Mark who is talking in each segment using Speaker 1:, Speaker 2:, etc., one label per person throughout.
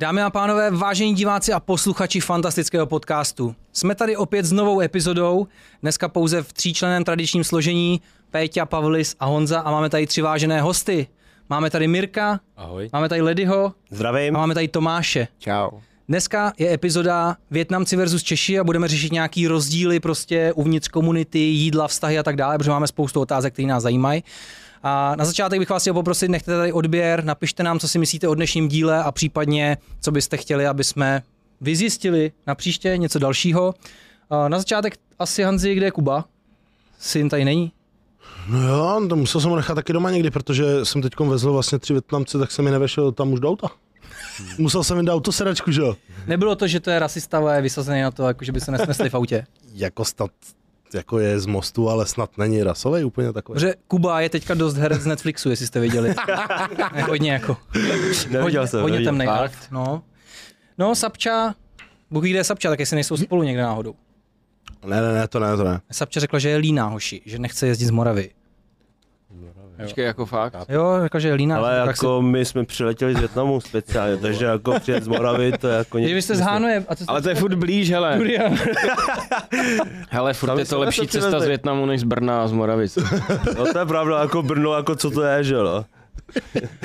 Speaker 1: Dámy a pánové, vážení diváci a posluchači fantastického podcastu, jsme tady opět s novou epizodou, dneska pouze v tříčleném tradičním složení, Péťa, Pavlis a Honza a máme tady tři vážené hosty. Máme tady Mirka,
Speaker 2: Ahoj.
Speaker 1: máme tady Ledyho
Speaker 3: Zdravím.
Speaker 1: a máme tady Tomáše.
Speaker 3: Čau.
Speaker 1: Dneska je epizoda Větnamci versus Češi a budeme řešit nějaký rozdíly prostě uvnitř komunity, jídla, vztahy a tak dále, protože máme spoustu otázek, které nás zajímají. A na začátek bych vás chtěl poprosit, nechte tady odběr, napište nám, co si myslíte o dnešním díle a případně, co byste chtěli, aby jsme vyzjistili na příště něco dalšího. A Na začátek asi Hanzi, kde je Kuba? Syn tady není.
Speaker 4: No jo, to musel jsem ho nechat taky doma někdy, protože jsem teď vezl vlastně tři Větnamce, tak jsem mi nevešel tam už do auta. Musel jsem jim dát autosedačku, že jo?
Speaker 1: Nebylo to, že to je rasista a je vysazený na to, jako že by se nesnesli v autě.
Speaker 4: Jako snad, jako je z mostu, ale snad není rasovej úplně takový.
Speaker 1: Protože Kuba je teďka dost herec z Netflixu, jestli jste viděli. Hodně jako.
Speaker 3: Neviděl jsem,
Speaker 1: hodně
Speaker 3: neviděl.
Speaker 1: temnej elf, no. No, Sapča, Bůh ví, kde je Sapča, tak jestli nejsou spolu někde náhodou.
Speaker 4: Ne, ne, ne, to ne, to ne.
Speaker 1: Sapča řekla, že je líná hoši, že nechce jezdit z Moravy.
Speaker 2: Počkej, jako fakt.
Speaker 1: Jo, řekla, že je líná.
Speaker 3: Ale
Speaker 1: tak
Speaker 3: jako my jsme přiletěli z Větnamu speciálně, takže jako přijet z Moravy to je jako
Speaker 1: si...
Speaker 3: něco.
Speaker 1: Kdyby jste z Hánoje, a co jste...
Speaker 2: Ale to je furt blíž, hele.
Speaker 1: Julia.
Speaker 2: Hele, furt
Speaker 3: Tam
Speaker 2: je to
Speaker 3: jsme
Speaker 2: lepší
Speaker 3: to
Speaker 2: cesta z
Speaker 3: přivezli.
Speaker 2: Větnamu než z Brna a z Moravic.
Speaker 3: No to je pravda, jako Brno, jako co to je, že jo.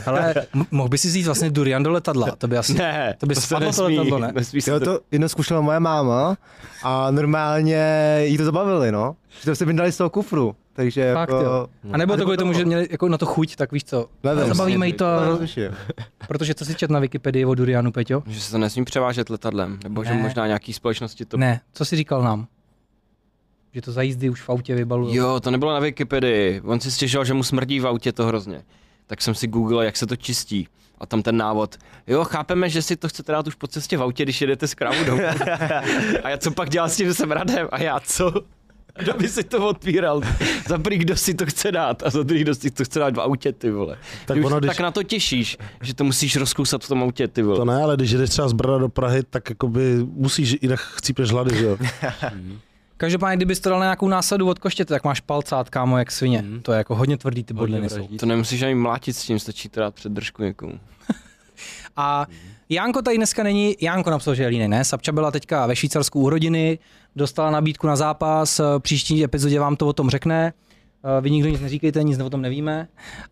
Speaker 1: Ale m- mohl by si vzít vlastně durian do letadla, to by asi...
Speaker 2: Ne,
Speaker 1: To by spadlo to letadlo, ne?
Speaker 2: nesmí se
Speaker 5: Jo,
Speaker 2: to...
Speaker 5: to jedno zkušela moje máma a normálně jí to zabavili, no. Že to se vyndali z toho kufru, takže
Speaker 1: Fakt, jo.
Speaker 5: jako...
Speaker 1: A nebo to kvůli tomu, že měli jako na to chuť, tak víš co,
Speaker 5: Nevím.
Speaker 1: zabavíme jí to,
Speaker 5: Rozliším.
Speaker 1: protože co si čet na Wikipedii o durianu, Peťo?
Speaker 2: Že se to nesmí převážet letadlem, nebo že
Speaker 1: Ne.
Speaker 2: možná nějaký společnosti to...
Speaker 1: Ne, co si říkal nám? Že to za jízdy už v autě vybaluje.
Speaker 2: Jo, to nebylo na Wikipedii. On si stěžoval, že mu smrdí v autě to hrozně. Tak jsem si googlil, jak se to čistí. A tam ten návod. Jo, chápeme, že si to chcete dát už po cestě v autě, když jedete s krávou domů. a já co pak dělal s tím semradem? A já co? Kdo by si to otvíral? Za prý, kdo si to chce dát a za druhý, kdo si to chce dát v autě, ty vole.
Speaker 4: Tak
Speaker 2: Ty už
Speaker 4: ono,
Speaker 2: se
Speaker 4: když-
Speaker 2: tak na to těšíš, že to musíš rozkousat v tom autě, ty
Speaker 4: To
Speaker 2: vole.
Speaker 4: ne, ale když jdeš třeba z Brna do Prahy, tak jakoby musíš, jinak chcípeš hlady, že jo?
Speaker 1: Každopádně, kdybys to dal na nějakou násadu od koštěte, tak máš palcát, kámo, jak svině. Mm. To je jako hodně tvrdý ty bodliny jsou.
Speaker 2: To nemusíš ani mlátit s tím, stačí to dát před držku někomu.
Speaker 1: A Jánko tady dneska není, Jánko napsal, že je líný, ne? Sapča byla teďka ve Švýcarsku u rodiny, dostala nabídku na zápas, eh, příští epizodě vám to o tom řekne. Eh, Vy nikdo nic neříkejte, nic o tom nevíme.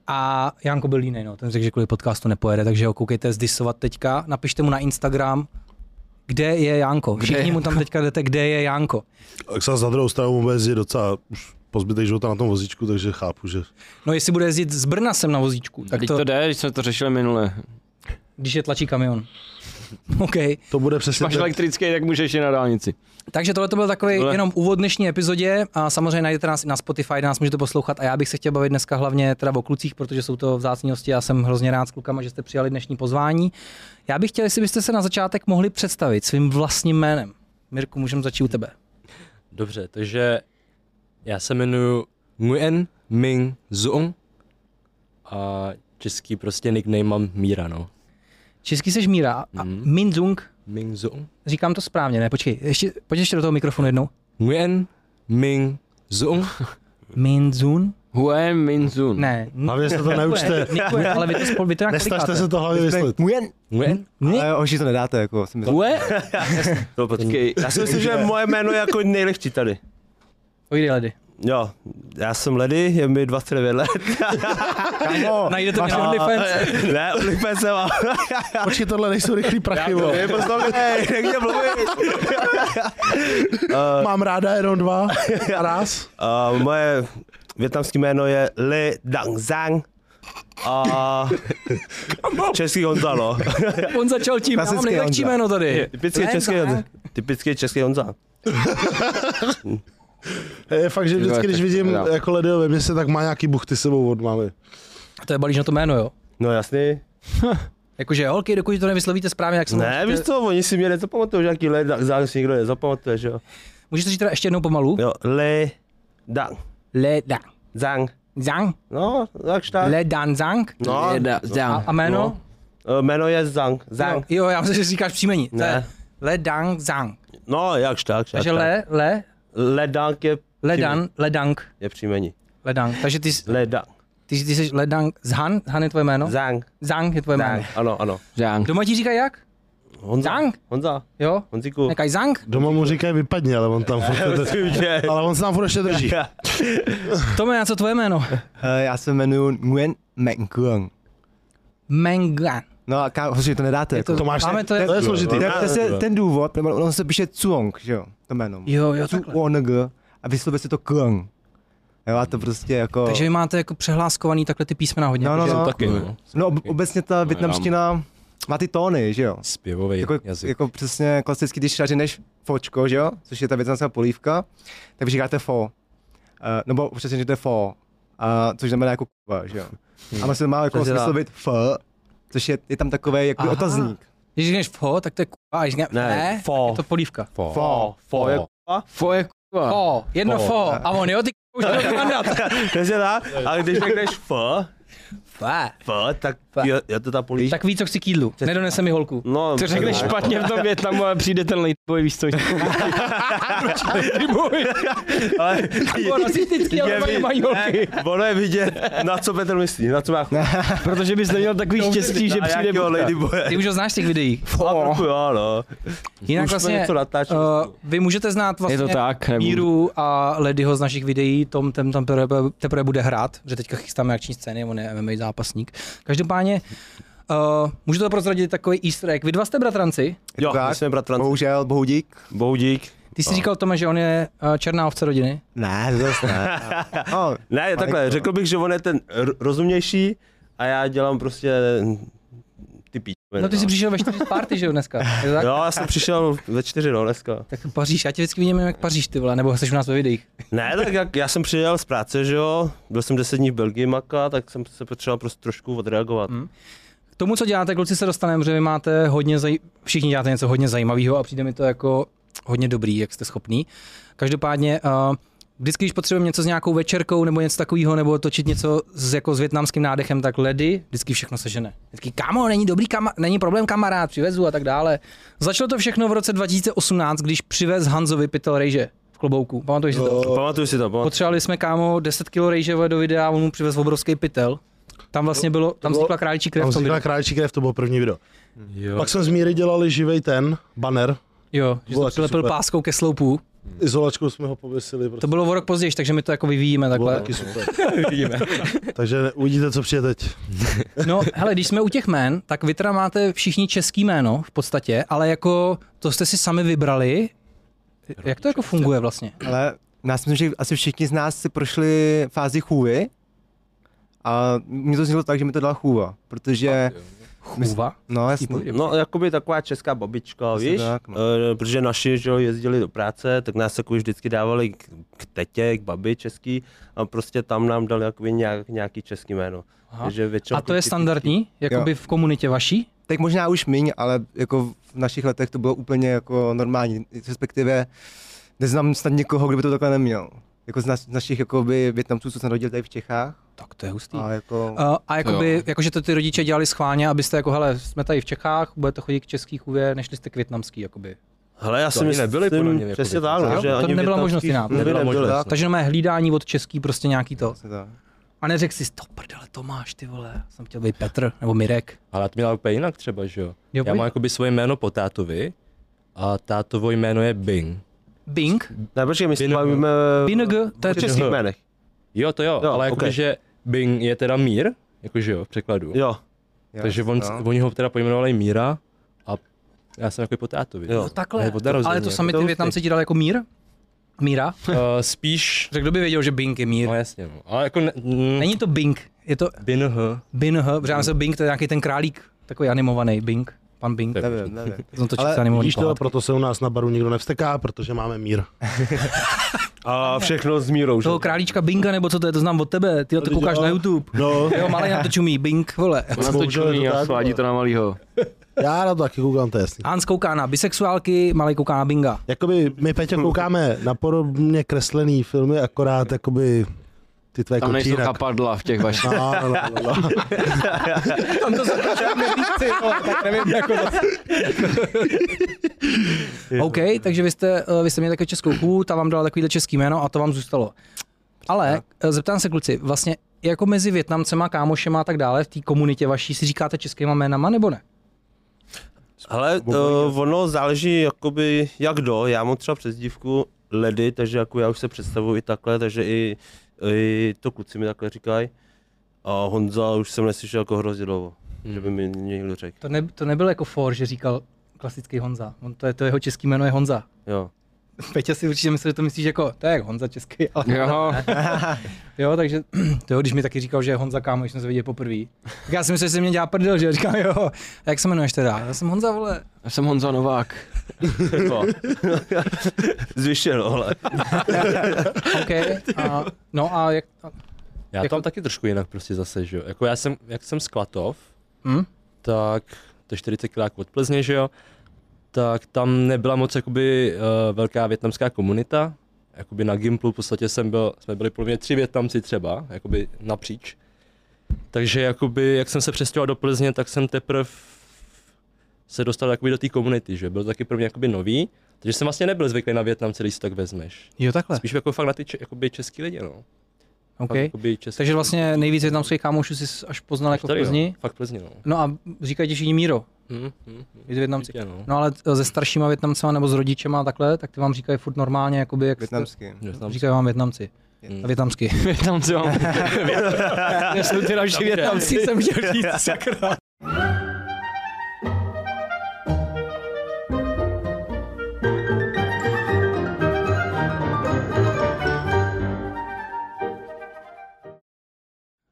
Speaker 1: A Janko byl líný, no, ten řekl, že kvůli podcastu nepojede, takže ho koukejte zdisovat teďka. Napište mu na Instagram, kde je Janko. Všichni mu tam teďka jdete, kde je Janko.
Speaker 4: Tak se za druhou stranu mu bude jezdit docela už po zbytek života na tom vozíčku, takže chápu, že...
Speaker 1: No, jestli bude jezdit z Brna sem na vozíčku, tak
Speaker 2: Teď
Speaker 1: to,
Speaker 2: to jde, když jsme to řešili minule.
Speaker 1: když je tlačí kamion. OK.
Speaker 4: To bude přesně...
Speaker 2: Máš
Speaker 4: ten-
Speaker 2: elektrický, tak můžeš i na dálnici.
Speaker 1: Takže tohle to byl takový
Speaker 2: Tohle.
Speaker 1: jenom úvod dnešní epizodě a samozřejmě najdete nás i na Spotify, kde nás můžete poslouchat a já bych se chtěl bavit dneska hlavně teda o klucích, protože jsou to vzácní hosti a jsem hrozně rád s klukama, že jste přijali dnešní pozvání. Já bych chtěl, jestli byste se na začátek mohli představit svým vlastním jménem. Mirku, můžeme začít u tebe.
Speaker 6: Dobře, takže já se jmenuji Nguyen Ming Zung a český prostě nickname mám Míra, no. Mhm.
Speaker 1: Český seš Míra a mm. Minzung,
Speaker 6: Ming Zung.
Speaker 1: říkám to správně, ne? Počkej, ještě, pojď ještě do toho mikrofonu jednou.
Speaker 6: Nguyen Ming Zung.
Speaker 1: Minzun?
Speaker 2: Hue Minzun.
Speaker 1: Ne. n-
Speaker 4: Hlavně se to neučte.
Speaker 1: Nikuje, ale vy to, spolu, vy to nějak
Speaker 4: Nestažte
Speaker 1: klikáte.
Speaker 4: se to hlavně vyslet.
Speaker 5: Mujen!
Speaker 6: Nguyen?
Speaker 1: Ne?
Speaker 5: Ale hoši to nedáte, jako si myslím.
Speaker 2: Hue?
Speaker 3: To počkej. Já si myslím, že moje jméno je jako nejlehčí tady.
Speaker 1: Pojď, ledy.
Speaker 3: Jo, já jsem Ledy, je mi 29 let.
Speaker 5: Kámo,
Speaker 1: Najdete mě
Speaker 5: máš-
Speaker 1: na OnlyFans.
Speaker 3: ne, ulipé se vám.
Speaker 4: Počkej, tohle nejsou rychlý prachy, vole.
Speaker 3: Poslouchej, jak mě mluvit.
Speaker 4: Mám ráda jenom dva. A raz.
Speaker 3: A moje větnamské jméno je Li Dang Zhang. A český Honza, no.
Speaker 1: On začal tím, já mám
Speaker 5: Klasický
Speaker 1: nejlehčí
Speaker 5: Honza.
Speaker 1: jméno tady.
Speaker 3: Typický
Speaker 1: Lenza,
Speaker 3: český Honza.
Speaker 1: ne?
Speaker 3: Typický český Honza.
Speaker 4: Je fakt, že vždycky, když vidím jako Ledyho ve městě, tak má nějaký buchty s sebou od mamy.
Speaker 1: To je balíš na to jméno, jo?
Speaker 3: No jasný.
Speaker 1: Jakože holky, dokud to nevyslovíte správně, jak se
Speaker 3: Ne, víš co, oni si mě nezapamatují, že jaký Li Dang Zhang si nikdo nezapamatuje, že jo.
Speaker 1: Můžeš to říct teda ještě jednou pomalu?
Speaker 3: Jo, Li Dang
Speaker 1: Leda.
Speaker 3: Zhang.
Speaker 1: Zang.
Speaker 3: No, takže tak.
Speaker 1: Ledan Zang.
Speaker 3: No,
Speaker 1: A, a jméno?
Speaker 3: No. eh, jméno je Zhang. Zhang.
Speaker 1: Jo, já myslím, že říkáš příjmení. To je
Speaker 3: Ne.
Speaker 1: Ledang Zang.
Speaker 3: No, jakž tak. jakž
Speaker 1: Takže
Speaker 3: tak.
Speaker 1: le, le,
Speaker 3: Ledank je,
Speaker 1: Ledan, Ledang.
Speaker 3: je příjmení.
Speaker 1: Ledang. Takže ty, jsi-
Speaker 3: Ledang.
Speaker 1: ty, jsi- ty jsi Ledang Zhan, Han je tvoje jméno?
Speaker 3: Zang.
Speaker 1: Zang je tvoje jméno.
Speaker 3: Zang. Ano, ano.
Speaker 2: Žánk.
Speaker 1: Doma ti říká jak?
Speaker 3: Honza.
Speaker 1: Zang?
Speaker 3: Honza.
Speaker 1: Jo?
Speaker 3: Honziku.
Speaker 1: Nekaj zang?
Speaker 4: Doma mu říkají vypadni, ale on tam furt,
Speaker 3: Myslím, že...
Speaker 4: ale on se tam furt ještě drží.
Speaker 1: Tome, a co tvoje jméno?
Speaker 5: Eh, já se jmenuji Nguyen Mengkuang.
Speaker 1: Mengan.
Speaker 5: No a kámo, hoši, to nedáte.
Speaker 1: Je
Speaker 5: jako.
Speaker 4: To máš,
Speaker 1: Máme to
Speaker 4: to je
Speaker 1: jako-
Speaker 4: složitý.
Speaker 5: To je přesně ten důvod, nebo ono se píše Cuong, že jo, to jméno.
Speaker 1: Jo, jo, takhle.
Speaker 5: Cuong a vyslovuje se to Kuang. Jo, a to prostě jako...
Speaker 1: Takže vy máte jako přehláskovaný takhle ty písmena hodně.
Speaker 5: No, no,
Speaker 1: Takže-
Speaker 5: no.
Speaker 6: Taky, no.
Speaker 5: No ob- obecně ta větnamština má ty tóny, že jo.
Speaker 6: Zpěvový
Speaker 5: Jako,
Speaker 6: jazyk.
Speaker 5: jako přesně klasicky, když řaženeš fočko, že jo, což je ta větnamská polívka, tak vy říkáte fo. Uh, nebo přesně, že to je fo. A což znamená jako kuva, že jo. A má se má jako
Speaker 1: Přesně tak.
Speaker 5: vyslovit f, což je, je tam takový jako
Speaker 1: Aha.
Speaker 5: otazník.
Speaker 1: Když říkáš fo, tak to je kurva, a když říkáš
Speaker 3: Ne,
Speaker 1: ne,
Speaker 3: fo.
Speaker 1: je to polívka.
Speaker 6: Fo.
Speaker 5: Fo.
Speaker 3: Fo je
Speaker 2: Fo je kurva.
Speaker 1: Fo, jedno
Speaker 6: Fo.
Speaker 1: fo. A on jo, ty kurva, už to bylo mandat.
Speaker 3: Přesně tak, ale když řekneš F,
Speaker 1: Fé.
Speaker 3: F, tak je, je to ta políčka.
Speaker 1: Tak ví, co chci k jídlu. Nedonese mi holku.
Speaker 3: No,
Speaker 2: To řekneš
Speaker 3: tak.
Speaker 2: špatně v tom Větnamu a přijde ten late boy, víš co?
Speaker 3: ale
Speaker 1: Jako rasistický, ale
Speaker 3: Je
Speaker 1: mají
Speaker 3: vidět-
Speaker 1: mají holky.
Speaker 3: ne, ono je vidět, na co Petr myslí, na co má chuť.
Speaker 2: Protože bys neměl takový štěstí, že
Speaker 3: A
Speaker 2: přijde
Speaker 3: jakýho
Speaker 2: buďka.
Speaker 3: ladyboye.
Speaker 1: Ty už ho znáš z těch videí.
Speaker 3: A trochu jo, no.
Speaker 1: Jinak
Speaker 3: Už jsme
Speaker 1: vlastně,
Speaker 3: něco natáčeli.
Speaker 1: uh, vy můžete znát vlastně
Speaker 2: Je to tak, nebo-
Speaker 1: Míru a Ledyho z našich videí, Tom ten tam teprve, teprve bude hrát, že teďka chystáme akční scény, on je MMA zápasník. Každopádně, uh, můžu to prozradit takový easter egg. Vy dva jste bratranci,
Speaker 5: Je to
Speaker 3: Jo, my jsme bratranci.
Speaker 5: Bohužel, bohu dík.
Speaker 3: Boudík.
Speaker 1: ty jsi říkal Tome, že on je uh, černá ovce rodiny.
Speaker 5: Ne, zase ne. No,
Speaker 3: Ne, takhle, řekl bych, že on je ten r- rozumnější a já dělám prostě ty píč.
Speaker 1: No ty jsi přišel ve čtyři z party, že jo, dneska. Je to tak?
Speaker 3: Jo, já jsem přišel ve čtyři, no, dneska.
Speaker 1: Tak Paříž, já tě vždycky vidím, jak Paříž, ty vole, nebo jsi u nás ve videích.
Speaker 3: Ne, tak jak, já jsem přijel z práce, že jo, byl jsem 10 dní v Belgii maka, tak jsem se potřeboval prostě trošku odreagovat.
Speaker 1: Mm.
Speaker 3: Hmm.
Speaker 1: K tomu, co děláte, kluci, se dostaneme, že vy máte hodně, zaj... všichni děláte něco hodně zajímavého a přijde mi to jako hodně dobrý, jak jste schopný. Každopádně, uh, vždycky, když potřebujeme něco s nějakou večerkou nebo něco takového, nebo točit něco s, jako s větnamským nádechem, tak ledy, vždycky všechno sežene. Vždycky, kámo, není dobrý, kama... není problém, kamarád, přivezu a tak dále. Začalo to všechno v roce 2018, když přivez Hanzovi pytel rejže v klobouku. Pamatuješ si to?
Speaker 3: Pamatuju si to, pamatuju.
Speaker 1: Potřebovali jsme, kámo, 10 kg rejže do videa, on mu přivez obrovský pytel. Tam vlastně bylo, tam vznikla králičí krev.
Speaker 4: Tam
Speaker 1: v tom
Speaker 4: vznikla
Speaker 1: videu.
Speaker 4: králičí krev, to bylo první video.
Speaker 6: Jo.
Speaker 4: Pak jsme z Míry dělali živej ten, banner,
Speaker 1: Jo, že
Speaker 4: Bylo
Speaker 1: jsem
Speaker 4: taky
Speaker 1: přilepil
Speaker 4: super.
Speaker 1: páskou ke sloupu.
Speaker 4: izolačkou jsme ho pověsili. Prostě.
Speaker 1: To bylo o rok později, takže my to jako vyvíjíme
Speaker 4: bylo
Speaker 1: takhle.
Speaker 4: taky super. Takže uvidíte, co přijde teď.
Speaker 1: No, hele, když jsme u těch jmén, tak vy teda máte všichni český jméno v podstatě, ale jako to jste si sami vybrali. Jak to jako funguje vlastně?
Speaker 5: ale já si myslím, že asi všichni z nás si prošli fázi chůvy. A mě to znělo tak, že mi to dala chůva, protože...
Speaker 1: Chůva?
Speaker 5: No jasně.
Speaker 3: No, jakoby taková česká babička,
Speaker 5: Přesně
Speaker 3: víš,
Speaker 5: tak,
Speaker 3: tak,
Speaker 5: no.
Speaker 3: no. e, protože naši že jo, jezdili do práce, tak nás jako vždycky dávali k, k tetě, k babi český a prostě tam nám dali jakoby nějak, nějaký český jméno.
Speaker 1: Aha.
Speaker 3: Takže většinou
Speaker 1: A to je
Speaker 3: ty-
Speaker 1: standardní, jakoby v komunitě vaší?
Speaker 5: Teď možná už míň, ale jako v našich letech to bylo úplně jako normální, respektive neznám snad někoho, kdo by to takhle neměl. Jako z, naš, z našich jakoby Větnamců, co se narodil tady v Čechách.
Speaker 1: Tak to je hustý.
Speaker 5: A
Speaker 1: A,
Speaker 5: jako...
Speaker 1: a jakoby, jakože to ty rodiče dělali schválně, abyste jako, hele, jsme tady v Čechách, budete chodit k český chůvě, nešli jste k větnamský, jakoby.
Speaker 3: Hele, já si
Speaker 6: ani
Speaker 3: myslím,
Speaker 6: nebyli podle mě
Speaker 3: přesně
Speaker 6: jako
Speaker 3: tak,
Speaker 1: tak.
Speaker 3: no, že
Speaker 1: To
Speaker 3: ani
Speaker 1: nebyla
Speaker 3: větnamský
Speaker 1: možnost jiná.
Speaker 3: chůvy
Speaker 5: Nebyla
Speaker 3: nebyli.
Speaker 5: možnost.
Speaker 3: Tak,
Speaker 1: Takže mé hlídání od český, prostě nějaký to.
Speaker 5: se dá.
Speaker 1: A neřekl si, to prdele, Tomáš, ty vole, jsem chtěl být Petr, nebo Mirek.
Speaker 6: Ale já to měla úplně jinak třeba, že jo.
Speaker 1: Jo,
Speaker 6: Já
Speaker 1: pojď.
Speaker 6: mám jakoby svoje jméno po tátovi a tátovo jméno je Bing.
Speaker 1: Bing?
Speaker 3: ne, počkej, my si
Speaker 6: Bino-
Speaker 3: bavíme
Speaker 1: Bing, to je
Speaker 3: o českých
Speaker 1: český.
Speaker 3: jménech.
Speaker 6: Jo, to jo,
Speaker 3: Jo,
Speaker 6: jo ale jakoby,
Speaker 3: ok.
Speaker 6: že Bing je teda mír, jakože jo, v překladu.
Speaker 3: Jo,
Speaker 5: Já
Speaker 6: Takže
Speaker 5: si
Speaker 6: on,
Speaker 3: No.
Speaker 5: dám.
Speaker 6: oni ho teda pojmenovali Míra a já jsem jako po tátovi.
Speaker 3: Jo.
Speaker 1: No takhle.
Speaker 6: Nebo narození,
Speaker 1: Ale to
Speaker 6: jako.
Speaker 1: sami
Speaker 3: To
Speaker 1: ty
Speaker 3: už
Speaker 1: Větnamci ti dali jako mír? Míra?
Speaker 6: Uh, spíš,
Speaker 1: Řekl, kdo by věděl, že Bing je mír?
Speaker 6: no jasně, no. ale jako ne, mm,
Speaker 1: Není to Bing, je to
Speaker 6: Binh,
Speaker 1: Binh, protože já myslím, Bing to je nějaký ten králík, takový animovaný Bing, pan Bing.
Speaker 6: Tak.
Speaker 5: Nevím, nevím.
Speaker 1: Jsem to
Speaker 5: Ale
Speaker 1: četl animovaný
Speaker 4: Vidíš to, proto se u nás na baru nikdo nevsteká, protože máme mír.
Speaker 3: a všechno s mírou, že?
Speaker 1: Toho králíčka Binga, nebo co to je, to znám od tebe, ty na to
Speaker 4: To
Speaker 1: koukáš
Speaker 4: dělá-
Speaker 1: na YouTube.
Speaker 4: No,
Speaker 1: Jo, malý na to čumí, Bing, vole.
Speaker 2: Ona to
Speaker 4: Bohužel je to
Speaker 2: čumí a
Speaker 4: tak,
Speaker 2: svádí
Speaker 4: vole.
Speaker 2: to na malýho.
Speaker 4: já na to taky koukám, to je jasný.
Speaker 1: Hans kouká na bisexuálky, malý kouká na Binga.
Speaker 4: Jakoby my, Peťo, koukáme na podobně kreslený filmy, akorát jakoby ty tvé
Speaker 2: Tam nejsou
Speaker 4: kočírak.
Speaker 2: kapadla v těch vašich.
Speaker 4: No, no, no, no.
Speaker 1: Tam to tak nevím, jako OK, takže vy jste, eh, vy jste měli takovou českou chůvu, ta vám dala takovýhle český jméno a to vám zůstalo. Ale eh, zeptám se kluci, vlastně jako mezi Větnamcema, kámošema a tak dále, v té komunitě vaší si říkáte českýma jménama nebo ne?
Speaker 3: Ale uh, ono záleží jakoby jak do, já mám třeba přezdívku Ledy, takže jako já už se představuji i takhle, takže i, i to kluci mi takhle říkají. A Honza už jsem neslyšel jako hrozně dlouho, hmm. že by mi někdo řekl.
Speaker 1: To, ne, to nebyl jako for, že říkal klasický Honza. On, to, je, to jeho český jméno je Honza.
Speaker 3: Jo.
Speaker 1: Peťa si určitě myslel, že to myslíš jako, to je jak Honza český, ale
Speaker 2: Jo,
Speaker 1: jo, takže to jo, když mi taky říkal, že je Honza kámo, když jsme se viděli poprvé, tak já si myslel, že se mě dělá prdel, že jo, říkám jo, a jak se jmenuješ teda? Já jsem Honza, vole.
Speaker 2: já jsem Honza Novák.
Speaker 3: No. Zvyšeno, ale.
Speaker 1: OK. A, no a jak, a,
Speaker 6: Já
Speaker 1: Jako-
Speaker 6: jako... tam taky trošku jinak prostě zase, že jo. Jako já jsem, jak jsem z Klatov,
Speaker 1: hm?
Speaker 6: tak to je 40 kiláků od Plzně, že jo, tak tam nebyla moc jakoby uh, velká větnamská komunita. Jakoby na Gimplu v podstatě jsem byl, jsme byli podle mě tři větnamci třeba, jakoby napříč. Takže jakoby, jak jsem se přestěhoval do Plzně, tak jsem teprve se dostal jakoby do té komunity, že byl to taky pro mě jakoby nový. Takže jsem vlastně nebyl zvyklý na Větnamce, když si tak vezmeš.
Speaker 1: Jo, takhle.
Speaker 6: Spíš jako fakt na ty če- jakoby český lidi, no. Fakt jako-
Speaker 1: OK.
Speaker 6: jakoby český,
Speaker 1: Takže vlastně nejvíc větnamských kámošů jsi až poznal jako v Plzni.
Speaker 6: No, fakt Plzni, no.
Speaker 1: No a říkají ti všichni Míro,
Speaker 6: Hm, hm, hm.
Speaker 1: i Větnamci.
Speaker 6: Určitě, no.
Speaker 1: No ale t- se staršíma Větnamcema nebo s rodičema a takhle, tak ty vám říkají furt normálně, jakoby, jak jste,
Speaker 5: Větnamský.
Speaker 6: Větnamci.
Speaker 1: říkají vám Větnamci.
Speaker 6: Hm.
Speaker 1: A Větnamsky.
Speaker 2: Tam si mám.
Speaker 1: Já jsem teda vždy Větnamci, jsem chtěl říct, sakra.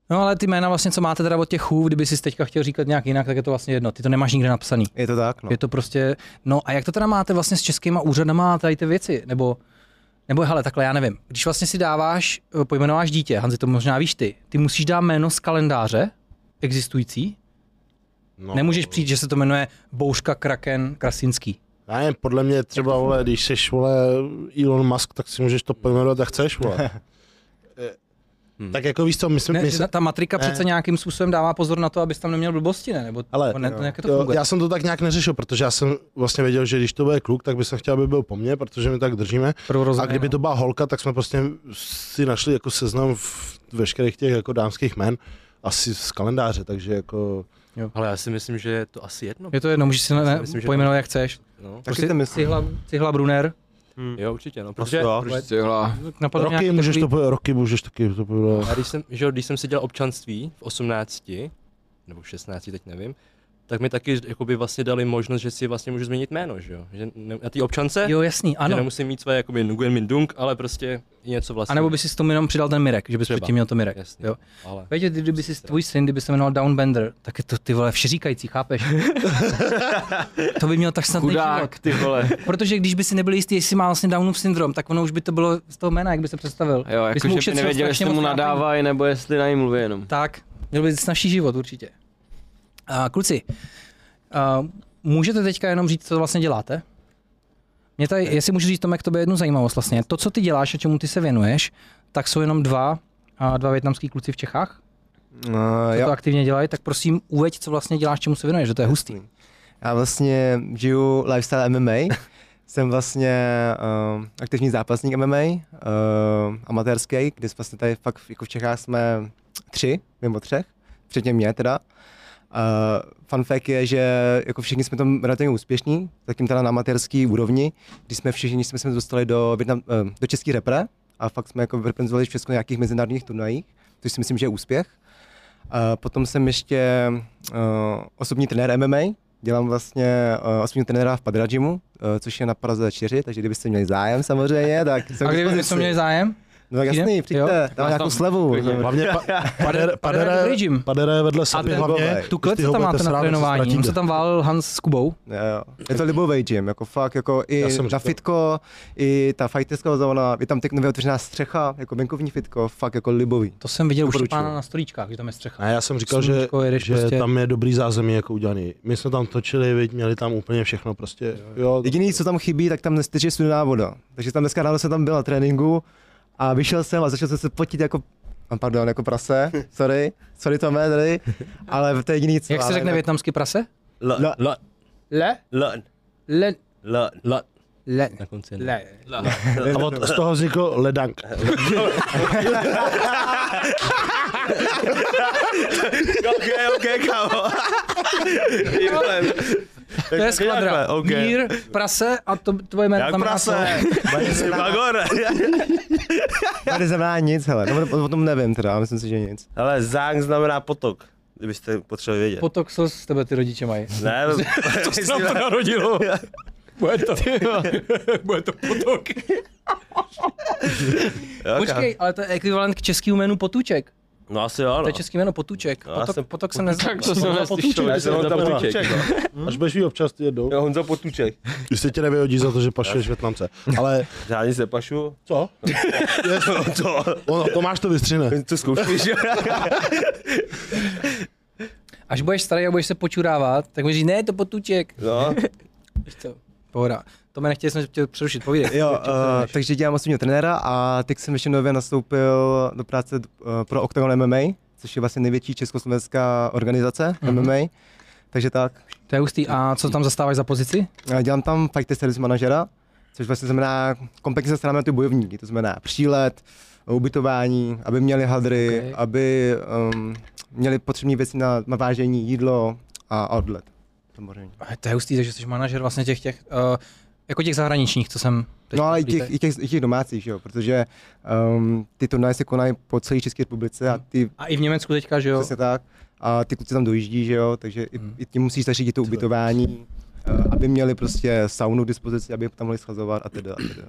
Speaker 1: No ale ty jména vlastně, co máte teda od těch chů, kdyby si teďka chtěl říkat nějak jinak, tak je to vlastně jedno. Ty to nemáš nikde napsaný.
Speaker 5: Je to tak, no.
Speaker 1: Je to prostě, no a jak to teda máte vlastně s českýma úřadama a tady ty věci, nebo, nebo hele, takhle já nevím, když vlastně si dáváš, eh, pojmenováš dítě, Hanzi, to možná víš ty, ty musíš dát jméno z kalendáře existující,
Speaker 4: No,
Speaker 1: no. nemůžeš přijít, že se to jmenuje Bouška Kraken Krasinský.
Speaker 4: Já nevím, podle mě třeba, vole, když jsi, vole, Elon Musk, tak si můžeš to pojmenovat, jak chceš, vole. Eh, Tak jako víš co, my jsme...
Speaker 1: Hmm. Ne,
Speaker 4: my jsme-
Speaker 1: ta matrika
Speaker 4: ne.
Speaker 1: přece nějakým způsobem dává pozor na to, abys tam neměl blbosti, ne? Nebo
Speaker 4: Ale-
Speaker 1: nebo ne, to, jak to
Speaker 4: Jo,
Speaker 1: funguje?
Speaker 4: já jsem to tak nějak neřešil, protože já jsem vlastně věděl, že když to bude kluk, tak bych chtěl, aby byl po mně, protože my tak držíme.
Speaker 1: Prvorozené,
Speaker 4: A kdyby
Speaker 1: no.
Speaker 4: to byla holka, tak jsme prostě si našli jako seznam v veškerých těch jako dámských jmen, asi z kalendáře, takže jako...
Speaker 6: Ale já si myslím, že je to asi jedno.
Speaker 1: Je to jedno, můžeš si ne, ne,
Speaker 6: myslím, že-
Speaker 1: pojmenovat, jak chceš.
Speaker 6: No.
Speaker 1: prostě-
Speaker 5: Taky to myslím.
Speaker 1: Cihla, cihla Brunner,
Speaker 6: Jo, určitě, no,
Speaker 3: Prostě
Speaker 6: protože
Speaker 3: jo.
Speaker 2: Prostě, hele.
Speaker 1: napadlo mě
Speaker 4: Roky
Speaker 1: nějaký
Speaker 4: můžeš,
Speaker 1: takový-
Speaker 4: to, po- roky můžeš taky to bylo.
Speaker 6: já když jsem, že jo, když jsem si dělal občanství v 18, nebo v 16, teď nevím, tak mi taky jakoby vlastně dali možnost, že si vlastně můžu změnit jméno, že jo? Že ne, na té občance,
Speaker 1: Jo, jasný,
Speaker 6: že
Speaker 1: ano.
Speaker 6: nemusím mít své jakoby Nguyen Min Dung, ale prostě něco vlastně.
Speaker 1: A nebo by si s tomu jenom přidal ten Mirek, že bys
Speaker 6: Třeba.
Speaker 1: předtím měl to Mirek.
Speaker 6: Jasně,
Speaker 1: Jo.
Speaker 6: ale...
Speaker 1: Víte, ty, kdyby
Speaker 2: prostě-
Speaker 1: si tvůj syn, kdyby se jmenoval Downbender, tak je to ty vole všeříkající, chápeš? to by měl tak snad život.
Speaker 2: Chudák, ty vole.
Speaker 1: Protože když by si nebyl jistý, jestli má vlastně Downův syndrom, tak ono už by to bylo z toho jména, jak by se představil.
Speaker 2: Jo,
Speaker 1: Bys mu
Speaker 2: jakože by
Speaker 1: ušetřil
Speaker 2: nevěděl,
Speaker 1: strašně
Speaker 2: jestli mu
Speaker 1: moc trápení.
Speaker 2: nadávají, nebo jestli na něj mluví jenom.
Speaker 1: Tak, měl by snažší život určitě. A, kluci, a, můžete teďka jenom říct, co vlastně děláte? Mě tady, jestli můžu říct, Tomek, to by jednu zajímavost vlastně. To, co ty děláš a čemu ty se věnuješ, tak jsou jenom dva, a dva větnamský kluci v Čechách.
Speaker 5: No,
Speaker 1: co
Speaker 5: jo.
Speaker 1: to aktivně dělají, tak prosím uveď, co vlastně děláš, čemu se věnuješ, že to je hustý.
Speaker 5: Já vlastně žiju lifestyle MMA. Jsem vlastně uh, aktivní zápasník MMA, uh, amatérský, kdy vlastně tady fakt jako v Čechách jsme tři, mimo třech, včetně mě teda. Uh, fun fact je, že jako všichni jsme tam relativně úspěšní, zatím teda na amatérský úrovni, když jsme všichni jsme se dostali do, Vietnam, uh, do český repre a fakt jsme jako reprezentovali Česko na nějakých mezinárodních turnajích, což si myslím, že je úspěch. A potom jsem ještě uh, osobní trenér MMA, dělám vlastně uh, osobního trenéra v Padrajimu, uh, což je na Praze 4, takže kdybyste měli zájem samozřejmě, tak jsem
Speaker 1: A
Speaker 5: k
Speaker 1: kdyby
Speaker 5: dispozici.
Speaker 1: jsme měli zájem?
Speaker 5: No tak
Speaker 1: přijde?
Speaker 5: jasný,
Speaker 1: Jo.
Speaker 5: přijďte, tam
Speaker 2: Vás
Speaker 5: nějakou
Speaker 2: tam
Speaker 5: slevu.
Speaker 2: klidně.
Speaker 4: Hlavně pa,
Speaker 1: Padere
Speaker 4: padere, padere,
Speaker 1: dobrý gym.
Speaker 4: padere je vedle sebe,
Speaker 5: ten
Speaker 4: hlavně.
Speaker 5: Bobek.
Speaker 1: Tu
Speaker 4: jestli
Speaker 1: klec
Speaker 4: ho
Speaker 1: tam
Speaker 4: budete
Speaker 1: máte na
Speaker 4: srát, se
Speaker 1: trénování, on
Speaker 4: ztratíte.
Speaker 1: se tam válel Hans s Kubou.
Speaker 5: Jo, jo. Je to libový gym, jako fakt, jako i
Speaker 4: Já jsem
Speaker 5: na
Speaker 4: říkal.
Speaker 5: fitko, i ta fighterská zóna, je tam teď nově otevřená střecha, jako venkovní fitko, fakt jako libový.
Speaker 1: To jsem viděl u
Speaker 5: Doporučuju.
Speaker 1: Štěpána na storíčkách, že tam je střecha.
Speaker 4: Ne, já jsem říkal, že,
Speaker 1: Sluníčko, jedeš
Speaker 4: že
Speaker 1: prostě-
Speaker 4: prostě... tam je dobrý zázemí jako udělaný. My jsme tam točili, viď, měli tam úplně všechno prostě. Jo,
Speaker 5: Jediný, co tam chybí, tak tam nesteče studená voda. Takže tam dneska ráno jsem tam byl na tréninku a vyšel jsem a začal jsem se potit jako a pardon, jako prase, sorry, sorry Tome, tady, ale to je jediný co.
Speaker 1: Jak se
Speaker 5: ale
Speaker 1: řekne
Speaker 5: jinak-
Speaker 1: větnamský prase?
Speaker 3: L,
Speaker 5: No,
Speaker 6: La,
Speaker 1: Le,
Speaker 3: l,
Speaker 1: le,
Speaker 3: l,
Speaker 6: la,
Speaker 1: le,
Speaker 6: na konci. Ne.
Speaker 1: le.
Speaker 4: A od, z toho vznikl ledank.
Speaker 3: OK, OK, kámo.
Speaker 1: To je skvadra.
Speaker 3: takhle, ok.
Speaker 1: Mír, prase a to tvoje jméno
Speaker 3: Jak
Speaker 1: tam
Speaker 3: prase. Magor.
Speaker 5: Tady znamená nic, hele. No, o, o tom nevím teda, ale myslím si, že nic.
Speaker 3: Ale záng znamená potok, kdybyste potřebovali vědět.
Speaker 1: Potok co z tebe ty rodiče mají.
Speaker 3: Ne,
Speaker 6: Co se nám to narodilo? Bude to, bude to potok.
Speaker 3: jo,
Speaker 1: Počkej, ale to je ekvivalent k českému jménu Potůček.
Speaker 3: No asi jo,
Speaker 1: To
Speaker 3: no.
Speaker 1: je český jméno Potůček.
Speaker 3: No, já
Speaker 1: Potok,
Speaker 3: jsem
Speaker 1: potok se nezná.
Speaker 2: Tak to jsem neslyšel.
Speaker 3: Já jsem Honza Potuček.
Speaker 4: Až budeš jí občas ty jedou.
Speaker 3: Jo, Honza Potuček.
Speaker 4: Jestli tě nevyhodí za to, že pašuješ Větnamce. Ale
Speaker 3: Žádný se pašu.
Speaker 4: co? Je,
Speaker 3: To,
Speaker 4: ono, Tomáš to vystřihne.
Speaker 3: to zkoušíš.
Speaker 1: Až budeš starý a budeš se počurávat, tak budeš říct, ne, to Potůček.
Speaker 3: No,
Speaker 1: Víš co? Pohoda. To mě nechtěl jsem tě přerušit, povídej.
Speaker 5: Jo, uh, takže dělám osobního trenéra a teď jsem ještě nově nastoupil do práce uh, pro Octagon MMA, což je vlastně největší československá organizace
Speaker 1: Mhm.
Speaker 5: MMA. Takže tak,
Speaker 1: To je hustý. A co tam zastáváš za pozici?
Speaker 5: A Eh, dělám tam fighter service manažera, což vlastně znamená komplexně se staráme na ty bojovníky, to znamená přílet, ubytování, aby měli hadry,
Speaker 1: Okay.
Speaker 5: okay. aby um, měli potřebné věci na, na vážení, jídlo a odlet. Samozřejmě.
Speaker 1: To je hustý, takže jsi manažer vlastně těch, těch uh, jako těch zahraničních, co jsem teď
Speaker 5: No ale i
Speaker 1: poprvé
Speaker 5: těch, i, těch, i těch domácích, že jo, protože um, ty turnaje se konají po celé České republice a
Speaker 1: Hmm.
Speaker 5: ty,
Speaker 1: A i v Německu teďka, že jo?
Speaker 5: přesně tak, a ty kluci tam dojíždí, že jo, takže i,
Speaker 1: Hmm.
Speaker 5: i tím musíš zařídit to ubytování, eh, aby měli prostě saunu k dispozici, aby tam mohli schazovat a teda. A teda.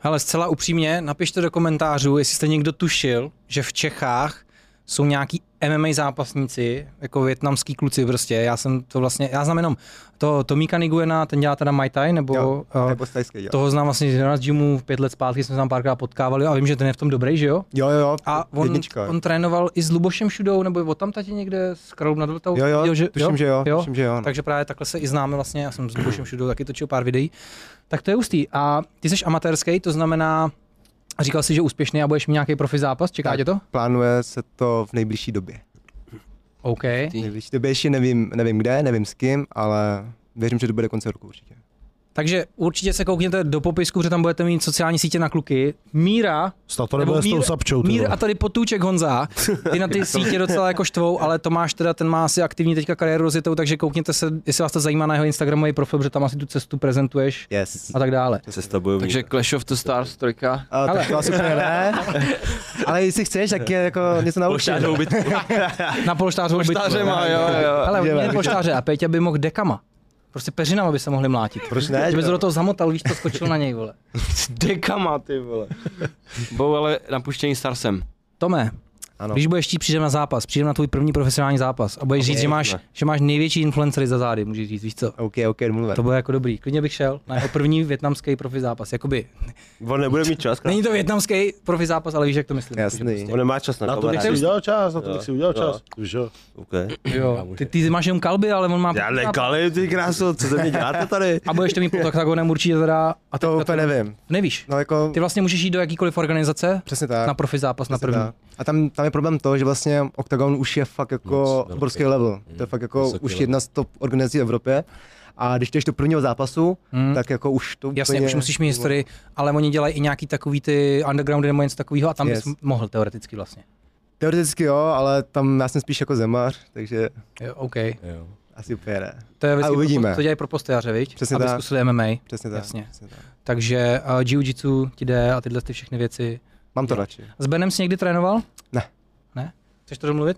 Speaker 1: Hele, zcela upřímně, napište do komentářů, jestli jste někdo tušil, že v Čechách jsou nějaký MMA zápasníci, jako větnamský kluci prostě. Já jsem to vlastně, já znám jenom to, Tomíka Niguena, ten dělá teda Muay Thai, nebo
Speaker 5: Jo,
Speaker 1: eh,
Speaker 5: nebo stajské, jo.
Speaker 1: toho znám vlastně z Jonas Gymu, pět let zpátky jsme se tam párkrát potkávali a vím, že ten je v tom dobrý, že jo?
Speaker 5: Jo, jo, jo.
Speaker 1: A on,
Speaker 5: jednička.
Speaker 1: on trénoval i s Lubošem Šudou, nebo od tam tati někde s Karlou nad Vltavou.
Speaker 5: Jo, jo,
Speaker 1: Viděl,
Speaker 5: tuším, že jo, tuším, že jo, no.
Speaker 1: Takže právě takhle se i známe vlastně, já jsem s Lubošem Šudou taky točil pár videí. Tak to je hustý. A ty jsi amatérský, to znamená, říkal jsi, že úspěšný a budeš mít nějaký profi zápas, čeká
Speaker 5: Tak.
Speaker 1: tě to?
Speaker 5: Plánuje se to v nejbližší době.
Speaker 1: OK.
Speaker 5: V nejbližší době ještě nevím, nevím kde, nevím s kým, ale věřím, že to bude do konce roku určitě.
Speaker 1: Takže určitě se koukněte do popisku, protože tam budete mít sociální sítě na kluky. Míra
Speaker 4: Snad to nebude s tou sapčou. ty
Speaker 1: Mír
Speaker 4: vole.
Speaker 1: a tady potůček Honza, ty na ty sítě docela jako štvou, ale Tomáš teda ten má asi aktivní teďka kariéru rozjetou, takže koukněte se, jestli vás to zajímá na jeho Instagramový profil, protože tam asi tu cestu prezentuješ
Speaker 5: Yes.
Speaker 1: a tak dále.
Speaker 3: cesta bojovníka.
Speaker 2: Takže Clash of the Stars 3.
Speaker 5: A, tak to asi úplně ne. Ale jestli chceš, tak je jako něco naučit.
Speaker 6: Poštářovou bitvu.
Speaker 1: Na polštářovou bitvu.
Speaker 2: Poštáře má, jo, jo.
Speaker 1: Ale hodně
Speaker 5: Jdeme.
Speaker 1: polštáře a Peťa by mohl dekama. Prostě peřinama by se mohli mlátit.
Speaker 5: Proč ne?
Speaker 1: Že by se do toho zamotal, víš, to skočil na něj, vole.
Speaker 2: Dekama, ty vole. Bou ale napuštěný Starsem.
Speaker 1: Tome,
Speaker 5: Ano.
Speaker 1: když budeš chtít, přijdeme na zápas, přijdeme na tvůj první profesionální zápas a budeš říct, že máš, že máš největší influencery za zády, můžeš říct, víš co?
Speaker 5: OK, OK, domluven.
Speaker 1: To bude jako dobrý. Klidně bych šel na jeho první větnamský profi zápas. Jakoby
Speaker 3: On nebude mít čas.
Speaker 1: Není to větnamský profi zápas, ale víš, jak to myslím.
Speaker 5: Jasný.
Speaker 1: prostě-
Speaker 3: On nemá čas na,
Speaker 4: Na to bych
Speaker 3: kamarády.
Speaker 4: si udělal čas, na to
Speaker 3: Jo.
Speaker 4: bych si udělal
Speaker 3: Jo.
Speaker 4: čas. Víš jo.
Speaker 3: Okay.
Speaker 1: Jo. Ty, ty máš jenom kalby, ale on má...
Speaker 3: Já lekali, ty krásu, co se mě děláte tady?
Speaker 1: A budeš to mít pod oktagonem určitě teda... A
Speaker 5: A to
Speaker 1: teďka
Speaker 5: úplně nevím.
Speaker 1: Nevíš.
Speaker 5: No jako,
Speaker 1: Ty vlastně můžeš jít do jakýkoliv organizace
Speaker 5: přesně tak.
Speaker 1: na profi zápas na
Speaker 5: přesně
Speaker 1: první.
Speaker 5: tak. A tam, tam je problém to, že vlastně Octagon už je fakt jako
Speaker 6: Moc velký. Hmm.
Speaker 5: obrovský level. To je fakt jako
Speaker 6: vysoký
Speaker 5: už
Speaker 6: level.
Speaker 5: jedna z top organizací v Evropě. A když jdeš do prvního zápasu, tak jako už to
Speaker 1: Hmm. Jasně,
Speaker 5: úplně-
Speaker 1: už musíš mít historii, ale oni dělají i nějaký takový ty undergroundy nebo něco takového a tam bys
Speaker 5: Yes.
Speaker 1: mohl teoreticky vlastně.
Speaker 5: Teoreticky jo, ale tam já jsem spíš jako zemař, takže
Speaker 1: Jo, OK.
Speaker 6: Jo.
Speaker 5: asi úplně ne.
Speaker 1: To je vždycky
Speaker 5: uvidíme.
Speaker 1: pro- To dělají pro postojaře, viď?
Speaker 5: Přesně
Speaker 1: Aby
Speaker 5: tak.
Speaker 1: zkusili MMA.
Speaker 5: Přesně tak.
Speaker 1: Jasně.
Speaker 5: Přesně tak.
Speaker 1: Takže uh, jiu-jitsu ti jde a tyhle ty všechny věci.
Speaker 5: Mám to radši.
Speaker 1: S Benem jsi někdy trénoval?
Speaker 5: Ne.
Speaker 1: Ne? Chceš to domluvit?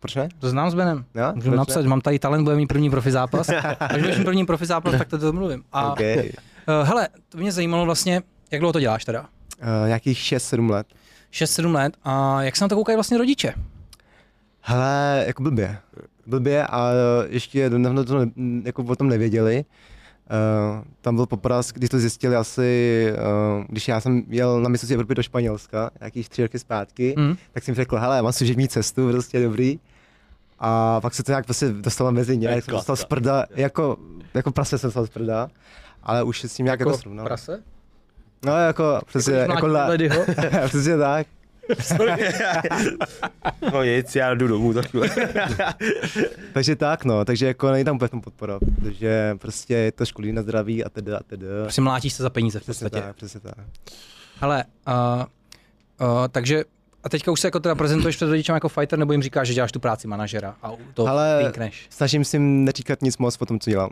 Speaker 5: Proč ne?
Speaker 1: To znám s Benem.
Speaker 5: Jo?
Speaker 1: Můžu
Speaker 5: Proč
Speaker 1: napsat,
Speaker 5: ne?
Speaker 1: mám tady talent, bude mít první profi zápas. Až budeš mít první profi zápas, tak to domluvím. A okay.
Speaker 5: Okay.
Speaker 1: Eh, hele, to mě zajímalo vlastně, jak dlouho to děláš teda?
Speaker 5: Uh, nějakých 6-7 let.
Speaker 1: 6-7 let a jak se na to koukají vlastně rodiče?
Speaker 5: Hele, jako blbě. Blbě a ještě nedávno to ne, jako o tom nevěděli. Uh, tam byl popras, když to zjistili asi, uh, když já jsem jel na mistrovství Evropy do Španělska, nějakých tři roky zpátky,
Speaker 1: Mhm.
Speaker 5: mm. tak jsem jim řekl, hele, mám služební cestu, prostě dobrý. A pak se to nějak prostě dostalo mezi ně, jak jsem dostal z prda, jako, jako prase jsem dostal z prda, ale už se s tím nějak jako, jako srovnal.
Speaker 1: Prase?
Speaker 5: No jako, přesně,
Speaker 1: Když
Speaker 5: jako,
Speaker 1: mlátíš
Speaker 5: le,
Speaker 1: Ledyho?
Speaker 5: přesně tak.
Speaker 3: No nic, já jdu domů za chvíli.
Speaker 5: Takže tak no, takže jako není tam úplně v tom podpora, protože prostě je to škodlivý na zdraví a teda a teda.
Speaker 1: Prostě mlátíš se za peníze v
Speaker 5: Přesně
Speaker 1: podstatě.
Speaker 5: tak, přesně tak.
Speaker 1: Hele, uh, uh, takže a A teďka už se jako teda prezentuješ před rodičem jako fighter, nebo jim říkáš, že děláš tu práci manažera a to Ale...
Speaker 5: Ale-
Speaker 1: pinkneš.
Speaker 5: Snažím si neříkat nic moc o tom, co dělám.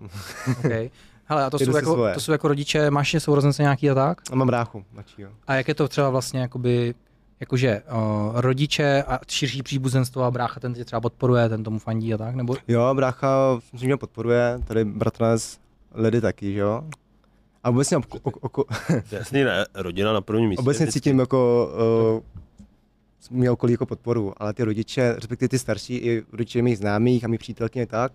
Speaker 1: Okay. Hele, a to
Speaker 5: Jdu
Speaker 1: jsou,
Speaker 5: si
Speaker 1: jako,
Speaker 5: svoje.
Speaker 1: to jsou jako rodiče, máš je sourozence nějaký a tak?
Speaker 5: A mám bráchu mladšího.
Speaker 1: A jak je to třeba vlastně jakoby, jakože uh, rodiče a širší příbuzenstvo a brácha, ten tě třeba podporuje, ten tomu fandí a tak, nebo
Speaker 5: Jo, brácha myslím, že mě podporuje, tady bratranec Ledy taky, že jo? A vůbec, mě, obko- ok- ok-
Speaker 3: Jasně, ne, rodina na prvním místě.
Speaker 5: obecně cítím jako uh, mě okolí jako podporu, ale ty rodiče, respektive ty starší, i rodiče mých známých a mých přítelkyně a tak,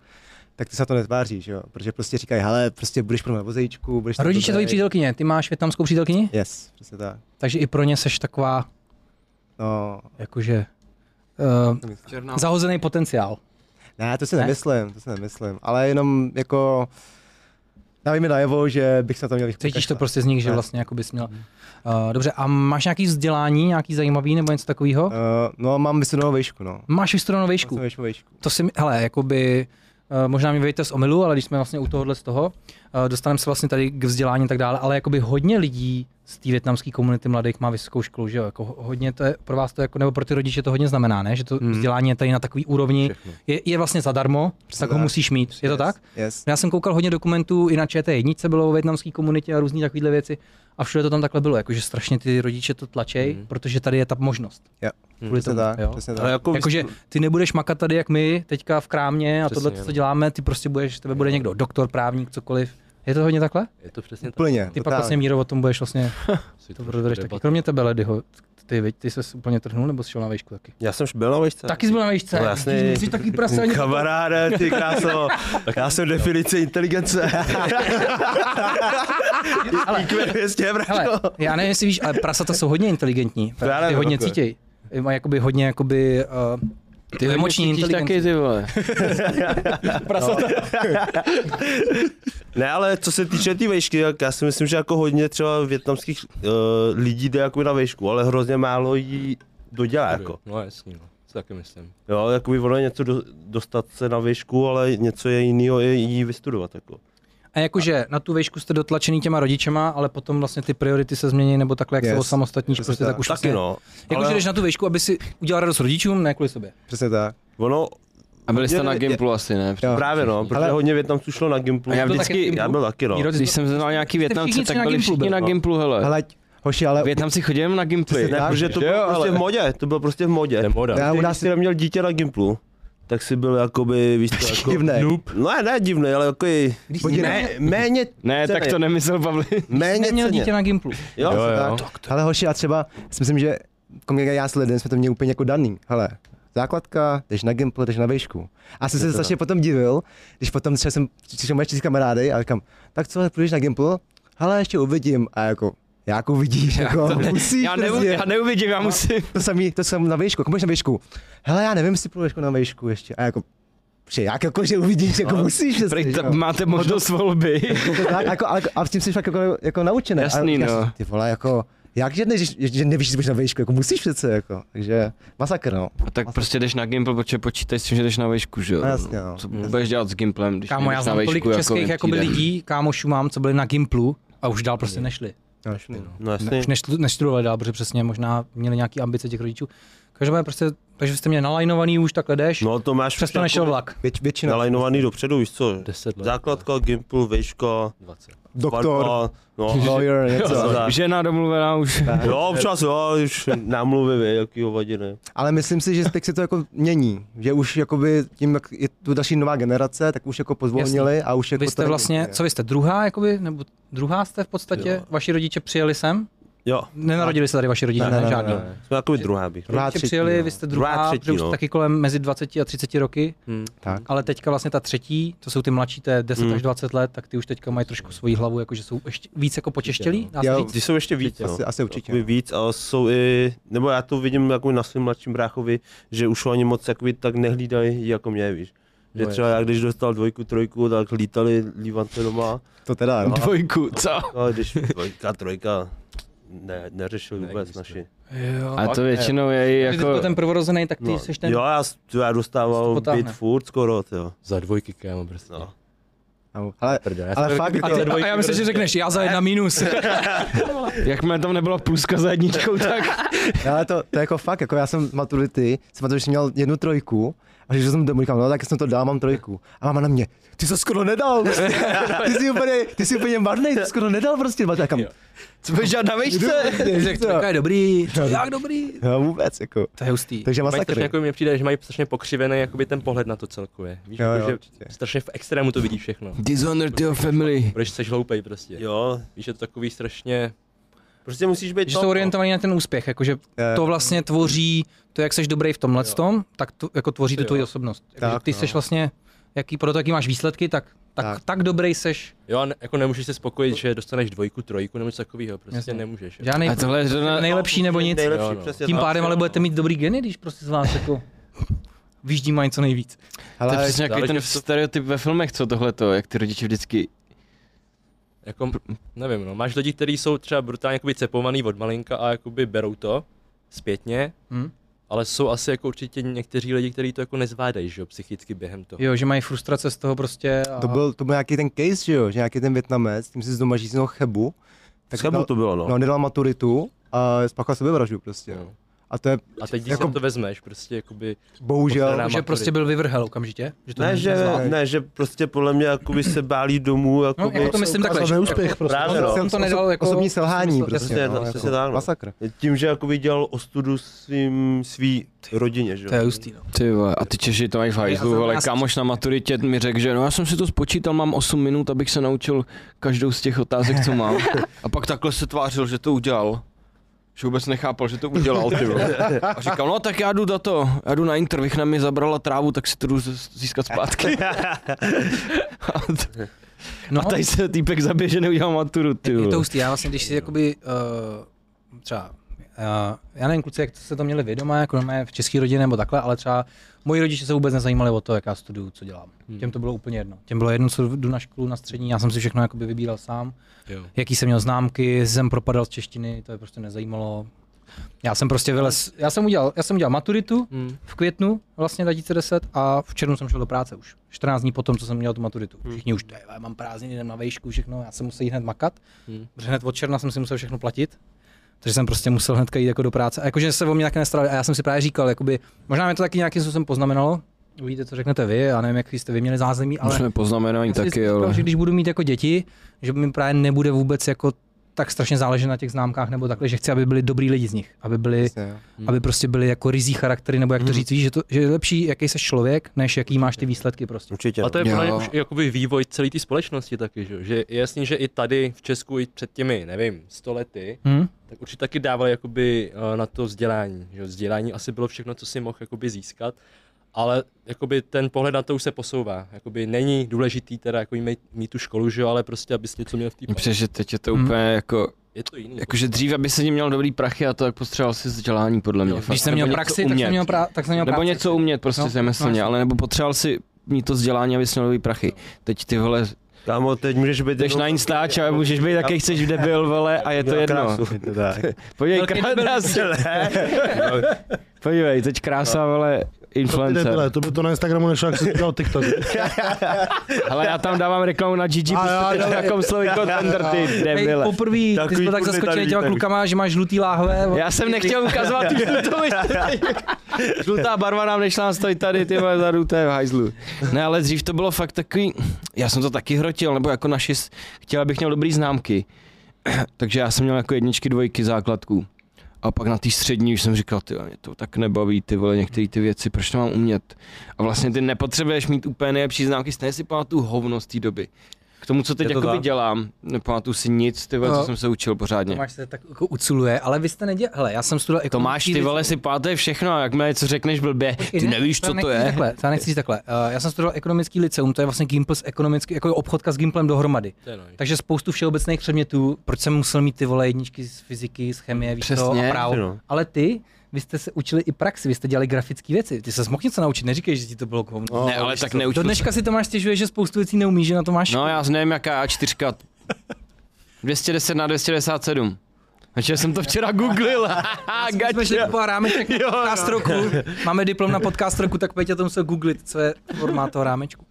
Speaker 5: tak ty se na to netváří, že jo? Protože prostě říkají, hele, prostě budeš pro mě vozejčku, budeš... tak
Speaker 1: Rodiče
Speaker 5: dobrý."
Speaker 1: tvojí přítelkyně, ty máš větnamskou přítelkyni?
Speaker 5: Yes, přesně tak.
Speaker 1: Takže i pro ně seš taková,
Speaker 5: No,
Speaker 1: jakože, uh,
Speaker 2: Černá.
Speaker 1: zahozený potenciál.
Speaker 5: ne, to si
Speaker 1: Ne?
Speaker 5: nemyslím, to si nemyslím, ale jenom jako... Dávají mi najevo, že bych se na to měl
Speaker 1: Cítíš to
Speaker 5: vykašlat.
Speaker 1: prostě z nich, že
Speaker 5: Ne.
Speaker 1: vlastně jako bys měl. Uh, dobře, a máš nějaký vzdělání, nějaký zajímavý nebo něco takového?
Speaker 5: Uh, no, mám vystudovanou vejšku, no.
Speaker 1: Máš vystudovanou
Speaker 5: Mám
Speaker 1: vejšku.
Speaker 5: vejšku, vejšku.
Speaker 1: To si, mi- hele, jakoby, eh, možná mě vejte z omylu, ale když jsme vlastně u tohohle z toho, eh, dostaneme se vlastně tady k vzdělání a tak dále, ale jakoby hodně lidí z té větnamské komunity mladých má vysokou školu, že jo? Jako ho- hodně to je, pro vás to jako, nebo pro ty rodiče to hodně znamená, ne? Že to
Speaker 5: Hmm.
Speaker 1: vzdělání je tady na takový úrovni, je, je, vlastně zadarmo, tak ho
Speaker 5: tak.
Speaker 1: musíš mít, je to tak?
Speaker 5: Yes.
Speaker 1: Já jsem koukal hodně dokumentů i na ČT1, bylo o větnamské komunitě a různé takovéhle věci a všude to tam takhle bylo, jakože strašně ty rodiče to tlačej,
Speaker 5: Hmm.
Speaker 1: mm. protože tady je ta možnost.
Speaker 5: Jo.
Speaker 1: Kvůli
Speaker 5: Přesně
Speaker 1: tomu,
Speaker 5: tak,
Speaker 1: jo.
Speaker 5: přesně tak.
Speaker 3: Ale jako,
Speaker 1: Jakože ty nebudeš makat tady jak my, teďka v krámě a
Speaker 6: Přesně,
Speaker 1: tohle, co
Speaker 6: no.
Speaker 1: děláme, ty prostě budeš, tebe bude někdo doktor, právník, cokoliv. Je to hodně takhle?
Speaker 6: Je to přesně tak.
Speaker 5: Úplně,
Speaker 1: Ty pak vlastně Míro o tom budeš vlastně,
Speaker 6: Si
Speaker 1: to
Speaker 6: trošku
Speaker 1: rozvedeš taky.
Speaker 6: debat-
Speaker 1: Kromě tebe, Ledyho, ty, viď, ty jsi úplně trhnul nebo jsi šel na vejšku taky?
Speaker 3: Já jsem už byl na vejšce.
Speaker 1: Taky jsi byl na vejšce,
Speaker 3: No jasně.
Speaker 1: vidíš, jsi takový prasení.
Speaker 3: Kamaráde, ty kráso, já jsem definice inteligence. IQ 200,
Speaker 1: Hele,
Speaker 3: bráško.
Speaker 1: já nevím, jestli víš, ale prasata jsou hodně inteligentní,
Speaker 3: já
Speaker 1: ty
Speaker 3: nevím,
Speaker 1: hodně
Speaker 3: jako.
Speaker 1: cítěj. Mají jakoby hodně jakoby, uh, ty emoční inteligentní.
Speaker 2: taky, ty vole.
Speaker 3: Ne, ale co se týče té tý vejšky, tak já si myslím, že jako hodně třeba větnamských uh, lidí jde jako na vejšku, ale hrozně málo jí dodělá. Jako.
Speaker 6: No jasně, no. Co taky myslím.
Speaker 3: Jo, jakoby ono je něco do, dostat se na vejšku, ale něco je jiného je jí vystudovat. Jako.
Speaker 1: A jakože na tu vejšku jste dotlačený těma rodičema, ale potom vlastně ty priority se změní, nebo takhle, jak yes. se
Speaker 5: Yes.
Speaker 1: osamostatníš,
Speaker 5: Přesně
Speaker 1: prostě tak,
Speaker 5: tak.
Speaker 1: už
Speaker 3: Taky
Speaker 1: vlastně,
Speaker 3: no.
Speaker 1: Jakože
Speaker 3: ale
Speaker 1: jdeš na tu vejšku, aby si udělal radost rodičům, ne kvůli sobě.
Speaker 5: Přesně tak.
Speaker 3: ono,
Speaker 2: A byli jste
Speaker 3: Hodně
Speaker 2: na
Speaker 3: je-
Speaker 2: Gimplu asi, ne?
Speaker 5: Jo.
Speaker 3: právě no, protože
Speaker 5: Ale-
Speaker 3: hodně Větnamců šlo na Gimplu.
Speaker 2: A já
Speaker 1: Byl
Speaker 2: vždycky-
Speaker 1: taky na Gimplu?
Speaker 3: já byl taky no.
Speaker 1: Míro, ty jsi
Speaker 2: Když jsem znal nějaký Větnamce,
Speaker 1: všichni
Speaker 2: tak
Speaker 1: na
Speaker 2: byli
Speaker 1: Gimplu
Speaker 2: všichni
Speaker 1: byli,
Speaker 2: na
Speaker 1: no.
Speaker 2: Gimplu, hele.
Speaker 5: Hele, hoši, ale
Speaker 2: Větnamci chodíme na Gimply.
Speaker 5: Přesně
Speaker 3: Ne,
Speaker 5: tak,
Speaker 3: protože to
Speaker 2: že
Speaker 3: bylo
Speaker 2: jo,
Speaker 3: prostě
Speaker 2: ale-
Speaker 3: v modě, to bylo prostě v modě.
Speaker 6: To je moda.
Speaker 5: já u
Speaker 3: Když
Speaker 5: nás
Speaker 3: jsi neměl dítě na Gimplu, tak si byl jakoby, víš co, jako...
Speaker 5: divné.
Speaker 3: No ne, ne divný, ale jako je...
Speaker 5: Podívej.
Speaker 3: Ne, méně
Speaker 2: Ne, tak to nemyslel Pavli.
Speaker 3: Méně
Speaker 1: Neměl
Speaker 3: ceně.
Speaker 1: dítě na Gimplu.
Speaker 3: Jo,
Speaker 6: Jo,
Speaker 3: jo.
Speaker 6: jo.
Speaker 5: Tak, ale hoši, já třeba si myslím, že kolega já s lidem jsme to měli úplně jako daný. Hele, základka, jdeš na gimpl, jdeš na vejšku. A jsem se strašně potom divil, když potom třeba jsem přišel moje čtyři kamarády a říkám, tak co, půjdeš na gimpl? Hele, ještě uvidím. A jako, jak uvidíš, jako, musí
Speaker 2: Já, neu,
Speaker 5: prostě.
Speaker 2: já neuvidím, já musím.
Speaker 5: To samý, to jsem na výšku, jako budeš na výšku. Hele, já nevím, jestli půjdeš jako na výšku ještě. A jako, že jak jako, že uvidíš, jako musíš. Prostě,
Speaker 2: No, Prej,
Speaker 5: že
Speaker 2: ta,
Speaker 5: jo.
Speaker 2: máte možnost volby.
Speaker 5: To tak, jako, ale, a s tím jsi fakt jako, jako naučený.
Speaker 2: Jasný,
Speaker 5: a, já
Speaker 2: no.
Speaker 5: jsem, Ty vole, jako, jak že, ne, že, že nevíš, že budeš na výšku, jako musíš přece, jako. Takže masakr, no.
Speaker 2: A tak prostě jdeš na Gimpl, protože počítáš s tím, že jdeš na vejšku, že jo?
Speaker 5: No, jasně, no.
Speaker 2: Co budeš dělat s Gimplem, když
Speaker 1: Kámo,
Speaker 2: jdeš
Speaker 1: já
Speaker 2: na
Speaker 1: znám
Speaker 2: vejšku? jako
Speaker 1: tolik českých
Speaker 2: jen
Speaker 1: jakoby
Speaker 2: týden?
Speaker 1: lidí, kámošů mám, co byli na Gimplu a už dál prostě nešli.
Speaker 5: no, jasný, no.
Speaker 3: No
Speaker 1: Ne,
Speaker 3: jasně.
Speaker 1: už neštu- neštudovali dál, protože přesně možná měli nějaký ambice těch rodičů. Každopádně prostě, takže jste mě nalajnovaný, už takhle jdeš,
Speaker 3: No to máš
Speaker 1: přesto
Speaker 3: už
Speaker 1: nešel
Speaker 3: jako
Speaker 1: vlak.
Speaker 5: Věč, většina.
Speaker 3: nalajnovaný dopředu, víš co?
Speaker 6: 10 let.
Speaker 3: Základka, Gimpl, vejška,
Speaker 6: 20.
Speaker 5: Doktor,
Speaker 3: barba, no.
Speaker 5: lawyer,
Speaker 3: Jo,
Speaker 5: něco.
Speaker 3: za-
Speaker 2: Žena domluvená už.
Speaker 3: Jo, občas jo, už námluvy, vy, jaký hovadiny.
Speaker 5: Ale myslím si, že teď se to jako mění. Že už jakoby tím, jak je tu další nová generace, tak už jako pozvolnili a už jako
Speaker 1: Vy
Speaker 5: to
Speaker 1: jste
Speaker 5: není
Speaker 1: vlastně,
Speaker 5: úplně.
Speaker 1: co vy jste, druhá, jakoby, nebo druhá jste v podstatě? Vaši rodiče přijeli sem?
Speaker 3: Jo,
Speaker 1: Nenarodili se tady vaši rodiče,
Speaker 5: Ne, ne, ne,
Speaker 1: žádný.
Speaker 5: ne, ne.
Speaker 3: jsme jakoby druhá bych. řekl.
Speaker 5: Druhá,
Speaker 1: Rodiče
Speaker 5: třetí,
Speaker 1: přijeli,
Speaker 5: no.
Speaker 1: vy jste
Speaker 3: Druhá,
Speaker 1: druhá, druhá
Speaker 3: třetí,
Speaker 1: třetí, už jste
Speaker 3: no.
Speaker 1: taky kolem mezi 20 a 30 roky,
Speaker 5: Tak.
Speaker 1: ale teďka vlastně ta třetí, to jsou ty mladší, to je 10
Speaker 3: Hmm.
Speaker 1: až 20 let, tak ty už teďka mají trošku svoji hlavu, jakože jsou ještě víc jako počeštělí, dá se
Speaker 5: Jo.
Speaker 1: říct.
Speaker 3: Ty jsou ještě víc, no.
Speaker 5: Asi, asi určitě.
Speaker 3: Jakoby víc a jsou i, nebo já to vidím jako na svým mladším bráchovi, že už ho ani moc jakoby, tak nehlídají jako mě, víš. Že
Speaker 6: No
Speaker 3: třeba já když dostal dvojku, trojku, tak lítali lívance doma,
Speaker 5: To teda, no.
Speaker 2: Dvojku, co?
Speaker 3: ale když dvojka, trojka, ne, neřešil vůbec
Speaker 6: Neexistuje.
Speaker 3: naši.
Speaker 1: Jo.
Speaker 2: A to většinou je i
Speaker 1: Jako... Když
Speaker 2: jako...
Speaker 1: byl ten prvorozený, tak ty no. jsi ten...
Speaker 3: jo, já, s- já
Speaker 1: to
Speaker 3: dostával
Speaker 1: potáhne.
Speaker 3: byt furt skoro, jo.
Speaker 6: Za dvojky, kámo, prostě.
Speaker 3: No.
Speaker 5: No, ale,
Speaker 6: Prdel, já
Speaker 5: ale
Speaker 6: jsem-
Speaker 5: fakt,
Speaker 6: A
Speaker 1: A,
Speaker 5: jako-
Speaker 1: ty, a já myslím, že řekneš, já za jedna minus.
Speaker 2: Jakmile tam nebyla pluska za jedničkou, tak
Speaker 5: No, ale to, to je jako fakt, jako já jsem z maturity, jsem maturity měl jednu trojku, a když jsem domů říkal, no tak jsem to dal, mám trojku. A máma na mě, ty jsi to skoro nedal, prostě. ty jsi úplně, ty jsi úplně marnej, ty jsi skoro nedal prostě, a kam,
Speaker 2: co budeš dělat na vejšce?
Speaker 1: Řekl, to jako- je dobrý, jak dobrý.
Speaker 5: no vůbec, jako.
Speaker 1: To je hustý.
Speaker 5: Takže
Speaker 6: Mají strašně,
Speaker 5: masakry.
Speaker 6: jako mně přijde, že mají strašně pokřivený jakoby ten pohled na to celkově. Víš,
Speaker 5: Jo,
Speaker 6: jako,
Speaker 5: jo,
Speaker 6: že
Speaker 5: určitě.
Speaker 6: strašně v extrému to vidí všechno.
Speaker 2: Dishonored your family.
Speaker 6: Proč jsi hloupej prostě.
Speaker 3: Jo,
Speaker 6: Víš, je to takový strašně...
Speaker 3: prostě musíš být
Speaker 1: Že
Speaker 3: top,
Speaker 1: jsou
Speaker 3: no.
Speaker 1: orientovaný na ten úspěch, jakože
Speaker 5: Eh.
Speaker 1: to vlastně tvoří, to jak seš dobrý v tomhle tom, tak to, jako tvoří tu
Speaker 6: Jo.
Speaker 1: tvoji osobnost. Jakože
Speaker 5: Tak,
Speaker 1: ty
Speaker 5: no.
Speaker 1: seš vlastně, jaký, proto jaký máš výsledky, tak, tak, tak.
Speaker 5: Tak.
Speaker 1: tak dobrý seš,
Speaker 6: Jo, a ne, jako nemůžeš se spokojit, že dostaneš dvojku, trojku nebo něco takového. Prostě
Speaker 1: Jasně.
Speaker 6: nemůžeš. jo.
Speaker 1: žádný
Speaker 2: A tohle je zrovna...
Speaker 1: nejlepší nebo nic.
Speaker 3: Nejlepší,
Speaker 6: Jo, no.
Speaker 3: přesně
Speaker 1: Tím
Speaker 3: tak.
Speaker 1: pádem ale budete mít dobrý geny, když prostě z vás jako vyždí mají co nejvíc.
Speaker 2: To je
Speaker 5: Hele,
Speaker 2: přesně jaký ten
Speaker 6: záleží, co-
Speaker 2: stereotyp ve filmech, co tohle to, jak ty rodiče vždycky...
Speaker 6: Jako, nevím, no, máš lidi, kteří jsou třeba brutálně jakoby cepovaný od malinka a jakoby berou to zpětně,
Speaker 1: Hm?
Speaker 6: ale jsou asi jako určitě někteří lidi, kteří to jako nezvládají, že jo, psychicky během toho.
Speaker 1: Jo, že mají frustrace z toho prostě. A...
Speaker 5: to byl, to byl nějaký ten case, že jo, že nějaký ten Větnamec, tím si z doma říct no, chebu.
Speaker 3: Tak Schebu to bylo, no.
Speaker 5: No, nedal maturitu a spáchal sebevraždu prostě.
Speaker 6: No.
Speaker 5: No. A to je
Speaker 6: A teď, když
Speaker 5: Jako-
Speaker 6: jako... to vezmeš, prostě jakoby,
Speaker 5: bohužel,
Speaker 6: Postrádám.
Speaker 1: že prostě byl vyvrhel okamžitě. Že to
Speaker 3: Ne, že,
Speaker 1: nezvládl.
Speaker 3: ne, že prostě podle mě jakoby se bálí domů,
Speaker 1: No,
Speaker 3: jakoby...
Speaker 1: jako to myslím takhle. že-
Speaker 4: neúspěch prostě.
Speaker 3: Právě, no.
Speaker 1: On to nedal jako-
Speaker 5: osobní selhání
Speaker 1: Jasně,
Speaker 5: prostě.
Speaker 3: jasně,
Speaker 5: no,
Speaker 3: jasně tak, no.
Speaker 5: Masakr.
Speaker 3: Tím, že jakoby dělal ostudu svým, svý rodině, že
Speaker 1: To je
Speaker 3: jo.
Speaker 1: hustý, no.
Speaker 2: Ty vole, vlastně- a ty Češi to mají v
Speaker 1: Já
Speaker 2: hajzlu,
Speaker 1: jsem-
Speaker 2: ale
Speaker 1: já jsem-
Speaker 2: kámoš na maturitě mi řekl, že no já jsem si to spočítal, mám 8 minut, abych se naučil každou z těch otázek, co mám. A pak takhle se tvářil, že to udělal. Že vůbec nechápal, že to udělal, ty vole. A říkal, no tak já jdu na to, já jdu na Inter, Vychna mi zabrala trávu, tak si to jdu z- získat zpátky. A t-
Speaker 1: no.
Speaker 2: A tady se týpek zabije, že neudělal maturu, ty
Speaker 1: Je
Speaker 2: vole.
Speaker 1: to hustý, já vlastně, když si jakoby, uh, třeba, uh, já nevím kluci, jak se to měli vědomá, jako normálně v české rodině nebo takhle, ale třeba moji rodiče se vůbec nezajímali o to, jak já studuju, co dělám. Hmm. Těm to bylo úplně jedno. Těm bylo jedno, co jdu na školu, na střední, já jsem si všechno jakoby vybíral sám,
Speaker 6: jo.
Speaker 1: jaký jsem měl známky, jestli jsem propadal z češtiny, to je prostě nezajímalo. Já jsem prostě vylez, já jsem udělal, já jsem udělal maturitu
Speaker 6: Hmm.
Speaker 1: v květnu vlastně 2010 a v červnu jsem šel do práce už. 14 dní potom, co jsem měl tu maturitu.
Speaker 6: Hmm.
Speaker 1: Všichni už, "Ty, já mám prázdniny, jdem na vejšku, všechno, já jsem musel jít hned makat,
Speaker 6: Hmm.
Speaker 1: protože hned od června jsem si musel všechno platit. Takže jsem prostě musel hnedka jít jako do práce. A jakože se o mě také nestarali. A já jsem si právě říkal, jakoby, možná mi to taky nějakým způsobem poznamenalo. Uvidíte, co řeknete vy, já nevím, jak jste vy měli zázemí,
Speaker 2: My
Speaker 1: ale
Speaker 2: jsme poznamenání
Speaker 1: já jsem si
Speaker 2: taky,
Speaker 1: říkal,
Speaker 2: ale...
Speaker 1: že když budu mít jako děti, že mi právě nebude vůbec jako tak strašně záležet na těch známkách nebo takhle, že chci, aby byli dobrý lidi z nich, aby byli
Speaker 5: Jasně, jo.
Speaker 1: Hmm. aby prostě byly jako rizí charaktery, nebo jak to říct, víš, že, to, že je lepší, jaký jsi člověk, než jaký máš ty výsledky prostě.
Speaker 3: Určitě.
Speaker 6: A to je
Speaker 2: Jo.
Speaker 6: podle mě už jakoby vývoj celé té společnosti taky, že? jo. že je jasný, že i tady v Česku i před těmi, nevím, stolety,
Speaker 1: Hmm?
Speaker 6: tak určitě taky dávali jakoby eh, na to vzdělání, že jo. vzdělání asi bylo všechno, co si mohl jakoby získat, ale jakoby ten pohled na to už se posouvá, jakoby není důležitý teda jako mít, mít tu školu, že jo, ale prostě abys něco měl v té paměti.
Speaker 2: Protože že teď je to
Speaker 1: Hmm.
Speaker 2: úplně No jako,
Speaker 6: Je to jiný.
Speaker 2: jakože dřív, aby se tím měl dobrý prachy a to, tak potřeboval si vzdělání, podle mě. fakt.
Speaker 1: Když jsem
Speaker 2: Nebo
Speaker 1: měl
Speaker 2: něco
Speaker 1: praxi, tak jsem měl, pra, tak jsem měl
Speaker 2: Nebo
Speaker 1: práci.
Speaker 2: něco umět prostě
Speaker 1: No,
Speaker 2: no, řemeslně,
Speaker 1: no.
Speaker 2: ale nebo potřeboval si mít to vzdělání, aby měl nový prachy. Teď ty vole,
Speaker 3: Kámo, teď můžeš být...
Speaker 2: jdeš na Instač a můžeš být jaký chceš debil, vole, a je to jedno.
Speaker 3: Krásu.
Speaker 5: Je to tak.
Speaker 2: Podívej,
Speaker 1: Velký debil.
Speaker 2: krása, podívej, teď
Speaker 1: No.
Speaker 2: krása, vole,
Speaker 4: To, ty debile,
Speaker 2: influencer.
Speaker 4: to by to na Instagramu nešlo, jak se dělal TikTok.
Speaker 2: Ale já tam dávám reklamu na GG,
Speaker 4: jo,
Speaker 2: prostě
Speaker 4: dobrý.
Speaker 2: takovou slovíko tender, ty
Speaker 1: no, Hej,
Speaker 2: debile.
Speaker 1: poprvé, ty jsi
Speaker 3: Takový
Speaker 1: byl tak
Speaker 3: kurvy tady
Speaker 1: zaskočený těma
Speaker 3: víte.
Speaker 1: klukama, že máš žlutý láhve.
Speaker 2: Já jsem nechtěl ukazovat tu žlutou ještě. Žlutá barva nám nešla nám stojí tady, ty vole, zadu, to je v hajzlu. Ne, ale dřív to bylo fakt takový, já jsem to taky hrotil, nebo jako naši, s- chtěl, abych měl dobrý známky. Takže já jsem měl jako jedničky, dvojky, základku. A pak na té střední už jsem říkal, ty vole, mě to tak nebaví, ty vole, některé ty věci, proč to mám umět? A vlastně ty nepotřebuješ mít úplně nejlepší známky, stejně si pamatuju hovno z té doby. K tomu, co teď
Speaker 3: Je to
Speaker 2: jakoby
Speaker 3: tak?
Speaker 2: dělám, nepamatuju si nic, ty vole,
Speaker 1: No.
Speaker 2: co jsem se učil pořádně.
Speaker 1: Tomáš se tak jako uculuje, ale vy jste nedělali, hele, já jsem studoval
Speaker 2: To máš
Speaker 1: ekonomický
Speaker 2: ty vole
Speaker 1: věci.
Speaker 2: si pátý všechno a jakmile co řekneš blbě, ty
Speaker 1: Ne,
Speaker 2: nevíš,
Speaker 1: to
Speaker 2: co to
Speaker 1: nechci říct
Speaker 2: je.
Speaker 1: Takhle, to já nechci říct takhle. Uh, já jsem studoval ekonomický liceum, to je vlastně Gimpl s ekonomický, jako obchodka s Gimplem dohromady.
Speaker 6: To je no,
Speaker 1: Takže spoustu všeobecných předmětů, proč jsem musel mít ty vole jedničky z fyziky, z chemie, víš to, a
Speaker 2: Přesně.
Speaker 1: právo.
Speaker 3: No.
Speaker 1: Ale ty, vy jste se učili i praxi, vy jste dělali grafické věci. Ty se mohl něco naučit, neříkej, že ti to bylo kovno.
Speaker 2: Ne, ale tak
Speaker 1: Do
Speaker 2: neučil se.
Speaker 1: dneška si to máš stěžuje, že spoustu věcí neumíš, že na to máš.
Speaker 2: No já nevím jaká A4. 210 na 297. Takže jsem to včera googlil. Haha,
Speaker 1: Jsme šli
Speaker 2: gača.
Speaker 1: po rámeček
Speaker 2: no.
Speaker 1: na podcast roku. Máme diplom na podcast roku, tak Peťa to musel googlit, co je formát toho rámečku.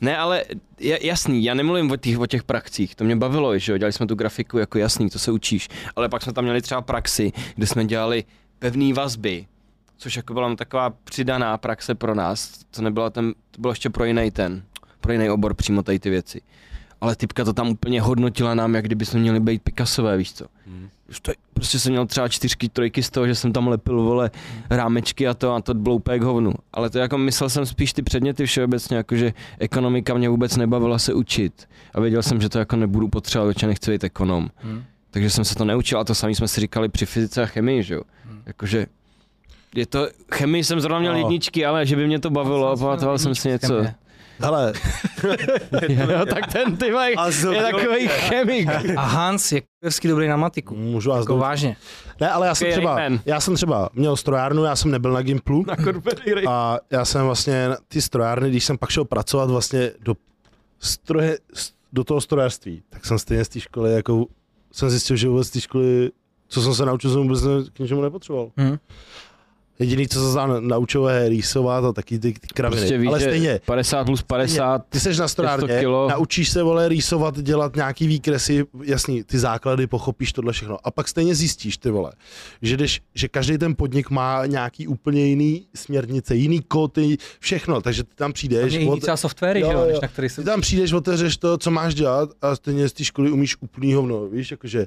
Speaker 2: Ne, ale ja- jasný, já nemluvím o těch, o těch prakcích, to mě bavilo, že jo, dělali jsme tu grafiku, jako jasný, to se učíš, ale pak jsme tam měli třeba praxi, kde jsme dělali pevné vazby, což jako byla taková přidaná praxe pro nás, to nebyla ten, to bylo ještě pro jiný ten, pro jiný obor přímo tady ty věci. Ale typka to tam úplně hodnotila nám, jak kdyby jsme měli být Picassové, víš co. Už to, prostě jsem měl třeba čtyřky, trojky z toho, že jsem tam lepil, vole, rámečky a to a to bylo úplně k hovnu. Ale to jako myslel jsem spíš ty předměty všeobecně, jakože ekonomika mě vůbec nebavila se učit. A věděl jsem, že to jako nebudu potřebovat, že nechci být ekonom.
Speaker 1: Hmm.
Speaker 2: Takže jsem se to neučil a to samý jsme si říkali při fyzice a chemii, že jo. Jakože je to, chemii jsem zrovna měl
Speaker 4: No.
Speaker 2: jedničky, ale že by mě to bavilo, pamatoval jsem si něco.
Speaker 4: Hele,
Speaker 2: Jo, tak ten ty vole,
Speaker 5: A z-
Speaker 2: je takový chemik.
Speaker 1: A Hans je kurevsky dobrý na matiku.
Speaker 4: můžu vás
Speaker 1: Jako
Speaker 4: jako
Speaker 1: vážně.
Speaker 4: Ne, ale já jsem,
Speaker 2: Takový
Speaker 4: třeba,
Speaker 2: Rayman.
Speaker 4: já jsem třeba měl strojárnu, já jsem nebyl na Gimplu. A já jsem vlastně na ty strojárny, když jsem pak šel pracovat vlastně do, stroje, s- do toho strojařství, tak jsem stejně z té školy, jako jsem zjistil, že vůbec z té školy, co jsem se naučil, jsem vůbec ne, k ničemu nepotřeboval.
Speaker 1: Hmm.
Speaker 4: Jediný, co jsem se naučil, je rýsovat a taky ty, ty kraviny.
Speaker 2: Prostě víš,
Speaker 4: ale
Speaker 2: že
Speaker 4: stejně,
Speaker 2: 50 plus 50,
Speaker 4: ty jsi na strojárně,
Speaker 2: kilo.
Speaker 4: naučíš se, vole, rýsovat, dělat nějaký výkresy, jasný, ty základy, pochopíš tohle všechno. A pak stejně zjistíš, ty vole, že, jdeš, že každý ten podnik má nějaký úplně jiný směrnice, jiný kód, jiný- všechno, takže ty tam
Speaker 1: Tam
Speaker 4: přijdeš,
Speaker 1: je i
Speaker 4: od,
Speaker 1: třeba softwary,
Speaker 4: Jo,
Speaker 1: že jo,
Speaker 4: jo.
Speaker 1: než na který se
Speaker 4: ty tam přijdeš, otevřeš to, co máš dělat a stejně z té školy umíš úplný hovno, víš, jakože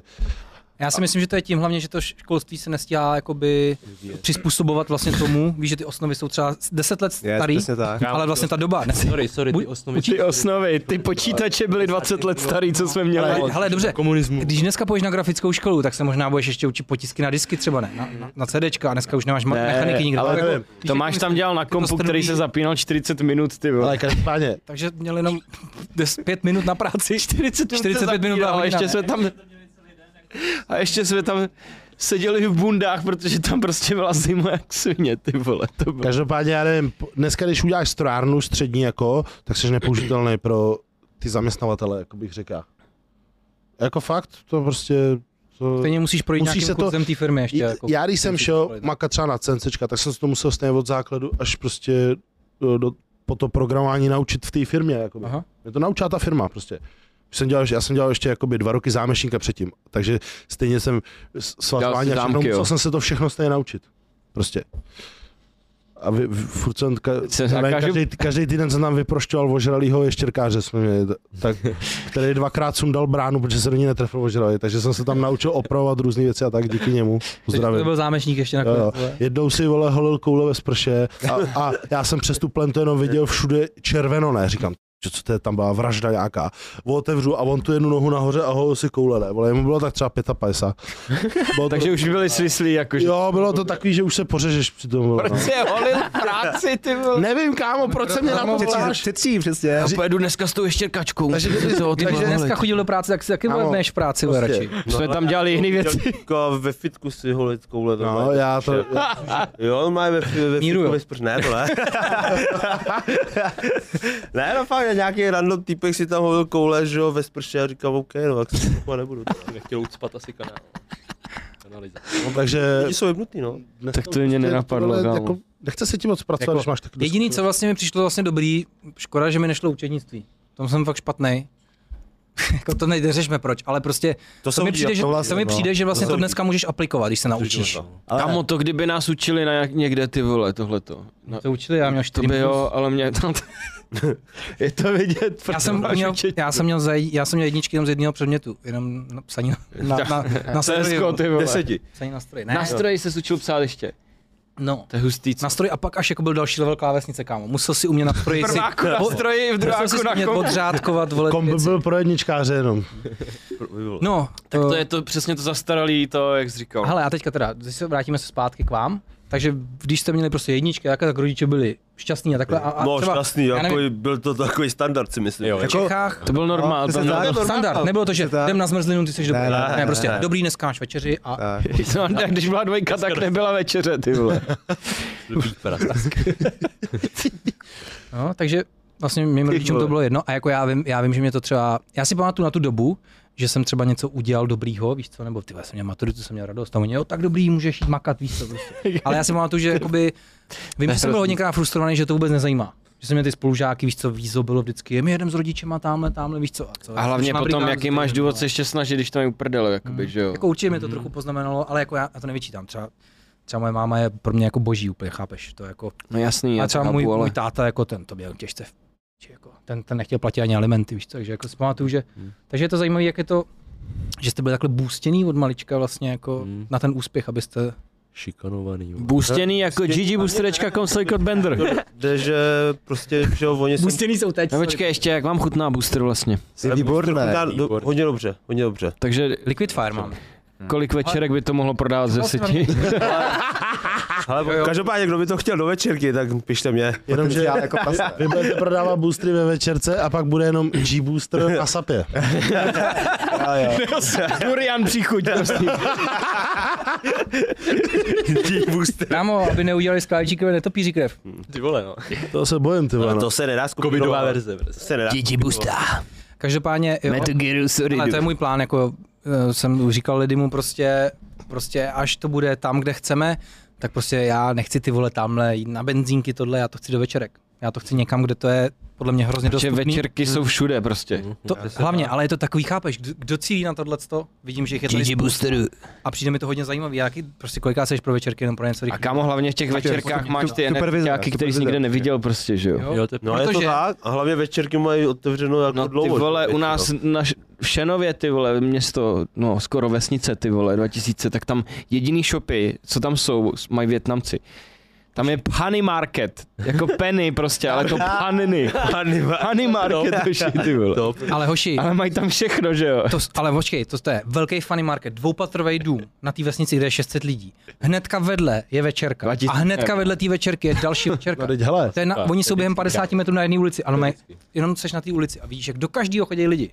Speaker 1: Já si myslím, že to je tím hlavně, že to školství se nestíhá jakoby přizpůsobovat vlastně tomu. Víš, že ty osnovy jsou třeba 10 let
Speaker 5: Je,
Speaker 1: starý,
Speaker 5: přesně tak.
Speaker 1: ale vlastně ta doba. Ne,
Speaker 6: Sorry, sorry,
Speaker 1: Buď-
Speaker 6: ty osnovy.
Speaker 2: Ty osnovy, ty počítače byly 20 let starý, co jsme měli.
Speaker 1: ale, hele, dobře,
Speaker 6: Komunismu.
Speaker 1: když dneska půjdeš na grafickou školu, tak se možná budeš ještě učit potisky na disky třeba, ne? Na, na, na CDčka a dneska už nemáš ne, mechaniky nikde.
Speaker 2: ale
Speaker 1: Tak jako-
Speaker 4: nevím.
Speaker 1: víš,
Speaker 2: To
Speaker 1: jak
Speaker 2: máš
Speaker 1: myslím?
Speaker 2: tam dělal na kompu,
Speaker 1: strnulý-
Speaker 2: který se zapínal 40 minut, ty vole.
Speaker 4: ale každopádně,
Speaker 1: Takže měl jenom 5 minut na práci.
Speaker 2: 40
Speaker 1: minut se
Speaker 2: 45 minut
Speaker 1: zapínal,
Speaker 2: a
Speaker 1: hodina,
Speaker 2: ještě
Speaker 1: ne?
Speaker 2: jsme tam... A ještě jsme tam seděli v bundách, protože tam prostě byla zima jak svině, ty vole. To bylo.
Speaker 4: Každopádně, já nevím, po- dneska, když uděláš strojárnu střední jako, tak jsi nepoužitelný pro ty zaměstnavatele, jako bych řekl. já. Jako fakt, to prostě... To...
Speaker 1: Stejně musíš projít
Speaker 4: Musíš
Speaker 1: musíš
Speaker 4: se
Speaker 1: nějakým
Speaker 4: to-
Speaker 1: kurzem té firmy ještě. Jako,
Speaker 4: Já když jsem
Speaker 1: musíš
Speaker 4: šel
Speaker 1: školit.
Speaker 4: makat třeba na CNCčka, tak jsem se to musel stejně od základu až prostě do, do, po to programování naučit v té firmě. Jakoby.
Speaker 1: Aha.
Speaker 4: Mě to naučila ta firma prostě. Už jsem dělal, já jsem dělal ještě jakoby dva roky zámešníka předtím, takže stejně jsem s- svazování a
Speaker 2: Dělal jsi
Speaker 4: všechno,
Speaker 2: zámky, jo.
Speaker 4: musel jsem se to všechno stejně naučit. Prostě. A vy, v- furt jsem, ka,
Speaker 2: Se
Speaker 4: já nevím,
Speaker 2: zakážu-
Speaker 4: každý, každý, týden jsem tam vyprošťoval ožralýho ještěrkáře, jsme měli, t- tak, který dvakrát jsem dal bránu, protože se do ní netrefil ožralý, takže jsem se tam naučil opravovat různé věci a tak díky němu.
Speaker 1: Takže to
Speaker 4: Pozdravím.
Speaker 1: byl zámečník ještě
Speaker 4: Jo,
Speaker 1: nakonec.
Speaker 4: jo.
Speaker 1: vole.
Speaker 4: Jednou si vole holil koule ve sprše a, a já jsem přes tu plentu jenom viděl všude červeno, ne, říkám, "Čo, co to je, tam byla vražda nějaká. Otevřu a on tu jednu nohu nahoře a holil si koule, ne, vole, mu bylo tak třeba 55. Bylo to,
Speaker 2: Takže už byli svislí, jako jakože.
Speaker 4: jo, bylo to takový, že už se pořežeš při tom, vole, no.
Speaker 2: Proč se holil v práci, ty vole.
Speaker 4: Nevím, kámo, proč se mě na to voláš?
Speaker 5: Přetří, přesně.
Speaker 2: Já pojedu dneska s tou ještěrkačkou.
Speaker 4: Takže
Speaker 2: musím
Speaker 4: kdyby-
Speaker 2: se o ty
Speaker 1: Takže
Speaker 2: bavit.
Speaker 1: dneska chodil do práce, tak si taky
Speaker 4: Ano,
Speaker 1: vlevneš v práci, vole,
Speaker 4: prostě.
Speaker 1: radši.
Speaker 2: Jsme tam dělali jiné věci.
Speaker 3: Jako ve fitku si holit koule.
Speaker 4: No,
Speaker 3: normálně.
Speaker 4: já to,
Speaker 3: Jo, on má ve, fi- ve
Speaker 1: Míru,
Speaker 3: fitku
Speaker 1: jo.
Speaker 3: ve sprš, ne, vole. ne, no fakt, nějaký random týpek si tam hodil koule, že jo, ve sprše a říkám, OK, no, tak se to nebudu.
Speaker 6: Nechtěl ucpat asi kanál. Kanalizace.
Speaker 4: takže...
Speaker 3: Lidi jsou jebnutý, no.
Speaker 4: dneska
Speaker 2: to mě
Speaker 4: prostě
Speaker 2: nenapadlo,
Speaker 4: tohle
Speaker 2: kámo.
Speaker 4: Jako, nechce se tím moc pracovat,
Speaker 1: Jako
Speaker 4: když máš takový...
Speaker 1: Jediný, co vlastně mi přišlo vlastně dobrý, škoda, že mi nešlo učednictví. Tam jsem fakt špatný. jako to nejde, řešme proč, ale prostě to, to, mi,
Speaker 3: soudí,
Speaker 1: přijde,
Speaker 3: a
Speaker 1: že,
Speaker 3: to
Speaker 1: to,
Speaker 3: vlastně,
Speaker 1: mi
Speaker 3: no.
Speaker 1: přijde, že vlastně
Speaker 3: To
Speaker 1: to
Speaker 3: soudí.
Speaker 1: dneska můžeš aplikovat, když se naučíš.
Speaker 2: no. Kamo, to kdyby nás učili na jak, někde, ty vole, tohleto. Na,
Speaker 1: To učili, já měl
Speaker 2: to
Speaker 1: 4
Speaker 2: by jo, ale mě tam... je to vidět,
Speaker 1: já jsem,
Speaker 2: protože
Speaker 1: měl,
Speaker 2: určitě-
Speaker 1: já, jsem měl zaj, já jsem měl jedničky jenom z jedného předmětu, jenom na psaní na, na, na, na stroji.
Speaker 2: CSko, ty vole.
Speaker 3: Deseti.
Speaker 1: Psaní na stroji, ne?
Speaker 2: Na stroji se učil psát ještě.
Speaker 1: No.
Speaker 2: To je hustý. co?
Speaker 1: Na stroji a pak až jako byl další level klávesnice, kámo. Musel si umět na stroji si...
Speaker 2: Prváku na
Speaker 1: po-
Speaker 2: stroji, v
Speaker 1: Musel si
Speaker 2: druháku na
Speaker 1: umět
Speaker 2: kompu.
Speaker 1: odřádkovat, vole,
Speaker 4: Kombi
Speaker 1: věci.
Speaker 4: byl pro jedničkáře jenom.
Speaker 1: No,
Speaker 2: Tak to je to přesně to zastaralý, to, jak jsi říkal.
Speaker 1: Hele, a teďka teda, když se vrátíme se zpátky k vám, takže když jste měli prostě jedničky, jaké tak rodiče byli šťastní a takhle. A, a
Speaker 3: No,
Speaker 1: třeba,
Speaker 3: šťastný,
Speaker 1: já
Speaker 3: jako
Speaker 1: nevím,
Speaker 3: byl to takový standard, si myslím. Jako-
Speaker 6: Jo,
Speaker 1: v Čechách,
Speaker 2: To byl normál,
Speaker 5: No,
Speaker 2: to
Speaker 5: přesně
Speaker 2: byl
Speaker 5: tak.
Speaker 1: to byl standard, nebylo to, že
Speaker 5: Přesně tak.
Speaker 1: jdem na zmrzlinu, ty jsi dobrý.
Speaker 5: Ne, ne,
Speaker 1: Ne,
Speaker 5: ne,
Speaker 1: prostě
Speaker 5: ne.
Speaker 1: dobrý, dneska máš večeři a
Speaker 5: Tak.
Speaker 2: No, tak když byla dvojka, tak nebyla večeře, ty vole.
Speaker 1: No, takže vlastně mým rodičům to bylo jedno a jako já vím, já vím, že mě to třeba, já si pamatuju na tu dobu, že jsem třeba něco udělal dobrýho, víš co, nebo ty vole, jsem měl maturitu, jsem měl radost, a oni, jo, tak dobrý, můžeš jít makat, víš co, prostě. Ale já si pamatuju, že jakoby, vím, že jsem byl hodněkrát frustrovaný, že to vůbec nezajímá. Že se mě ty spolužáky, víš co, vízo bylo vždycky, je mi jedem s rodičem a tamhle, tamhle, víš co. A, co jako,
Speaker 2: A hlavně
Speaker 1: Když mám
Speaker 2: potom,
Speaker 1: brigám,
Speaker 2: jaký
Speaker 1: co
Speaker 2: máš
Speaker 1: ty
Speaker 2: důvod Mhm.
Speaker 1: vole.
Speaker 2: se ještě snažit, když to mají uprdele, jakoby, že jo.
Speaker 1: Jako určitě mi to trochu poznamenalo, ale jako já, já to nevyčítám. Třeba, třeba moje máma je pro mě jako boží úplně, chápeš? To jako,
Speaker 2: No jasný,
Speaker 1: a
Speaker 2: já
Speaker 1: třeba
Speaker 2: to chápu,
Speaker 1: můj,
Speaker 2: ale...
Speaker 1: můj, táta jako ten, to měl těžce v piči, jako, ten, ten nechtěl platit ani alimenty, víš co, takže jako si pamatuju, že,
Speaker 2: Hmm.
Speaker 1: takže je to zajímavé, jak je to, že jste byli takhle boostěný od malička vlastně jako
Speaker 6: Hmm.
Speaker 1: na ten úspěch, abyste,
Speaker 6: Šikanovaný. vole.
Speaker 2: Boostěný jako GG boosterečka.com Silicon Bender.
Speaker 3: Jde, že prostě, že jo, oni jsem...
Speaker 1: boostěný jsou teď,
Speaker 2: No počkej, ještě, jak vám chutná booster vlastně?
Speaker 5: Je výborné.
Speaker 3: Já- do- Hodně dobře, hodně dobře.
Speaker 2: Takže
Speaker 1: Liquid Fire máme.
Speaker 2: kolik večerek by to mohlo prodávat ze seti?
Speaker 3: Ale každopádně, kdo by to chtěl do večerky, tak pište mě.
Speaker 4: Jenomže
Speaker 5: Já jako pasta.
Speaker 4: vy budete prodávat boostry ve večerce a pak bude jenom G-booster na sapě.
Speaker 2: Durian příchuť prostě.
Speaker 1: Kámo, aby neudělali z klávičíkové netopíří krev.
Speaker 6: Ty vole, no.
Speaker 4: To se bojím, ty vole.
Speaker 3: Ale
Speaker 4: no.
Speaker 3: to se nedá skupinovat.
Speaker 6: Covidová verze. prostě.
Speaker 3: To se nedá.
Speaker 2: GG booster.
Speaker 1: Každopádně, jo,
Speaker 2: Gear sorry.
Speaker 1: ale to je můj plán, jako eh, jsem říkal Lidimu prostě, prostě až to bude tam, kde chceme, tak prostě já nechci ty vole tamhle jít na benzínky tohle, já to chci do večerek. Já to chci někam, kde to je podle mě hrozně
Speaker 2: Že
Speaker 1: dostupný.
Speaker 2: večerky jsou všude prostě.
Speaker 1: To, hlavně, ale je to takový, chápeš, kdo, kdo cílí na tohleto, vidím, že jich je tady spoustu a přijde mi to hodně zajímavý, já taky prostě kolikrát seš pro večerky jenom pro něco
Speaker 2: A
Speaker 1: rychle.
Speaker 2: kámo, hlavně v těch večerkách máš ty
Speaker 5: supervize,
Speaker 2: energiáky, který jsi
Speaker 5: supervize.
Speaker 2: nikde neviděl prostě, že jo.
Speaker 1: Jo.
Speaker 6: Jo, to je
Speaker 3: No je to
Speaker 1: Protože-
Speaker 3: tak, a hlavně večerky mají otevřeno jako
Speaker 2: No ty
Speaker 3: dlouho.
Speaker 2: vole,
Speaker 3: člověče,
Speaker 2: u nás
Speaker 3: no.
Speaker 2: na Š- v Šenově, ty vole, město, no skoro vesnice, ty vole, 2000, tak tam jediný shopy, co tam jsou, mají Větnamci. Tam je Honey Market, jako penny prostě, ale to paniny. Honey Market, to je ty vole.
Speaker 3: Top.
Speaker 1: Ale hoši,
Speaker 2: Ale mají tam všechno, že jo.
Speaker 1: to, s- ale počkej, to, to je velký funny market, dvoupatrový dům na té vesnici, kde je 600 lidí. Hnedka vedle je večerka a hnedka vedle té večerky je další večerka.
Speaker 4: No teď hele,
Speaker 1: To je na,
Speaker 6: Tak,
Speaker 1: oni jsou během
Speaker 6: vždycky,
Speaker 1: 50 metrů na jedné ulici, ale mají, jenom seš na té ulici a víš, jak do každého chodí lidi.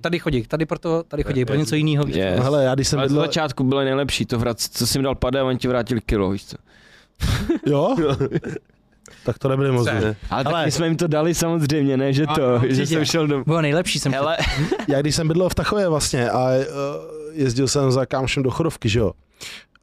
Speaker 1: Tady chodí, tady pro to, tady chodí pro něco jiného. víš co.
Speaker 2: Yes.
Speaker 4: no hele, já když jsem
Speaker 2: Ale z
Speaker 4: bydlel,
Speaker 2: začátku bylo nejlepší to vrat, co jsi jim dal pade a oni ti vrátili kilo, víš co.
Speaker 4: jo? Tak to nebyly moc dobře.
Speaker 2: Ale,
Speaker 4: Hele.
Speaker 2: tak my jsme jim to dali samozřejmě, ne, že to, že jsem šel do...
Speaker 1: Bylo nejlepší jsem.
Speaker 2: Hele,
Speaker 4: Já když jsem bydlel v Tachově vlastně a eh, jezdil jsem za kámošem do Chodovky, že jo,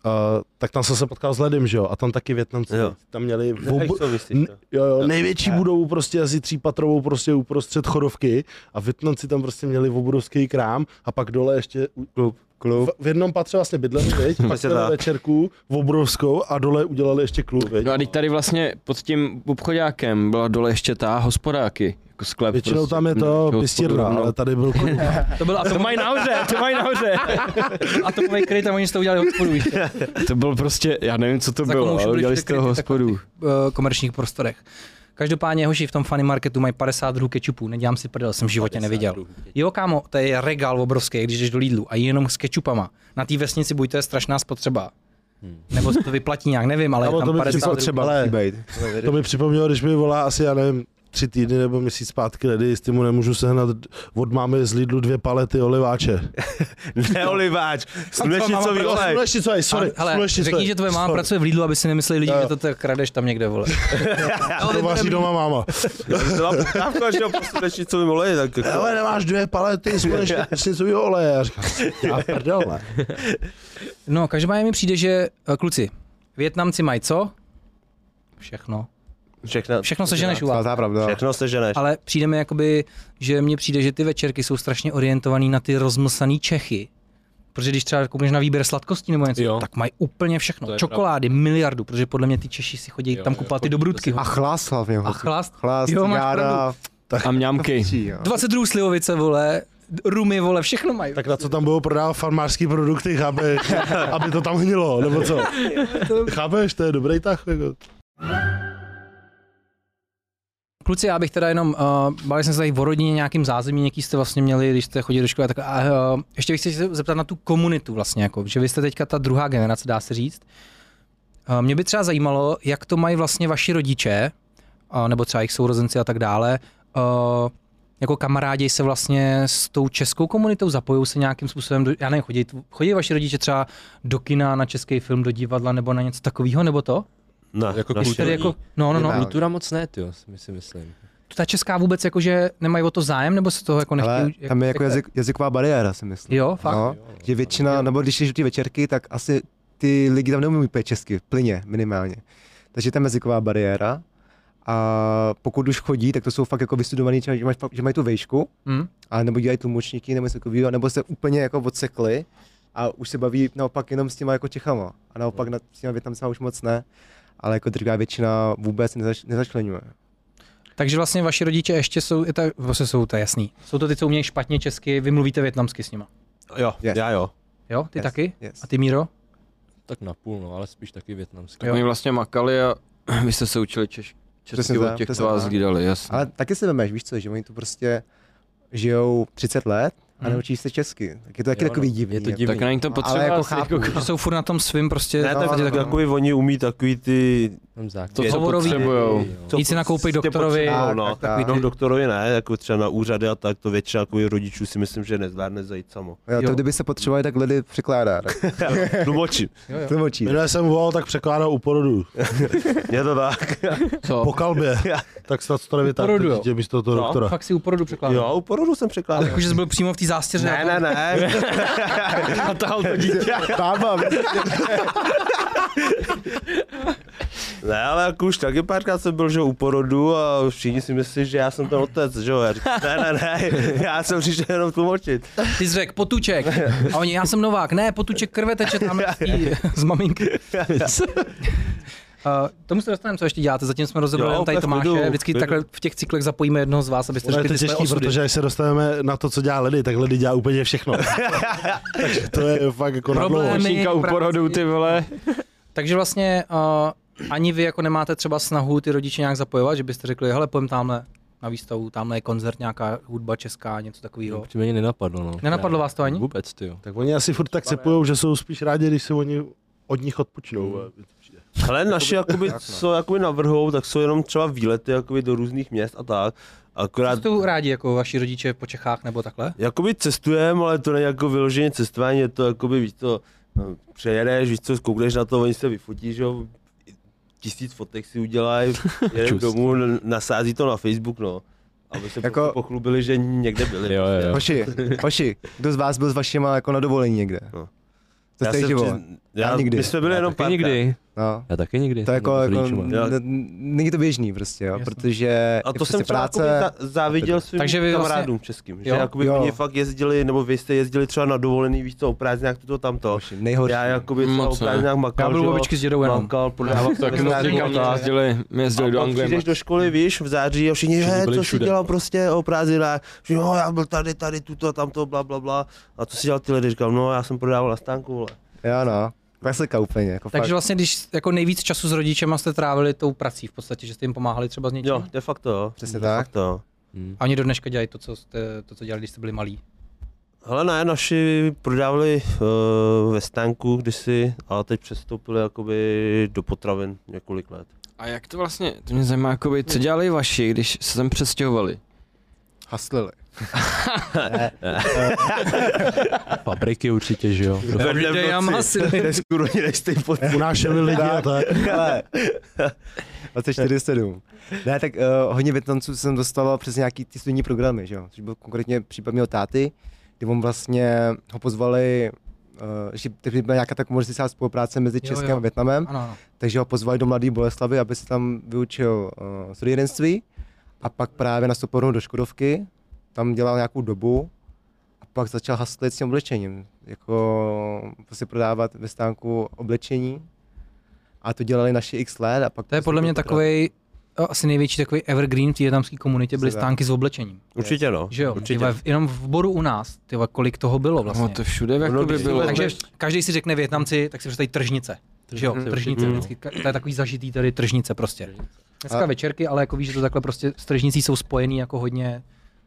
Speaker 4: Uh, tak tam jsem se potkal s Ledem, že jo, a tam taky Větnamci,
Speaker 3: Jo.
Speaker 4: tam měli
Speaker 3: Nechají
Speaker 4: obo-
Speaker 3: souvisit,
Speaker 4: N-
Speaker 3: to.
Speaker 4: jo, jo, největší budovu prostě asi třípatrovou prostě uprostřed chodovky a Větnamci tam prostě měli obrovský krám a pak dole ještě klub. klub. V, v jednom patře vlastně bydleli, viď? pak
Speaker 3: Přesně
Speaker 4: měli
Speaker 3: tak.
Speaker 4: večerku obrovskou a dole udělali ještě klub, viď?
Speaker 2: No a teď tady vlastně pod tím obchodákem byla dole ještě ta hospodáky, jako sklep.
Speaker 4: Většinou
Speaker 2: prostě,
Speaker 4: tam je to
Speaker 2: nějakého
Speaker 4: pistírna,
Speaker 2: obchodu, no.
Speaker 4: ale tady byl klub.
Speaker 1: To byl
Speaker 2: To
Speaker 1: atom,
Speaker 2: mají nahoře, to mají nahoře.
Speaker 1: atomový kryt a oni z toho udělali hospodu. víš co.
Speaker 2: to byl prostě, já nevím, co to
Speaker 1: Za komu
Speaker 2: bylo,
Speaker 1: už
Speaker 2: ale
Speaker 1: byli
Speaker 2: udělali
Speaker 1: všude
Speaker 2: z toho
Speaker 1: kryty,
Speaker 2: hospodu.
Speaker 1: eh, komerčních prostorech. Každopádně hoši v tom funny marketu mají 50 druhů kečupů, nedělám si prdel, jsem v životě neviděl. Jo kámo, to je regál obrovský, když jdeš do Lidlu a jenom s kečupama. Na té vesnici buď to je strašná spotřeba, nebo se to vyplatí nějak, nevím, ale je
Speaker 4: Kámo,
Speaker 1: tam
Speaker 4: to mi
Speaker 1: 50
Speaker 4: přišlo
Speaker 1: druhů.
Speaker 4: třeba, ale
Speaker 5: Bejt.
Speaker 4: to mi připomnělo, když mi volá asi, já nevím, tři týdny nebo měsíc zpátky ledy, s mu nemůžu sehnat od máme z Lidlu dvě palety oliváče.
Speaker 3: Neoliváč, slunečnicový
Speaker 1: máma
Speaker 3: olej.
Speaker 4: prostě- Slunečnicový,
Speaker 1: Ale,
Speaker 4: sorry,
Speaker 1: ale
Speaker 4: slunečnicový.
Speaker 1: řekni, že tvoje máma
Speaker 4: sorry.
Speaker 1: pracuje v Lidlu, aby si nemysleli lidi,
Speaker 4: Jo.
Speaker 1: že to tak kradeš tam někde, vole.
Speaker 4: To vaří doma máma.
Speaker 3: Byla poptávka, že jo, po slunečnicovém oleji, tak jako.
Speaker 4: Ale nemáš dvě palety slunečnicového oleje. Já říkám, já prdel, ne.
Speaker 1: No, každopádně mi přijde, že eh, kluci, Větnamci mají co? Všechno.
Speaker 3: Všechno,
Speaker 1: Všechno seženeš u vás.
Speaker 5: Svatá pravda.
Speaker 3: všechno seženeš.
Speaker 1: Ale přijde mi jakoby, že mně přijde, že ty večerky jsou strašně orientovaný na ty rozmlsaný Čechy. Protože když třeba koukneš na výběr sladkostí nebo něco,
Speaker 6: Jo.
Speaker 1: tak mají úplně všechno.
Speaker 6: To je
Speaker 1: Čokolády, miliardu, protože podle mě ty Češi si chodí
Speaker 6: Jo,
Speaker 1: tam
Speaker 6: jo,
Speaker 1: kupat ty
Speaker 6: chodí,
Speaker 1: dobrutky.
Speaker 5: A chlás hlavně.
Speaker 1: a
Speaker 5: hoci.
Speaker 1: chlast.
Speaker 5: Chlás,
Speaker 1: Jo, máš
Speaker 5: jára.
Speaker 2: A mňamky.
Speaker 5: pčí, jo.
Speaker 1: 22 slivovice, vole, rumy, vole, všechno mají.
Speaker 4: Tak na co tam budou prodávat farmářský produkty, aby, aby to tam hnilo, nebo co? Chápeš, to je dobrý tah. Jako.
Speaker 1: Kluci, já bych teda jenom, uh, bavili jsme se tady o rodině, nějakým zázemí, nějaký jste vlastně měli, když jste chodili do školy. a Tak, a, uh, ještě bych se chtěl zeptat na tu komunitu vlastně, jako, že vy jste teďka ta druhá generace, dá se říct. Uh, mě by třeba zajímalo, jak to mají vlastně vaši rodiče, uh, nebo třeba jejich sourozenci a tak dále, uh, jako kamarádi se vlastně s tou českou komunitou zapojují se nějakým způsobem, do, já nevím, chodí, chodí vaši rodiče třeba do kina, na český film, do divadla nebo na něco takového, nebo to?
Speaker 3: Ne,
Speaker 6: Jako
Speaker 3: naši-
Speaker 1: Tady
Speaker 6: Chodí.
Speaker 1: jako, no, no, no.
Speaker 5: Divadlo.
Speaker 6: Kultura moc ne, ty jo, my si myslím.
Speaker 1: ta česká vůbec jakože nemají o to zájem, nebo se toho jako nechtějí?
Speaker 5: Ale
Speaker 1: už- jak-
Speaker 5: tam je jako
Speaker 1: jak-
Speaker 5: jazyk, jazyková bariéra, si myslím.
Speaker 1: Jo, fakt.
Speaker 5: No, že většina, nebo když jdeš do ty večerky, tak asi ty lidi tam neumí úplně česky, plyně minimálně. Takže je tam jazyková bariéra. A pokud už chodí, tak to jsou fakt jako vystudovaní, že, mají fakt- že mají tu vejšku,
Speaker 1: Hm?
Speaker 5: a nebo dělají tlumočníky, nebo něco takového, nebo se úplně jako odsekli a už se baví naopak jenom s těma jako Čechama. A naopak nad, s těma Větnamcema už moc ne. Ale jako drtivá většina vůbec nezač, nezačlenuje.
Speaker 1: Takže vlastně vaši rodiče ještě jsou, je ta, vlastně jsou to je jasný. Jsou to ty, co umějí špatně česky, vy mluvíte větnamsky s nima.
Speaker 3: Jo,
Speaker 5: Yes.
Speaker 3: já jo.
Speaker 1: Jo, ty
Speaker 5: Yes,
Speaker 1: taky?
Speaker 5: yes.
Speaker 1: A ty Míro?
Speaker 6: Tak na půl, no, ale spíš taky větnamský.
Speaker 1: Jo.
Speaker 2: Oni vlastně makali a vy jste se učili češ,
Speaker 5: Přesně
Speaker 2: česky od
Speaker 5: tak,
Speaker 2: těch, co
Speaker 5: přesně
Speaker 2: vás
Speaker 5: tak.
Speaker 2: hlídali, jasně.
Speaker 5: Ale taky si vemeš, víš co, že oni tu prostě žijou 30 let a
Speaker 3: Hmm.
Speaker 5: neučí se česky. Tak je to taky
Speaker 6: Jo,
Speaker 5: takový
Speaker 6: no,
Speaker 5: divný.
Speaker 6: je to
Speaker 5: jako.
Speaker 6: divný.
Speaker 2: Tak není to
Speaker 5: Ale
Speaker 2: potřeba.
Speaker 5: jako
Speaker 2: asi
Speaker 5: chápu,
Speaker 1: Že jsou furt na tom svým prostě.
Speaker 3: Ne, tak,
Speaker 5: no,
Speaker 3: tak
Speaker 5: no.
Speaker 3: jakoby oni umí takový ty...
Speaker 6: Tam základ.
Speaker 2: To,
Speaker 3: Je
Speaker 2: co
Speaker 3: to
Speaker 1: hovorový.
Speaker 2: potřebujou.
Speaker 6: Jo.
Speaker 3: co
Speaker 1: Jít si nakoupit
Speaker 3: prostě
Speaker 1: doktorovi,
Speaker 3: potřebují, No,
Speaker 5: tak, tak,
Speaker 3: tak, no,
Speaker 5: tak.
Speaker 3: doktorovi ne, jako třeba na úřady a tak to většina jako rodičů si myslím, že nezvládne zajít samo.
Speaker 5: Jo,
Speaker 1: Jo.
Speaker 5: to kdyby se potřebovali, tak lidi překládá. Tak
Speaker 3: Tlumočím.
Speaker 5: tlumočí.
Speaker 4: Minule jsem volal, tak překládal u porodu.
Speaker 3: Je to tak.
Speaker 2: Co?
Speaker 4: Po kalbě. tak snad to nevytáhl
Speaker 1: porodu,
Speaker 4: to
Speaker 1: jo.
Speaker 4: dítě místo toho
Speaker 3: No,
Speaker 4: doktora.
Speaker 1: Fakt si u porodu překládám.
Speaker 3: Jo, u porodu jsem
Speaker 1: Ale
Speaker 3: překládal.
Speaker 1: jakože jsi byl přímo v té zástěře.
Speaker 3: Ne, ne, ne.
Speaker 2: Natahal to dítě.
Speaker 5: Bába,
Speaker 3: Ne, ale jako už taky párkrát jsem byl, že u porodu a všichni si myslí, že já jsem ten otec, že jo. Já říkám, ne, ne, ne, já jsem přišel jenom tlumočit.
Speaker 1: Ty jsi řekl potuček. A oni, já jsem Novák. Ne, potuček krve teče tam z- z maminky. Uh, tomu se dostaneme, co ještě děláte. Zatím jsme rozebrali
Speaker 3: Jo,
Speaker 1: jenom tady
Speaker 3: tak v klidu,
Speaker 1: Tomáše.
Speaker 3: v
Speaker 1: Vždycky
Speaker 3: klidu.
Speaker 1: takhle v těch cyklech zapojíme jednoho z vás, abyste
Speaker 4: Ono je
Speaker 1: řekli
Speaker 4: to
Speaker 1: ty své
Speaker 4: těžký,
Speaker 1: osudy.
Speaker 4: protože až se dostaneme na to, co dělá Ledy, tak Ledy dělá úplně všechno. Takže to je fakt jako na dlouho.
Speaker 1: Problémy.
Speaker 2: Čínka u
Speaker 1: práci.
Speaker 2: porodu, ty vole.
Speaker 1: Takže vlastně uh, ani vy jako nemáte třeba snahu ty rodiče nějak zapojovat, že byste řekli, hele, pojďme tamhle na výstavu, tamhle je koncert, nějaká hudba česká, něco takového.
Speaker 6: Upřímně mě nenapadlo, no.
Speaker 1: Nenapadlo vás to ani?
Speaker 6: Vůbec, ty jo.
Speaker 4: Tak oni asi furt tak cepujou, že jsou spíš rádi, když se oni od nich odpočnou.
Speaker 3: Ale naši, jakoby, co jakoby navrhou, tak jsou jenom třeba výlety jakoby, do různých měst a tak.
Speaker 1: Co
Speaker 3: Akorát
Speaker 1: tu rádi jako vaši rodiče po Čechách nebo takhle?
Speaker 3: Jakoby cestujeme, ale to není jako vyloženě cestování, je to jakoby, víš to, no, přejedeš, víš co, zkoukneš na to, oni se vyfotí, že jo, tisíc fotek si udělají, jedem
Speaker 6: Čust.
Speaker 3: domů, n- nasází to na Facebook, no. Aby se
Speaker 5: Jako-
Speaker 3: jako... pochlubili, že někde byli.
Speaker 6: Jo, jo, jo.
Speaker 5: Hoši, hoši, kdo z vás byl s vašima jako na dovolení někde?
Speaker 3: No.
Speaker 5: To jste
Speaker 3: jsem
Speaker 5: živo.
Speaker 3: při- já,
Speaker 5: Já nikdy.
Speaker 3: My jsme byli jenom
Speaker 6: taky
Speaker 3: pár.
Speaker 6: nikdy.
Speaker 5: No.
Speaker 6: Já taky nikdy.
Speaker 5: To jako,
Speaker 6: Nebo s
Speaker 5: jako
Speaker 6: rodičema.
Speaker 5: n- n- není to běžný prostě, jo,
Speaker 1: Jasně.
Speaker 5: protože
Speaker 3: A to
Speaker 5: je prostě
Speaker 3: jsem třeba
Speaker 5: práce,
Speaker 3: práce... za, záviděl svým
Speaker 1: Takže
Speaker 3: Takže
Speaker 1: vy
Speaker 3: vy
Speaker 1: vlastně-
Speaker 3: kamarádům českým, že
Speaker 1: Jo.
Speaker 3: jakoby
Speaker 5: Jo.
Speaker 3: oni fakt jezdili, nebo vy jste jezdili třeba na dovolený, víš co, o prázdninách, toto tamto.
Speaker 5: Hoši, nejhorší.
Speaker 3: Já jakoby třeba o
Speaker 2: Moc ne.
Speaker 3: prázdninách makal,
Speaker 1: Já byl
Speaker 3: že
Speaker 1: u
Speaker 3: jo,
Speaker 1: babičky s dědou jenom.
Speaker 3: Makal, prodával jsem
Speaker 2: Taky moc
Speaker 3: restauraci,
Speaker 2: říkám,
Speaker 3: tak.
Speaker 2: my jezdili, my jezdili
Speaker 3: A
Speaker 2: do
Speaker 3: pak
Speaker 2: Anglie.
Speaker 3: přijdeš do školy, víš, v září a všichni,
Speaker 6: Všichni
Speaker 3: hej,
Speaker 6: byli
Speaker 3: co jsi
Speaker 6: všude.
Speaker 3: dělal prostě o prázdninách, že jo, já byl tady, tady, tuto, tamto, bla, bla, bla. A co si dělal ty lidi? Říkám, no, já jsem prodával na stánku, vole.
Speaker 5: Jo no, klasika úplně, jako
Speaker 1: Takže
Speaker 5: fakt.
Speaker 1: vlastně, když jako nejvíc času s rodičema jste trávili tou prací v podstatě, že jste jim pomáhali třeba s něčím.
Speaker 3: Jo, de facto, jo.
Speaker 5: Přesně
Speaker 3: de
Speaker 5: tak.
Speaker 3: Facto, jo.
Speaker 1: A oni do dneška dělají to, co, jste, to, co dělali, když jste byli malí.
Speaker 3: Hele, ne, naši prodávali uh, ve stánku kdysi, ale teď přestoupili jakoby do potravin několik let.
Speaker 2: A jak to vlastně, to mě zajímá, jakoby, co dělali vaši, když se sem přestěhovali?
Speaker 5: Haslili.
Speaker 6: Fabriky určitě, že jo.
Speaker 3: Vedle v noci. Kurva, než ty pod...
Speaker 4: Unášeli lidi a tak.
Speaker 5: Ale 24-7. Ne, tak uh, hodně Větnamců jsem dostalo přes nějaký ty studijní programy, že jo? Což byl konkrétně případ mého táty, kdy on vlastně ho pozvali, uh, že tehdy byla nějaká ta komunistická spolupráce mezi
Speaker 1: Jo,
Speaker 5: Českem
Speaker 1: jo.
Speaker 5: a Větnamem,
Speaker 1: Ano, ano.
Speaker 5: takže ho pozvali do Mladé Boleslavy, aby se tam vyučil uh, strojírenství a pak právě nastupoval do Škodovky, tam dělal nějakou dobu a pak začal haslit s tím oblečením, jako prostě prodávat ve stánku oblečení a to dělali naši x let a pak... prostě
Speaker 1: To je podle mě takový asi největší takový evergreen v té větnamské komunitě byly
Speaker 5: Přesně tak.
Speaker 1: stánky s oblečením.
Speaker 3: Určitě no.
Speaker 1: Že jo?
Speaker 3: Určitě.
Speaker 1: Tyhle, jenom v boru u nás, tyhle, kolik toho bylo vlastně.
Speaker 2: No to všude
Speaker 3: Ono,
Speaker 2: jakoby
Speaker 3: když
Speaker 2: bylo.
Speaker 3: to
Speaker 1: Takže
Speaker 3: Vůbec.
Speaker 1: každý si řekne Větnamci, tak si představí tržnice. Že jo, tržnice,
Speaker 3: určitě,
Speaker 1: vždycky, ka- to je takový zažitý tady tržnice prostě. Dneska
Speaker 5: A-
Speaker 1: večerky, ale jako víš, že to takhle prostě s tržnicí jsou spojený jako hodně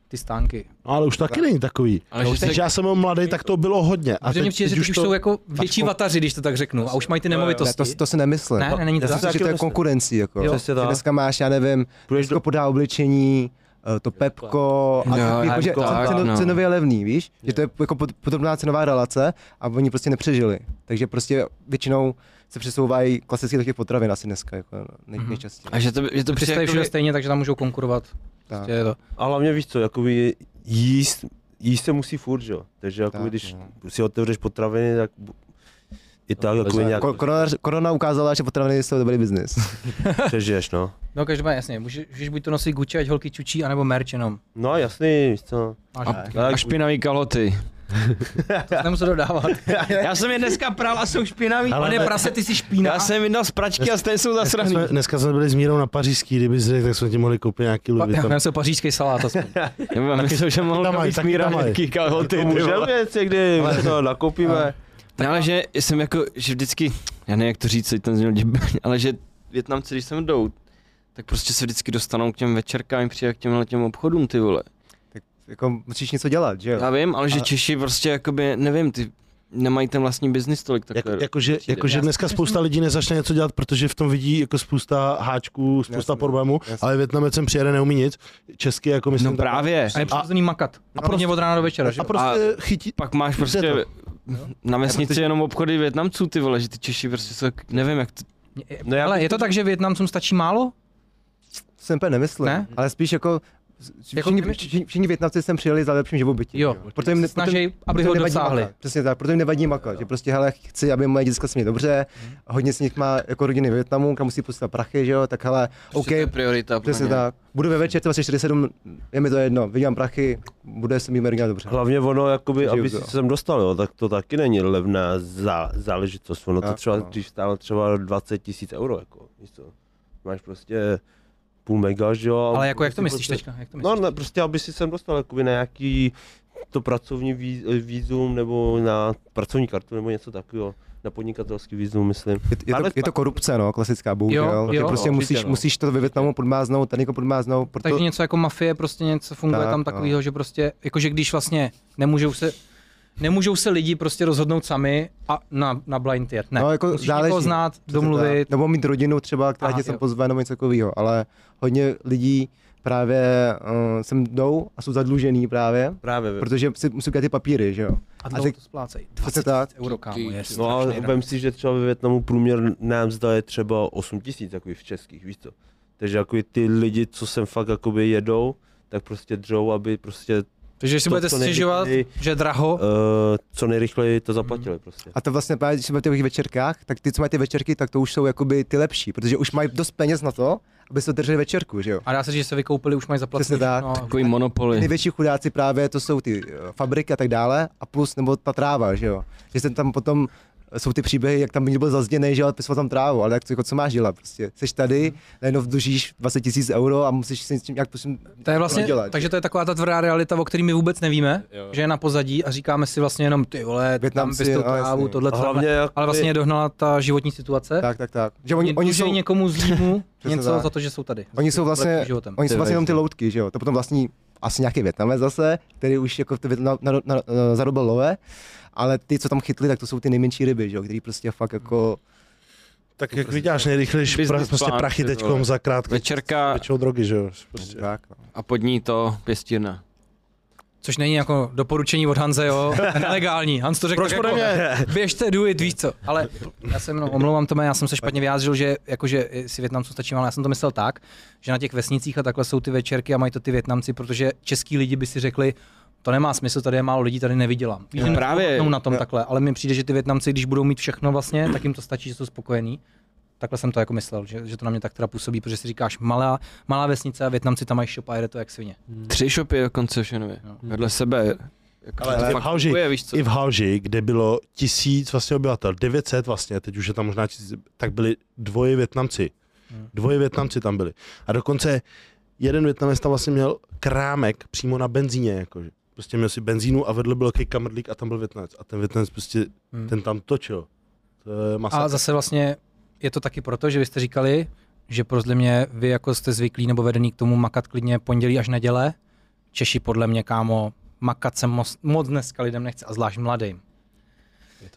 Speaker 1: ty stánky.
Speaker 4: No, ale už taky není takový.
Speaker 2: Ale
Speaker 4: No,
Speaker 2: že
Speaker 4: už Když
Speaker 2: se-
Speaker 4: já jsem byl mladý, tak to bylo hodně.
Speaker 1: A
Speaker 4: A
Speaker 1: teď, mně
Speaker 4: teď,
Speaker 1: přijde,
Speaker 4: teď
Speaker 1: že už,
Speaker 4: už
Speaker 1: už
Speaker 4: to...
Speaker 1: jsou jako větší vataři, když to tak řeknu, a už mají ty
Speaker 5: Ne, to,
Speaker 1: nemovitosti.
Speaker 5: to si nemyslím.
Speaker 1: Ne, ne, není to
Speaker 5: Já si
Speaker 1: tak.
Speaker 5: myslím, že to je konkurencí. Jako.
Speaker 1: Jo.
Speaker 3: Přesně
Speaker 5: Že
Speaker 3: tak.
Speaker 5: Dneska máš, já nevím,
Speaker 3: Půjdeš
Speaker 5: Česko
Speaker 3: do...
Speaker 5: podá oblečení, eh, to Pepko, a
Speaker 2: Jo,
Speaker 5: to, jako,
Speaker 2: tak,
Speaker 5: že
Speaker 2: tak,
Speaker 5: ceno,
Speaker 2: no.
Speaker 5: cenově je levný, víš? Že to je jako pod- podobná cenová relace a oni prostě nepřežili. Takže prostě většinou se přesouvají klasicky do těch potravin asi dneska, jako nej,
Speaker 1: Mhm.
Speaker 5: nejčastěji.
Speaker 2: A že to, že to přijde jako
Speaker 1: Přistaví
Speaker 2: jakoby,
Speaker 1: všude stejně, takže tam můžou konkurovat.
Speaker 5: Tak.
Speaker 1: Prostě je to.
Speaker 3: A hlavně víš co, jakoby jíst, jíst se musí furt, že jo. Takže jakoby,
Speaker 5: Tak,
Speaker 3: když
Speaker 5: no.
Speaker 3: si otevřeš potraviny, tak bu- i tak
Speaker 6: bez
Speaker 3: jakoby
Speaker 6: zájmu.
Speaker 3: nějak
Speaker 5: Ko- korona, korona ukázala, že potraviny jsou dobrý biznis.
Speaker 3: přežiješ, no.
Speaker 1: No každopádně jasně, můžeš, můžeš buď to nosit Gucci, ať holky čučí, anebo merch jenom.
Speaker 3: No jasný, víš co.
Speaker 1: Máš
Speaker 2: a špinavý kaloty.
Speaker 1: to nemusím dodávat.
Speaker 2: Já jsem je dneska pral a jsou špinavý.
Speaker 1: Ale ne, prase, ty jsi špína.
Speaker 2: Já jsem vydal z pračky a stejně jsou zasraný.
Speaker 4: Jsme, dneska jsme byli s Mírou na pařížský, kdyby si řekl, tak jsme ti mohli koupit nějaký luvy
Speaker 1: Já
Speaker 4: tam.
Speaker 1: jsem se pařížský salát aspoň.
Speaker 2: Nebo já myslel, že mohl
Speaker 4: tam mají,
Speaker 2: být
Speaker 4: taky
Speaker 2: smíra
Speaker 4: tam mají.
Speaker 2: nějaký kaloty. ty vole.
Speaker 3: Jako Můžeme věci, kdy my to nakoupíme.
Speaker 2: No, ale že jsem jako, že vždycky, já nevím jak to říct, teď ten zněl, divně, ale že Větnamci, když sem jdou, tak prostě se vždycky dostanou k těm večerkám, přijde k těmhle těm obchodům, ty vole.
Speaker 5: jako musíš něco dělat, že jo?
Speaker 2: Já vím, ale že
Speaker 5: Ale-
Speaker 2: Češi prostě jakoby, nevím, ty nemají ten vlastní biznis tolik
Speaker 4: Jako,
Speaker 2: takhle.
Speaker 4: jakože, jakože dneska spousta lidí nezačne něco dělat, protože v tom vidí jako spousta háčků, spousta
Speaker 5: Jasně,
Speaker 4: problémů,
Speaker 5: jasně.
Speaker 4: ale Větnamec sem přijede, neumí nic. Česky jako myslím...
Speaker 2: no
Speaker 4: tak-
Speaker 2: právě.
Speaker 1: A je přirozený makat. A pro mě od rána do večera, že?
Speaker 4: A
Speaker 1: jo?
Speaker 4: prostě chytí...
Speaker 2: Pak máš
Speaker 4: Víte
Speaker 2: prostě na vesnici
Speaker 5: protože-
Speaker 2: jenom obchody Větnamců, ty vole, že ty Češi prostě jsou, jak- nevím jak to,
Speaker 3: No já
Speaker 1: Ale
Speaker 3: bych
Speaker 1: je to tak, že Větnamcům stačí málo?
Speaker 5: jsem úplně nemyslel,
Speaker 1: Ne?
Speaker 5: ne? ale spíš jako
Speaker 1: Jako
Speaker 5: všichni,
Speaker 1: kdyby-
Speaker 5: všichni, všichni Větnamci sem přijeli za lepším živobytím.
Speaker 1: Jo,
Speaker 5: že Proto jim, ne- proto,
Speaker 1: snaží,
Speaker 5: jim-
Speaker 1: aby
Speaker 5: proto jim
Speaker 1: ho
Speaker 5: nevadí
Speaker 1: dosáhli.
Speaker 5: Makat. Přesně tak, proto jim nevadí makat. Že prostě, hele, chci, aby moje děcka se mě dobře, hodně z nich má jako rodiny ve Větnamu, kam musí posílat prachy, že jo, tak hele, OK,
Speaker 2: to je priorita. pro
Speaker 5: přesně
Speaker 2: ně.
Speaker 5: tak. Budu ve večer 24-7, je mi to jedno, vydělám prachy, bude se mi rodina dobře.
Speaker 3: Hlavně ono, jakoby,
Speaker 5: Žiju
Speaker 3: aby
Speaker 5: to.
Speaker 3: si se sem dostal, jo, tak to taky není levná zá, záležitost. Ono to
Speaker 5: Tak,
Speaker 3: třeba,
Speaker 5: no.
Speaker 3: když stálo třeba 20 tisíc euro, jako, víš co. Máš prostě půl mega, že jo. a
Speaker 1: Ale jako jak to
Speaker 3: prostě-
Speaker 1: myslíš teďka? Jak to myslíš?
Speaker 3: No, ne, prostě, aby si sem dostal jakoby na nějaký to pracovní víz- vízum nebo na pracovní kartu nebo něco takového, na podnikatelský vízum, myslím.
Speaker 5: Je, je, to,
Speaker 3: Ale-
Speaker 5: je to korupce, no, klasická, bohužel.
Speaker 1: Jo,
Speaker 5: Ty
Speaker 1: jo,
Speaker 5: prostě
Speaker 3: určitě,
Speaker 5: musíš,
Speaker 3: no.
Speaker 5: musíš to ve Větnamu podmáznout, tady někoho podmáznout, proto...
Speaker 1: Takže něco jako mafie, prostě něco funguje
Speaker 5: Tak,
Speaker 1: tam
Speaker 5: no.
Speaker 1: takového, že prostě, jakože když vlastně nemůžou se, nemůžou se lidi prostě rozhodnout sami a na, na blind jet, ne.
Speaker 5: No, jako
Speaker 1: Musíš
Speaker 5: záleží. no,
Speaker 1: někoho znát, domluvit.
Speaker 5: Nebo mít rodinu třeba, která
Speaker 1: Aha,
Speaker 5: tě sem
Speaker 1: jo.
Speaker 5: pozve nebo něco takového, ale hodně lidí právě uh, sem jdou a jsou zadlužený právě,
Speaker 3: Právě.
Speaker 5: protože si musí udělat ty papíry, že jo.
Speaker 1: A
Speaker 5: A
Speaker 1: dlouho
Speaker 5: ty-
Speaker 1: to splácej.
Speaker 5: Přesně
Speaker 1: 20
Speaker 5: tak.
Speaker 1: euro, kámo, je
Speaker 3: No a
Speaker 1: strašný
Speaker 3: vem si, že třeba ve Větnamu průměrná mzda je třeba 8 tisíc, jako v českých, víš co. Takže jako ty lidi, co sem fakt jakoby jedou, tak prostě dřou, aby prostě
Speaker 1: Takže když si
Speaker 3: to,
Speaker 1: budete
Speaker 3: co
Speaker 1: stěžovat,
Speaker 3: nejrychleji,
Speaker 1: že draho,
Speaker 3: eh, co nejrychleji to
Speaker 1: Hmm.
Speaker 3: zaplatili prostě.
Speaker 5: A to vlastně právě, když jsme v těch večerkách, tak ty, co mají ty večerky, tak to už jsou jakoby ty lepší, protože už mají dost peněz na to, aby se drželi večerku, že jo.
Speaker 1: a dá se, říct, že se vykoupili, už mají
Speaker 5: Přesně
Speaker 1: zaplacený.
Speaker 5: tak.
Speaker 1: všechno a-
Speaker 2: Takový monopoly.
Speaker 5: Největší chudáci právě to jsou ty eh, fabriky a tak dále, a plus nebo ta tráva, že jo. Že se tam potom eh, jsou ty příběhy, jak tam někdo byl zazděný, že jo, a pysval tam trávu, ale jak, co- jako, co máš dělat prostě. Jsi tady, najednou dlužíš 20 tisíc euro a musíš si s tím jak prostě
Speaker 1: To je vlastně,
Speaker 5: dělat.
Speaker 1: takže to je taková ta tvrdá realita, o který my vůbec nevíme,
Speaker 6: Jo.
Speaker 1: že je na pozadí a říkáme si vlastně jenom ty vole, tam
Speaker 5: Větnamci,
Speaker 1: pistol
Speaker 5: no, jasně.
Speaker 1: kávu, tohle,
Speaker 3: A
Speaker 1: tohle.
Speaker 3: hlavně jako
Speaker 1: Ale vlastně je dohnala ta životní situace.
Speaker 5: Tak, tak, tak. Že oni, oni, jsou,
Speaker 1: někomu zlímu
Speaker 5: Přesně
Speaker 1: něco
Speaker 5: tak.
Speaker 1: za to, že jsou tady.
Speaker 5: oni jsou vlastně,
Speaker 1: lepším životem.
Speaker 5: oni
Speaker 3: Ty
Speaker 5: jsou vlastně jenom ty
Speaker 3: vejš, no.
Speaker 5: loutky, že jo. To potom vlastní asi nějaký Větnamec zase, který už jako ty na, na, na, na, zarobil love, ale ty, co tam chytli, tak to jsou ty nejmenší ryby, že jo, který prostě fakt jako...
Speaker 4: Tak jak vyděláš nejrychlejší pra,
Speaker 2: Business
Speaker 4: prostě
Speaker 2: plán, jako
Speaker 4: prachy
Speaker 2: ty
Speaker 4: teď
Speaker 2: vole.
Speaker 4: za krátké
Speaker 2: Večerka
Speaker 4: Většinou drogy, že jo? Prostě.
Speaker 5: Tak, no.
Speaker 2: a pod ní to pěstírna.
Speaker 1: Což není jako doporučení od Hanze, jo, nelegální. Hans to řekl
Speaker 4: Proč
Speaker 1: tak
Speaker 4: pro
Speaker 1: jako,
Speaker 4: mě?
Speaker 1: běžte, do it, víš co. Ale já jsem, no, omlouvám Tome, já jsem se špatně vyjádřil, že jakože si Větnamcům stačí, ale já jsem to myslel tak, že na těch vesnicích a takhle jsou ty večerky a mají to ty Větnamci, protože český lidi by si řekli, to nemá smysl, tady je málo lidí, tady nevydělám. Víš, že
Speaker 2: Právě.
Speaker 1: nekouknou na tom takhle, ale mi přijde, že ty Větnamci, když budou mít všechno vlastně, tak jim to stačí, že jsou spokojení. Takhle jsem to jako myslel, že, že to na mě tak teda působí, protože si říkáš malá, malá vesnice a Větnamci tam mají shop a jede to jak svině.
Speaker 4: Hmm.
Speaker 2: Tři shopy dokonce v Šenově. Vedle sebe. Jako,
Speaker 4: Ale
Speaker 2: to
Speaker 4: i v
Speaker 2: fakt
Speaker 4: Halži-
Speaker 2: funguje, víš co?
Speaker 4: I v Halži, kde bylo tisíc vlastně obyvatel, 900 vlastně, teď už je tam možná tisíc, tak byli dvoje Větnamci.
Speaker 1: Hmm.
Speaker 4: Dvoje Větnamci tam byli. A dokonce jeden Větnamec tam vlastně měl krámek přímo na benzíně, jakože. Prostě měl si benzínu a vedle byl jaký kamrdlík a tam byl Větnamec. A ten Větnamec prostě,
Speaker 1: Hmm.
Speaker 4: ten tam točil. To je masa.
Speaker 1: A zase vlastně je to taky proto, že vy jste říkali, že podle mě vy jako jste zvyklí nebo vedení k tomu makat klidně pondělí až neděle. Češi podle mě, kámo, makat se moc, moc dneska lidem nechce, a zvlášť mladým.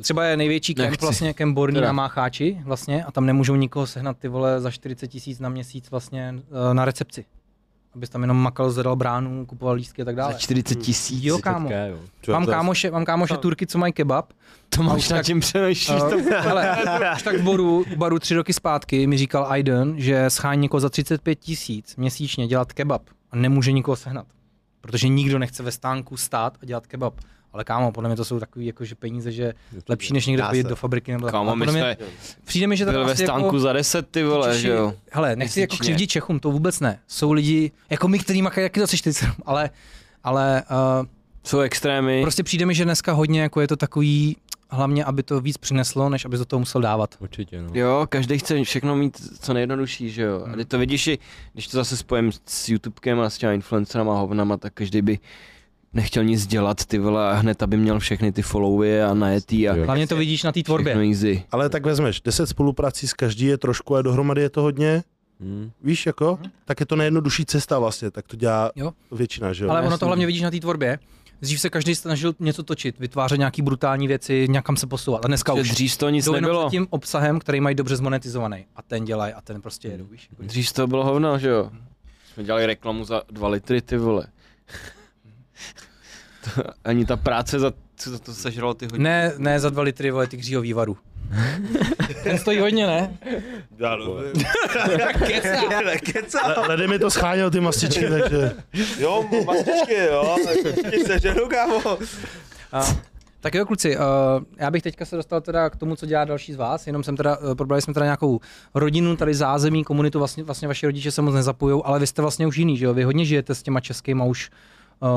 Speaker 1: Třeba je největší kemp
Speaker 2: Nechci.
Speaker 1: vlastně, kemp Borní
Speaker 2: Teda.
Speaker 1: na Mácháči vlastně a tam nemůžou nikoho sehnat ty vole za 40 tisíc na měsíc vlastně eh, na recepci. abys tam jenom makal, zvedal bránu, kupoval lístky a tak dále.
Speaker 2: Za
Speaker 4: Hmm.
Speaker 2: 40 tisíc.
Speaker 1: Jo, kámo.
Speaker 6: Teďka, jo.
Speaker 1: Mám kámoše, mám kámoše Turky, co mají kebab.
Speaker 2: To
Speaker 1: už
Speaker 2: máš na
Speaker 1: tak-
Speaker 2: čím přemýšlíš. to-
Speaker 1: Ale už tak v boru, v baru tři roky zpátky mi říkal Aiden, že schání někoho za 35 tisíc měsíčně dělat kebab a nemůže nikoho sehnat. Protože nikdo nechce ve stánku stát a dělat kebab. Ale kámo, podle mě to jsou takový jakože peníze, že lepší než někde
Speaker 5: Dá
Speaker 1: pojít
Speaker 5: se.
Speaker 1: do fabriky nebo tak.
Speaker 2: Kámo,
Speaker 1: Ale
Speaker 2: my
Speaker 1: podle mě,
Speaker 2: jsme
Speaker 1: přijde mi, že to
Speaker 2: byli ve
Speaker 1: prostě jako-
Speaker 2: stánku za 10, ty vole,
Speaker 1: Češi-
Speaker 2: že jo.
Speaker 1: Hele, nechci jako
Speaker 2: Měsíčně.
Speaker 1: křivdit Čechům, to vůbec ne. Jsou lidi, jako my, který makají taky za 40, ale, ale uh,
Speaker 2: Jsou extrémy.
Speaker 1: prostě přijde mi, že dneska hodně jako je to takový, hlavně, aby to víc přineslo, než aby do toho musel dávat.
Speaker 6: Určitě, no.
Speaker 2: Jo, každý chce všechno mít co nejjednodušší, že jo.
Speaker 1: Hmm.
Speaker 2: Ale to vidíš, i když to zase spojím s YouTubekem a s těma influencerama a hovnama, tak každý by nechtěl nic dělat, ty vole, a hned aby měl všechny ty followy a najetý a
Speaker 6: Jo.
Speaker 1: Hlavně to vidíš na té tvorbě.
Speaker 2: všechno easy.
Speaker 4: Ale tak vezmeš, 10 spoluprací s každý je trošku a dohromady je to hodně,
Speaker 6: Hmm.
Speaker 4: víš jako? Tak je to nejjednodušší cesta vlastně, tak to dělá
Speaker 1: Jo.
Speaker 4: většina, že jo?
Speaker 1: Ale
Speaker 2: jasný.
Speaker 1: ono to hlavně vidíš na té tvorbě. Dřív se každý snažil něco točit, vytvářet nějaký brutální věci, někam se posouvat. A dneska
Speaker 2: Že
Speaker 1: už
Speaker 2: Dřív to nic
Speaker 1: jdou jenom
Speaker 2: nebylo.
Speaker 1: za tím obsahem, který mají dobře zmonetizovaný. A ten dělají a ten prostě jedou, víš? Jako,
Speaker 2: Dřív to bylo hovno, že jo. Jsme dělali reklamu za dva litry, ty vole. to, ani ta práce za co to, to sežralo ty hodiny.
Speaker 1: Ne, ne za dva litry, vole, ty křího vývaru. Ten stojí hodně, ne?
Speaker 4: Lede mi to scháněl ty mastičky, takže...
Speaker 3: Jo, mastičky, jo, mastičky se ženu, kámo.
Speaker 1: Tak jo, kluci, uh, já bych teďka se dostal teda k tomu, co dělá další z vás, jenom jsem teda, uh, probrali jsme teda nějakou rodinu, tady zázemí, komunitu, vlastně, vlastně vaši rodiče se moc nezapojou, ale vy jste vlastně už jiný, že jo? Vy hodně žijete s těma českýma už uh,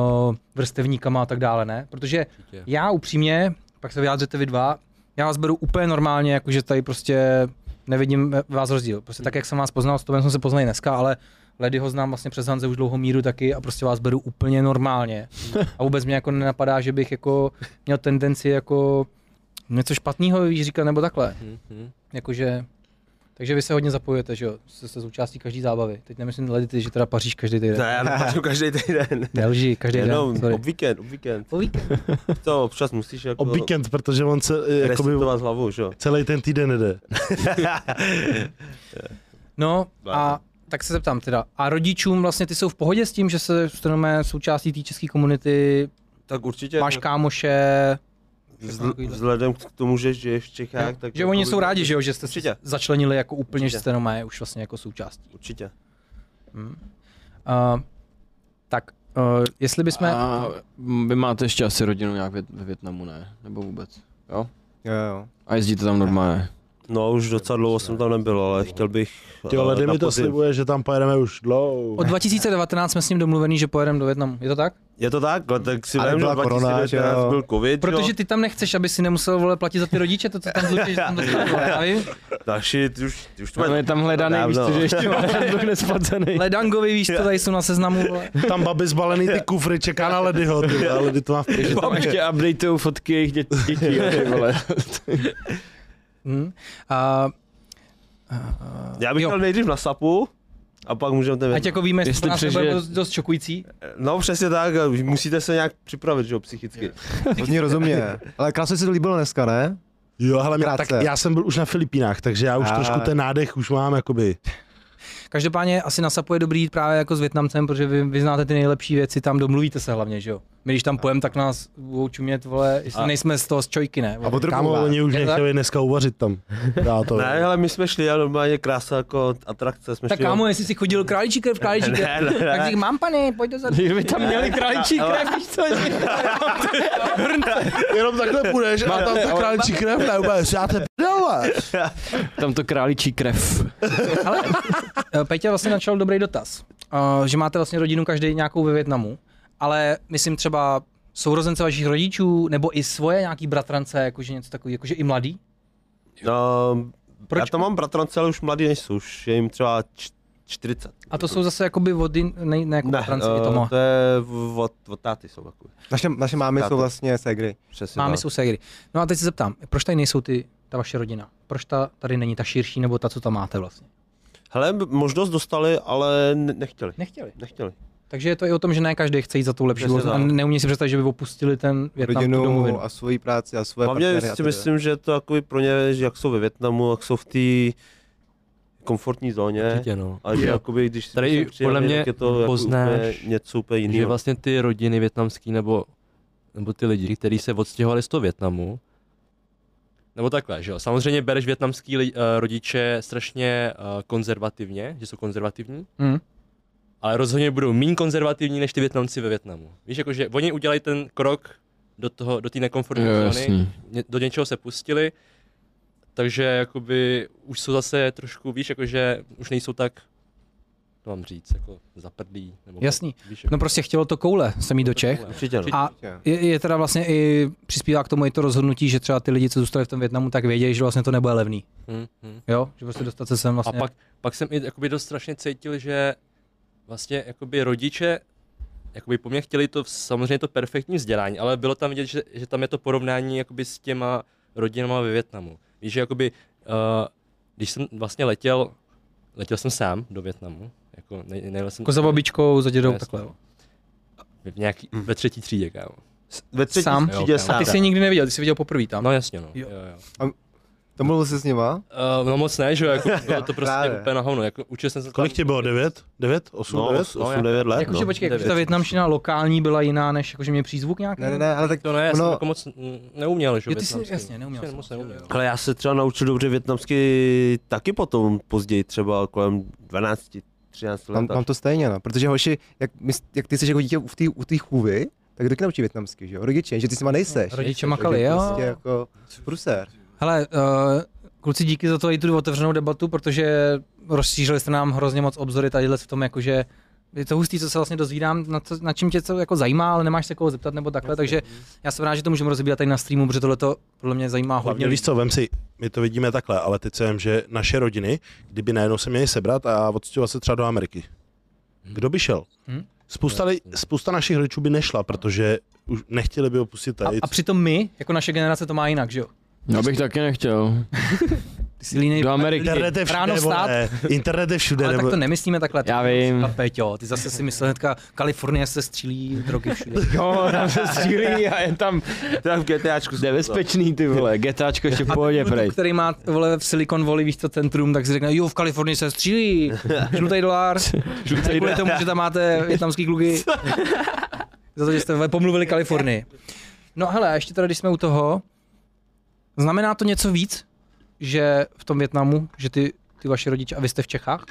Speaker 1: vrstevníkama a tak dále, ne? Protože
Speaker 6: Určitě.
Speaker 1: já upřímně, pak se vyjádřete vy dva, já vás beru úplně normálně, jakože tady prostě nevidím ve- vás rozdíl. Prostě tak, jak jsem vás poznal, s Tobem jsme se poznali dneska, ale Ledy ho znám vlastně přes Hanze už dlouho míru taky a prostě vás beru úplně normálně. A vůbec mě jako nenapadá, že bych jako měl tendenci jako něco špatného víš říkat nebo takhle.
Speaker 6: Mhm.
Speaker 1: Jakože, takže vy se hodně zapojujete, že jo? Jste se součástí každý zábavy. Teď nemyslím Ledy, ty, že teda paříš každý
Speaker 3: Ne,
Speaker 1: týden.
Speaker 3: já napařu každý týden.
Speaker 1: Nelží, každý
Speaker 3: Jenom,
Speaker 1: den, sorry.
Speaker 3: ob víkend, ob víkend.
Speaker 1: O víkend.
Speaker 3: To občas musíš jako...
Speaker 4: Ob víkend, protože on se eh, jakoby
Speaker 3: Resetovat hlavou, že jo.
Speaker 4: celý ten týden jde.
Speaker 1: No a tak se zeptám teda, a rodičům vlastně ty jsou v pohodě s tím, že se staneme součástí té české komunity,
Speaker 3: Tak určitě.
Speaker 1: máš kámoše,
Speaker 3: vzl- Vzhledem k tomu, že žiješ v Čechách, tak... jako
Speaker 1: že oni
Speaker 3: jakoby-
Speaker 1: jsou rádi, že jo, že jste se
Speaker 3: Určitě.
Speaker 1: začlenili jako úplně, že
Speaker 3: Určitě.
Speaker 1: jste jenom už vlastně jako součástí.
Speaker 3: Určitě.
Speaker 1: Uh, tak, uh, jestli bychom,
Speaker 2: A vy máte ještě asi rodinu nějak ve, ve Větnamu, ne? Nebo vůbec? Jo?
Speaker 5: Jo, jo.
Speaker 2: A jezdíte tam normálně.
Speaker 3: No už docela dlouho jsem tam nebyl, ale
Speaker 1: No.
Speaker 3: chtěl bych...
Speaker 4: Ty
Speaker 3: eh,
Speaker 4: ledy
Speaker 3: na
Speaker 4: mi to
Speaker 3: podzim.
Speaker 4: slibuje, že tam pojedeme už dlouho.
Speaker 1: od 2019 jsme s ním domluvený, že pojedeme do Větnamu, je to tak?
Speaker 3: Je to tak? Ale Tak si
Speaker 5: Ale
Speaker 3: vím, že
Speaker 5: byla korona,
Speaker 3: 2019
Speaker 5: že jo.
Speaker 3: byl covid,
Speaker 1: Protože
Speaker 3: jo.
Speaker 1: ty tam nechceš, aby si nemusel vole platit za ty rodiče, to co tam zlučíš, tam dostal, vole, já vím.
Speaker 3: Naši, ty už, ty už
Speaker 1: No,
Speaker 3: to
Speaker 2: On No, je tam hledaný, víš co, že ještě má dluh nesplacený.
Speaker 1: Ledangovi víš, co tady jsou na seznamu, vole.
Speaker 4: Tam babi zbalený ty kufry, čeká na Ledyho, ty vole, a Ledy to má v
Speaker 2: Že tam ještě updateují fotky jejich dětí, dětí jo, ty vole.
Speaker 1: Hm. A,
Speaker 3: Já bych
Speaker 1: Jo.
Speaker 3: měl nejdřív na sapu, a pak můžeme ten...
Speaker 1: ať jako víme, jestli
Speaker 2: Jestli
Speaker 1: to nás
Speaker 2: přežije-
Speaker 1: bude dost, dost šokující.
Speaker 3: No přesně tak, a musíte se nějak připravit, že jo, psychicky.
Speaker 5: Hodně rozumně. Ale krásně se to líbilo dneska, ne?
Speaker 4: Jo, hele, mě, tak
Speaker 5: Krátce.
Speaker 4: já jsem byl už na Filipínách, takže já už
Speaker 5: A.
Speaker 4: trošku ten nádech už mám, jakoby.
Speaker 1: Každopádně asi na SAPu je dobrý jít právě jako s Větnamcem, protože vy, vy znáte ty nejlepší věci, tam domluvíte se hlavně, že jo. My když tam pojem, tak nás budou čumět, vole, jestli
Speaker 3: A-
Speaker 1: nejsme z toho z čojky, ne? vole.
Speaker 5: potrpou
Speaker 4: Kámo,
Speaker 5: vás.
Speaker 4: oni už
Speaker 1: Je to
Speaker 4: nechtěli dneska uvařit tam. Já to
Speaker 3: Ne, ale my jsme šli a normálně krása jako atrakce. Jsme
Speaker 1: Tak
Speaker 3: šli
Speaker 1: kámo, jestli jsi chodil králíčí krev, králíčí krev,
Speaker 3: Ne, ne, ne.
Speaker 1: tak řík, mám pane, pojď dozadu.
Speaker 2: Kdyby tam měli krajčí krev, víš co, že?
Speaker 4: Jenom takhle půjdeš a tam to králčí krev, ne, úplně, já te prdele.
Speaker 2: Tam to králičí krev.
Speaker 1: Ale eh, Peťa vlastně načal dobrý dotaz, Eh, že máte vlastně rodinu každý nějakou ve Větnamu, ale myslím třeba sourozence vašich rodičů, nebo i svoje nějaký bratrance, jakože něco takový, jakože i mladý.
Speaker 3: No,
Speaker 1: Proč?
Speaker 3: já tam mám bratrance, ale už mladý nejsou, už je jim třeba č- 40.
Speaker 1: A to jsou zase jakoby vody, ne, ne jako bratranci, je
Speaker 3: eh,
Speaker 1: to mo-
Speaker 3: to je v- od, od táty jsou takové.
Speaker 5: Naše, naše mámy
Speaker 3: Chápu.
Speaker 5: jsou vlastně ségry.
Speaker 3: Přesně
Speaker 1: Mámy
Speaker 3: tak.
Speaker 1: jsou segry. No a teď se zeptám, proč tady nejsou ty, ta vaše rodina? Proč ta, tady není ta širší nebo ta, co tam máte vlastně?
Speaker 3: Hele, m- možnost dostali, ale ne- nechtěli.
Speaker 1: Nechtěli.
Speaker 3: Nechtěli.
Speaker 1: Takže je to i o tom, že ne každý chce jít za tou lepší
Speaker 3: Přesně
Speaker 1: budoucnost a
Speaker 3: tak.
Speaker 1: neumí si představit, že by opustili ten Větnam, tu domovinu.
Speaker 5: Rodinu a svoji práci a svoje
Speaker 3: Hlavně
Speaker 5: partnery a
Speaker 3: si
Speaker 5: tak dále.
Speaker 3: myslím, že to jakoby pro ně, že jak jsou ve Větnamu, jak jsou v té komfortní zóně.
Speaker 6: Určitě, no.
Speaker 3: A že
Speaker 6: Jo.
Speaker 3: jakoby, když si
Speaker 6: Tady
Speaker 3: sem
Speaker 6: i
Speaker 3: přijeli,
Speaker 6: podle mě
Speaker 3: tak je to
Speaker 6: poznáš,
Speaker 3: jako úplně něco úplně
Speaker 6: Že
Speaker 3: jiného.
Speaker 6: vlastně ty rodiny větnamský nebo, nebo ty lidi, kteří se odstěhovali z toho Větnamu, nebo takhle, že jo. Samozřejmě bereš větnamský li, uh, rodiče strašně uh, konzervativně, že jsou konzervativní,
Speaker 1: Mm.
Speaker 6: ale rozhodně budou méně konzervativní než ty Větnamci ve Větnamu. Víš, jakože oni udělají ten krok do toho, do té nekomfortní
Speaker 2: Jo,
Speaker 6: zóny,
Speaker 2: jasný.
Speaker 6: ně- do něčeho se pustili, takže jakoby už jsou zase trošku, víš, jakože už nejsou tak, to mám říct, jako zaprdlí. Nebo
Speaker 1: Jasný.
Speaker 6: Víš, jako-
Speaker 1: No prostě chtělo to koule sem jít do Čech.
Speaker 3: Určitě, no.
Speaker 1: A je, je teda vlastně i přispívá k tomu i to rozhodnutí, že třeba ty lidi, co zůstali v tom Větnamu, tak vědějí, že vlastně to nebude levný.
Speaker 6: Hm, hm.
Speaker 1: Jo? Že prostě dostat se sem
Speaker 6: A
Speaker 1: vlastně.
Speaker 6: pak, pak jsem i jakoby dost strašně cítil, že vlastně jakoby rodiče jakoby po mně chtěli to samozřejmě to perfektní vzdělání, ale bylo tam vidět, že, že tam je to porovnání jakoby s těma rodinama ve Větnamu. Víš, že jakoby, uh, když jsem vlastně letěl, letěl jsem sám do Větnamu, jako ne, nejel jsem
Speaker 1: Jako za babičkou, za dědou,
Speaker 6: Jasně.
Speaker 1: takhle. jo.
Speaker 6: v nějaký, ve třetí třídě, kámo.
Speaker 3: Ve třetí
Speaker 1: Sám.
Speaker 3: třídě
Speaker 6: Jo,
Speaker 3: sám.
Speaker 1: Ty jsi je nikdy neviděl, ty jsi viděl poprvé tam.
Speaker 6: No jasně, no.
Speaker 1: Jo.
Speaker 6: Jo. Jo, jo.
Speaker 5: To mluvil jsi s nima?
Speaker 6: Uh, no moc ne, že jo, jako, bylo to prostě
Speaker 5: Právě.
Speaker 6: úplně na hovno, jako učil jsem se
Speaker 4: Kolik
Speaker 6: tam-
Speaker 4: tě bylo? 9? 9? 8?
Speaker 3: No,
Speaker 4: 9?
Speaker 3: 8, 9 let,
Speaker 6: Jako,
Speaker 1: Jakože
Speaker 3: no.
Speaker 1: počkej, jakože
Speaker 6: devět.
Speaker 1: ta větnamština lokální byla jiná, než jakože mě přízvuk nějaký?
Speaker 5: Ne, ne, ne, ale tak
Speaker 6: To ne, já jsem
Speaker 5: ono-
Speaker 6: jako moc mm, neuměl, že
Speaker 1: Jo, ty jsi,
Speaker 6: větnamsky.
Speaker 1: jasně, neuměl
Speaker 6: Prostě
Speaker 1: jsem.
Speaker 6: moc
Speaker 1: moc, jo,
Speaker 6: neuměl.
Speaker 1: jo.
Speaker 3: Ale já se třeba naučil dobře větnamsky taky potom, později třeba kolem 12, 13 let.
Speaker 5: Mám, mám to stejně, no. protože hoši, jak, my, jak ty jsi jako dítě u té u tý chůvy, tak taky naučí větnamsky, že jo? Rodiče, že ty s nima nejseš.
Speaker 1: Rodiče
Speaker 5: Takže
Speaker 1: makali, jo.
Speaker 5: Prostě jako pruser.
Speaker 1: Hele, uh, kluci, díky za to i tu otevřenou debatu, protože rozšířili jste nám hrozně moc obzory tady v tom, jakože je to hustý, co se vlastně dozvídám, na, co, na čím tě to jako zajímá, ale nemáš se koho zeptat nebo takhle, takže já jsem rád, že to můžeme rozebírat tady na streamu, protože tohle to podle mě zajímá hodně
Speaker 4: Hlavně víš
Speaker 1: lidí.
Speaker 4: co, vem si, my to vidíme takhle, ale teď se vem, že naše rodiny, kdyby najednou se měly sebrat a odstěhovat se třeba do Ameriky. Kdo by šel?
Speaker 1: Hm?
Speaker 4: Spousta, li, spousta našich rodičů by nešla, protože už nechtěli by opustit
Speaker 1: A,
Speaker 4: tady.
Speaker 1: a přitom my, jako naše generace, to má jinak, že jo?
Speaker 2: Já bych taky nechtěl.
Speaker 1: Ty jsi línej,
Speaker 2: Do Ameriky.
Speaker 4: Internet je všude,
Speaker 1: ráno vstát,
Speaker 4: vole. Internet je všude,
Speaker 1: ale tak
Speaker 4: nebo...
Speaker 1: to nemyslíme takhle.
Speaker 2: Já vím.
Speaker 1: A Peťo, ty zase si myslel hnedka, Kalifornie se střílí drogy všude.
Speaker 2: Jo, No, tam se střílí a je tam
Speaker 3: Teda v GTAčku.
Speaker 2: nebezpečný ty vole. GTAčko ještě v pohodě,
Speaker 1: Kluk,
Speaker 2: prej.
Speaker 1: který má vole v Silicon Valley, víš co, centrum, tak si řekne, jo, v Kalifornii se střílí, žlutý dolar, žlutý kvůli tomu, že tam máte větnamský kluky, za to, že jste vole, pomluvili Kalifornii. No hele, a ještě teda, když jsme u toho, znamená to něco víc, že v tom Větnamu, že ty, ty vaše rodiče, a vy jste v Čechách?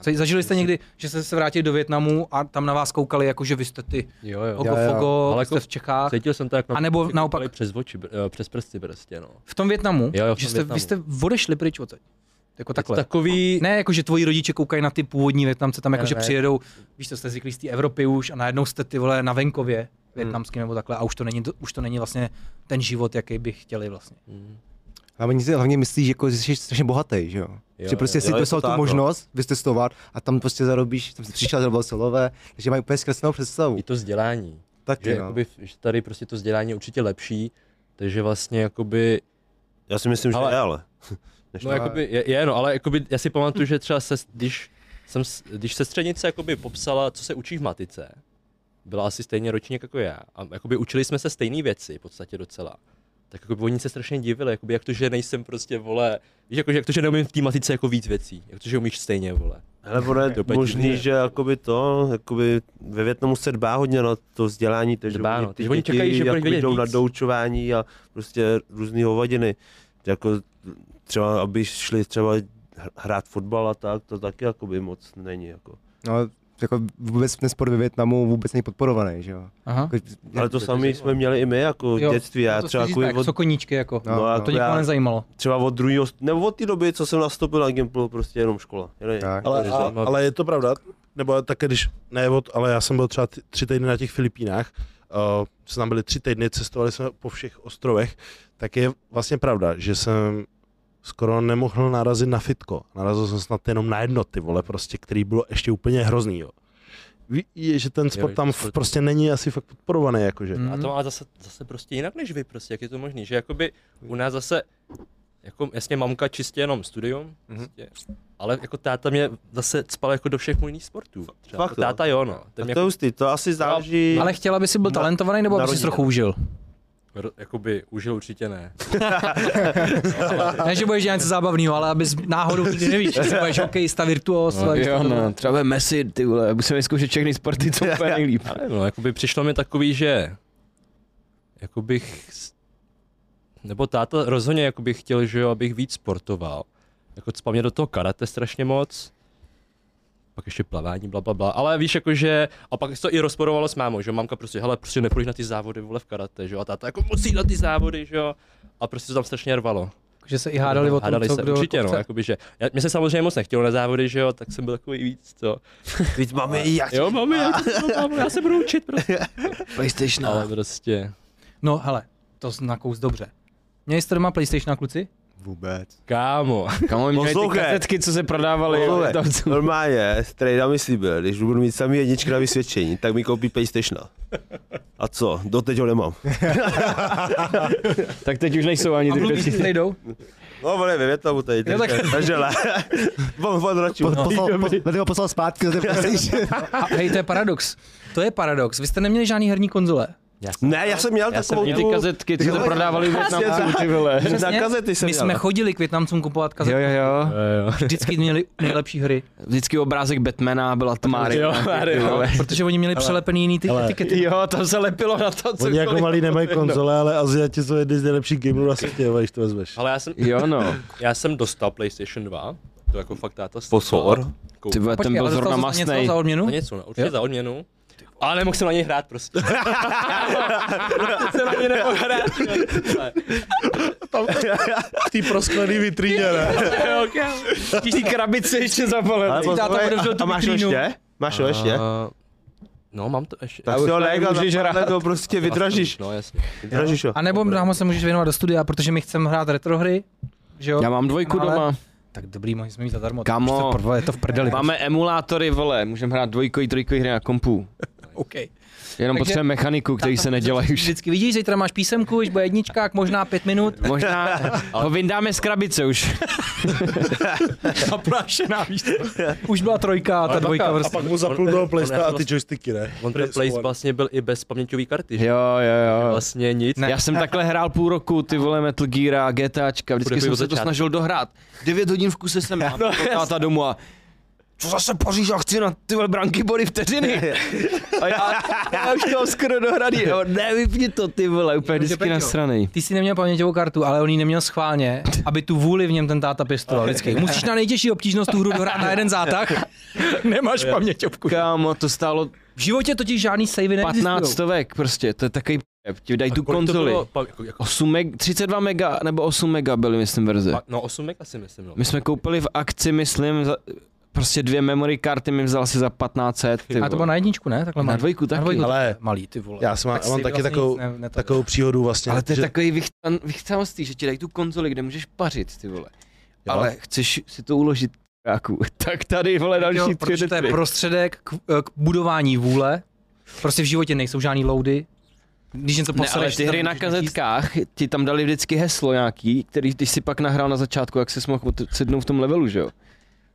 Speaker 1: Co- Zažili jste někdy, že jste se vrátili do Větnamu a tam na vás koukali, jako že vy jste ty
Speaker 6: Jo, jo.
Speaker 1: Ogo,
Speaker 5: Jo, jo.
Speaker 1: fogo,
Speaker 6: Ale
Speaker 1: jste
Speaker 6: jako-
Speaker 1: v Čechách.
Speaker 6: Cítil jsem to jak jako
Speaker 1: A nebo naopak-
Speaker 6: přes oči, br- eh, přes prsty prostě, no.
Speaker 1: V tom Větnamu,
Speaker 6: Jo, jo, v
Speaker 1: že
Speaker 6: tom
Speaker 1: jste, vy
Speaker 6: Větnamu.
Speaker 1: jste odešli pryč od Jako takhle.
Speaker 6: Takový,
Speaker 1: Ne, jako že tvoji rodiče koukají na ty původní Větnamce, tam jako
Speaker 6: Ne,
Speaker 1: že
Speaker 6: ne.
Speaker 1: přijedou, víš, to jste zvyklí z té Evropy už a najednou jste ty vole na venkově větnamský nebo takhle a už to není, už to není vlastně ten život, jaký by chtěli vlastně.
Speaker 5: A oni si hlavně myslí, že, jako, že jsi strašně bohatý, že jo?
Speaker 6: Jo,
Speaker 5: že prostě
Speaker 6: jo,
Speaker 5: si
Speaker 3: jo, je to
Speaker 5: dostal
Speaker 3: tak,
Speaker 5: tu
Speaker 3: no.
Speaker 5: možnost vystestovat a tam prostě zarobíš, tam jsi přišel, zarobil solové, takže mají úplně zkreslenou představu.
Speaker 6: i to vzdělání. Že,
Speaker 5: Taky, no.
Speaker 6: jakoby, že tady prostě to vzdělání je určitě lepší, takže vlastně jakoby,
Speaker 3: Já si myslím, že
Speaker 6: Ale-
Speaker 3: je, ale. Než
Speaker 6: no
Speaker 3: to-
Speaker 6: jakoby, je, je no, ale jakoby, já si pamatuju, že třeba se, když jsem, s- když se střednice jakoby popsala, co se učí v matice, byla asi stejně ročník jako já a jakoby učili jsme se stejné věci v podstatě docela. Tak jako oni se strašně divili, jakoby, jak to, že nejsem prostě, vole, víš, jako, že jak to, že neumím v té matice jako víc věcí, jak to, že umíš stejně, vole.
Speaker 3: Hele, ono je
Speaker 6: úplně divný.
Speaker 3: možný, že jakoby to, jakoby ve Větnamu se dbá hodně na to vzdělání, takže
Speaker 6: Dbá, no.
Speaker 3: oni,
Speaker 6: Takže
Speaker 3: ty
Speaker 6: oni
Speaker 3: děti
Speaker 6: čekají, že budeš
Speaker 3: jakoby
Speaker 6: vědět
Speaker 3: jdou
Speaker 6: víc.
Speaker 3: na doučování a prostě různé hovadiny. Jako třeba, aby šli třeba hr- hrát fotbal a tak, to taky jakoby moc není. Jako.
Speaker 5: no jako vůbec ten sport ve Větnamu vůbec není podporovaný, že jo?
Speaker 1: Aha.
Speaker 5: Jako,
Speaker 3: Ale to samé jsme měli i my jako v dětství.
Speaker 6: no
Speaker 3: Já
Speaker 1: to
Speaker 3: třeba,
Speaker 1: chci říct, tak,
Speaker 3: jakoby, od,
Speaker 1: co koníčky jako.
Speaker 5: No,
Speaker 3: no,
Speaker 5: no.
Speaker 1: To
Speaker 3: jako
Speaker 1: nikoho
Speaker 3: já,
Speaker 1: nezajímalo.
Speaker 3: třeba od druhého, nebo od té doby, co jsem nastoupil na Gimplu, prostě jenom škola. Jenom
Speaker 5: Tak.
Speaker 4: Ale, a,
Speaker 6: zajímavý.
Speaker 4: ale je to pravda, nebo také když, ne, od, ale já jsem byl třeba ty- tři týdny na těch Filipínách, uh, jsme tam byli tři týdny, cestovali jsme po všech ostrovech, tak je vlastně pravda, že jsem skoro nemohl narazit na fitko. Narazil jsem snad jenom na jedno ty vole, prostě, který bylo ještě úplně hrozný. Jo. Ví- Je, že ten sport
Speaker 6: že
Speaker 4: tam
Speaker 6: sport-
Speaker 4: prostě není asi fakt podporovaný, jakože.
Speaker 1: Mm.
Speaker 6: A to
Speaker 3: Mhm.
Speaker 6: má zase, zase prostě jinak než vy prostě, jak je to možný, že jakoby u nás zase, jako jasně mamka čistě jenom studium, mm-hmm.
Speaker 3: Mhm.
Speaker 6: prostě, ale jako táta mě zase spal jako do všech možných sportů. Třeba
Speaker 3: Fakt,
Speaker 6: jako
Speaker 3: jo?
Speaker 6: táta jo, no. Ten mě
Speaker 3: to je
Speaker 6: jako,
Speaker 3: hustý, to asi záleží.
Speaker 1: Ale chtěla by si byl
Speaker 3: Na-
Speaker 1: talentovaný nebo
Speaker 3: na
Speaker 1: aby jsi
Speaker 3: rodinu.
Speaker 1: trochu užil?
Speaker 6: jako ro- jakoby užil určitě ne.
Speaker 1: Ne, že budeš dělat něco zábavného, ale abys náhodou nikdy nevíš, jestli budeš hokejista, virtuos,
Speaker 2: No,
Speaker 1: ale
Speaker 2: jo, no, třeba bude Messi, ty vole, musíme zkoušet všechny sporty, co úplně nejlíp.
Speaker 6: Já nevím, no, jakoby přišlo mi takový, že jako bych, s- nebo táta rozhodně jako bych chtěl, že jo, abych víc sportoval. Jako cpal mě do toho karate strašně moc, pak ještě plavání, bla, bla, bla. Ale víš, jakože, a pak se to i rozporovalo s mámou, že jo, mámka prostě, hele, prostě nepůjdeš na ty závody, vole, v karate, že jo, a táta jako musí na ty závody, že jo, a prostě to tam strašně rvalo.
Speaker 1: že se i hádali o tom,
Speaker 6: Hádali
Speaker 1: co
Speaker 6: se,
Speaker 1: kdo
Speaker 6: určitě,
Speaker 1: to
Speaker 6: no,
Speaker 1: chce.
Speaker 6: jakoby, že, já, mě se samozřejmě moc nechtělo na závody, že jo, tak jsem byl takový víc, co.
Speaker 3: Teď máme i jako já.
Speaker 6: Jo, mami, já, já se budu učit, prostě.
Speaker 2: PlayStation.
Speaker 6: Ale prostě.
Speaker 1: No, hele, to na kous dobře. Měli jste doma PlayStation, kluci?
Speaker 5: Vůbec.
Speaker 6: Kámo,
Speaker 2: Kamo, měli ty
Speaker 3: Poslouchej.
Speaker 2: kazetky, co se prodávaly. jo,
Speaker 3: Poslouchej.
Speaker 2: tam, co...
Speaker 3: Normálně, strejda mi slíbil, když budu mít samý jedničky na vysvědčení, tak mi koupí PlayStation. A co? Doteď ho nemám.
Speaker 2: Tak teď už nejsou ani
Speaker 1: A
Speaker 2: ty
Speaker 1: mluvíš,
Speaker 2: věci.
Speaker 1: nejdou?
Speaker 3: No, vole, ve Větnamu tady,
Speaker 1: Jo, tak-
Speaker 3: teďka, takže le. Von, von, roču.
Speaker 5: Po, poslal, po, ho poslal zpátky, za ten PlayStation.
Speaker 1: A hej, to je paradox. To je paradox. Vy jste neměli žádný herní konzole.
Speaker 3: Ne, já jsem měl
Speaker 2: Já jsem
Speaker 3: takovou
Speaker 2: měl ty
Speaker 3: tu-
Speaker 2: kazetky, co se
Speaker 3: Jo,
Speaker 2: prodávaly
Speaker 3: jasně,
Speaker 2: Větnamců, ty vole.
Speaker 3: Na
Speaker 1: Přesně.
Speaker 3: kazety jsem
Speaker 1: My jsme
Speaker 3: měl. no.
Speaker 1: chodili k Větnamcům kupovat
Speaker 2: Jo,
Speaker 1: kazety.
Speaker 2: jo, jo.
Speaker 6: jo.
Speaker 1: Vždycky měli nejlepší hry,
Speaker 2: Vždycky obrázek Batmana byla tmáry.
Speaker 6: Jo, Máry, jo.
Speaker 1: protože oni měli přelepený jiný ty etikety.
Speaker 2: Jo, tam se lepilo na to,
Speaker 4: Oni jako
Speaker 2: cokoliv.
Speaker 4: malí nemají konzole, ale Aziati jsou jedny z nejlepších gamerů na světě, vole, když to vezmeš.
Speaker 6: Ale já jsem,
Speaker 2: Jo, no.
Speaker 6: já jsem dostal PlayStation 2, to jako fakt táta stál.
Speaker 3: Pozor.
Speaker 2: Ty vole, ten byl
Speaker 1: ale
Speaker 2: zrovna
Speaker 1: dostal jsi za něco
Speaker 2: masnej.
Speaker 1: za odměnu?
Speaker 6: Za něco, no, určitě za odměnu. Ale nemohl jsem na něj hrát prostě. jsem na něj nemohl hrát.
Speaker 4: Ty prosklený vitríně, ne?
Speaker 2: Ty krabice ještě zapalené.
Speaker 3: Ale poslouchej,
Speaker 1: otevřel tu
Speaker 3: a máš ho
Speaker 1: vitrínu.
Speaker 3: ještě? Máš ho ještě?
Speaker 6: No, mám to ještě.
Speaker 3: Tak si ho
Speaker 2: už tady
Speaker 3: legal,
Speaker 2: můžeš
Speaker 3: tak ho prostě vydražíš.
Speaker 6: No, jasně.
Speaker 3: Vydražíš ho.
Speaker 1: A nebo dámo se můžeš věnovat do studia, protože my chceme hrát retro hry, že jo?
Speaker 2: Já mám dvojku
Speaker 1: Ale-
Speaker 2: doma.
Speaker 1: Tak dobrý, mohli jsme mít zadarmo.
Speaker 2: Kamo.
Speaker 1: Už To, prvé, je to v prdeli.
Speaker 2: Máme emulátory, vole, můžeme hrát dvojkoj, trojkoj hry na kompu.
Speaker 1: OK.
Speaker 2: Jenom
Speaker 1: Takže-
Speaker 2: potřebujeme mechaniku, který se nedělají už.
Speaker 1: Vždycky vidíš, zítra máš písemku, když bude jednička, jak možná pět minut.
Speaker 2: Možná ho vyndáme z krabice už.
Speaker 1: Naprášená, víš Už byla trojka a ta
Speaker 6: Ale
Speaker 1: dvojka
Speaker 6: baka, a
Speaker 2: prostě.
Speaker 1: vrství.
Speaker 6: prostě.
Speaker 4: Pak mu zapnul do
Speaker 6: On
Speaker 4: PlayStation
Speaker 6: jako
Speaker 4: a ty joysticky, ne?
Speaker 6: On ten Play vlastně byl i bez paměťové karty, že?
Speaker 2: Jo, jo, jo.
Speaker 6: Vlastně nic.
Speaker 1: Ne.
Speaker 2: Já jsem takhle hrál půl roku, ty vole Metal Gear a GTAčka, vždycky
Speaker 6: Bude
Speaker 2: jsem
Speaker 6: od
Speaker 2: se to
Speaker 6: začátku.
Speaker 2: snažil dohrát. 9 hodin v kuse jsem no, táta domů a co zase Paříž a chci na ty vole branky body vteřiny. A já, já už to skoro dohraný, jo, ne, vypni to ty vole, úplně
Speaker 1: Protože
Speaker 2: vždycky
Speaker 1: Peťo.
Speaker 2: nasranej.
Speaker 1: Ty jsi neměl paměťovou kartu, ale on ji neměl schválně, aby tu vůli v něm ten táta pěstoval vždycky. Musíš na nejtěžší obtížnost tu hru dohrát na jeden zátah. Nemáš paměťovku.
Speaker 2: Kámo, to stálo
Speaker 1: V životě totiž žádný savey
Speaker 2: 15
Speaker 1: neexistují.
Speaker 2: stovek prostě, to je takový p***, ti dají tu
Speaker 6: Kolik to
Speaker 2: konzoli.
Speaker 6: bylo? Pa- jako- jako-
Speaker 2: 8 meg, 32 mega nebo 8 mega byly, myslím, verze.
Speaker 6: pa- No, 8 mega si myslím, no.
Speaker 2: My jsme koupili v akci, myslím, za, prostě dvě memory karty mi vzal asi za 1500. Ty
Speaker 1: A to bylo
Speaker 2: vole.
Speaker 1: na jedničku, ne? Takhle
Speaker 2: na,
Speaker 1: malý.
Speaker 2: dvojku taky.
Speaker 1: Na dvojku.
Speaker 4: Ale
Speaker 1: Malý, ty vole.
Speaker 4: já jsem,
Speaker 1: Tak
Speaker 4: tak mám
Speaker 1: si
Speaker 4: taky
Speaker 1: vlastně
Speaker 4: takovou,
Speaker 1: nic ne- netavil.
Speaker 4: takovou příhodu vlastně.
Speaker 2: Ale to je
Speaker 4: že-
Speaker 2: takový vychtan- vychcanostý, že ti dají tu konzoli, kde můžeš pařit, ty vole.
Speaker 6: Jo.
Speaker 2: Ale chceš si to uložit, káku, tak tady, vole,
Speaker 1: Jo,
Speaker 2: další tři
Speaker 1: protože to je
Speaker 2: litry.
Speaker 1: prostředek k, k budování vůle. Prostě v životě nejsou žádný loudy. Když něco
Speaker 2: ne, ale
Speaker 1: posereš,
Speaker 2: ty
Speaker 1: tam
Speaker 2: hry na
Speaker 1: můžeš načíst.
Speaker 2: kazetkách ti tam dali vždycky heslo nějaký, který když si pak nahrál na začátku, jak se mohl od- sednout v tom levelu, že jo?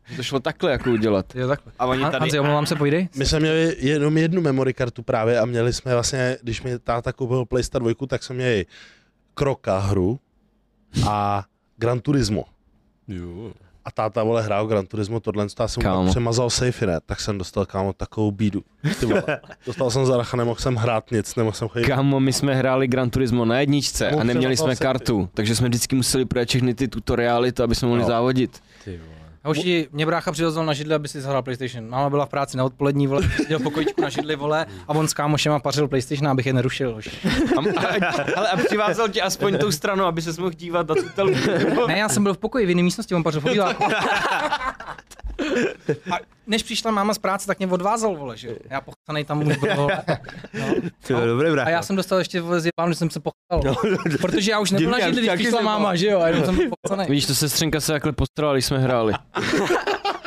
Speaker 2: Že to šlo takhle jako udělat.
Speaker 1: Jo, takhle.
Speaker 2: A oni
Speaker 1: Han-
Speaker 2: tady,
Speaker 1: Hanzi, omlouvám se, pojdi.
Speaker 4: My jsme měli jenom jednu memory kartu právě a měli jsme vlastně, když mi táta koupil PlayStation 2, tak jsme měli Kroka hru a Gran Turismo.
Speaker 6: Jo.
Speaker 4: A táta, vole, hrál Gran Turismo, tohle, to já jsem
Speaker 2: Kámo.
Speaker 4: mu přemazal safe, ne? Tak jsem dostal, kámo, takovou bídu. Ty vole. Dostal jsem zaracha, nemohl jsem hrát nic, nemohl jsem chodit.
Speaker 2: Kámo, my jsme hráli Gran Turismo na jedničce
Speaker 4: Kámo,
Speaker 2: a neměli
Speaker 4: přemazal
Speaker 2: jsme
Speaker 4: se
Speaker 2: kartu, takže jsme vždycky museli projet všechny ty tutoriály, to aby jsme mohli
Speaker 4: No.
Speaker 2: závodit.
Speaker 6: Ty vole.
Speaker 1: A už ti mě brácha přidozval na židli, aby si zahrál PlayStation. Máma byla v práci na odpolední, vole, seděl v pokojičku na židli, vole, a on s kámošema pařil PlayStation, abych je nerušil už.
Speaker 2: A, a, ale a přivázal ti aspoň tou stranu, aby se mohl dívat na tutelu.
Speaker 1: Ne, já jsem byl v pokoji, v jiné místnosti, on pařil v obýváku. A než přišla máma z práce, tak mě odvázal, vole, že jo. Já pochanej tam už byl, vole.
Speaker 3: Ty vole, dobrý brácho. No,
Speaker 1: A já jsem dostal ještě vole, zjebám, že jsem se pochal. Protože já už nebyl na
Speaker 3: Divně,
Speaker 1: židli, když
Speaker 3: taky
Speaker 1: přišla
Speaker 3: jsem
Speaker 1: máma, že jo, a jenom jsem byl pochanej.
Speaker 2: Vidíš, to sestřenka se takhle postrala, když jsme hráli.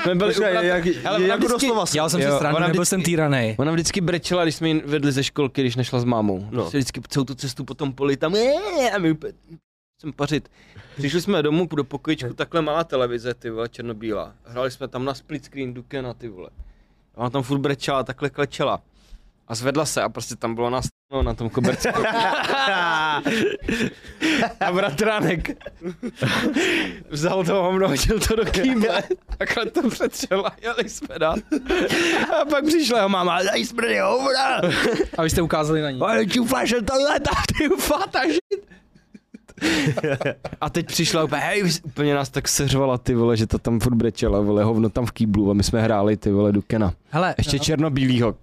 Speaker 2: Jsme byli
Speaker 3: Počkej,
Speaker 2: uprat-
Speaker 3: jak-
Speaker 2: Ale
Speaker 3: je
Speaker 2: ona
Speaker 3: jako
Speaker 2: vždycky-
Speaker 3: doslova se-
Speaker 1: Dělal jsem si
Speaker 2: Jo,
Speaker 1: stranu,
Speaker 2: ona
Speaker 1: nebyl
Speaker 2: vždycky-
Speaker 1: jsem týranej.
Speaker 2: Ona vždycky brečela, když jsme ji vedli ze školky, když nešla s mámou. No.
Speaker 3: No.
Speaker 2: Vždycky celou tu cestu potom poli tam "Eee", a my úplně jsem pařit. Přišli jsme domů do pokojičku, takhle malá televize, ty vole, černobílá. Hráli jsme tam na split screen Dukena, ty vole. A ona tam furt brečela, takhle klečela. A zvedla se a prostě tam bylo nás No, na tom koberci. A bratránek vzal to homno, hodil to do kýble, takhle to přetřel a jeli jsme dál. A pak přišla jeho máma, daj smrdy hovna,
Speaker 1: A vy jste ukázali na ní.
Speaker 2: ale čufáš do tohle, tak ty fata shit. A teď přišla úplně, hej, úplně nás tak seřvala ty vole, že to tam furt brečela, vole, hovno tam v kýblu a my jsme hráli ty vole Dukena.
Speaker 1: Hele, no.
Speaker 2: Ještě černobílýho.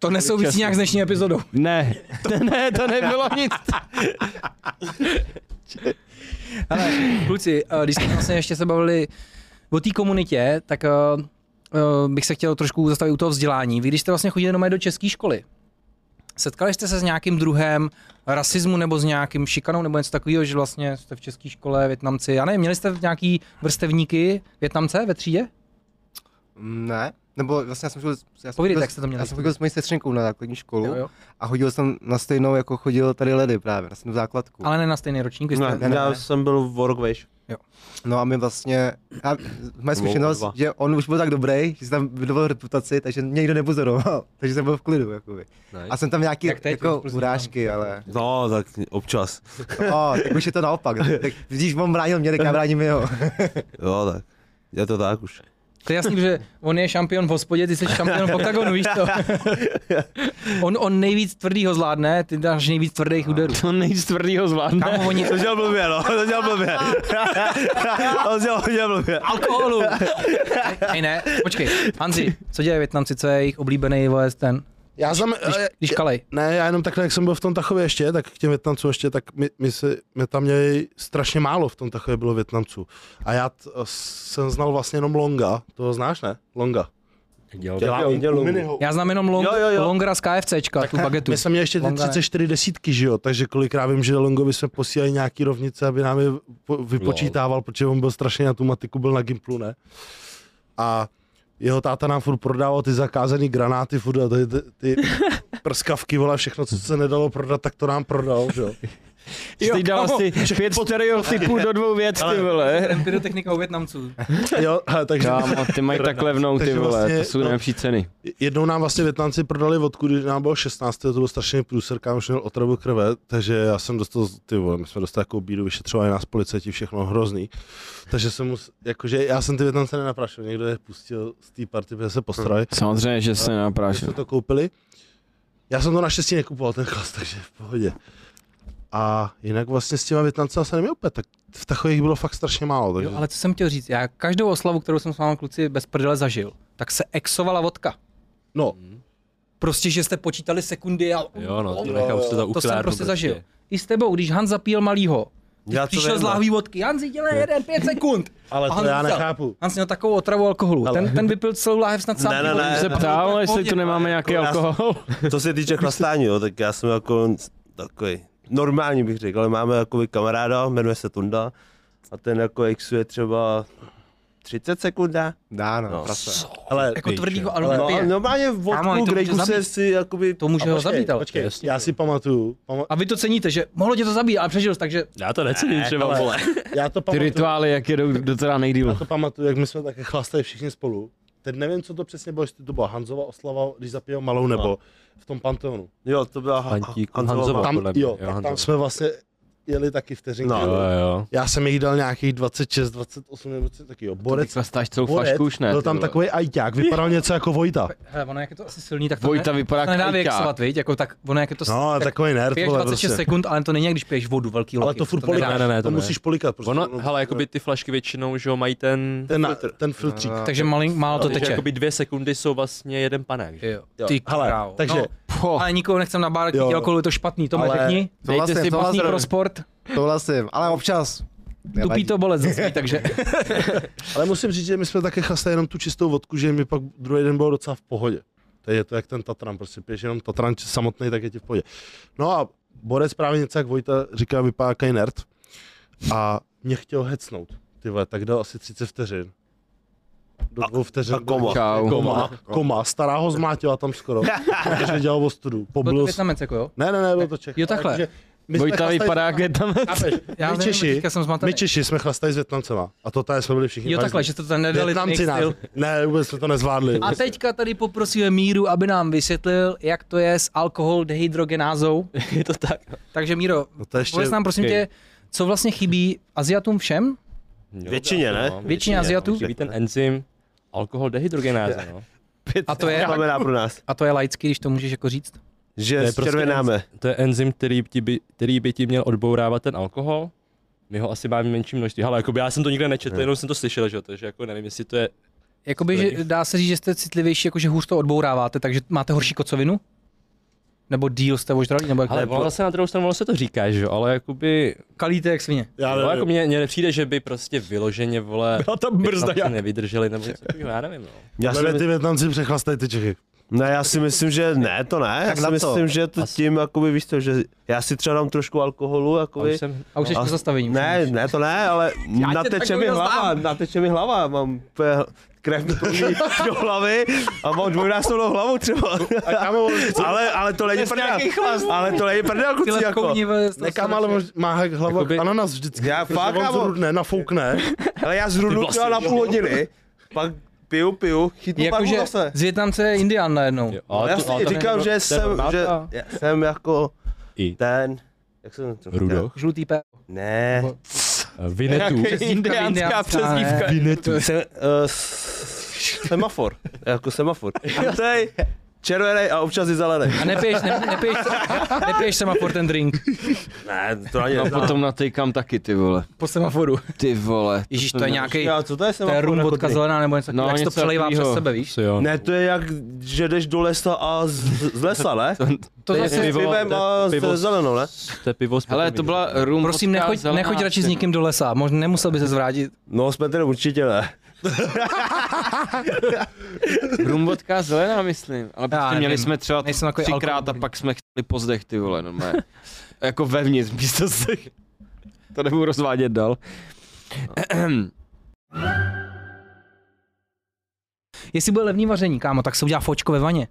Speaker 1: to nesouvisí nějak s dnešní epizodou.
Speaker 2: Ne, to, ne, to nebylo nic.
Speaker 1: Hele, kluci, eh, když jsme vlastně ještě se bavili o té komunitě, tak eh, eh, bych se chtěl trošku zastavit u toho vzdělání. Vy, když jste vlastně chodili doma do české školy, setkali jste se s nějakým druhem rasismu nebo s nějakým šikanou nebo něco takového, že vlastně jste v české škole Větnamci, já nevím, měli jste nějaký vrstevníky Větnamce ve třídě?
Speaker 5: Ne, nebo vlastně já jsem chodil, já jsem
Speaker 1: Povídej,
Speaker 5: chodil,
Speaker 1: tak jste to měli.
Speaker 5: já jsem chodil s mojí sestřenkou na základní školu jo, jo. a chodil jsem na stejnou, jako chodil tady Ledy právě, na stejnou základku.
Speaker 1: Ale ne na stejný ročník, vy jste...
Speaker 3: Ne,
Speaker 1: Ne, ne,
Speaker 3: No, já
Speaker 1: ne.
Speaker 3: jsem byl v Workwage.
Speaker 5: No a my vlastně, já, moje zkušenost,
Speaker 3: dva.
Speaker 5: že on už byl tak dobrý, že tam budoval reputaci, takže mě nikdo nepozoroval, takže jsem byl v klidu, jakoby. A jsem tam nějaký
Speaker 1: Jak teď,
Speaker 5: jako
Speaker 1: už prostě
Speaker 5: urážky, ale,
Speaker 3: No, tak občas.
Speaker 5: o, tak už je to naopak, tak vidíš, on bránil mě, tak já bráním jeho.
Speaker 3: Jo, tak. Je to tak už.
Speaker 1: To je jasný, že on je šampion v hospodě, ty jsi šampion v oktagonu, víš to? on, on nejvíc tvrdýho zvládne, ty dáš nejvíc tvrdých úderů.
Speaker 2: To nejvíc tvrdýho zvládne.
Speaker 1: Kámo, oni
Speaker 3: To dělal blbě, no, to dělal blbě. to dělal hodně blbě.
Speaker 1: alkoholu. Hej ne, počkej, Hanzi, co dělají Větnamci, co je jejich oblíbený vole ten,
Speaker 4: Já jsem,
Speaker 1: když,
Speaker 4: eh,
Speaker 1: když kalej.
Speaker 4: ne, já jenom takhle, jak jsem byl v tom Tachově ještě, tak k těm Větnamcům ještě, tak my, my, si, my tam měli strašně málo v tom Tachově bylo Větnamců. A já t, jsem znal vlastně jenom Longa, toho znáš, ne? Longa.
Speaker 6: Dělal,
Speaker 3: jo,
Speaker 4: Dělá
Speaker 3: dělal Longu.
Speaker 4: miniho.
Speaker 1: Já znám jenom long,
Speaker 3: Jo, jo, jo.
Speaker 1: Longra z KFCčka, tu bagetu.
Speaker 4: My jsme měli ještě ty
Speaker 1: Longa ne.
Speaker 4: 34 desítky, že jo? Takže kolikrát vím, že Longovi jsme posílali nějaký rovnice, aby nám je po-
Speaker 1: No.
Speaker 4: vypočítával, protože on byl strašně na tu matiku, byl na Gimplu, ne? A jeho táta nám furt prodával ty zakázané granáty, furt a ty, ty, ty prskavky, vole, všechno, co se nedalo prodat, tak to nám prodal, že jo?
Speaker 2: Jo, Ty dal asi pět stereotypů do dvou věc, ty vole.
Speaker 1: Pyrotechnika u Větnamců.
Speaker 4: jo hele, takže
Speaker 2: Kámo, ty mají tak levnou, ty
Speaker 4: Takže
Speaker 2: vole,
Speaker 4: vlastně-
Speaker 2: to jsou
Speaker 4: no.
Speaker 2: nejlepší ceny.
Speaker 4: jednou nám vlastně Větnamci prodali vodku, když nám bylo 16, to byl strašný průser, kam už měl otravu krve, takže já jsem dostal, ty vole, my jsme dostali jako bídu, vyšetřovali nás policajti, všechno hrozný. Takže jsem mus, jakože já jsem ty Větnamce nenaprašil, někdo je pustil z té party, protože se postarali,
Speaker 2: Samozřejmě, že se
Speaker 4: takže
Speaker 2: naprášil.
Speaker 4: jsme to koupili. Já jsem to naštěstí nekupoval, ten klas, takže v pohodě. A jinak vlastně s těma Větnamcema se neměl úplně, tak v takových bylo fakt strašně málo. Takže...
Speaker 1: Jo, ale co jsem chtěl říct, já každou oslavu, kterou jsem s vámi kluci bez prdele zažil, tak se exovala vodka.
Speaker 4: No,
Speaker 1: Prostě, že jste počítali sekundy a
Speaker 6: Jo, no, to nechám se za
Speaker 1: to jsem
Speaker 6: uklárnu
Speaker 1: prostě zažil. I s tebou, když Han zapíjel malýho,
Speaker 3: Já to
Speaker 1: přišel
Speaker 3: vím,
Speaker 1: z
Speaker 3: no.
Speaker 1: láhví vodky, Hanzi, dělej jeden, pět sekund.
Speaker 4: ale
Speaker 1: Aha,
Speaker 4: to já
Speaker 1: no,
Speaker 4: nechápu.
Speaker 1: Han měl takovou otravu alkoholu, ten, ten vypil celou láhev snad sám.
Speaker 3: Ne, ne,
Speaker 1: ty vole,
Speaker 3: ne,
Speaker 1: když
Speaker 2: Se
Speaker 3: ne.
Speaker 2: ptal, jestli
Speaker 1: Pohodě,
Speaker 2: tu nemáme nějaký
Speaker 3: já-
Speaker 2: alkohol.
Speaker 3: Co se týče chlastání, jo, tak já jsem jako takový, normální bych řekl, ale máme jako kamaráda, jmenuje se Tunda a ten jako exuje třeba 30 sekund, ne?
Speaker 5: Dá no,
Speaker 3: No.
Speaker 5: prase.
Speaker 4: Ale
Speaker 1: Jako tvrdýho, ale
Speaker 3: Ale no,
Speaker 1: nepije.
Speaker 3: normálně
Speaker 1: Kámo, ale
Speaker 3: vodku,
Speaker 1: to může
Speaker 3: grejku se
Speaker 1: zabít.
Speaker 3: si jakoby...
Speaker 1: To může
Speaker 3: A
Speaker 1: ho
Speaker 3: počkej,
Speaker 1: zabít, ale.
Speaker 4: Počkej, já si pamatuju, pama-
Speaker 1: A vy to ceníte, že mohlo tě to zabít, ale přežil jsi, takže
Speaker 6: Já to necením třeba, vole.
Speaker 4: já to
Speaker 2: Ty
Speaker 4: pamatuju.
Speaker 2: rituály, jak jedou do teda nejdýl.
Speaker 4: to pamatuju, jak my jsme také chlastali všichni spolu. Teď nevím, co to přesně bylo, jestli to byla Hanzova oslava, když zapíjel malou, nebo v tom Panteonu.
Speaker 3: Jo, to byla ha-
Speaker 6: Pantíku,
Speaker 3: Hanzova.
Speaker 6: Hanzova.
Speaker 4: Tam,
Speaker 6: podle mě,
Speaker 4: jo,
Speaker 6: jo,
Speaker 4: tak tam
Speaker 6: Hanzova.
Speaker 4: jsme vlastně jeli taky vteřinky.
Speaker 3: No,
Speaker 6: Jo, jo.
Speaker 4: Já jsem jich dal nějakých 26, 28 nebo co taky, jo. Borec,
Speaker 2: Zastáš celou
Speaker 4: Borec
Speaker 2: flašku už ne.
Speaker 4: byl
Speaker 2: ty
Speaker 4: tam
Speaker 2: vole.
Speaker 4: takový ajťák, vypadal něco jako Vojta.
Speaker 1: Hele, ono jak je to asi silný, tak to,
Speaker 2: Vojta
Speaker 1: ne,
Speaker 2: vypadá
Speaker 1: to nedá
Speaker 2: jak ajťák.
Speaker 1: vyexovat, viď? Jako tak, ono jak je to
Speaker 4: No,
Speaker 1: tak
Speaker 4: takový nerd,
Speaker 1: piješ
Speaker 4: vole,
Speaker 1: 26
Speaker 4: prostě.
Speaker 1: sekund, ale to není jak když piješ vodu, velký
Speaker 4: Ale
Speaker 1: loky,
Speaker 4: to furt
Speaker 1: nedá.
Speaker 4: polikáš,
Speaker 6: Ne, ne, ne,
Speaker 4: to
Speaker 6: to ne.
Speaker 4: musíš polikat. Prostě.
Speaker 6: Ono, hele, jakoby ty flašky většinou, že jo, mají ten...
Speaker 4: ten, ten filtřík.
Speaker 1: Takže malý, málo to
Speaker 6: že
Speaker 1: teče.
Speaker 6: Jakoby dvě sekundy jsou vlastně jeden panák, že?
Speaker 1: Jo.
Speaker 4: Jo,
Speaker 1: Ty
Speaker 4: hele,
Speaker 1: krávo.
Speaker 4: takže-
Speaker 1: no, ale nikoho nechcem nabádat,
Speaker 4: Jo.
Speaker 1: jo. alkoholu je to špatný, to mi
Speaker 4: Ale- vlastně-
Speaker 1: řekni.
Speaker 2: Dejte si botný
Speaker 5: Souhlasím,
Speaker 1: Vlastní
Speaker 2: pro
Speaker 1: pro sport,
Speaker 5: Souhlasím, ale občas.
Speaker 1: tupí
Speaker 5: nevadí.
Speaker 1: to bolest zase, takže
Speaker 4: Ale musím říct, že my jsme také chlastali jenom tu čistou vodku, že mi pak druhý den bylo docela v pohodě. To je to jak ten Tatran, prostě piješ jenom Tatran či- samotný, tak je ti v pohodě. No a Borec právě něco, jak Vojta říká, vypadá jaký nerd. A mě chtěl hecnout, ty vole, tak dal asi 30 vteřin. Do dvou vteřin.
Speaker 3: a koma.
Speaker 2: Čau.
Speaker 4: Koma, koma, stará ho zmátila tam skoro, protože dělal o studu.
Speaker 1: byl to
Speaker 4: Poblil, s-
Speaker 1: Větnamec, jako jo.
Speaker 4: ne, ne, ne, byl to Čech.
Speaker 1: Jo, takhle.
Speaker 4: Takže my jsme
Speaker 2: Vojta
Speaker 4: chlastali-
Speaker 2: vypadá jak je tam.
Speaker 4: Chápeš?
Speaker 1: Já
Speaker 4: My
Speaker 1: nevím,
Speaker 4: Češi,
Speaker 1: teďka jsem zmatený.
Speaker 4: my Češi jsme chlastali s Větnamcema. A totálně jsme byli všichni.
Speaker 1: Jo, takhle,
Speaker 4: paraziti.
Speaker 1: že jste to tam nedali ten
Speaker 4: Větnamci nás.
Speaker 1: styl.
Speaker 4: Ne, vůbec jsme to nezvládli.
Speaker 1: A teďka tady poprosíme Míru, aby nám vysvětlil, jak to je s alkohol dehydrogenázou.
Speaker 6: Je to tak.
Speaker 1: Takže Míro,
Speaker 4: No to ještě-
Speaker 1: pověz nám prosím
Speaker 4: ok.
Speaker 1: tě, co vlastně chybí Aziatům všem?
Speaker 3: Většině, ne?
Speaker 6: Většině,
Speaker 1: Většině Aziatů?
Speaker 6: Chybí ten enzym alkohol dehydrogenáza, no.
Speaker 1: A to je,
Speaker 3: To znamená pro nás,
Speaker 1: a to je laicky, když to můžeš jako říct.
Speaker 3: že
Speaker 4: je prostě
Speaker 3: zčervenáme.
Speaker 6: To je enzym, který, ti by, který by ti měl odbourávat ten alkohol. My ho asi máme v menší množství. Ale jako já jsem to nikde nečetl, jenom jsem to slyšel, že jo, takže jako nevím, jestli to je
Speaker 1: Jakoby, že dá se říct, že jste citlivější, jako že hůř to odbouráváte, takže máte horší kocovinu? Nebo díl jste ožralý, nebo jak
Speaker 6: Ale ono zase na druhou stranu ono se to říká, že jo, ale jakoby,
Speaker 1: kalíte jak svině.
Speaker 4: Já
Speaker 6: ale... jako
Speaker 4: nevím.
Speaker 6: mně, mně nepřijde, že by prostě vyloženě, vole,
Speaker 2: Byla tam brzda,
Speaker 6: Větnamci nevydrželi nebo něco, takového, já nevím, no.
Speaker 3: Já si,
Speaker 4: Ale
Speaker 3: my-
Speaker 4: ty Větnamci přechlastají ty Čechy.
Speaker 3: ne, já si myslím, že ne, to ne. Já
Speaker 5: Tak
Speaker 3: si
Speaker 5: na to.
Speaker 3: myslím, že to
Speaker 6: Asi.
Speaker 3: tím, jakoby, víš to, že já si třeba dám trošku alkoholu,
Speaker 6: A
Speaker 3: jakoby.
Speaker 6: už jsem,
Speaker 1: A už jsi
Speaker 3: A-
Speaker 1: po zastavení. už
Speaker 3: No. Ne,
Speaker 1: nemůžeš.
Speaker 3: ne, to ne, ale nateče mi
Speaker 1: takovýho
Speaker 3: hlava,
Speaker 1: znám.
Speaker 3: nateče mi hlava, mám úplně krev mi proudí do hlavy a mám dvojnásobnou hlavu třeba. ale, ale to není prdel, ale to není prdel,
Speaker 1: Ty
Speaker 3: kluci, jako.
Speaker 1: lepkovní ve-
Speaker 4: Nekam, ale mož- má jak hlava
Speaker 6: Jakoby-
Speaker 4: Jakoby... ananas vždycky.
Speaker 3: Já
Speaker 4: protože
Speaker 3: fakt,
Speaker 4: on
Speaker 3: kámo.
Speaker 4: zrudne, nafoukne.
Speaker 3: Ale já zhrunu
Speaker 6: vlasy,
Speaker 3: třeba na půl hodiny, pak piju, piju, chytnu jako
Speaker 1: Jakože
Speaker 3: barvu zase.
Speaker 1: z Větnamce je Indián najednou.
Speaker 6: jo,
Speaker 3: Ale
Speaker 6: ale,
Speaker 3: já
Speaker 6: to, ale
Speaker 3: si
Speaker 6: to
Speaker 3: říkám,
Speaker 6: není-
Speaker 3: že
Speaker 6: to je
Speaker 3: jsem, že
Speaker 6: normálka.
Speaker 3: já jsem jako
Speaker 6: I
Speaker 3: ten, jak jsem to
Speaker 6: Rudo,
Speaker 1: Žlutý P.
Speaker 3: Ne,
Speaker 6: eh, Vinetu,
Speaker 1: indiánská přezdívka.
Speaker 3: jsem, uh, semafor, jako semafor. Tady červený a občas i zelený.
Speaker 1: A nepiješ, ne, nepiješ, nepiješ semafor ten drink
Speaker 3: Ne, to ani
Speaker 1: No,
Speaker 2: A
Speaker 4: No,
Speaker 3: neznám.
Speaker 2: No, potom natejkám taky, ty vole.
Speaker 1: po semaforu.
Speaker 2: Ty vole.
Speaker 1: Ježíš, to je nějaký
Speaker 3: Já, co to
Speaker 1: to
Speaker 3: je
Speaker 1: je
Speaker 3: semafor?
Speaker 1: rum,
Speaker 3: jako
Speaker 1: vodka
Speaker 3: drink?
Speaker 1: zelená nebo něco,
Speaker 2: No,
Speaker 1: no, jak se to
Speaker 2: něco
Speaker 1: přelejvá přes
Speaker 2: takovýho.
Speaker 1: sebe, víš?
Speaker 6: co jo,
Speaker 3: Ne, to je jak, že jdeš do lesa a z, z lesa, ne?
Speaker 1: To
Speaker 3: je s
Speaker 1: zase,
Speaker 6: pivo,
Speaker 3: pivem
Speaker 6: to je
Speaker 3: a
Speaker 6: pivo.
Speaker 3: s zelenou, ne?
Speaker 6: to je pivo s
Speaker 2: Hele,
Speaker 6: pepem,
Speaker 2: to
Speaker 6: že?
Speaker 2: byla rum,
Speaker 1: prosím,
Speaker 2: vodka,
Speaker 1: nechoď,
Speaker 2: zelená, prostě.
Speaker 1: nechoď radši s
Speaker 2: ty-
Speaker 1: nikým do lesa, možná nemusel by se zvrátit.
Speaker 3: No, jsme tedy určitě ne.
Speaker 2: Rum, vodka, zelená, myslím. Ale
Speaker 1: Já
Speaker 2: prostě měli
Speaker 1: nevím.
Speaker 2: jsme třeba
Speaker 1: Nejsem takový
Speaker 2: třikrát a
Speaker 1: alkoholik.
Speaker 2: pak jsme chtěli pozdech, ty vole, normálně. jako vevnitř, místo se. To nebudu rozvádět dál.
Speaker 1: Jestli bude levný vaření, kámo, tak se udělá fočko ve vaně.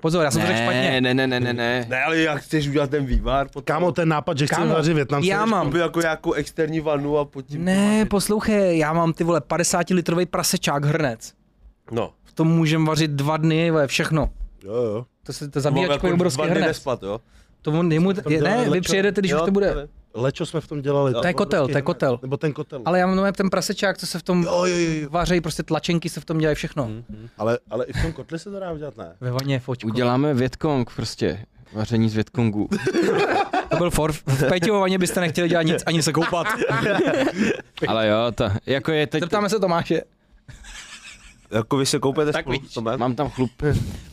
Speaker 1: Pozor, já jsem to řekl špatně.
Speaker 2: ne, ne, ne, ne, ne, ne.
Speaker 3: Ne, ale jak chceš udělat ten vývar? Potom,
Speaker 4: Kámo, ten nápad, že chci
Speaker 1: Kámo,
Speaker 4: vařit Větnamci.
Speaker 1: Já
Speaker 3: Tam
Speaker 1: mám,
Speaker 3: by jako nějakou externí vanu a pod tím...
Speaker 1: ne, poslouchej, já mám ty vole 50 litrový prasečák hrnec.
Speaker 3: No.
Speaker 1: V tom můžem vařit dva dny, vole, všechno.
Speaker 4: Jo, jo.
Speaker 1: To se to zabíjačko je jako obrovský
Speaker 3: jako dva dny
Speaker 1: hrnec.
Speaker 3: nespat, jo?
Speaker 1: To on, jemu, je,
Speaker 4: děláme
Speaker 1: ne, vy
Speaker 4: lečo.
Speaker 1: přijedete, když
Speaker 3: jo,
Speaker 1: už to bude.
Speaker 3: nevím.
Speaker 4: Lečo jsme v tom dělali.
Speaker 1: To je
Speaker 4: byl
Speaker 1: kotel,
Speaker 4: obrovský
Speaker 1: to je
Speaker 4: hrnec.
Speaker 1: kotel.
Speaker 4: Nebo ten kotel. Ale,
Speaker 1: Ale já mám nové ten prasečák, co se v tom jo, jo, jo. Hmm. vařejí, prostě tlačenky se v tom dělají všechno.
Speaker 4: ale, ale i v tom kotli se to dá udělat, ne?
Speaker 1: Ve vaně fočko.
Speaker 2: Uděláme Větkong prostě. Vaření z Větkongu.
Speaker 1: To byl for. V Péťovo vaně byste nechtěli dělat nic, ani se koupat.
Speaker 2: Ale jo, ta, jako je teď...
Speaker 1: Zeptáme se Tomáše.
Speaker 3: Jako vy se koupete spolu, to má.
Speaker 2: Mám tam chlup.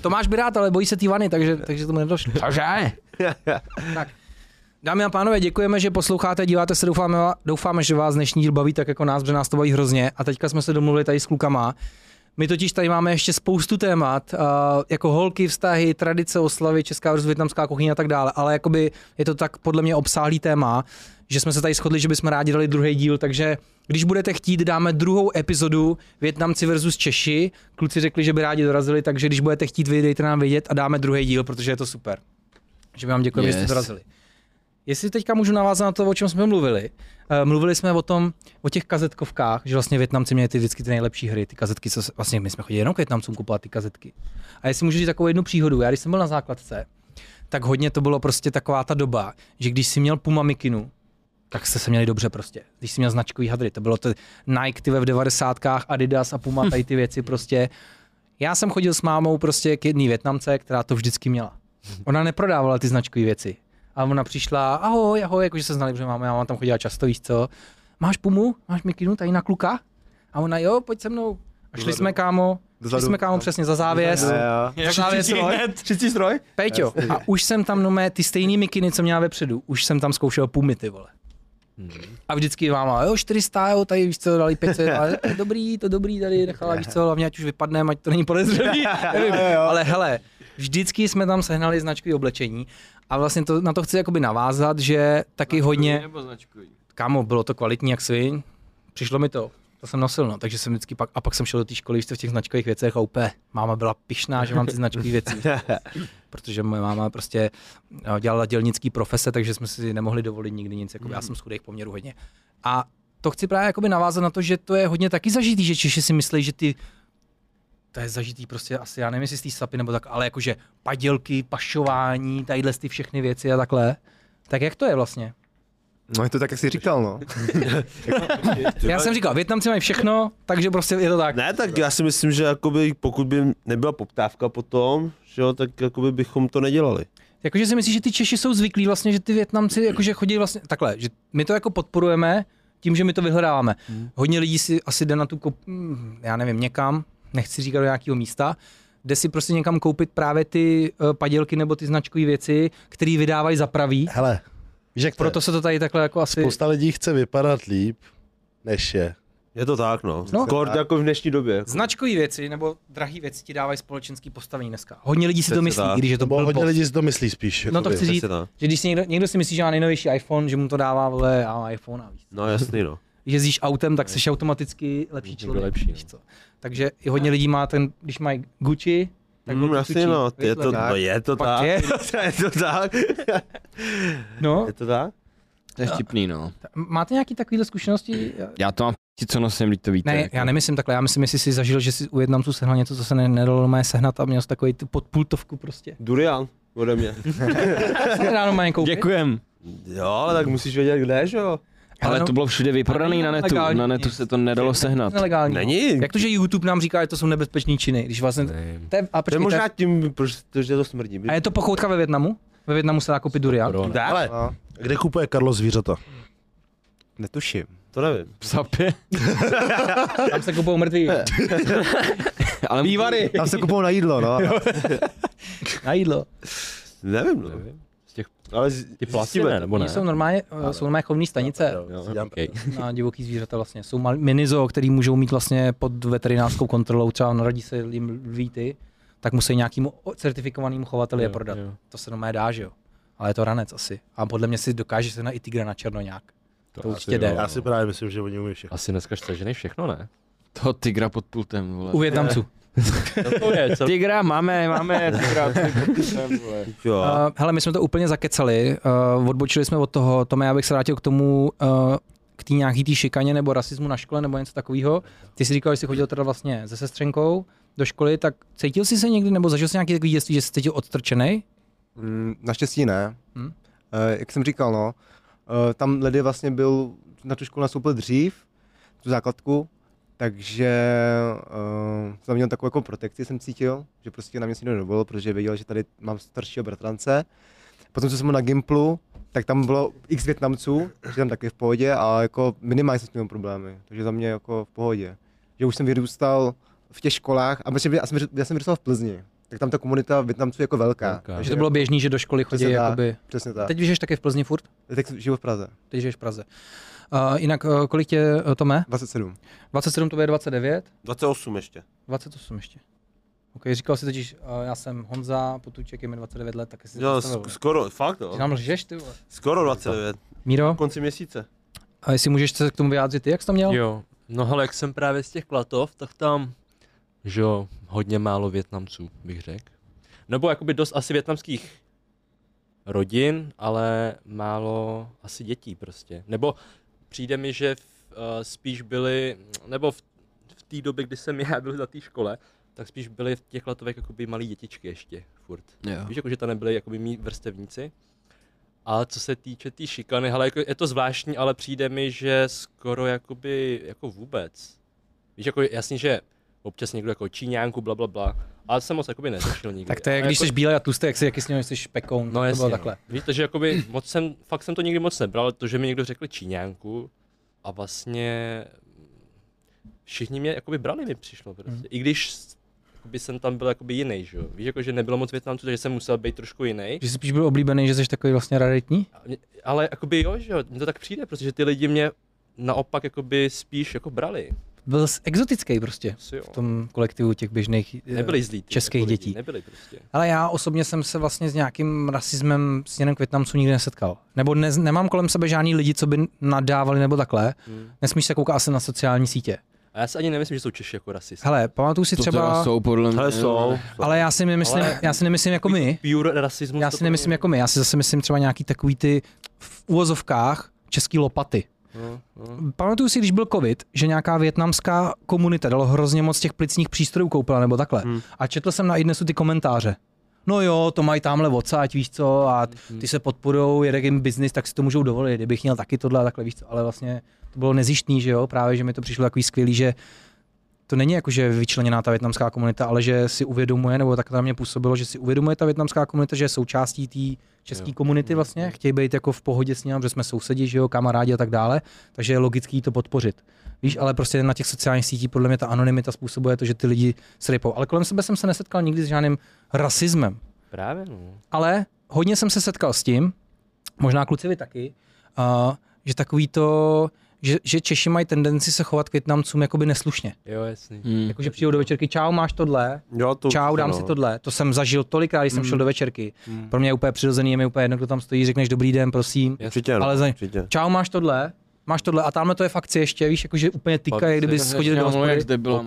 Speaker 1: Tomáš by rád, ale bojí se té vany, takže, takže tomu nedošlo.
Speaker 2: Cože?
Speaker 1: Dámy a pánové, děkujeme, že posloucháte, díváte se, doufáme, doufáme, že vás dnešní díl baví tak jako nás, protože nás to baví hrozně. A teďka jsme se domluvili tady s klukama. My totiž tady máme ještě spoustu témat, a jako holky, vztahy, tradice, oslavy, česká versus větnamská kuchyně a tak dále, ale jakoby je to tak podle mě obsáhlý téma, že jsme se tady shodli, že bychom rádi dali druhý díl, takže když budete chtít, dáme druhou epizodu Větnamci versus Češi. Kluci řekli, že by rádi dorazili, takže když budete chtít, vy dejte nám vědět a dáme druhý díl, protože je to super. Takže vám děkujeme, yes. že
Speaker 2: Yes.
Speaker 1: jste dorazili. Jestli teďka můžu navázat na to, o čem jsme mluvili. Eh, Mluvili jsme o tom, o těch kazetkovkách, že vlastně Větnamci měli ty vždycky ty nejlepší hry, ty kazetky, co se, vlastně my jsme chodili jenom k Větnamcům kupovat ty kazetky. A jestli můžu říct takovou jednu příhodu, já když jsem byl na základce, tak hodně to bylo prostě taková ta doba, že když si měl Puma Mikinu, tak jste se měli dobře prostě. Když si měl značkový hadry, to bylo to Nike ty ve v devadesátkách, Adidas a Puma, tady ty věci prostě. Já jsem chodil s mámou prostě k jedné Větnamce, která to vždycky měla. Ona neprodávala ty značkové věci. A ona přišla, ahoj, ahoj, jakože se znali, protože máma, já mám tam chodila často, víš co. Máš Pumu? Máš Mikinu tady na kluka? A ona, jo, pojď se mnou. A šli jsme, kámo, šli
Speaker 5: Dozadu.
Speaker 1: jsme, kámo, přesně za závěs.
Speaker 5: Jo, jo.
Speaker 1: Za závěs, no.
Speaker 3: Třetí stroj?
Speaker 1: Peťo, a už jsem tam nomé ty stejný mikiny, co měla vepředu, už jsem tam zkoušel pumy, ty vole. A vždycky máma, jo, 400, jo, tady víš co, dali 500, ale to je dobrý, to dobrý, tady nechala, víš co, hlavně ať už vypadne, ať to není podezřelý, nevím. ale hele, vždycky jsme tam sehnali značkový oblečení a vlastně to, na to chci jakoby navázat, že taky hodně,
Speaker 2: Nebo značkují.
Speaker 1: kámo, bylo to kvalitní jak svin, přišlo mi to, To jsem nosil, no, takže jsem vždycky pak, a pak jsem šel do té školy ještě v těch značkových věcech a úplně máma byla pišná, že mám ty značkové věci. Protože moje máma prostě no, dělala dělnický profese, takže jsme si nemohli dovolit nikdy nic, jako já jsem z chudých poměrů hodně. A to chci právě jakoby navázat na to, že to je hodně taky zažitý, že Češi si myslí, že ty to je zažitý prostě asi, já nevím, jestli z té sapy nebo tak, ale jakože padělky, pašování, tadyhle ty všechny věci a takhle. Tak jak to je vlastně?
Speaker 5: No je to tak, jak jsi říkal, no.
Speaker 1: Já jsem říkal, Větnamci mají všechno, takže prostě je to tak.
Speaker 3: Ne, tak já si myslím, že jakoby, pokud by nebyla poptávka potom, že jo, tak jakoby bychom to nedělali.
Speaker 1: Jakože si myslíš, že ty Češi jsou zvyklí vlastně, že ty Větnamci jakože chodí vlastně takhle, že my to jako podporujeme tím, že my to vyhledáváme.
Speaker 3: Hmm.
Speaker 1: Hodně lidí si asi jde na tu, kop... mm, já nevím, někam, nechci říkat do nějakého místa, jde si prostě někam koupit právě ty eh, padělky nebo ty značkové věci, které vydávají za pravý.
Speaker 4: Hele, víš, jak
Speaker 1: Proto
Speaker 4: proto
Speaker 1: se to tady takhle jako asi...
Speaker 4: spousta lidí chce vypadat líp, než je.
Speaker 3: Je to tak, no.
Speaker 1: No.
Speaker 3: no. Kort jako v dnešní době.
Speaker 1: Značkové věci nebo drahé věci ti dávají společenský postavení dneska. Hodně lidí si to
Speaker 3: Přesně
Speaker 1: myslí,
Speaker 3: tak.
Speaker 1: i když je to
Speaker 4: Nebo hodně
Speaker 1: blbost.
Speaker 4: lidí si to myslí spíš.
Speaker 1: No to
Speaker 4: jakoby.
Speaker 1: chci říct,
Speaker 3: Přesně tak.
Speaker 1: že když si někdo, někdo si myslí, že má nejnovější iPhone, že mu to dává, vole, já mám iPhone a víc.
Speaker 3: No jasný, no.
Speaker 1: Když jezdíš autem, tak jsi automaticky lepší člověk.
Speaker 6: lepší, no.
Speaker 1: víš co. Takže i hodně lidí má ten, když mají Gucci, tak
Speaker 3: Mm,
Speaker 1: mm,
Speaker 3: jasný, no. Je to,
Speaker 1: tak.
Speaker 3: no, je to
Speaker 1: Pak
Speaker 3: tak.
Speaker 1: je.
Speaker 3: je to tak.
Speaker 1: No,
Speaker 3: je to tak?
Speaker 2: To je vtipný, no.
Speaker 1: t- máte nějaký takovýhle zkušenosti? Já-
Speaker 2: Já to mám ti, co nosím, když to víte.
Speaker 1: Ne,
Speaker 2: jako.
Speaker 1: já nemyslím takhle, já myslím, jestli jsi zažil, že jsi u Větnamců sehnal něco, co se ne, nedalo mé sehnat a měl jsi takový ty podpultovku prostě.
Speaker 3: Durian ode mě.
Speaker 1: Co se ráno mají koupit?
Speaker 2: Děkujem.
Speaker 3: Jo, ale tak musíš vědět, kde, že jo?
Speaker 2: Ale
Speaker 1: no,
Speaker 2: to bylo všude vyprodaný na netu.
Speaker 1: Legální.
Speaker 2: Na netu se to nedalo sehnat.
Speaker 1: Nelegální.
Speaker 3: Není.
Speaker 1: Jak to, že YouTube nám říká, že to jsou nebezpečný činy, když vlastně... To je, a,
Speaker 3: To je
Speaker 1: počkej,
Speaker 3: možná tím, protože to smrdí.
Speaker 1: a je to pochoutka ve Větnamu? Ve Větnamu se dá koupit durian?
Speaker 6: Pro,
Speaker 3: Dá?
Speaker 4: Ale
Speaker 5: no.
Speaker 4: kde kupuje Karlo zvířata?
Speaker 5: Netuším.
Speaker 3: To nevím.
Speaker 2: Psapě.
Speaker 1: Tam se kupují mrtví.
Speaker 2: Ale Bývary.
Speaker 5: Tam se kupou na jídlo, no.
Speaker 1: Na jídlo.
Speaker 3: Nevím, no.
Speaker 6: Z těch,
Speaker 3: Ale z, no.
Speaker 6: ty plasty ne, nebo ne?
Speaker 1: Oni jsou normálně, eh, jsou normálně chovní stanice
Speaker 6: Jo,
Speaker 4: Dělám
Speaker 6: okay.
Speaker 1: na divoký zvířata vlastně. Jsou mal, minizo, který můžou mít vlastně pod veterinářskou kontrolou, třeba narodí se jim lví ty, tak musí nějakému certifikovanému chovateli je
Speaker 6: Jo,
Speaker 1: prodat.
Speaker 6: jo.
Speaker 1: To se normálně dá, že jo. Ale je to ranec asi. A podle mě si dokáže se na i tigra na černo nějak. To určitě jde.
Speaker 4: Já si právě myslím, že oni umí všechno.
Speaker 6: Asi dneska stažený všechno, ne?
Speaker 2: Toho tigra pod pultem, vole.
Speaker 1: U Větnamců.
Speaker 6: No To je celý.
Speaker 2: Tigra máme, máme tigra tady pod pultem, vole.
Speaker 3: jo.
Speaker 1: Uh, hele, my jsme to úplně zakecali, uh, odbočili jsme od toho, Tome, já bych se vrátil k tomu, uh, k té nějaký té šikaně nebo rasismu na škole nebo něco takového. Ty jsi říkal, že jsi chodil teda vlastně se sestřenkou do školy, tak cítil jsi se někdy nebo zažil jsi nějaký takový dětství, že jsi se cítil odstrčený?
Speaker 5: Mm, Naštěstí ne.
Speaker 1: Hm?
Speaker 5: Hmm? E, jak jsem říkal, no, e, tam Ledy vlastně byl na tu školu nastoupil dřív, tu základku, takže e, jsem tam měl takovou jako protekci, jsem cítil, že prostě na mě si nikdo nedovolil, protože věděl, že tady mám staršího bratrance. Potom, co jsem byl na Gimplu, tak tam bylo x Větnamců, že tam taky v pohodě a jako minimálně jsem s tím měl problémy, takže za mě jako v pohodě. Že už jsem vyrůstal v těch školách, a protože já jsem, já jsem vyrůstal v Plzni, tak tam ta komunita Větnamců je jako velká.
Speaker 6: Velká.
Speaker 1: Že to bylo běžný, že do školy chodí
Speaker 5: Přesně tak.
Speaker 1: jakoby...
Speaker 5: Přesně tak.
Speaker 1: Teď žiješ taky v Plzni furt?
Speaker 5: Teď jsem žiju v Praze.
Speaker 1: Teď žiješ v Praze. Uh, jinak, uh, kolik tě, uh, Tome?
Speaker 5: 27.
Speaker 1: 27, to je 29?
Speaker 3: 28 ještě.
Speaker 1: 28 ještě. OK, říkal jsi totiž, uh, já jsem Honza, Potuček, je mi 29 let, tak jsi
Speaker 3: Jo,
Speaker 1: zastavil.
Speaker 3: sk- skoro, fakt
Speaker 1: Ty
Speaker 3: jo.
Speaker 1: nám lžeš, ty vole.
Speaker 3: Skoro 29.
Speaker 1: Míro,
Speaker 3: Konci měsíce.
Speaker 1: a jestli můžeš se k tomu vyjádřit ty, jak jsi to měl?
Speaker 6: Jo. No hele, jak jsem právě z těch Klatov, tak tam, že jo, hodně málo Větnamců, bych řekl. Nebo jakoby dost asi větnamských rodin, ale málo asi dětí prostě. Nebo přijde mi, že v, uh, spíš byli, nebo v, v té době, kdy jsem já byl za té škole, tak spíš byly v těch Klatovech jakoby malí dětičky ještě furt.
Speaker 2: Jo.
Speaker 6: Víš, jako, že tam nebyli jakoby mý vrstevníci. A co se týče té tý šikany, hele, jako, je to zvláštní, ale přijde mi, že skoro jakoby, jako vůbec. Víš, jako jasně, že občas někdo jako číňánku, bla, bla, bla, ale jsem moc jakoby neřešil nikdy.
Speaker 1: Tak to je,
Speaker 6: A
Speaker 1: jak když
Speaker 6: jako,
Speaker 1: jsi bílý a tlustý, jak jsi, jak jsi, jsi špekoun,
Speaker 6: No
Speaker 1: to
Speaker 6: jasně,
Speaker 1: bylo
Speaker 6: no.
Speaker 1: takhle.
Speaker 6: takhle. Víš, takže jakoby moc jsem, fakt jsem to nikdy moc nebral, to, že mi někdo řekl číňánku a vlastně všichni mě jakoby brali mi přišlo prostě.
Speaker 1: Mhm.
Speaker 6: I když s- jakoby jsem tam byl jakoby jiný, že jo. Víš, jako, že nebylo moc Větnamců, takže jsem musel být trošku jiný.
Speaker 1: Že jsi spíš byl oblíbený, že jsi takový vlastně raritní?
Speaker 6: A mě- Ale jakoby jo, že jo, mně to tak přijde, protože ty lidi mě naopak jakoby spíš jako brali.
Speaker 1: Byl jsi exotický prostě
Speaker 6: Asi jo.
Speaker 1: v tom kolektivu těch běžných eh,
Speaker 6: Nebyli zlí. ty
Speaker 1: českých
Speaker 6: jako lidi,
Speaker 1: dětí.
Speaker 6: Nebyli prostě.
Speaker 1: Ale já osobně jsem se vlastně s nějakým rasismem směrem k Větnamcům nikdy nesetkal. Nebo ne, nemám kolem sebe žádný lidi, co by nadávali nebo takhle. Hmm. Nesmíš se koukat asi na sociální sítě.
Speaker 6: A já si ani nemyslím, že jsou Češi jako rasisti.
Speaker 1: Hele, pamatuju si
Speaker 2: To třeba
Speaker 1: třeba,
Speaker 2: jsou podle mě.
Speaker 3: Hele, jsou.
Speaker 1: ale já si nemyslím,
Speaker 6: Ale-
Speaker 1: já si nemyslím jako my.
Speaker 6: Pure rasismus.
Speaker 1: Já si
Speaker 6: to pro mě-
Speaker 1: nemyslím jako my, já si zase myslím třeba nějaký takový ty v uvozovkách český lopaty.
Speaker 6: No, no.
Speaker 1: Pamatuju si, když byl covid, že nějaká větnamská komunita dalo hrozně moc těch plicních přístrojů koupila nebo takhle. Hmm. A četl jsem na iDnesu ty komentáře. No jo, to mají tamhle odsáď, víš co, a
Speaker 6: Hmm.
Speaker 1: ty se podporou, jede jim business, tak si to můžou dovolit, kdybych měl taky tohle a takhle, víš co, ale vlastně to bylo nezjištný, že jo, právě, že mi to přišlo takový skvělý, že to není jako, že je vyčleněná ta větnamská komunita, ale že si uvědomuje, nebo tak to na mě působilo, že si uvědomuje ta větnamská komunita, že je součástí té české komunity vlastně, chtějí být jako v pohodě s ním, že jsme sousedi, že jo, kamarádi a tak dále, takže je logický to podpořit. Víš, ale prostě na těch sociálních sítích podle mě ta anonymita způsobuje to, že ty lidi se rypou. Ale kolem sebe jsem se nesetkal nikdy s žádným rasismem.
Speaker 6: Právě no.
Speaker 1: Ale hodně jsem se setkal s tím, možná kluci vy taky, uh, že takový to, že, že Češi mají tendenci se chovat k Větnamcům jakoby neslušně.
Speaker 6: Jo, jasný.
Speaker 2: Hmm.
Speaker 1: Jakože přijdou do večerky, čau, máš tohle,
Speaker 3: Jo, to
Speaker 1: čau, dám
Speaker 3: no. Hmm.
Speaker 1: si tohle. To jsem zažil tolikrát, když jsem šel do večerky. Pro mě je úplně přirozený, je mi úplně jedno, kdo tam stojí, řekneš dobrý den, prosím.
Speaker 3: Určitě, no,
Speaker 1: Ale za-
Speaker 3: určitě.
Speaker 1: Čau, máš tohle, máš tohle a tamhle to je v akci ještě, víš, jakože úplně tyka, jak kdyby schodili do hospody.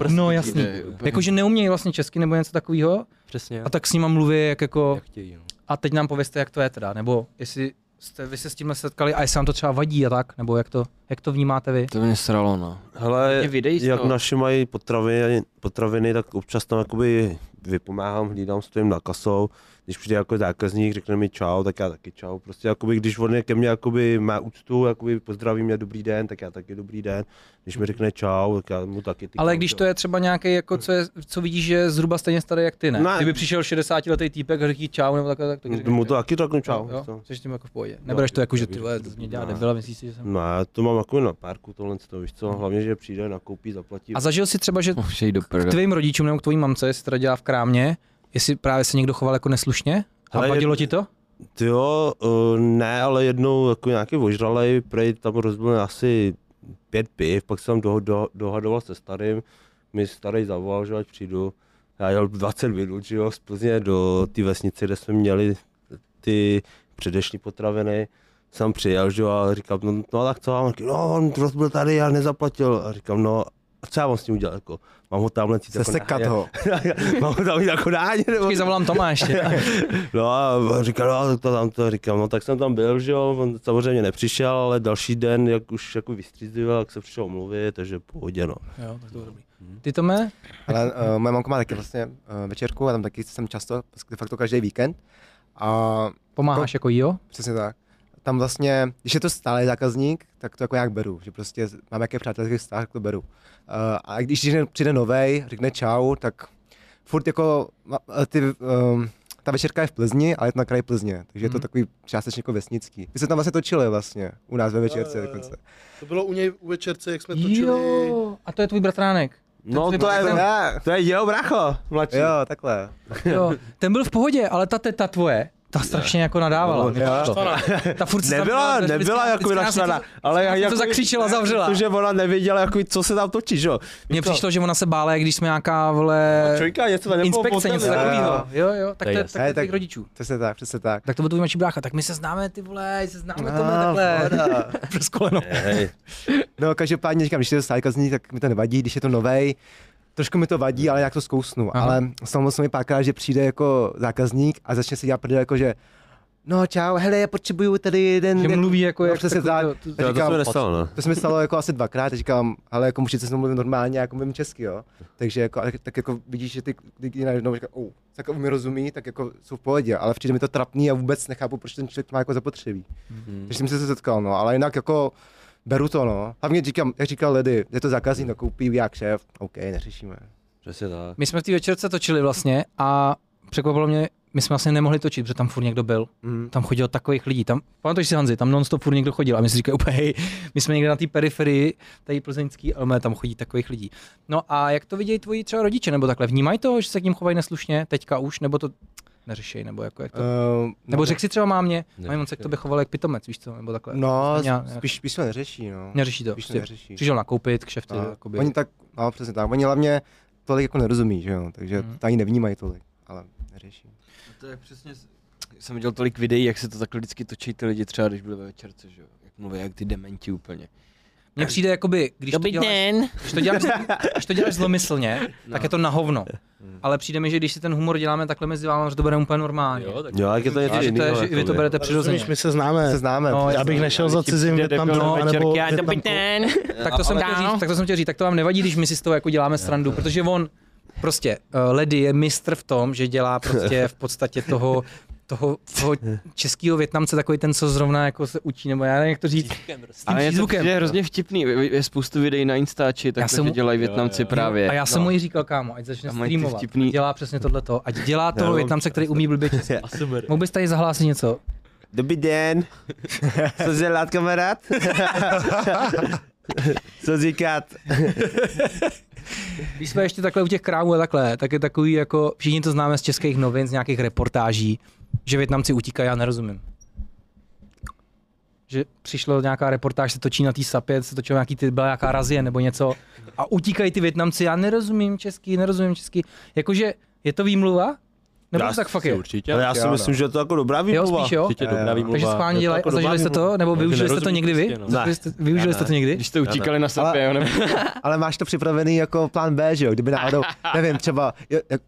Speaker 1: No jasný. Jakože neumějí vlastně česky nebo něco takového
Speaker 6: Přesně.
Speaker 1: a tak s nima mluví jak jako
Speaker 6: jak chtějí, no.
Speaker 1: a teď nám povězte, jak to je teda, nebo jestli jste vy se s tímhle setkali a jestli vám to třeba vadí a tak, nebo jak to, jak to vnímáte vy?
Speaker 2: To mě sralo, no.
Speaker 3: Hele,
Speaker 2: Hodně videí z
Speaker 3: jak
Speaker 2: toho.
Speaker 3: naši mají potraviny, potraviny, tak občas tam jakoby vypomáhám, hlídám, stojím na kasou. Když přijde jako zákazník, řekne mi čau, tak já taky čau. Prostě jakoby, když on je ke mně jakoby má úctu, jakoby pozdraví mě dobrý den, tak já taky dobrý den. Když mi řekne čau, tak já mu taky ty
Speaker 1: Ale
Speaker 3: čau,
Speaker 1: když
Speaker 3: jo.
Speaker 1: to je třeba nějaký, jako, co, je, co vidíš, že je zhruba stejně starý jak ty, ne?
Speaker 3: Ne.
Speaker 1: Kdyby přišel 60 letý týpek a řekl ti čau, nebo takhle, tak to
Speaker 3: No, Mu to taky řeknu čau. No,
Speaker 1: Jo, jo,
Speaker 3: to-
Speaker 1: jsi tím jako v pohodě. Nebereš to jako, že ty vole, to mě dělá debila, myslíš si, že jsem...
Speaker 3: No, já to mám jako na parku tohle, to víš co, hlavně, že přijde, nakoupí, zaplatí.
Speaker 1: A zažil jsi třeba, že
Speaker 3: No,
Speaker 2: Oh, Že jít do
Speaker 1: k
Speaker 2: prdele.
Speaker 1: tvým rodičům nebo k tvojí mamce, jestli teda dělá v krámě, jestli právě se někdo choval jako neslušně? A
Speaker 3: Ale je-
Speaker 1: vadilo ti to?
Speaker 3: Ty jo, uh, ne, ale jednou jako nějaký ožralej, prej tam rozbil asi pět piv, pak jsem doho, do, dohadoval se starým, mi starý zavolal, že ať přijdu. Já jel 20 minut, že jo, z Plzně do té vesnice, kde jsme měli ty předešlý potraviny. Jsem přijel, že jo, a říkám, no, no a tak co, a on, říká, no, on rozbil tady, já nezaplatil. A říkám, no, a co já mám s tím udělat, jako, mám ho tamhle cít jako
Speaker 5: Sesekat
Speaker 3: na-
Speaker 5: ho.
Speaker 3: mám ho tam jít jako náně, nebo
Speaker 1: Taky zavolám Toma ještě.
Speaker 3: No a říkal, no, tak to tam to říkám, no tak jsem tam byl, že jo, on samozřejmě nepřišel, ale další den, jak už jako vystřízlivěl, jak se přišel mluvit, takže pohodě, no.
Speaker 1: jo, tak to bylo dobrý. Ty Tome?
Speaker 5: Ale uh, moje mamka má taky vlastně uh, večerku, já tam taky jsem často, de facto každý víkend. A
Speaker 1: Pomáháš jako jo?
Speaker 5: Přesně tak. Tam vlastně, když je to stále zákazník, tak to jako nějak beru, že prostě mám jaký přátelský vztah, tak to beru. Uh, a když přijde, přijde novej, řekne čau, tak furt jako ma- eh, ty, um, ta večerka je v Plzni, ale je to na kraji Plzně, takže je
Speaker 4: Mhm.
Speaker 5: to takový částečně jako vesnický. My jsme tam vlastně točili vlastně, u nás ve večerce
Speaker 4: Jo, jo, jo.
Speaker 5: dokonce.
Speaker 4: To bylo u něj u večerce, jak jsme točili.
Speaker 1: Jo, a to je tvůj bratránek.
Speaker 3: No
Speaker 1: to je-
Speaker 5: Ne,
Speaker 3: to je jeho bracho, mladší.
Speaker 5: jo, takhle.
Speaker 1: Jo, ten byl v pohodě, ale ta teta tvoje, ta strašně jako nadávala.
Speaker 3: No,
Speaker 1: mi
Speaker 5: jo.
Speaker 1: přišlo. Ta furt se
Speaker 3: Nebyla,
Speaker 1: zabývala,
Speaker 3: nebyla
Speaker 1: vždycky-
Speaker 3: jako
Speaker 1: vždycky nás
Speaker 3: naštvaná,
Speaker 1: něco-
Speaker 3: ale jak,
Speaker 1: něco
Speaker 3: jako-
Speaker 1: zakřičela, zavřela.
Speaker 3: Protože ona nevěděla, jako, co se tam točí, že jo. No,
Speaker 1: Mně přišlo, že ona se bála, jak když jsme nějaká, vole,
Speaker 3: Člověka, něco tam nebylo
Speaker 1: inspekce, něco
Speaker 3: postavené.
Speaker 1: takového. Jo, jo, tak
Speaker 6: je
Speaker 1: to je
Speaker 6: jasný.
Speaker 5: Ne,
Speaker 1: tak
Speaker 5: tak-
Speaker 1: těch rodičů.
Speaker 5: Přesně tak, přesně tak.
Speaker 1: Tak to byl tvůj mladší brácha, tak my se známe, ty vole, se známe
Speaker 5: No,
Speaker 1: tomu
Speaker 3: Ah,
Speaker 1: takhle.
Speaker 5: pohoda.
Speaker 1: Přes koleno.
Speaker 3: Hej,
Speaker 5: No, každopádně říkám, když je to zákazník, tak mi to nevadí, když je to novej, trošku mi to vadí, ale jak to zkousnu.
Speaker 1: Aha.
Speaker 5: Aha. Ale samozřejmě mi párkrát, že přijde jako zákazník a začne se dělat prdel, jako že no čau, hele, já potřebuju tady jeden...
Speaker 1: Že mluví jako
Speaker 5: no,
Speaker 1: jak
Speaker 5: přesně
Speaker 1: takový
Speaker 5: tak.
Speaker 1: to-
Speaker 5: Já
Speaker 3: to, to se
Speaker 5: říkám,
Speaker 3: mi nestalo, no.
Speaker 5: to se mi stalo jako asi dvakrát, a říkám, ale jako můžete se mluvit normálně, jako mluvím česky, jo. Takže jako, ale tak jako vidíš, že ty lidi najednou říkají, oh, tak jako mi rozumí, tak jako jsou v pohodě, ale přijde mi to trapný a vůbec nechápu, proč ten člověk to má jako zapotřebí. Mm-hmm. Takže jsem se setkal, no, ale jinak jako beru to, no. Hlavně říkám, jak říkal Ledy, je to zákazník, no koupí, jak šéf, OK, neřešíme.
Speaker 3: Přesně tak.
Speaker 1: My jsme v té večerce točili vlastně a překvapilo mě, my jsme vlastně nemohli točit, protože tam furt někdo byl.
Speaker 5: Mm.
Speaker 1: Tam chodil takových lidí. Tam, pamatuješ si Hanzi, tam non-stop furt někdo chodil a my si říkali úplně, hej, my jsme někde na té periferii, tady plzeňský, ale mé, tam chodí takových lidí. No a jak to vidějí tvoji třeba rodiče nebo takhle? Vnímají to, že se k ním chovají neslušně teďka už, nebo to neřešej, nebo jako jak to?
Speaker 5: Uh,
Speaker 1: nebo řek si třeba mámě, mají on se k tobě choval jak pitomec, víš co, nebo takhle.
Speaker 5: No,
Speaker 1: Nějak- nějak-
Speaker 5: spíš, spíš to neřeší, no.
Speaker 1: Neřeší to.
Speaker 5: Spíš to
Speaker 1: prostě.
Speaker 5: neřeší.
Speaker 1: Přišel nakoupit, kšefty,
Speaker 5: No,
Speaker 1: jakoby.
Speaker 5: Oni tak, no přesně tak, oni hlavně tolik jako nerozumí, že jo, takže
Speaker 1: Mhm.
Speaker 5: mm. to ani nevnímají tolik, ale neřeší.
Speaker 2: To je přesně... s- Jsem viděl tolik videí, jak se to takhle vždycky točí ty lidi, třeba když byli ve večerce, že jo. Jak mluví, jak ty dementi úplně.
Speaker 1: Mně přijde jakoby, když to, děláš,
Speaker 2: den.
Speaker 1: když to, děláš, když to děláš zlomyslně, tak je to na hovno. Ale přijde mi, že když si ten humor děláme takhle mezi váma, že to bude úplně normálně.
Speaker 6: No Jo, tak
Speaker 3: Jo, jak je to jako, něco
Speaker 1: A že to je,
Speaker 3: jiného.
Speaker 1: že i vy to berete přirozeně.
Speaker 4: Rozumíš, my se známe.
Speaker 5: se známe.
Speaker 1: No,
Speaker 4: Já bych nešel za cizím Větnamcem, anebo Větnamkou.
Speaker 2: den.
Speaker 1: Tak to, jsem chtěl říct, tak to jsem chtěl říct, tak to vám nevadí, když my si z toho jako děláme srandu, protože on prostě eh, Ledy je mistr v tom, že dělá prostě v podstatě toho toho, toho českého Větnamce, takový ten, co zrovna jako se učí, nebo já nevím, jak to říct, s tím
Speaker 2: Ale je to
Speaker 1: přízvukem.
Speaker 2: přijde hrozně vtipný, je je spoustu videí na Instači, tak
Speaker 1: jsem
Speaker 2: to
Speaker 1: mu-
Speaker 2: dělají Větnamci právě.
Speaker 1: A já jsem mu i říkal, kámo, ať začne
Speaker 2: A mají ty
Speaker 1: streamovat,
Speaker 2: vtipný-
Speaker 1: ať dělá přesně tohleto, ať dělá toho Větnamce, který umí blbě česky.
Speaker 6: ASMR.
Speaker 1: Mohl bys tady zahlásit něco?
Speaker 3: Dobrý den.
Speaker 5: Co dělat, kamarád? Co říkat?
Speaker 1: Když jsme ještě takhle u těch krámů a takhle, tak je takový jako, všichni to známe z českých novin, z nějakých reportáží, že Větnamci utíkají, já nerozumím. Že přišla nějaká reportáž, se točí na té sapě, se točila nějaký, ty, byla nějaká razie nebo něco a utíkají ty Větnamci, já nerozumím český, nerozumím český. Jakože je to výmluva? Nebo
Speaker 3: Já
Speaker 1: to tak fakt je?
Speaker 6: Určitě.
Speaker 3: Ale no, já si
Speaker 5: jo,
Speaker 3: myslím, že je to jako dobrá
Speaker 1: Jo,
Speaker 3: výmluva. jako
Speaker 1: spíš jo.
Speaker 6: Určitě dobrá výmluva. jako
Speaker 1: Takže schválně dělají, a zažili jste to? Nebo využili jste to
Speaker 6: nerozumím
Speaker 1: někdy vy?
Speaker 6: prostě, no.
Speaker 1: Zažili jste- Využili jste to někdy?
Speaker 2: Když jste utíkali na sebe, jo, nebo
Speaker 5: Ale máš to připravený jako plán B, že jo? Kdyby náhodou, nevím, třeba, jo, jak,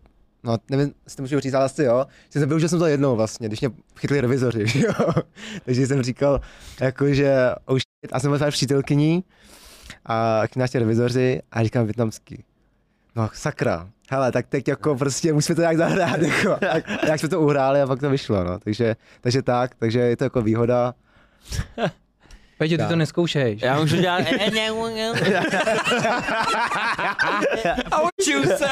Speaker 5: no nevím, jestli to můžu říct, ale asi jo. Že jsem využil jsem to jednou vlastně, když mě chytli revizoři, že jo? Takže jsem říkal, jakože, oh shit, a jsem byl s přítelkyní a k nás ti revizoři a říkám větnamský. No sakra, hele, tak teď jako prostě musíme to nějak zahrát, jako. A jak jsme to uhráli a pak to vyšlo, no. Takže, takže tak, takže je to jako výhoda.
Speaker 1: Peťo, ty to neskoušej.
Speaker 2: Já můžu dělat... A učím se!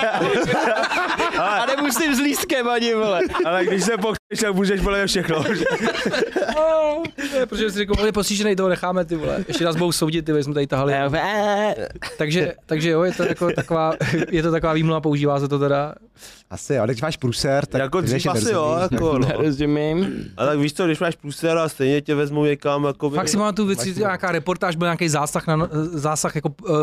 Speaker 2: A nemusím s lístkem ani, vole.
Speaker 3: Ale když se pochceš, tak můžeš vole všechno.
Speaker 1: Ne, protože si řekl, on je postižený, toho necháme, ty vole. Ještě nás budou soudit, ty vole, jsme tady tahali. Takže, takže jo, je to, jako taková, je to taková výmluva, používá se to teda.
Speaker 5: Asi jo, když máš pruser, tak...
Speaker 3: Tak jako
Speaker 5: ty
Speaker 3: dřív
Speaker 5: nejsi
Speaker 3: asi jo,
Speaker 5: nervózní.
Speaker 3: jako no.
Speaker 2: Nerozumím.
Speaker 3: A tak víš co, když máš průser a stejně tě vezmou někam, jako by...
Speaker 1: Fakt si mám tu věc, nějaká reportáž, byl nějaký zásah, na, no- zásah jako uh,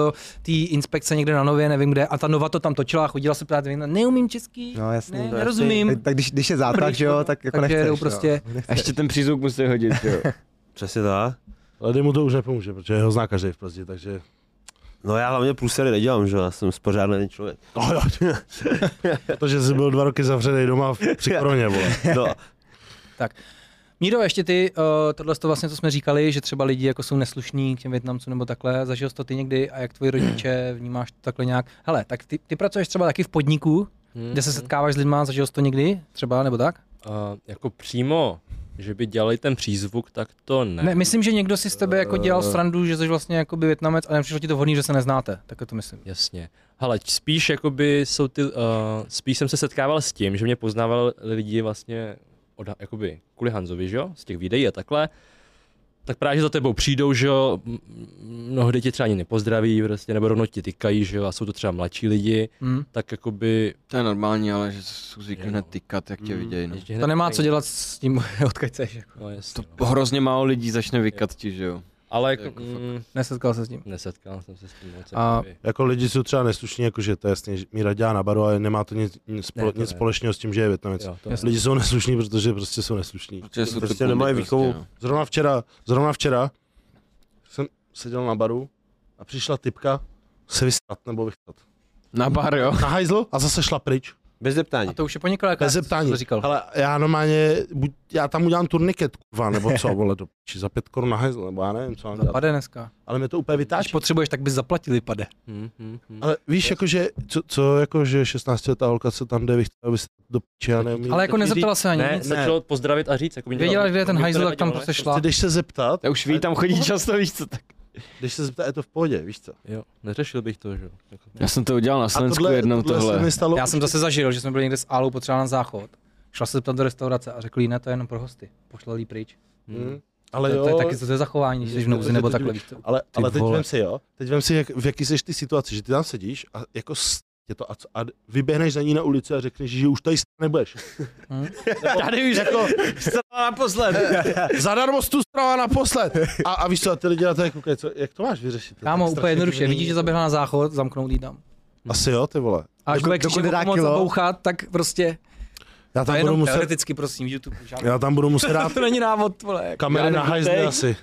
Speaker 1: té inspekce někde na Nově, nevím kde, a ta Nova to tam točila a chodila se ptát, neumím český,
Speaker 5: No, jasný.
Speaker 1: ne,
Speaker 5: To
Speaker 1: nerozumím.
Speaker 5: Tak, tak když, když je zátah, že jo, tak jako
Speaker 1: Takže
Speaker 5: nechceš.
Speaker 1: jedou
Speaker 5: jo.
Speaker 1: prostě-
Speaker 2: A ještě ten přízvuk musí hodit, jo.
Speaker 3: Přesně tak.
Speaker 4: Ledy mu to už nepomůže, protože ho zná každý v Plzni, takže...
Speaker 3: No já hlavně průsery nedělám, že jo, já jsem spořádný člověk.
Speaker 4: No, jo, protože jsi byl dva roky zavřený doma v- při koroně, vole.
Speaker 3: No,
Speaker 1: Míro, ještě ty, uh, tohle to vlastně, co jsme říkali, že třeba lidi jako jsou neslušní k těm Větnamcům nebo takhle, zažil jsi to ty někdy a jak tvoji rodiče vnímáš to takhle nějak? Hele, tak ty, ty pracuješ třeba taky v podniku,
Speaker 6: Hmm.
Speaker 1: kde se setkáváš s lidma, zažil jsi to někdy třeba nebo tak?
Speaker 6: A jako přímo, že by dělali ten přízvuk, tak to ne.
Speaker 1: Ne, myslím, že někdo si z tebe jako dělal
Speaker 6: Eh.
Speaker 1: srandu, že jsi vlastně jakoby Větnamec a nepřišlo ti to vhodný, že se neznáte, tak to myslím.
Speaker 6: Jasně. Hele, č- spíš jakoby jsou ty, uh, spíš jsem se setkával s tím, že mě poznával lidi vlastně od, jakoby kvůli Hanzovi, že jo, z těch videí a takhle. Tak právě, že za tebou přijdou, že jo, m- m- mnohdy ti třeba ani nepozdraví, prostě, nebo rovno ti tykají, že jo, a jsou to třeba mladší lidi,
Speaker 1: Hmm.
Speaker 6: tak jakoby...
Speaker 2: To je normální, ale že jsou zvyklí hned tykat, jak
Speaker 3: Mm.
Speaker 2: tě vidějí. No.
Speaker 6: ještě hned-
Speaker 1: To nemá co dělat s tím, odkud jsi. Jako.
Speaker 6: No, jasně, no.
Speaker 2: To hrozně málo lidí začne vykat ti, že jo.
Speaker 6: Ale jako,
Speaker 2: jako
Speaker 6: mm,
Speaker 1: Nesetkal se s tím.
Speaker 6: nesetkal jsem se s tím moc.
Speaker 1: A-
Speaker 6: jakoby.
Speaker 4: Jako lidi jsou třeba neslušní, jakože to je jasně, že Míra dělá na baru, ale nemá to nic, nic, spole,
Speaker 6: Ne, to
Speaker 4: nic
Speaker 6: ne.
Speaker 4: společného s tím, že je Větnamec.
Speaker 6: Jo, to
Speaker 1: Jasně.
Speaker 4: Lidi jsou neslušní, protože prostě jsou neslušní.
Speaker 2: Protože jsou to
Speaker 3: Prostě
Speaker 2: kundy
Speaker 3: nemají výchovu.
Speaker 2: no.
Speaker 4: Zrovna včera, zrovna včera jsem seděl na baru a přišla typka se vystat nebo vychtat.
Speaker 2: Na bar, jo.
Speaker 4: Na hajzl a zase šla pryč.
Speaker 3: bez zeptání.
Speaker 1: A to už je po několikáté, co
Speaker 4: Bez
Speaker 1: jsi
Speaker 4: zeptání.
Speaker 1: to říkal.
Speaker 4: Ale já normálně, buď, já tam udělám turniket, kurva, nebo co, vole, do piči, za pět korun na hajzl, nebo já nevím, co mám dělat.
Speaker 1: Zapade dneska.
Speaker 4: Ale mě to úplně
Speaker 1: Když
Speaker 4: vytáčí.
Speaker 1: potřebuješ, tak bys zaplatili, pade.
Speaker 6: Hm, hm, hm.
Speaker 4: Ale víš, jakože, co, co jakože 16 letá holka, co tam jde, vychtěla, aby se do piči, já nevím.
Speaker 1: Ale jako nezeptala se ani
Speaker 6: Ne,
Speaker 1: nic.
Speaker 6: stačilo pozdravit a říct, jakoby...
Speaker 1: Věděla, kde je ten
Speaker 6: mě to
Speaker 1: hajzl, tak tam
Speaker 6: nevadilo, ne?
Speaker 1: prostě šla.
Speaker 4: Když se zeptat,
Speaker 2: Já už ví, tam chodí často, víš co, tak.
Speaker 4: když se zeptat, je to v pohodě, víš co.
Speaker 6: Jo, neřešil bych to, že jo. Jako-
Speaker 2: Já jsem to udělal na
Speaker 4: A
Speaker 2: Slovensku jednou tohle.
Speaker 4: se mi stalo
Speaker 1: Já
Speaker 4: už
Speaker 1: jsem zase zažil, že jsme byli někde s Álou potřeba na záchod. Šla se zeptat do restaurace a řekli, ne, to je jenom pro hosty. Pošlali jí pryč.
Speaker 4: Hmm.
Speaker 6: Hm.
Speaker 4: Ale
Speaker 1: To,
Speaker 4: jo,
Speaker 1: to, je taky to je zachování, když jsi v nouzi nebo
Speaker 4: To- to- to-
Speaker 1: takhle. víš co.
Speaker 4: ale, ale teď
Speaker 1: vole.
Speaker 4: vem si, jo, teď vem si, jak, v jaký jsi ty situaci, že ty tam sedíš a jako s- tě to a, co, a vyběhneš za ní na ulici a řekneš, že už tady s- nebudeš.
Speaker 1: Hm.
Speaker 4: Tady už jako strava naposled. Zadarmo tu strava naposled. A, a víš co, a ty lidi na to koukají, co, jak to máš vyřešit? To je
Speaker 1: Kámo,
Speaker 4: tak
Speaker 1: úplně
Speaker 4: strašně
Speaker 1: jednoduše,
Speaker 4: divný.
Speaker 1: vidíš, že zaběhla na záchod, zamknout jí tam.
Speaker 4: Asi jo, ty vole.
Speaker 1: A až
Speaker 5: Dokud-
Speaker 1: bude
Speaker 5: dokud
Speaker 1: křičet
Speaker 5: nedá
Speaker 1: pomoc
Speaker 5: kilo.
Speaker 1: zabouchat, tak prostě
Speaker 4: Já
Speaker 1: A
Speaker 4: tam, budu
Speaker 1: jenom
Speaker 4: muset,
Speaker 1: teoreticky, prosím, YouTube. Žádný.
Speaker 4: já tam budu muset dát
Speaker 1: To není návod, vole. jako-
Speaker 4: kamery na
Speaker 2: nevím,
Speaker 4: hajzdy
Speaker 2: teď.
Speaker 4: asi.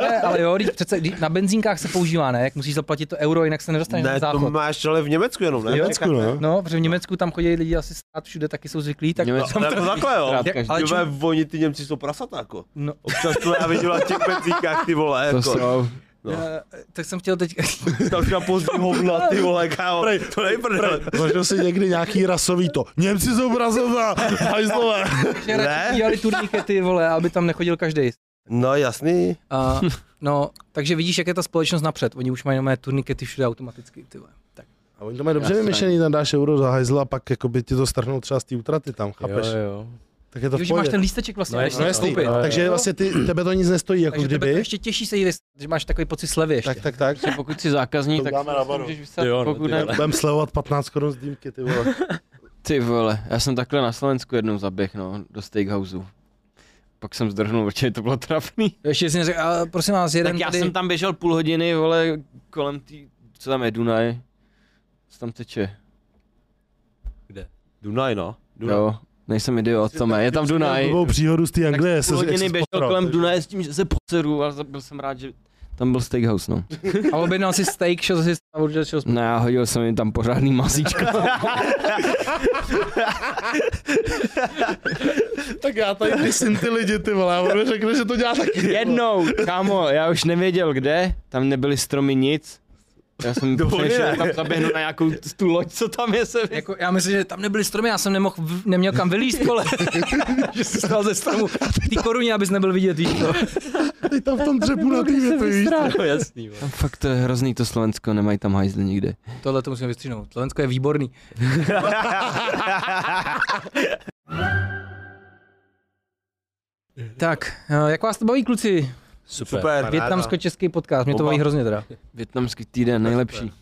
Speaker 1: Ne, ale jo, když přece když na benzínkách se používá, ne? Jak musíš zaplatit to euro, jinak se nedostaneš na
Speaker 3: Ne, to
Speaker 1: záchod.
Speaker 3: máš ale v Německu jenom, ne?
Speaker 4: V Německu, no.
Speaker 1: No, protože v Německu tam chodí lidi asi stát všude, taky jsou zvyklí, tak
Speaker 2: Němec-
Speaker 3: Tam to takhle, jo.
Speaker 2: Rád
Speaker 1: Jak-
Speaker 2: každý-
Speaker 1: ale
Speaker 3: Ale
Speaker 1: čím-
Speaker 3: oni ty Němci jsou prasata, jako.
Speaker 1: No.
Speaker 3: Občas to já viděl na těch penzíkách, ty vole,
Speaker 2: To
Speaker 3: jako.
Speaker 2: jsou,
Speaker 3: No.
Speaker 1: eh, tak jsem chtěl teď...
Speaker 3: Tam třeba pozdní hovna, ty vole, kámo. To nejprve.
Speaker 4: Zažil si někdy nějaký rasový to. Němci jsou brazová, hajzlové.
Speaker 1: že radši dělali turnikety, vole, aby tam nechodil každý.
Speaker 3: No jasný.
Speaker 1: A, no, takže vidíš, jak je ta společnost napřed. Oni už mají nové turnikety všude automaticky, ty vole. Tak.
Speaker 4: A oni to mají dobře
Speaker 2: Jasné.
Speaker 4: vymyšlený, tam dáš euro za hajzla a pak jakoby ti to strhnou třeba z té útraty tam, chápeš?
Speaker 6: Jo, jo.
Speaker 4: Tak je to v
Speaker 1: Když máš
Speaker 4: pohodě.
Speaker 1: ten lísteček vlastně,
Speaker 6: No
Speaker 1: můžeš
Speaker 4: No
Speaker 6: jasně,
Speaker 1: si
Speaker 4: jasný,
Speaker 1: koupit.
Speaker 6: No,
Speaker 4: takže
Speaker 6: jo.
Speaker 4: vlastně ty, tebe to nic nestojí, jako
Speaker 1: Takže tebe to
Speaker 4: kdyby.
Speaker 1: ještě těší se jít, že máš takový pocit slevy ještě.
Speaker 4: Tak, tak, tak.
Speaker 2: pokud si zákazník,
Speaker 4: To
Speaker 2: tak
Speaker 4: dáme na
Speaker 2: si to
Speaker 4: baru.
Speaker 2: můžeš vysát,
Speaker 6: Jo, no,
Speaker 2: pokud
Speaker 6: ty
Speaker 2: ne.
Speaker 6: vole.
Speaker 4: Budem slevovat 15 korun z dýmky, ty vole.
Speaker 2: Ty vole, já jsem takhle na Slovensku jednou zaběh, no, do steakhouseu. Pak jsem zdrhnul, protože to bylo trapný.
Speaker 1: Ještě jsi neřekl, a prosím vás, jeden
Speaker 2: tak já
Speaker 1: tady...
Speaker 2: jsem tam běžel půl hodiny, vole, kolem tý, co tam je, Dunaj. Co tam teče?
Speaker 3: Dunaj, no. Dunaj.
Speaker 2: Jo, nejsem idiot, Tome, je tam Dunaj.
Speaker 4: Blbou příhodu z té
Speaker 2: Tak
Speaker 4: Anglie.
Speaker 2: půl
Speaker 4: se- jak
Speaker 2: hodiny
Speaker 4: se
Speaker 2: běžel
Speaker 4: spotral,
Speaker 2: kolem
Speaker 4: takže-
Speaker 2: Dunaje s tím, že se poceru a za- byl jsem rád, že tam byl steakhouse, no.
Speaker 1: A objednal si steak, šel si a odjel šel
Speaker 2: No já hodil jsem jim tam pořádný mazíčka.
Speaker 4: Tak já tady myslím ty lidi, ty vole, a on mi řekne, že to dělá taky.
Speaker 2: Jednou, kámo, já už nevěděl kde, tam nebyly stromy nic. Já jsem přešel, tam zaběhnu na nějakou t- tu loď, co tam je, se
Speaker 1: Jako, já myslím, že tam nebyly stromy, já jsem nemohl, v- neměl kam vylíst, kole. že jsi stál ze stromu. Ty koruně, abys nebyl vidět, víš to.
Speaker 4: Ty tam v tom dřepu na té větvi, víš.
Speaker 6: jo jasný, vole.
Speaker 2: Tam No, fakt to je hrozný to Slovensko, nemají tam hajzl nikde.
Speaker 1: Tohle to musím vystřihnout. Slovensko je výborný. tak, eh, jak vás to baví, kluci?
Speaker 3: Super.
Speaker 1: Větnamsko-český podcast, mě to
Speaker 3: Oba.
Speaker 1: baví hrozně teda.
Speaker 2: Větnamský týden, nejlepší.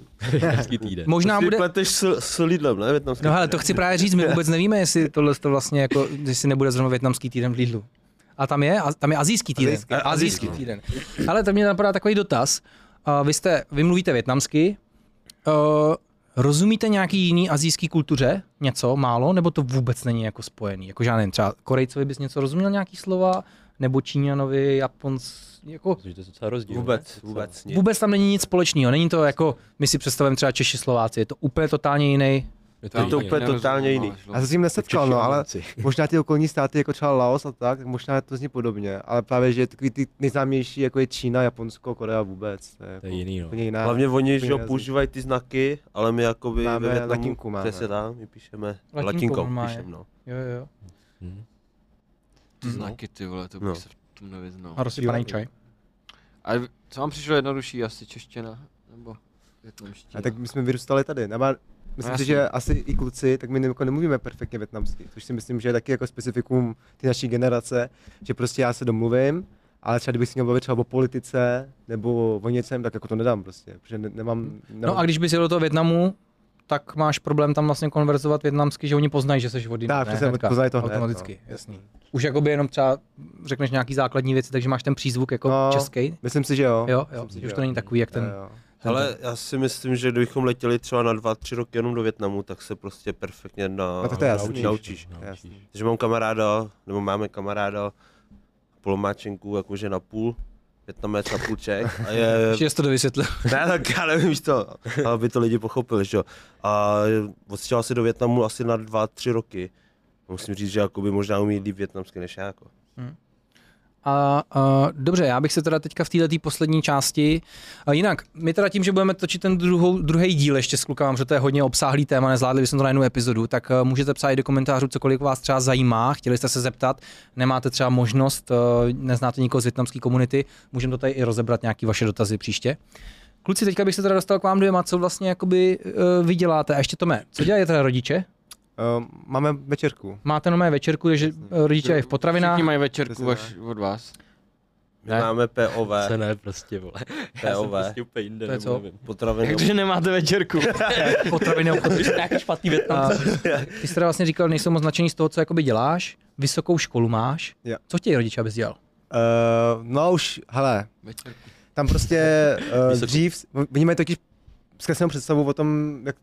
Speaker 6: Hezký týden.
Speaker 1: Možná
Speaker 3: Ty
Speaker 1: bude...
Speaker 3: pleteš s, s Lidlem, ne? Větnamský.
Speaker 1: No hele, to chci právě říct, my vůbec nevíme, jestli tohle to vlastně jako, jestli nebude zrovna větnamský týden v Lidlu. A tam je, a tam je azijský týden. Azijský, azijský týden. Ale to mě napadá takový dotaz. Uh, vy, jste, vy mluvíte větnamsky, uh, rozumíte nějaký jiný azijský kultuře? Něco? Málo? Nebo to vůbec není jako spojený? Jako žádný, třeba Korejcovi bys něco rozuměl nějaký slova? Nebo Číňanovi, Japons... Jako,
Speaker 6: Myslím, že to je docela rozdíl. ne?
Speaker 3: Vůbec,
Speaker 6: Docela.
Speaker 3: vůbec nic.
Speaker 1: vůbec tam není nic společného. Není to jako, my si představujeme třeba Češi, Slováci. Je to úplně totálně jiný.
Speaker 6: Je to
Speaker 3: Je to
Speaker 6: úplně
Speaker 3: úplně totálně jiný.
Speaker 5: Já se s tím nesetkal, no, ale možná ty okolní státy, jako třeba Laos a tak, tak možná to zní podobně, ale právě, že takový ty nejznámější, jako je Čína, Japonsko, Korea vůbec, to je, jako
Speaker 6: To je jiný, no.
Speaker 5: úplně jiná.
Speaker 3: Hlavně oni, že
Speaker 5: úplně
Speaker 3: jo,
Speaker 5: jazyk.
Speaker 3: používají ty znaky, ale my jakoby
Speaker 5: Máme
Speaker 3: ve Větnamu,
Speaker 5: latinku máme.
Speaker 3: Přesně tam, my píšeme
Speaker 1: Latinku
Speaker 3: latinkou,
Speaker 1: normálně.
Speaker 3: píšem, no.
Speaker 1: Jo, jo.
Speaker 2: Ty znaky, ty vole, to bych
Speaker 3: No.
Speaker 2: se v tom nevyznal.
Speaker 1: A rozsypaný čaj.
Speaker 2: A co vám přišlo jednodušší, asi čeština? Nebo větnamština?
Speaker 5: A tak my jsme vyrůstali tady. Nebo
Speaker 1: No,
Speaker 5: myslím
Speaker 2: jasně.
Speaker 5: si, že asi i kluci, tak my ne- jako nemluvíme perfektně větnamsky, což si myslím, že je taky jako specifikum ty naší generace, že prostě já se domluvím, ale třeba kdybych si měl bavit třeba o politice nebo o něčem, tak jako to nedám prostě, protože ne- nemám... nemám
Speaker 1: No a když bys jel do toho Větnamu, tak máš problém tam vlastně konverzovat větnamsky, že oni poznají, že jsi vody.
Speaker 5: Tak, přesně, poznají to hned,
Speaker 1: Automaticky,
Speaker 5: no.
Speaker 1: jasný. Už jakoby jenom třeba řekneš nějaký základní věci, takže máš ten přízvuk jako
Speaker 5: No,
Speaker 1: český.
Speaker 5: Myslím si, že jo.
Speaker 1: Jo, jo,
Speaker 5: Myslím si,
Speaker 1: že
Speaker 5: že
Speaker 1: už to není takový, jak ten...
Speaker 5: Jo, jo.
Speaker 3: Ale já si myslím, že kdybychom letěli třeba na dva, tři roky jenom do Větnamu, tak se prostě perfektně na...
Speaker 5: No tak to je jasný.
Speaker 3: naučíš.
Speaker 5: To je jasný.
Speaker 3: Takže mám kamaráda, nebo máme kamaráda polomáčenku, jakože na půl, Větnamec na půl Čech a je
Speaker 1: Ještě jsi to dovysvětlil.
Speaker 3: Ne, tak já nevím, víš to, aby to lidi pochopili, že jo. A odstěhoval se do Větnamu asi na dva, tři roky. Musím říct, že jakoby možná umí líp větnamsky než já, jako.
Speaker 1: A, a dobře, já bych se teda teďka v této poslední části. A jinak, my teda tím, že budeme točit ten druhou, druhý díl ještě s klukama, protože to je hodně obsáhlý téma, nezvládli bychom to na jednu epizodu, tak eh, můžete psát i do komentářů cokoliv vás třeba zajímá, chtěli jste se zeptat, nemáte třeba možnost, eh, neznáte nikoho z větnamské komunity, můžeme to tady i rozebrat nějaký vaše dotazy příště. Kluci, teďka bych se teda dostal k vám dvěma, co vlastně jakoby uh, vy děláte. A ještě Tome, co dělají teda rodiče?
Speaker 5: Ehm, máme večerku.
Speaker 1: Máte nové večerku, takže eh, rodiče je v potravinách.
Speaker 2: Všichni mají večerku
Speaker 5: Přesně
Speaker 2: až Jako od vás.
Speaker 3: My
Speaker 2: Ne.
Speaker 3: máme POV,
Speaker 6: Se ne, prostě, vole. Já jsem
Speaker 3: POV,
Speaker 6: prostě úplně jinde,
Speaker 1: To je
Speaker 6: nebo
Speaker 1: co?
Speaker 6: nevím.
Speaker 3: potraviny.
Speaker 2: Takže nemáte večerku.
Speaker 1: potraviny obchodu. Nějaký špatný větnamci. Ty jsi teda vlastně říkal, nejsou moc nadšený z toho, co jakoby děláš, vysokou školu máš.
Speaker 5: Jo.
Speaker 1: Co chtějí rodiče, abys dělal?
Speaker 5: Uh, no už, hele, eh,
Speaker 2: Večerku.
Speaker 5: tam prostě uh, dřív, oni mají totiž zkreslenou představu o tom, jak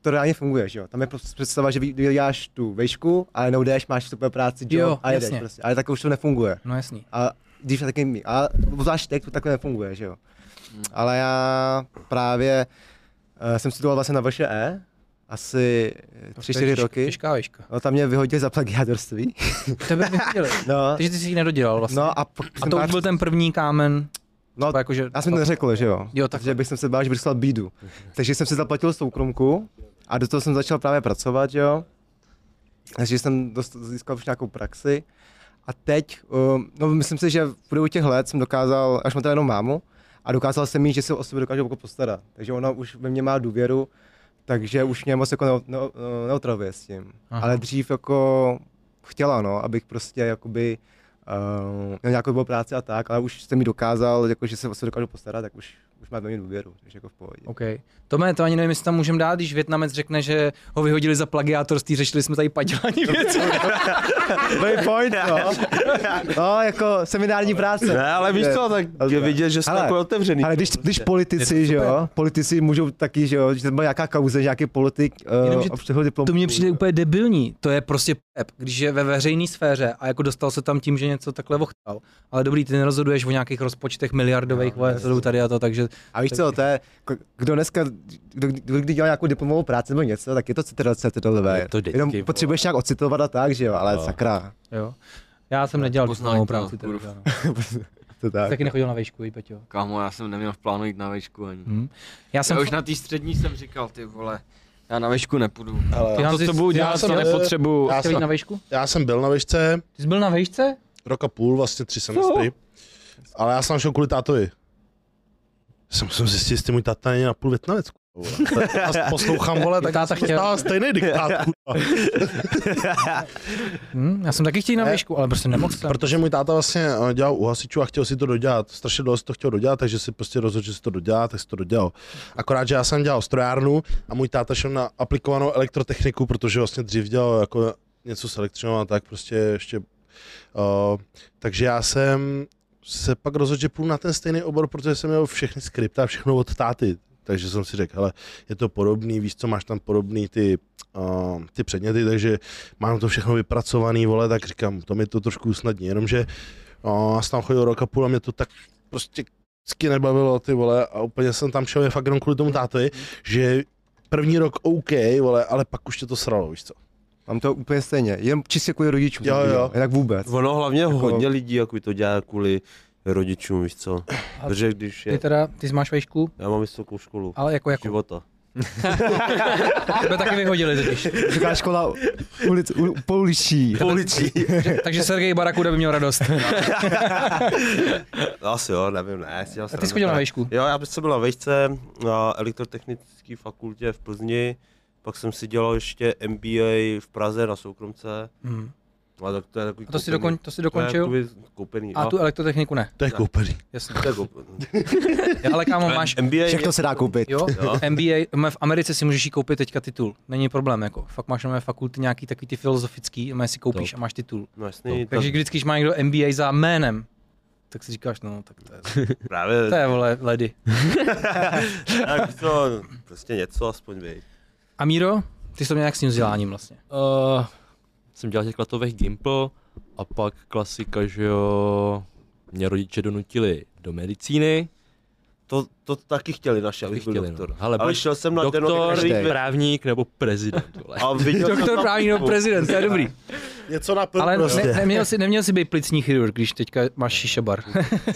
Speaker 5: to reálně funguje, že jo. Tam je prostě představa, že vy- děláš tu vejšku, ale jednou jdeš, máš super práci, job
Speaker 1: Jo,
Speaker 5: a jedeš
Speaker 1: jasně.
Speaker 5: prostě. Ale tak už to nefunguje.
Speaker 1: No jasný.
Speaker 5: A když taky mý. A zvlášť teď to takhle nefunguje, že jo. Ale já právě uh, jsem studoval vlastně na VŠE, asi tři,
Speaker 1: To je
Speaker 5: čtyři
Speaker 1: těž-
Speaker 5: roky.
Speaker 1: Těžká vejška.
Speaker 5: No, tam mě vyhodili za plagiátorství.
Speaker 1: Tebe vyhodili.
Speaker 5: No,
Speaker 1: Takže ty jsi ji nedodělal vlastně.
Speaker 5: no a, pak
Speaker 1: a
Speaker 5: jsem
Speaker 1: to
Speaker 5: pak-
Speaker 1: už byl ten první kámen. třeba
Speaker 5: No,
Speaker 1: jako, jakože,
Speaker 5: já jsem to neřekl, že jo.
Speaker 1: Jo, tak
Speaker 5: Takže bych jsem se bál, že bych dostal bídu. Takže jsem si zaplatil soukromku a do toho jsem začal právě pracovat, že jo. Takže jsem dost, získal už nějakou praxi. A teď, um, no myslím si, že v průběhu těch let jsem dokázal, až mám teda jenom mámu, a dokázal jsem jí, že se o sebe dokážu jako postarat. Takže ona už ve mně má důvěru, takže už mě moc jako neo- neo- neotravuje s tím.
Speaker 1: Aha.
Speaker 5: Aha. Ale dřív jako chtěla, no, abych prostě jakoby uh, měl nějakou dobrou práci a tak, ale už jsem mi dokázal, jako, že se o sebe dokážu postarat, tak už, už má ve mě důvěru, takže jako v pohodě.
Speaker 1: OK. Tome, to ani nevím, jestli tam můžeme dát, když Větnamec řekne, že ho vyhodili za plagiátorství, řešili jsme tady padělání věcí.
Speaker 5: Dobrý point, no. no, jako seminární práce.
Speaker 3: Ne, ale víš co, Prostě. tak je vidět, že jsi
Speaker 5: Hele,
Speaker 3: takový otevřený.
Speaker 5: Ale když, když politici, že jo, politici můžou taky, že jo, že tam byla nějaká kauze, nějaký politik
Speaker 1: Jenomže
Speaker 5: uh,
Speaker 1: to-
Speaker 5: obštěhl diplom.
Speaker 1: To mně přijde úplně debilní. To je prostě pep, když je ve veřejné sféře a jako dostal se tam tím, že něco takhle ochtal. Ale dobrý, ty nerozhoduješ o nějakých rozpočtech miliardových, no, co jdou tady a to, takže
Speaker 5: A víš co, to je, k- kdo dneska, kdo, kdo kdy dělá nějakou diplomovou práci nebo něco, tak je to citerace, to dole.
Speaker 6: Je to vždycky,
Speaker 5: Jenom
Speaker 6: vole.
Speaker 5: potřebuješ nějak ocitovat a tak, že jo,
Speaker 1: No.
Speaker 5: ale sakra,
Speaker 1: jo. Já jsem nedělal
Speaker 2: poznal
Speaker 1: diplomovou práci.
Speaker 2: to,
Speaker 1: Teda,
Speaker 2: kurv.
Speaker 1: no.
Speaker 5: to tak.
Speaker 1: Taky nechodil na vejšku, i Peťo.
Speaker 2: Kámo, já jsem neměl v plánu jít na vejšku ani.
Speaker 1: Já jsem
Speaker 2: Já už na té střední jsem říkal, ty vole, já na vešku nepůjdu.
Speaker 1: Ty
Speaker 4: Ale
Speaker 1: nám
Speaker 2: To,
Speaker 1: jsi-
Speaker 2: co budu
Speaker 1: ty
Speaker 2: dělat,
Speaker 1: nám
Speaker 2: co
Speaker 4: jsem-
Speaker 2: nepotřebuju.
Speaker 4: já
Speaker 1: chtěl
Speaker 4: jsem,
Speaker 1: jít na vejšku?
Speaker 4: já jsem byl na výšce
Speaker 1: Ty jsi byl na vejšce?
Speaker 4: rok a půl, vlastně tři semestry. Ale já jsem tam šel kvůli tátovi. Jsem musel zjistit, jestli můj táta není na půl větnamec. kurva. Já poslouchám, vole, tak
Speaker 1: táta chtěl.
Speaker 4: dostává stejný diktát, kurva.
Speaker 1: Hm, já jsem taky chtěl jít na
Speaker 4: Ne.
Speaker 1: vejšku, ale prostě nemohl jsem.
Speaker 4: Protože můj táta vlastně eh, dělal u hasičů a chtěl si to dodělat. Strašně dlouho si to chtěl dodělat, takže si prostě rozhodl, že si to dodělá, tak si to dodělal. Akorát, že já jsem dělal strojárnu a můj táta šel na aplikovanou elektrotechniku, protože vlastně dřív dělal jako něco s elektřinou a tak prostě ještě. Uh, takže já jsem se pak rozhodl, že půjdu na ten stejný obor, protože jsem měl všechny skripta a všechno od táty. Takže jsem si řekl, hele, je to podobný, víš co, máš tam podobný ty, uh, ty předměty, takže mám to všechno vypracovaný, vole, tak říkám, to mi to trošku usnadní, jenomže uh, já jsem tam chodil rok a půl a mě to tak prostě vždycky nebavilo, ty vole, a úplně jsem tam šel je fakt jenom kvůli tomu tátovi, že první rok OK, vole, ale pak už tě to sralo, víš co.
Speaker 5: Mám to úplně stejně, jenom čistě kvůli rodičům.
Speaker 4: Jo,
Speaker 5: jsem to
Speaker 4: jo.
Speaker 5: dělal, Jinak vůbec.
Speaker 3: Ono hlavně jako...
Speaker 5: hodně
Speaker 3: hodně lidí jako to dělá kvůli rodičům, víš co. Protože když
Speaker 1: Ty
Speaker 3: je,
Speaker 1: teda, ty máš vejšku,
Speaker 3: já mám vysokou školu.
Speaker 1: ale jako jako.
Speaker 3: Života.
Speaker 1: Tebe taky vyhodili totiž.
Speaker 5: Vysoká škola ulic, u, pouličí.
Speaker 3: Policí.
Speaker 1: Takže Sergej Barakuda by měl radost.
Speaker 3: Asi jo, nevím, ne, si dělal
Speaker 1: A ty
Speaker 3: srandu,
Speaker 1: jsi chodil na
Speaker 3: ne.
Speaker 1: vejšku.
Speaker 3: Jo, já jsem byl na vejšce na elektrotechnické fakultě v Plzni, pak jsem si dělal ještě MBA v Praze na soukromce.
Speaker 1: Hm.
Speaker 3: A tak to je takový
Speaker 1: A to si,
Speaker 3: koupený.
Speaker 1: dokon, to si dokončil?
Speaker 3: To je jakoby koupený. no,
Speaker 1: A tu elektrotechniku ne,
Speaker 4: To je koupený.
Speaker 1: jasně.
Speaker 3: to je koupený.
Speaker 1: Ale kámo, máš,
Speaker 3: MBA
Speaker 5: Všechno se dá koupit.
Speaker 1: jo, MBA, m- v Americe si můžeš jí koupit teďka titul, není problém, jako, fakt máš nové fakulty nějaký takový ty filozofický, a si koupíš a máš titul.
Speaker 3: No jasný,
Speaker 1: Takže vždycky, když má někdo MBA za jménem, tak si říkáš, no, tak to je,
Speaker 3: tak právě,
Speaker 1: to je vole, ledy.
Speaker 3: tak to, prostě něco aspoň, víš.
Speaker 1: A Míro, ty jsi to měl jak s tím vzděláním vlastně.
Speaker 6: Uh, jsem dělal těch klatových Gimple a pak klasika, že jo, mě rodiče donutili do medicíny,
Speaker 3: To, to taky chtěli naši, abych byl
Speaker 6: chtěli, no.
Speaker 3: doktor.
Speaker 6: Hele,
Speaker 3: Ale
Speaker 6: buď
Speaker 3: šel jsem na ten
Speaker 6: doktor,
Speaker 5: každý.
Speaker 6: právník nebo prezident, vole.
Speaker 3: a viděl jsem
Speaker 1: Doktor
Speaker 3: tam
Speaker 1: právní nebo
Speaker 3: půlku.
Speaker 1: prezident, to je dobrý.
Speaker 4: Něco na prv
Speaker 1: Ale
Speaker 4: prostě.
Speaker 1: ne, neměl, si, neměl si být plicní chirurg, když teďka máš šišabar.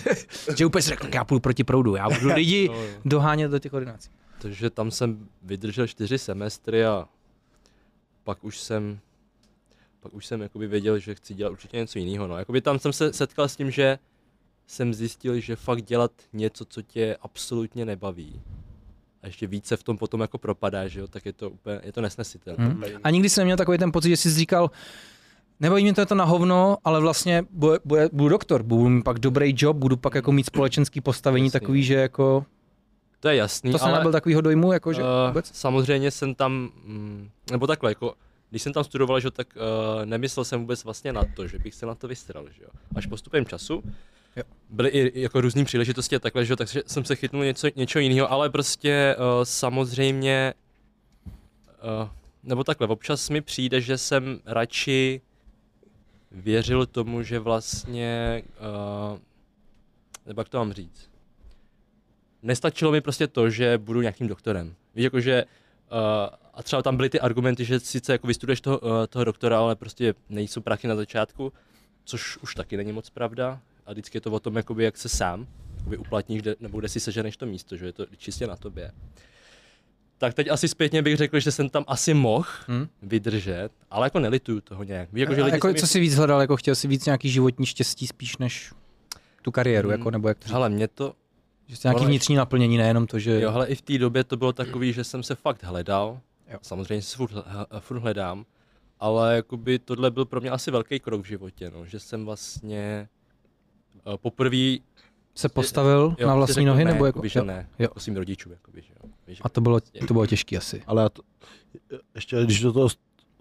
Speaker 1: že úplně si řekl, já půjdu proti proudu, já budu lidi dohánět do těch ordinací.
Speaker 6: Takže tam jsem vydržel čtyři semestry a pak už jsem pak už jsem jakoby věděl, že chci dělat určitě něco jiného. No. Jakoby tam jsem se setkal s tím, že jsem zjistil, že fakt dělat něco, co tě absolutně nebaví a ještě více v tom potom jako propadá, že jo, tak je to úplně, je to nesnesitelné.
Speaker 1: Hmm. A nikdy jsi neměl takový ten pocit, že jsi říkal, nebojí mě to, je to na hovno, ale vlastně bude, bude, budu doktor, budu mít pak dobrý job, budu pak jako mít společenský postavení
Speaker 6: Jasný.
Speaker 1: takový, že jako,
Speaker 6: To je jasný,
Speaker 1: to jsem
Speaker 6: Hmm, ale...
Speaker 1: nebyl takovýho dojmu, jako že
Speaker 6: Eh,
Speaker 1: vůbec?
Speaker 6: Samozřejmě jsem tam, mm, nebo takhle, jako, když jsem tam studoval, že, jo, tak uh, nemyslel jsem vůbec vlastně na to, že bych se na to vystral, že jo. Až postupem času
Speaker 1: Jo.
Speaker 6: byly i i jako různé příležitosti a takhle, že jo, eh, takže jsem se chytnul něco, něčeho jiného, ale prostě uh, samozřejmě Uh, nebo takhle, občas mi přijde, že jsem radši věřil tomu, že vlastně, uh, nebo jak to mám říct, nestačilo mi prostě to, že budu nějakým doktorem. Víš, jakože, uh, a třeba tam byly ty argumenty, že sice jako vystuduješ toho, uh, toho doktora, ale prostě nejsou prachy na začátku, což už taky není moc pravda. A vždycky je to o tom, jakoby, jak se sám jakoby uplatníš, kde, nebo kde si seženeš to místo, že je to čistě na tobě. Tak teď asi zpětně bych řekl, že jsem tam asi mohl
Speaker 1: Hm.
Speaker 6: hmm. vydržet, ale jako nelituju toho nějak. Víš, jako, že
Speaker 1: Jako,
Speaker 6: lidi
Speaker 1: jako,
Speaker 6: se mi-
Speaker 1: co si víc hledal, jako chtěl si víc nějaký životní štěstí spíš než tu kariéru,
Speaker 6: Mm.
Speaker 1: jako, nebo jak to říct,
Speaker 6: Hele, mě to,
Speaker 1: že jsi nějaký
Speaker 6: ale-
Speaker 1: vnitřní naplnění, nejenom to, že...
Speaker 6: jo, hele, i v té době to bylo takový, že jsem se fakt hledal.
Speaker 1: Jo.
Speaker 6: Jo. Samozřejmě se furt, h- furt hledám, ale jakoby tohle byl pro mě asi velký krok v životě, no, že jsem vlastně eh, poprvé
Speaker 1: se postavil
Speaker 6: jo,
Speaker 1: na
Speaker 6: si
Speaker 1: vlastní
Speaker 6: řekl
Speaker 1: nohy,
Speaker 6: ne,
Speaker 1: nebo jako...
Speaker 6: jakoby, že ne,
Speaker 1: Jo.
Speaker 6: jako svým rodičům, jakoby, že jo. Víš,
Speaker 1: A to bylo, to bylo těžký asi.
Speaker 4: Ale já to, ještě když do toho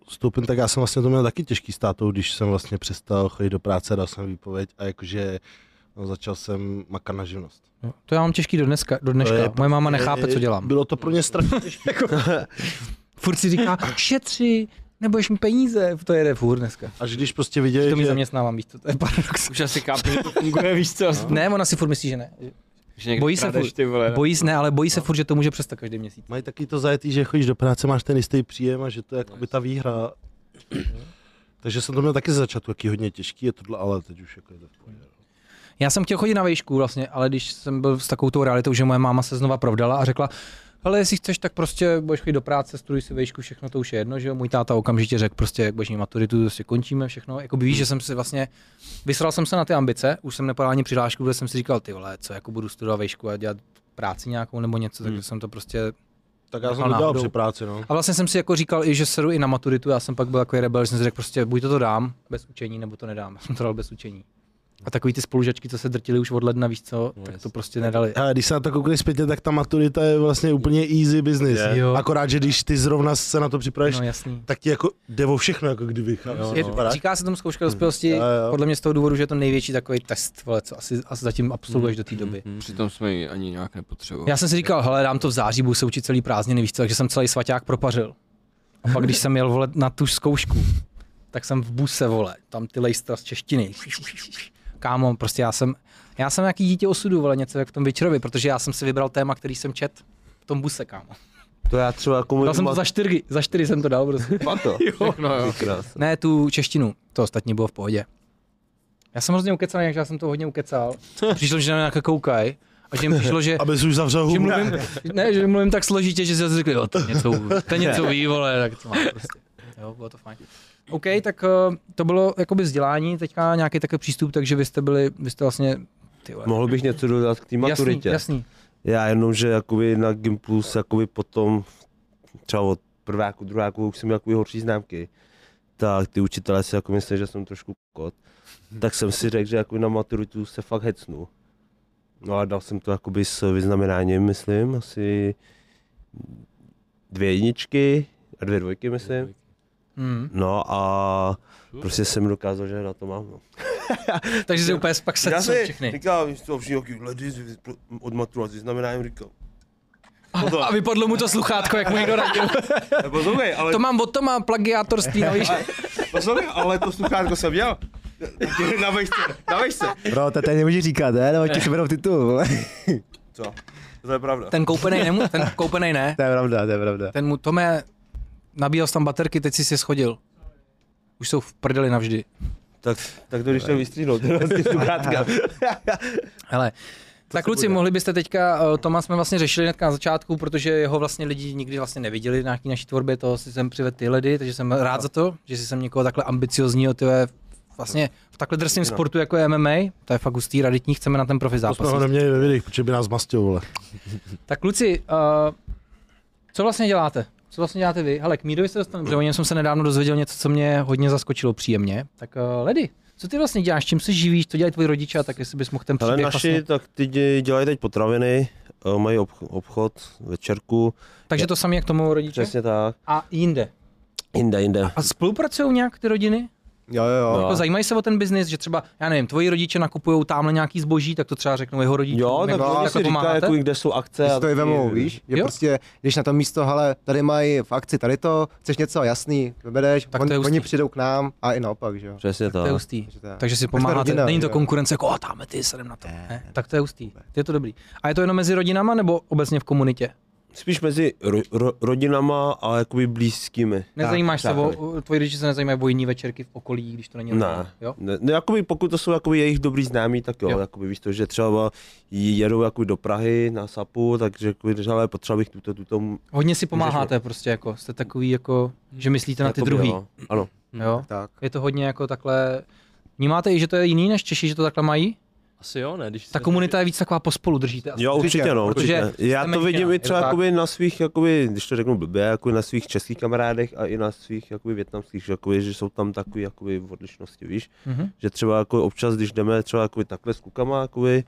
Speaker 4: vstoupím, tak já jsem vlastně to měl taky těžký státou, když jsem vlastně přestal chodit do práce, dal jsem výpověď a jakože no, začal jsem makat na živnost.
Speaker 1: Jo. No, To já mám těžký do dneska. Do dneška.
Speaker 4: je
Speaker 1: Moje máma nechápe, co dělám.
Speaker 4: Bylo to pro mě strašně těžké.
Speaker 1: Furt si říká, šetři, nebudeš mi peníze. To jede furt dneska.
Speaker 4: Až když prostě
Speaker 1: To
Speaker 4: viděli,
Speaker 1: mi
Speaker 4: že,
Speaker 1: zaměstnávám, víš, to, to je paradox.
Speaker 2: Už asi chápu, že to funguje, víš co?
Speaker 1: Ne, ona si furt myslí, že ne.
Speaker 2: Že někdo
Speaker 1: Bojí se
Speaker 2: kradeš,
Speaker 1: furt.
Speaker 2: ty vole. no.
Speaker 1: Bojí se, ne, ale bojí se furt, že to může přestat každý měsíc.
Speaker 4: mají taky to zajetý, že chodíš do práce, máš ten jistý příjem a že to je jakoby ta výhra. Takže jsem to měl taky ze začátku, jaký hodně těžký je tohle, ale teď už jako je to v pohodě.
Speaker 1: Já jsem chtěl chodit na vejšku vlastně, ale když jsem byl s takovou tou realitou, že moje máma se znova provdala a řekla, ale jestli chceš, tak prostě budeš chodit do práce, studuj si vejšku, všechno to už je jedno, že jo. Můj táta okamžitě řekl, prostě jak budeš mít maturitu, prostě končíme všechno. Jako víš, že jsem si vlastně, vysral jsem se na ty ambice, už jsem nepodal ani přihlášku, protože jsem si říkal, ty vole, co jako budu studovat vejšku a dělat práci nějakou nebo něco, takže jsem to prostě
Speaker 4: Tak já
Speaker 1: Nechal
Speaker 4: jsem to dělal
Speaker 1: náhodou.
Speaker 4: při práci, no.
Speaker 1: a vlastně jsem si jako říkal i, že seru i na maturitu, já jsem pak byl takový rebel, že jsem si řekl prostě buď to, to dám bez učení, nebo to nedám. Já jsem to dal bez učení. A takový ty spolužačky, co se drtili už od ledna, víš co,
Speaker 6: No,
Speaker 1: tak to
Speaker 6: jasně.
Speaker 1: prostě nedali.
Speaker 4: Ale když se na to koukneš zpětně, tak ta maturita je vlastně úplně easy business.
Speaker 1: Je. Jo.
Speaker 4: Akorát, že když ty zrovna se na to připravíš,
Speaker 1: No jasný.
Speaker 4: tak ti jako jde o všechno, jako kdyby. chápeš,
Speaker 1: Je,
Speaker 4: co vypadá?
Speaker 1: říká se tomu zkouška dospělosti,
Speaker 4: Hmm. Jo, jo.
Speaker 1: podle mě z toho důvodu, že je to největší takový test, vole, co asi, asi zatím absolvuješ do té
Speaker 4: Hmm,
Speaker 1: doby.
Speaker 2: Přitom jsme ji ani nějak nepotřebovali.
Speaker 1: Já jsem si říkal, hele, dám to v září, budu se učit celý prázdniny, víš co, takže jsem celý svaťák propařil. A pak, když jsem jel vole, na tu zkoušku, tak jsem v buse, vole, tam ty lejstra z češtiny. Kámo, prostě já jsem, já jsem nějaký dítě osudu, vole, něco jak v tom Vyčerovi, protože já jsem si vybral téma, který jsem čet v tom buse, kámo.
Speaker 3: To já třeba jako můj
Speaker 1: Dal jsem to za čtyři, za čtyři jsem to dal, prostě.
Speaker 3: to.
Speaker 2: Všechno, jo.
Speaker 1: Ne, tu češtinu, to ostatní bylo v pohodě. Já jsem hrozně ukecaný, takže já jsem to hodně ukecal. Přišlo, že na mě nějaké koukaj. A že jim přišlo, že
Speaker 4: Aby jsi už zavřel
Speaker 1: že
Speaker 4: hubu.
Speaker 1: mluvím, ne, že mluvím tak složitě, že si zase řekli, jo, to něco, to něco ví, vole, tak to má prostě. Jo, bylo to fajn. OK, tak eh, to bylo jakoby vzdělání, teďka nějaký takový přístup, takže vy jste byli, vy jste vlastně, ty vole,
Speaker 3: Mohl bych něco dodat k té maturitě.
Speaker 1: Jasný, jasný.
Speaker 3: Já jenom, že jakoby na Gimplu se jakoby potom, třeba od prváku, druháku, už jsem měl jakoby horší známky, tak ty učitelé si jako myslí, že jsem trošku kot. Tak jsem si řekl, že jako na maturitu se fakt hecnu. No a dal jsem to jakoby s vyznamenáním, myslím, asi dvě jedničky a dvě dvojky, myslím.
Speaker 1: Mm.
Speaker 3: No a prostě jsem dokázal, že na to mám. No.
Speaker 1: Takže si úplně pak se
Speaker 3: Já si
Speaker 1: všechny.
Speaker 3: říkal, že to všichni lidi z- od maturát s vyznamenáním říkal.
Speaker 1: A vypadlo mu to sluchátko, jak mu někdo radil.
Speaker 3: Nebo zovej, ale
Speaker 1: To mám od Toma plagiátorství, no víš?
Speaker 3: Pozor, ale to sluchátko jsem měl. Taky Na vejšce, na vejšce.
Speaker 5: Bro, No, to tady nemůžeš říkat, ne? Nebo ti seberou titul, vole.
Speaker 3: Co? To je pravda.
Speaker 1: Ten koupenej nemu, ten koupenej ne.
Speaker 5: To je pravda, to je pravda.
Speaker 1: Ten mu, Tome, nabíjel jsi tam baterky, teď jsi si je schodil. Už jsou v prdeli navždy.
Speaker 3: Tak, tak to když to vystříhnout, teda z těch sluchátka.
Speaker 1: Hele, tak kluci, mohli byste teďka, eh, Toma jsme vlastně řešili hnedka na začátku, protože jeho vlastně lidi nikdy vlastně neviděli v nějaký naší tvorbě, toho si jsem přivedl ty ledy, takže jsem rád za to, že si jsem někoho takhle ambiciozního, ty vole, vlastně v takhle drsném sportu jako je MMA, to je fakt hustý, raditní, chceme na ten profi
Speaker 4: To jsme ho
Speaker 1: zápas.
Speaker 4: neměli ve videích, protože by nás mastil, vole.
Speaker 1: Tak kluci, eh, co vlastně děláte? Co vlastně děláte vy? Hele, k Mírovi se dostanu, protože o něm jsem se nedávno dozvěděl něco, co mě hodně zaskočilo příjemně. Tak eh, Ledy, co ty vlastně děláš, čím se živíš, co dělají tvoji rodiče a tak jestli bys mohl ten
Speaker 3: Ale
Speaker 1: příběh
Speaker 3: naši,
Speaker 1: vlastně...
Speaker 3: tak ty dě- dělají teď potraviny, eh, mají obch- obchod, večerku,
Speaker 1: Takže to samé jak tomu rodiče?
Speaker 3: přesně tak.
Speaker 1: A jinde.
Speaker 3: Jinde, jinde.
Speaker 1: A spolupracují nějak ty rodiny?
Speaker 5: Jo, jo, jo.
Speaker 1: Jako zajímají se o ten biznis, že třeba, já nevím, tvoji rodiče nakupují tamhle nějaký zboží, tak to třeba řeknou jeho rodičům.
Speaker 3: Jo, tak
Speaker 1: nebo
Speaker 3: no,
Speaker 1: jako
Speaker 3: si říká,
Speaker 1: pomáháte?
Speaker 3: jako, kde jsou akce.
Speaker 5: Ty
Speaker 3: a
Speaker 5: si No, to
Speaker 3: taky-
Speaker 5: i vemou, víš? Že
Speaker 1: No, Jo.
Speaker 5: prostě, když na to místo, hele, tady mají v akci tady to, chceš něco, jasný, vybereš,
Speaker 1: Tak
Speaker 5: on,
Speaker 1: to je hustý.
Speaker 5: oni přijdou k nám a i naopak, že jo.
Speaker 3: Přesně
Speaker 1: To je
Speaker 3: tak.
Speaker 1: hustý.
Speaker 5: Takže to je-
Speaker 1: Takže si
Speaker 5: Tak jsme
Speaker 1: pomáháte.
Speaker 5: rodina,
Speaker 1: Není
Speaker 5: že
Speaker 1: to
Speaker 5: jo.
Speaker 1: konkurence, jako, a tamhle ty, sedem na to. Ne, tak to je hustý. Je to dobrý. A je to jenom mezi rodinama nebo obecně v komunitě?
Speaker 3: Spíš mezi ro- ro- rodinama a jakoby blízkými.
Speaker 1: Nezajímáš
Speaker 3: tak,
Speaker 1: se o, tvoji rodiče se nezajímají o jiný večerky v okolí, když to není rodina,
Speaker 3: Ne.
Speaker 1: Jo?
Speaker 3: ne, ne jakoby pokud to jsou jakoby jejich dobrý známí, tak jo,
Speaker 1: Jo.
Speaker 3: jo. Jakoby, víš to, že třeba jedou jakoby do Prahy na SAPu, takže jakoby, že hele, potřeba bych tuto, tuto
Speaker 1: Hodně si pomáháte prostě jako, jste takový jako, že myslíte na ty
Speaker 3: jakoby,
Speaker 1: druhý,
Speaker 3: jo. Ano.
Speaker 1: jo?
Speaker 5: Tak.
Speaker 1: Je to hodně jako takhle, vnímáte i, že to je jiný než Češi, že to takhle mají?
Speaker 6: Asi jo, ne? Když
Speaker 1: Ta komunita je víc taková pospolu, držíte. asi.
Speaker 3: Jo, určitě, no,
Speaker 1: protože
Speaker 3: určitě.
Speaker 1: jste
Speaker 3: Já to
Speaker 1: menšina,
Speaker 3: vidím
Speaker 1: je
Speaker 3: i
Speaker 1: to
Speaker 3: třeba
Speaker 1: tak?
Speaker 3: jakoby na svých, jakoby, když to řeknu blbě, jako na svých českých kamarádech a i na svých jakoby větnamských, že jakoby, že jsou tam takové jakoby odlišnosti, víš?
Speaker 1: Mhm.
Speaker 3: Že třeba jako občas, když jdeme třeba jakoby takhle s klukama, jakoby,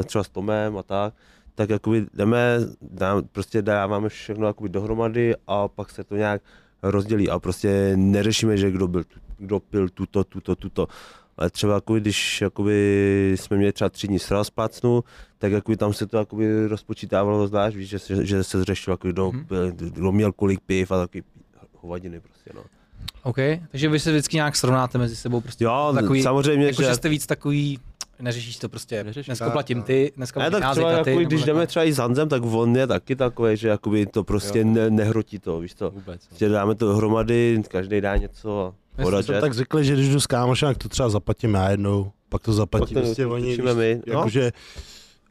Speaker 3: eh, třeba s Tomem a tak, tak jakoby jdeme, dá, prostě dáváme všechno jakoby dohromady a pak se to nějak rozdělí a prostě neřešíme, že kdo, byl, tu- kdo pil tuto, tuto, tuto. Ale třeba jakoby, když jakoby, jsme měli třeba tři dní sraz plácnu, tak jakoby, tam se to jakoby, rozpočítávalo zvlášť, víš, že, se, že se řešilo, jakoby, kdo,
Speaker 1: Mhm.
Speaker 3: pil, kdo měl kolik piv a taky hovadiny prostě. No.
Speaker 1: OK, takže vy se vždycky nějak srovnáte mezi sebou prostě.
Speaker 3: Jo,
Speaker 1: Takový-
Speaker 3: takový, samozřejmě,
Speaker 1: Jako,
Speaker 3: že...
Speaker 1: že jste víc takový, neřešíš to prostě,
Speaker 6: Neřeším,
Speaker 1: dneska
Speaker 5: tak,
Speaker 1: platím
Speaker 5: tak.
Speaker 1: ty, dneska
Speaker 3: Ne,
Speaker 1: platím
Speaker 3: tak
Speaker 1: já,
Speaker 3: třeba
Speaker 1: zítra
Speaker 3: jako,
Speaker 1: ty.
Speaker 3: když
Speaker 1: nebo
Speaker 3: jdeme
Speaker 1: takhle.
Speaker 3: třeba i s Hanzem, tak on je taky takový, že jakoby to prostě
Speaker 6: Jo.
Speaker 3: ne, nehrotí to, víš to.
Speaker 6: Vůbec. no.
Speaker 3: Že dáme to dohromady, každý dá něco a
Speaker 1: Já
Speaker 3: voda
Speaker 4: Jsem
Speaker 3: jet.
Speaker 4: tak zvyklý, že když jdu s kámošem, tak to třeba zaplatím já jednou, pak to zaplatí
Speaker 3: Pak to
Speaker 4: prostě oni.
Speaker 3: točíme
Speaker 4: víš,
Speaker 3: my, no.
Speaker 4: Jakože,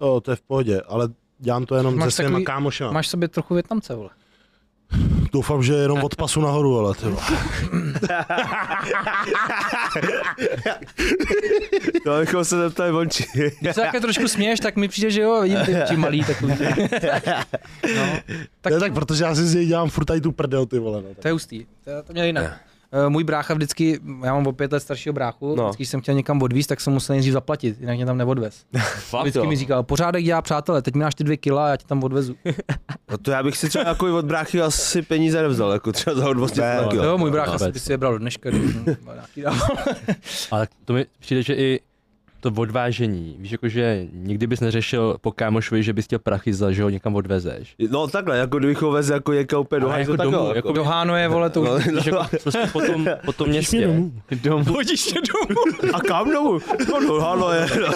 Speaker 4: jo, to je v pohodě, ale dělám to jenom
Speaker 1: Máš
Speaker 4: se svýma
Speaker 1: takový-
Speaker 4: kámošema.
Speaker 1: Máš v sobě trochu Větnamce, vole.
Speaker 4: Doufám, že jenom od pasu nahoru, ale ty vole.
Speaker 3: To bychom se zeptali vonči.
Speaker 1: Když se také trošku směješ, tak mi přijde, že jo, vidím ty oči malý takový. no, tak,
Speaker 4: Tak, ne, tak protože já si z něj dělám furt tady tu prdel, ty vole. No, tak.
Speaker 1: to je hustý. To, já to měl jinak. Eh, Můj brácha vždycky, já mám o pět let staršího bráchu, no.
Speaker 3: No.
Speaker 1: vždycky když jsem chtěl někam odvíz, tak jsem musel nejdřív zaplatit, jinak mě tam neodvez. Vždycky mi říkal, pořádek dělá přátelé, teď mi dáš ty dvě kila a já tě tam odvezu.
Speaker 3: No to já bych si třeba jako od bráchy asi peníze nevzal, jako třeba za 200
Speaker 6: Ne,
Speaker 3: taky,
Speaker 1: no.
Speaker 3: No.
Speaker 1: Jo, můj brácha
Speaker 6: vůbec.
Speaker 1: si by si je bral do dneška, když mu nějaký dával.
Speaker 6: Ale to mi přijde, že i to odvážení, víš, jako že nikdy bys neřešil po kámošovi, že bys chtěl prachy za, že ho někam odvezeš.
Speaker 3: No takhle, jako kdybych ho vezl jako někam úplně do
Speaker 6: Ale
Speaker 3: hajzlu,
Speaker 6: jako
Speaker 3: tak
Speaker 6: domů,
Speaker 3: jo,
Speaker 6: jako
Speaker 1: Do Hánoje, vole, to už
Speaker 3: No,
Speaker 6: Víš,
Speaker 3: no.
Speaker 6: jako prostě po tom, po tom městě. Domů.
Speaker 1: hodíš tě domů.
Speaker 3: A kam domů? No, no, halo, je. no.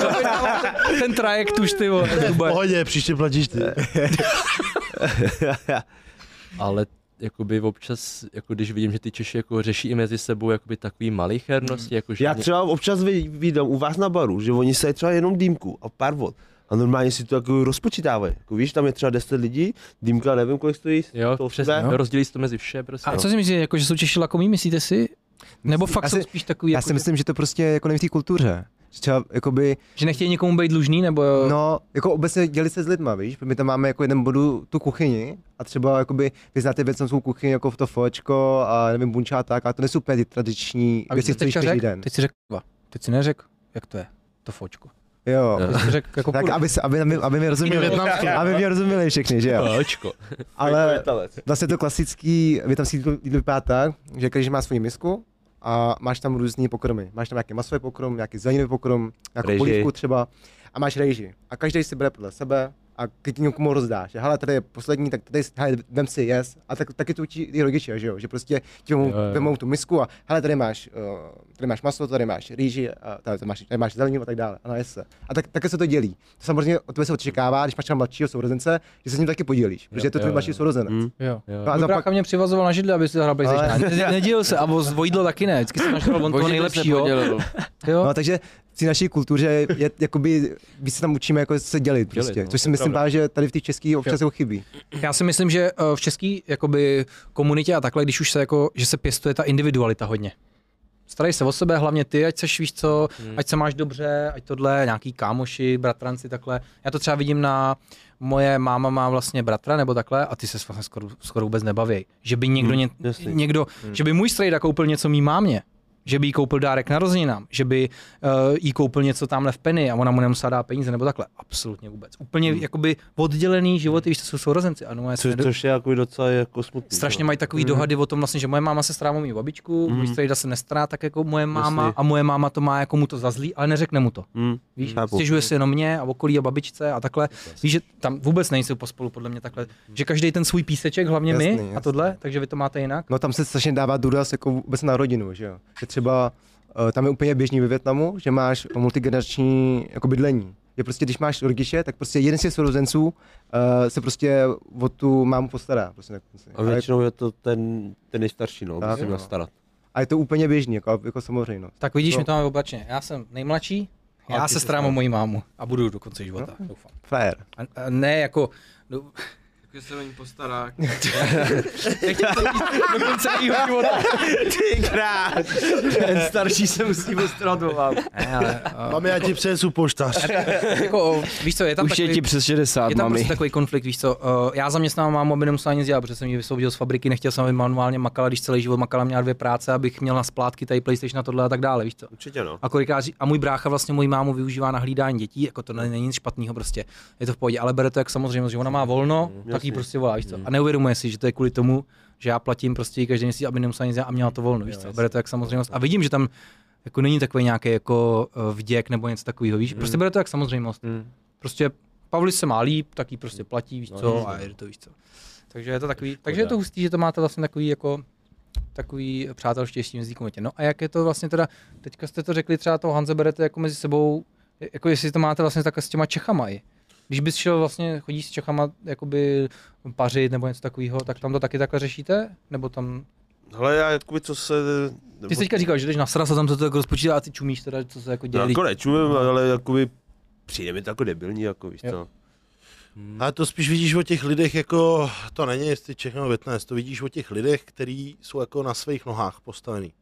Speaker 1: Ten trajekt už, ty vole, z
Speaker 4: V
Speaker 1: Dubaje.
Speaker 4: pohodě, příště platíš ty.
Speaker 6: Ale jakoby občas, jako když vidím, že ty Češi jako řeší i mezi sebou jakoby takový malichernosti, jako že
Speaker 3: Hmm. Já
Speaker 6: ně-
Speaker 3: třeba občas vy- vyjdem u vás na baru, že oni se třeba jenom dýmku a pár vod. A normálně si to jako rozpočítávají. Jako víš, tam je třeba 10 lidí, dýmka nevím, kolik stojí.
Speaker 6: jo,
Speaker 3: to
Speaker 6: přesně,
Speaker 3: sebe.
Speaker 6: rozdělí se to mezi vše, prostě.
Speaker 1: A co si myslíš, jako, že jsou Češi lakomí, myslíte si? Nebo fakt
Speaker 5: já
Speaker 1: jsou
Speaker 5: si-
Speaker 1: spíš takový,
Speaker 5: Já
Speaker 1: jako,
Speaker 5: si myslím, že to prostě je jako není v té kultuře. Že Třeba, jakoby,
Speaker 1: že nechtějí někomu být dlužný, nebo no,
Speaker 5: no, jako obecně dělit se s lidma, víš, protože my tam máme jako jeden bodu tu kuchyni a třeba, jakoby, vy znáte větnamskou kuchyni, jako to fočko a nevím, bunča a tak, a to nejsou úplně ty tradiční
Speaker 1: a
Speaker 5: věci,
Speaker 1: víš,
Speaker 5: co
Speaker 1: co
Speaker 5: jíš
Speaker 1: teďka
Speaker 5: každý
Speaker 1: řek,
Speaker 5: den.
Speaker 1: teď si řekl, kva. teď si neřek, jak to je, to fočko.
Speaker 5: Jo.
Speaker 1: Teď si řekl, jako
Speaker 5: Tak
Speaker 1: kurva.
Speaker 5: aby, se, aby, aby, aby mi rozuměli, aby mi rozuměli všichni, že jo.
Speaker 6: Očko.
Speaker 5: Ale
Speaker 3: Větalec.
Speaker 5: Vlastně to klasický větnamský jídlo jídlo vypadá tak, že každý má svoji misku a máš tam různé pokrmy. Máš tam nějaký masový pokrm, nějaký zeleninový pokrm, nějakou
Speaker 3: Rejži.
Speaker 5: polívku třeba a máš rejži. A každý si bere podle sebe a když někomu rozdáš, že hele, tady je poslední, tak tady hele, vem si jes. A tak, taky to učí i rodiče, že jo? Že prostě ti vemou,
Speaker 6: Jo, jo.
Speaker 5: vemou tu misku a hele, tady máš, uh, tady máš maso, tady máš rýži, a tady, tady, máš, tady máš zeleninu a tak dále. A najes se. A tak, také se to dělí. To samozřejmě od tebe se očekává, když máš třeba mladšího sourozence, že se s ním taky podílíš, protože je to
Speaker 6: jo,
Speaker 5: tvůj
Speaker 6: jo.
Speaker 5: mladší sourozenec.
Speaker 3: Mm.
Speaker 1: Jo.
Speaker 6: Jo.
Speaker 5: No a
Speaker 1: Můj
Speaker 5: za
Speaker 1: brácha mě přivazoval na židli, aby si zahrál PlayStation. Ne- Nedělil se, a o o jídlo taky ne, vždycky jsem našel on toho nejlepšího. Jo.
Speaker 5: No, takže v té naší kultuře je, jakoby, víc se tam učíme jako se dělit, prostě,
Speaker 6: Dělit, no,
Speaker 5: což
Speaker 6: to
Speaker 5: si
Speaker 6: je
Speaker 5: myslím
Speaker 6: pravda.
Speaker 5: právě, že tady v té české občas jako chybí.
Speaker 1: Já si myslím, že eh, v české jakoby, komunitě a takhle, když už se jako, že se pěstuje ta individualita hodně. Starej se o sebe, hlavně ty, ať seš víš co, hmm. ať se máš dobře, ať tohle, nějaký kámoši, bratranci, takhle. Já to třeba vidím na, moje máma má vlastně bratra nebo takhle a ty se vlastně skoro, skoro vůbec nebaví. Že by někdo, hmm, ně,
Speaker 3: jasně.
Speaker 1: někdo hmm. že by můj strejda koupil něco mý mámě. že by jí koupil dárek narozeninám, že by uh, jí koupil něco tamhle v Penny a ona mu nemusela dát peníze nebo takhle. Absolutně vůbec. Úplně hmm. jakoby oddělený život, i když to jsou sourozenci. Ano,
Speaker 3: Co, což je jako docela jako smutný.
Speaker 1: strašně
Speaker 3: no.
Speaker 1: mají takový mm. dohady o tom vlastně, že moje máma se strává mý babičku, mm. Strejda se nestará tak jako moje máma
Speaker 3: Jasně.
Speaker 1: a moje máma to má jako mu to zazlí, ale neřekne mu to.
Speaker 3: Hm.
Speaker 1: Víš,
Speaker 3: Chápu.
Speaker 1: stěžuje se jenom mě a okolí a babičce a takhle. Víš, že tam vůbec nejsou pospolu podle mě takhle, že každý ten svůj píseček, hlavně my
Speaker 5: Jasný,
Speaker 1: a
Speaker 5: jasný.
Speaker 1: tohle, takže vy to máte jinak.
Speaker 5: No tam se strašně dává důraz jako vůbec na rodinu, že jo. Že třeba eh, tam je úplně běžný ve Větnamu, že máš multigenerační jako bydlení. Že prostě když máš rodiče, tak prostě jeden z těch sourozenců eh, se prostě o tu mámu postará. Prostě na konci.
Speaker 3: A většinou je to ten, ten nejstarší, no,
Speaker 5: Tak,
Speaker 3: musím
Speaker 5: no.
Speaker 3: nastarat.
Speaker 5: a je to úplně běžný, jako, jako samozřejmě.
Speaker 1: Tak vidíš,
Speaker 5: No.
Speaker 1: my to máme opačně. Já jsem nejmladší,
Speaker 5: A
Speaker 1: já
Speaker 5: ty
Speaker 1: se
Speaker 5: jsi
Speaker 1: starám o moji mámu a budu do konce života, doufám.
Speaker 5: Fair.
Speaker 1: A, a ne jako, no,
Speaker 2: Tak se o ní postará.
Speaker 1: nechtěl jsem jít do konce jejího života.
Speaker 2: Tykrát. Ten starší se musí postarat o vám.
Speaker 1: Ne, ale, a,
Speaker 4: Mami, já ti přejesu poštář.
Speaker 1: jako, víš co, je tam
Speaker 2: Už je
Speaker 1: takový...
Speaker 2: ti přes 60,
Speaker 1: Je tam
Speaker 2: mami.
Speaker 1: prostě takový konflikt, víš co, uh, já zaměstnávám mámu, aby nemusela nic dělat, protože jsem ji vysvobodil z fabriky, nechtěl jsem, aby manuálně makala, když celý život makala, měla dvě práce, abych měl na splátky tady PlayStation a tohle a tak dále, víš co.
Speaker 3: Určitě no.
Speaker 1: A kolikrát, ři- Jako a můj brácha vlastně můj mámu využívá na hlídání dětí, jako to není nic špatného prostě, je to v pohodě, ale bere to jak samozřejmě, že ona má volno, tak jí prostě volá, víš co. A neuvědomuje si, že to je kvůli tomu, že já platím prostě jí každý měsíc, aby nemusela nic dělat a měla to volno, víš co. Bere to jak samozřejmost. A vidím, že tam jako není takový nějaký jako eh, vděk nebo něco takového, víš, prostě bere to jak samozřejmost. Prostě Pavli se má líp, tak jí prostě platí, víš co, a je to víš co. Takže je to takový, takže je to hustý, že to máte vlastně takový jako takový přátelštější mezi komunitě. No a jak je to vlastně teda, teďka jste to řekli třeba toho Hanze berete jako mezi sebou, jako jestli to máte vlastně takhle s těma Čechama i. Když bys šel vlastně, chodíš s Čechama jakoby pařit nebo něco takového, tak tam to taky takhle řešíte? Nebo tam...
Speaker 3: Hele, já jakoby co se...
Speaker 1: Ty jsi teďka říkal, že jdeš na sraz a tam se to jako rozpočítá a ty čumíš teda, co se jako děje.
Speaker 3: Jako nečumím, ale jakoby přijde mi to jako debilní, jako víš
Speaker 1: Jo.
Speaker 3: co.
Speaker 4: A to spíš vidíš o těch lidech jako, to není jestli Čech nebo Větnamec, to vidíš o těch lidech, kteří jsou jako na svých nohách postavený.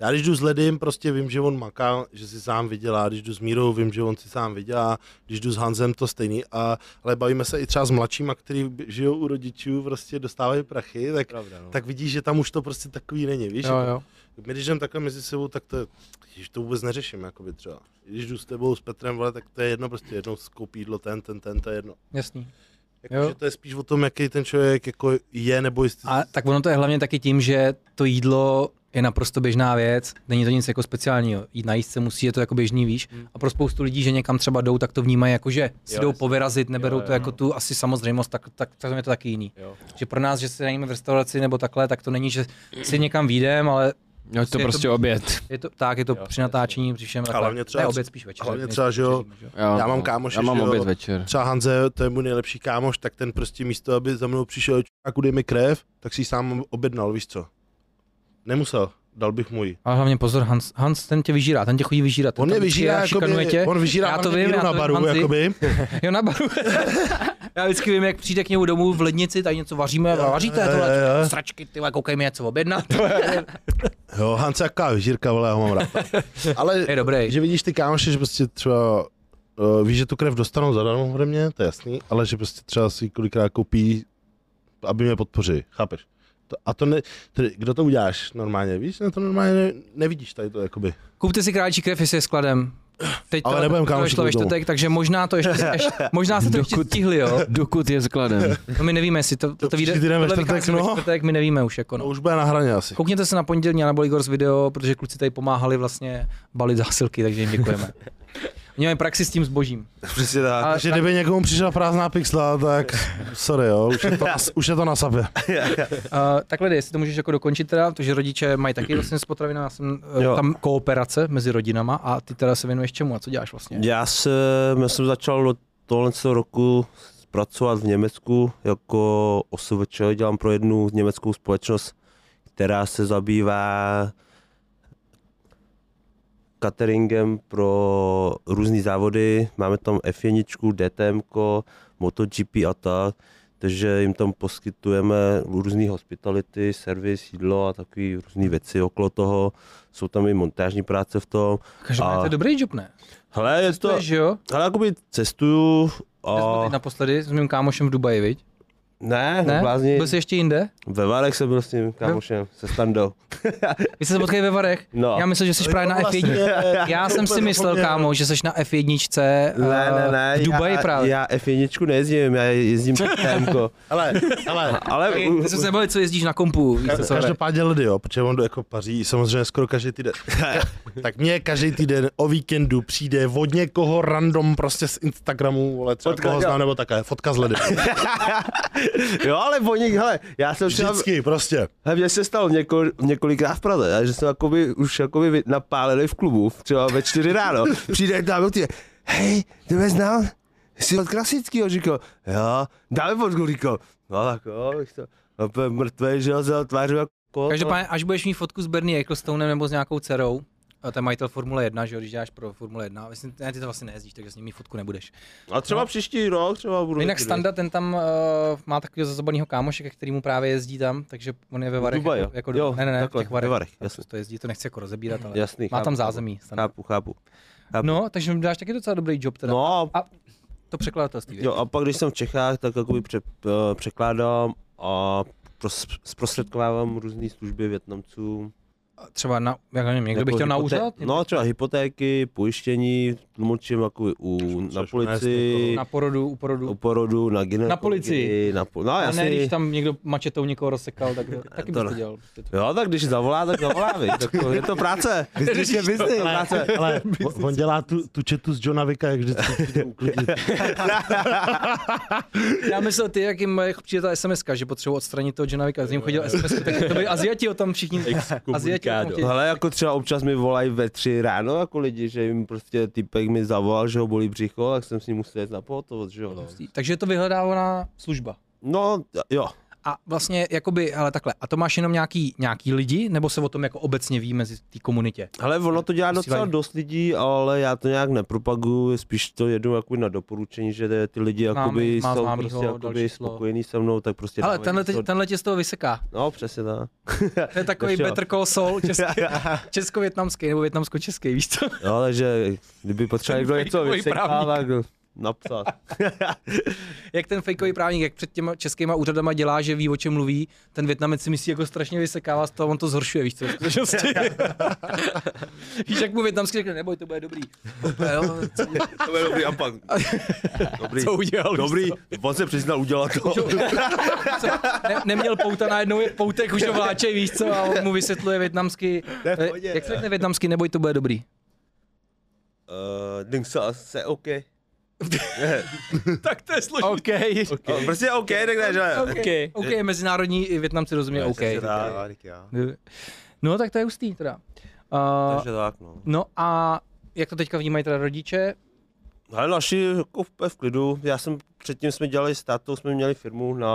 Speaker 4: Já když jdu s Ledym, prostě vím, že on maká, že si sám vydělá, když jdu s Mírou, vím, že on si sám vydělá, když jdu s Hanzem, to stejný, a, ale bavíme se i třeba s mladšíma, kteří žijou u rodičů, prostě dostávají prachy, tak,
Speaker 3: Pravda, no.
Speaker 4: tak vidíš, že tam už to prostě takový není, víš?
Speaker 1: Jo,
Speaker 4: jako-
Speaker 1: jo.
Speaker 4: my když jdem takhle mezi sebou, tak to, ježiš, to vůbec neřeším, jakoby třeba. Když jdu s tebou, s Petrem, vole, tak to je jedno, prostě jednou skoupí jídlo ten, ten, ten, to je jedno.
Speaker 1: Jasný. Jo.
Speaker 4: Jako, že to je spíš o tom, jaký ten člověk jako je, nebo jestli...
Speaker 1: A tak ono to je hlavně taky tím, že to jídlo je naprosto běžná věc, není to nic jako speciálního. Jít najíst se musí, je to jako běžný, víš. A pro spoustu lidí, že někam třeba jdou, tak to vnímají jako, že si jdou povyrazit, neberou to jako tu asi samozřejmost, tak, tak, tak tam je to taky jiný. Že pro nás, že si najíme v restauraci nebo takhle, tak to není, že si někam výjdem, ale
Speaker 2: No to prostě oběd.
Speaker 1: je to tak, je to při natáčení, při všem. takhle.
Speaker 4: hlavně třeba-
Speaker 1: ne, oběd spíš večer.
Speaker 4: hlavně třeba, že jo,
Speaker 2: Jo,
Speaker 4: Já mám
Speaker 2: no.
Speaker 4: kámoše,
Speaker 2: Já mám
Speaker 4: že jo.
Speaker 2: oběd večer.
Speaker 4: Třeba Hanze, to je můj nejlepší kámoš, tak ten prostě místo, aby za mnou přišel a dej mi krev, tak si ji sám objednal, víš co? Nemusel, dal bych mu ji.
Speaker 1: Ale hlavně pozor, Hans, Hans, ten tě vyžírá, ten tě chodí vyžírat.
Speaker 4: On
Speaker 1: Ten
Speaker 4: mě
Speaker 1: tam přijde
Speaker 4: vyžírá,
Speaker 1: a šikanuje
Speaker 4: jakoby,
Speaker 1: tě.
Speaker 4: on vyžírá
Speaker 1: Já to
Speaker 4: hlavně
Speaker 1: vím,
Speaker 4: Míru
Speaker 1: já
Speaker 4: na
Speaker 1: to vím,
Speaker 4: baru,
Speaker 1: Hanzi.
Speaker 4: jakoby.
Speaker 1: Jo, na baru. Já vždycky vím, jak přijde k němu domů v lednici, tady něco vaříme, jo, vaříte,
Speaker 4: jo,
Speaker 1: tohle,
Speaker 4: jo, jo.
Speaker 1: sračky, ty vole, koukej mi něco objednat.
Speaker 4: Jo, Hans je jaká vyžírka, vole, já ho mám rád. Ale
Speaker 1: Je dobrý.
Speaker 4: že vidíš ty kámoše, že prostě třeba uh, víš, že tu krev dostanou zadarmo ode mě, to je jasný, ale že prostě třeba si ji kolikrát koupí, aby mě podpořili, chápeš? To, a to ne, tedy, kdo to uděláš normálně, víš, ne, to normálně ne, nevidíš tady to jakoby.
Speaker 1: Kupte si králičí krev, jestli je skladem. Teď
Speaker 4: Ale
Speaker 1: to,
Speaker 4: nebudem,
Speaker 1: to
Speaker 4: kámo,
Speaker 1: vyšlo
Speaker 4: že
Speaker 1: ve
Speaker 4: budou.
Speaker 1: čtvrtek, takže možná to ještě, ještě možná se to ještě stihli, jo.
Speaker 2: Dokud je skladem.
Speaker 1: No my nevíme, jestli to, to, to vyjde,
Speaker 4: příští týden ve
Speaker 1: tohle
Speaker 4: čtvrtek,
Speaker 1: vychází ve
Speaker 4: no.
Speaker 1: čtvrtek, my nevíme už, jako
Speaker 4: No
Speaker 1: no.
Speaker 4: už bude na hraně asi.
Speaker 1: Koukněte se na pondělní Anabolic Gors video, protože kluci tady pomáhali vlastně balit zásilky, takže jim děkujeme. Oni mají praxi s tím zbožím.
Speaker 3: Přesně tak.
Speaker 1: Ale
Speaker 4: Takže kdyby někomu přišla prázdná pixla, tak sorry jo, už je to, na- už je to na sabě.
Speaker 1: Uh, takhle jde, jestli to můžeš jako dokončit teda, protože rodiče mají taky vlastně s potravinami, já jsem uh,
Speaker 3: Jo.
Speaker 1: tam kooperace mezi rodinama a ty teda se věnuješ čemu a co děláš vlastně?
Speaker 3: Já, se, já jsem začal do tohle roku pracovat v Německu jako OSVČ, dělám pro jednu německou společnost, která se zabývá cateringem pro různé závody. Máme tam F1, DTM, MotoGP a tak, takže jim tam poskytujeme různé hospitality, servis, jídlo a takové různé věci okolo toho. Jsou tam i montážní práce v tom.
Speaker 1: Každopádně
Speaker 3: a-
Speaker 1: to je dobrý job, ne?
Speaker 3: Hele, je
Speaker 1: To
Speaker 3: to,
Speaker 1: je, že jo?
Speaker 3: ale jakoby cestuju
Speaker 1: Já jsem byl
Speaker 3: a No,
Speaker 1: teď naposledy s mým kámošem v Dubaji, viď?
Speaker 3: Ne,
Speaker 1: Ne?
Speaker 3: ne? Blázni,
Speaker 1: Byl jsi ještě jinde?
Speaker 3: ve Varech jsem byl s tím kámošem, se standou.
Speaker 1: Vy jste se potkali ve Varech?
Speaker 3: No.
Speaker 1: Já myslím, že jsi právě na F1. Já jsem si myslel, kámo, že jsi na F1
Speaker 3: Ne, ne, ne.
Speaker 1: Eh, v Dubaji
Speaker 3: já,
Speaker 1: právě.
Speaker 3: Já F1 nejezdím, já jezdím PMko.
Speaker 4: Ale, ale,
Speaker 3: Ale
Speaker 1: Okay, to jsme se nebavili, co jezdíš na kompu. Víš, co se hraje.
Speaker 4: každopádně lidi, jo, protože on do jako Paří, samozřejmě skoro každý týden. tak mě každý týden o víkendu přijde od někoho random prostě z Instagramu, vole, třeba
Speaker 3: Fotka,
Speaker 4: koho
Speaker 3: jo.
Speaker 4: znám, nebo takhle, fotka z ledy.
Speaker 3: jo, ale po nich, hele, já jsem třeba,
Speaker 4: Vždycky, prostě.
Speaker 3: hele, mně se stalo něko, několikrát v Praze, že jsem jakoby, už jakoby vy- napálili v klubu, třeba ve čtyři ráno, přijde tam ty, hej, ty mě znám? Jsi od klasického, říkal, jo, dáme fotku, říkal, no tak jo, bych to, no, to je mrtvej, že jo, za tvářu jako,
Speaker 1: Každopádně, až budeš mít fotku s Bernie Ecclestonem nebo s nějakou dcerou, a to je majitel Formule 1, že jo, když děláš pro Formule 1, myslím, ne, ty to vlastně nejezdíš, takže s ním mít fotku nebudeš.
Speaker 3: a třeba příští rok, třeba budu.
Speaker 1: No. Jinak
Speaker 3: někdy.
Speaker 1: Standa, ten tam uh, má takového zazobaného kámoše, ke kterému právě jezdí tam, takže on je ve Varech.
Speaker 3: Dubaji,
Speaker 1: jako,
Speaker 3: jo?
Speaker 1: jako,
Speaker 3: Jo,
Speaker 1: ne, ne, ne,
Speaker 3: takhle,
Speaker 1: v těch Varech.
Speaker 3: ve Varech,
Speaker 1: Tam
Speaker 3: jasně.
Speaker 1: To jezdí, to nechci jako rozebírat, ale
Speaker 3: Jasný,
Speaker 1: má tam
Speaker 3: chápu,
Speaker 1: zázemí. Standa.
Speaker 3: Chápu, chápu. chápu.
Speaker 1: No, takže mi dáš taky docela dobrý job teda.
Speaker 3: No, a
Speaker 1: To překladatelství.
Speaker 3: Jo, a pak když jsem v Čechách, tak jakoby pře, eh, překládám a pros, zprostředkovávám různé služby Větnamcům.
Speaker 1: Třeba na, jak nevím, někdo by
Speaker 3: Jako
Speaker 1: chtěl na
Speaker 3: hypoté-
Speaker 1: úřad, někdo
Speaker 3: No, třeba hypotéky, pojištění, tlumočím jakoby u, na
Speaker 4: nést
Speaker 3: policii,
Speaker 1: na porodu, u porodu.
Speaker 3: u porodu, na gynekologii.
Speaker 1: policii.
Speaker 3: Na, po- no,
Speaker 1: a ne, když
Speaker 3: jasně.
Speaker 1: tam někdo mačetou někoho rozsekal, tak taky bys
Speaker 3: To
Speaker 1: to
Speaker 3: ne.
Speaker 1: dělal. prostě.
Speaker 3: Jo, tak když zavolá, tak zavolá, víš, tak to, je to práce. Business je business. Práce.
Speaker 4: Ale on- on dělá tu, tu četu z Johna Vicka, jak vždycky přijde uklidit.
Speaker 1: Já myslel, ty, jak jim eh, přijde ta SMS, že potřebuji odstranit toho Johna Vicka, s ním chodil SMS, tak to byli Aziati o tam všichni. Aziati o tom chtějí.
Speaker 3: Hele, jako třeba občas mi volají ve tři ráno, jako lidi, že jim prostě typek mi zavolal, že ho bolí břicho, tak jsem s ním musel jít na pohotovost, že jo.
Speaker 1: Takže je to vyhledávaná služba.
Speaker 3: No, jo.
Speaker 1: A vlastně, jakoby, ale takhle, a to máš jenom nějaký, nějaký lidi, nebo se o tom jako obecně ví mezi té komunitě?
Speaker 3: Ale ono to dělá
Speaker 1: Posílají.
Speaker 3: docela dost lidí, ale já to nějak nepropaguju, spíš to jedu jako na doporučení, že ty lidi
Speaker 1: Známý,
Speaker 3: jakoby
Speaker 1: má
Speaker 3: jsou
Speaker 1: známýho,
Speaker 3: prostě
Speaker 1: další
Speaker 3: jakoby
Speaker 1: slovo.
Speaker 3: spokojení se mnou, tak prostě
Speaker 1: Ale
Speaker 3: dávají
Speaker 1: tenhle, tě,
Speaker 3: něco-
Speaker 1: tenhle tě z toho vyseká.
Speaker 3: No přesně tak.
Speaker 1: To je takový
Speaker 3: Nešel.
Speaker 1: Better Call Saul český, česko-větnamský nebo větnamsko-český, víš co?
Speaker 3: Jo, takže kdyby potřeboval někdo něco
Speaker 1: fejkový
Speaker 3: vysekal,
Speaker 1: právník.
Speaker 3: tak napsat.
Speaker 1: Jak ten fakeový právník, jak před těma českýma úřadama dělá, že ví, o čem mluví, ten Větnamec si myslí, jako strašně vysekává z toho, on to zhoršuje, víš co? ve skutečnosti. víš, jak mu větnamský řekne, neboj, to bude dobrý. Jo, co,
Speaker 3: To byl dobrý ampak. Dobrý.
Speaker 1: co udělal?
Speaker 3: Dobrý, on se přiznal, udělal to.
Speaker 1: Co? Ne, neměl pouta, najednou je poutek, už ho vláčej, víš co, a on mu vysvětluje větnamsky.
Speaker 3: Ne, v pohodě.
Speaker 1: Jak se řekne větnamsky, neboj, to bude dobrý.
Speaker 3: Eh, Ding se, se OK.
Speaker 1: Tak to je složitý. OK.
Speaker 3: Eh, Prostě OK, tak ne, že?
Speaker 1: OK, okay mezinárodní i větnamci rozumí OK.
Speaker 3: Tak,
Speaker 1: No tak to je hustý teda. Uh,
Speaker 3: Takže tak, no.
Speaker 1: No a jak to teďka vnímají teda rodiče?
Speaker 3: Ale naši jako úplně v klidu. Já jsem předtím jsme dělali s tátou, jsme měli firmu na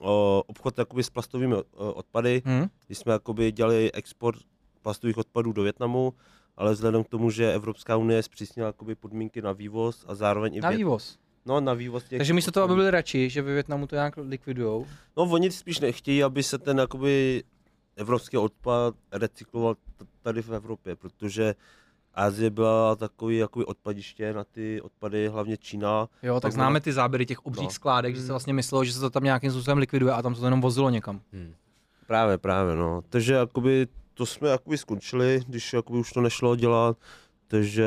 Speaker 3: o, obchod jakoby s plastovými o, odpady.
Speaker 1: Hm?
Speaker 3: Když jsme jakoby dělali export plastových odpadů do Větnamu, ale vzhledem k tomu, že Evropská unie zpřísnila jakoby podmínky na vývoz a zároveň i
Speaker 1: Na
Speaker 3: Vět-
Speaker 1: vývoz.
Speaker 3: No, na vývoz těch
Speaker 1: Takže místo toho, aby
Speaker 3: odpadů.
Speaker 1: byli radši, že ve Větnamu to nějak likvidujou.
Speaker 3: No, oni spíš nechtějí, aby se ten jakoby evropský odpad recykloval t- tady v Evropě, protože Asie byla takový jakoby odpadiště na ty odpady, hlavně Čína.
Speaker 1: Jo, tak
Speaker 3: Tak
Speaker 1: známe
Speaker 3: ono-
Speaker 1: ty záběry těch obřích
Speaker 3: No.
Speaker 1: skládek, že se vlastně myslelo, že se to tam nějakým způsobem likviduje a tam se to jenom vozilo někam.
Speaker 3: Právě, právě, no. Takže jakoby to jsme jakoby skončili, když jakoby už to nešlo dělat, takže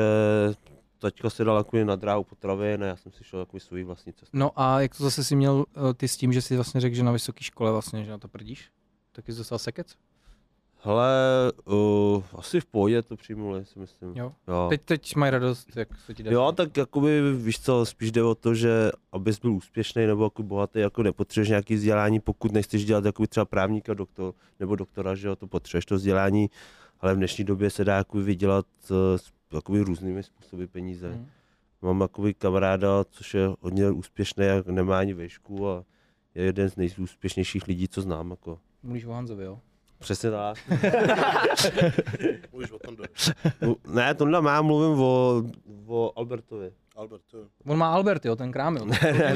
Speaker 3: teďka se dal jakoby na dráhu potravin a já jsem si šel jakoby svůj vlastní cestu.
Speaker 1: No a jak to zase si měl eh, ty s tím, že jsi vlastně řekl, že na vysoké škole vlastně, že na to prdíš? Tak jsi dostal sekec?
Speaker 3: Hele, uh, asi v pohodě to přijmuli, si myslím.
Speaker 1: Jo.
Speaker 3: jo.
Speaker 1: Teď, teď mají radost, jak se ti jde.
Speaker 3: No. Jo, tak jakoby, víš co, spíš jde o to, že abys byl úspěšný nebo jako bohatý, jako nepotřebuješ nějaký vzdělání, pokud nechceš dělat jakoby třeba právníka doktor, nebo doktora, že jo, to potřebuješ to vzdělání, ale v dnešní době se dá jakoby vydělat eh, s- jakoby různými způsoby peníze.
Speaker 1: Mhm.
Speaker 3: Hmm. Mám jakoby kamaráda, což je hodně úspěšný, jak nemá ani vešku a je jeden z nejúspěšnějších lidí, co znám, jako.
Speaker 1: Mluvíš o Hanzovi, jo?
Speaker 3: Přesně tak. U- ne, tohle má, mluvím o, o Albertovi.
Speaker 4: Albert, to
Speaker 1: On má Albert, jo, ten krámil.
Speaker 3: ne, ne,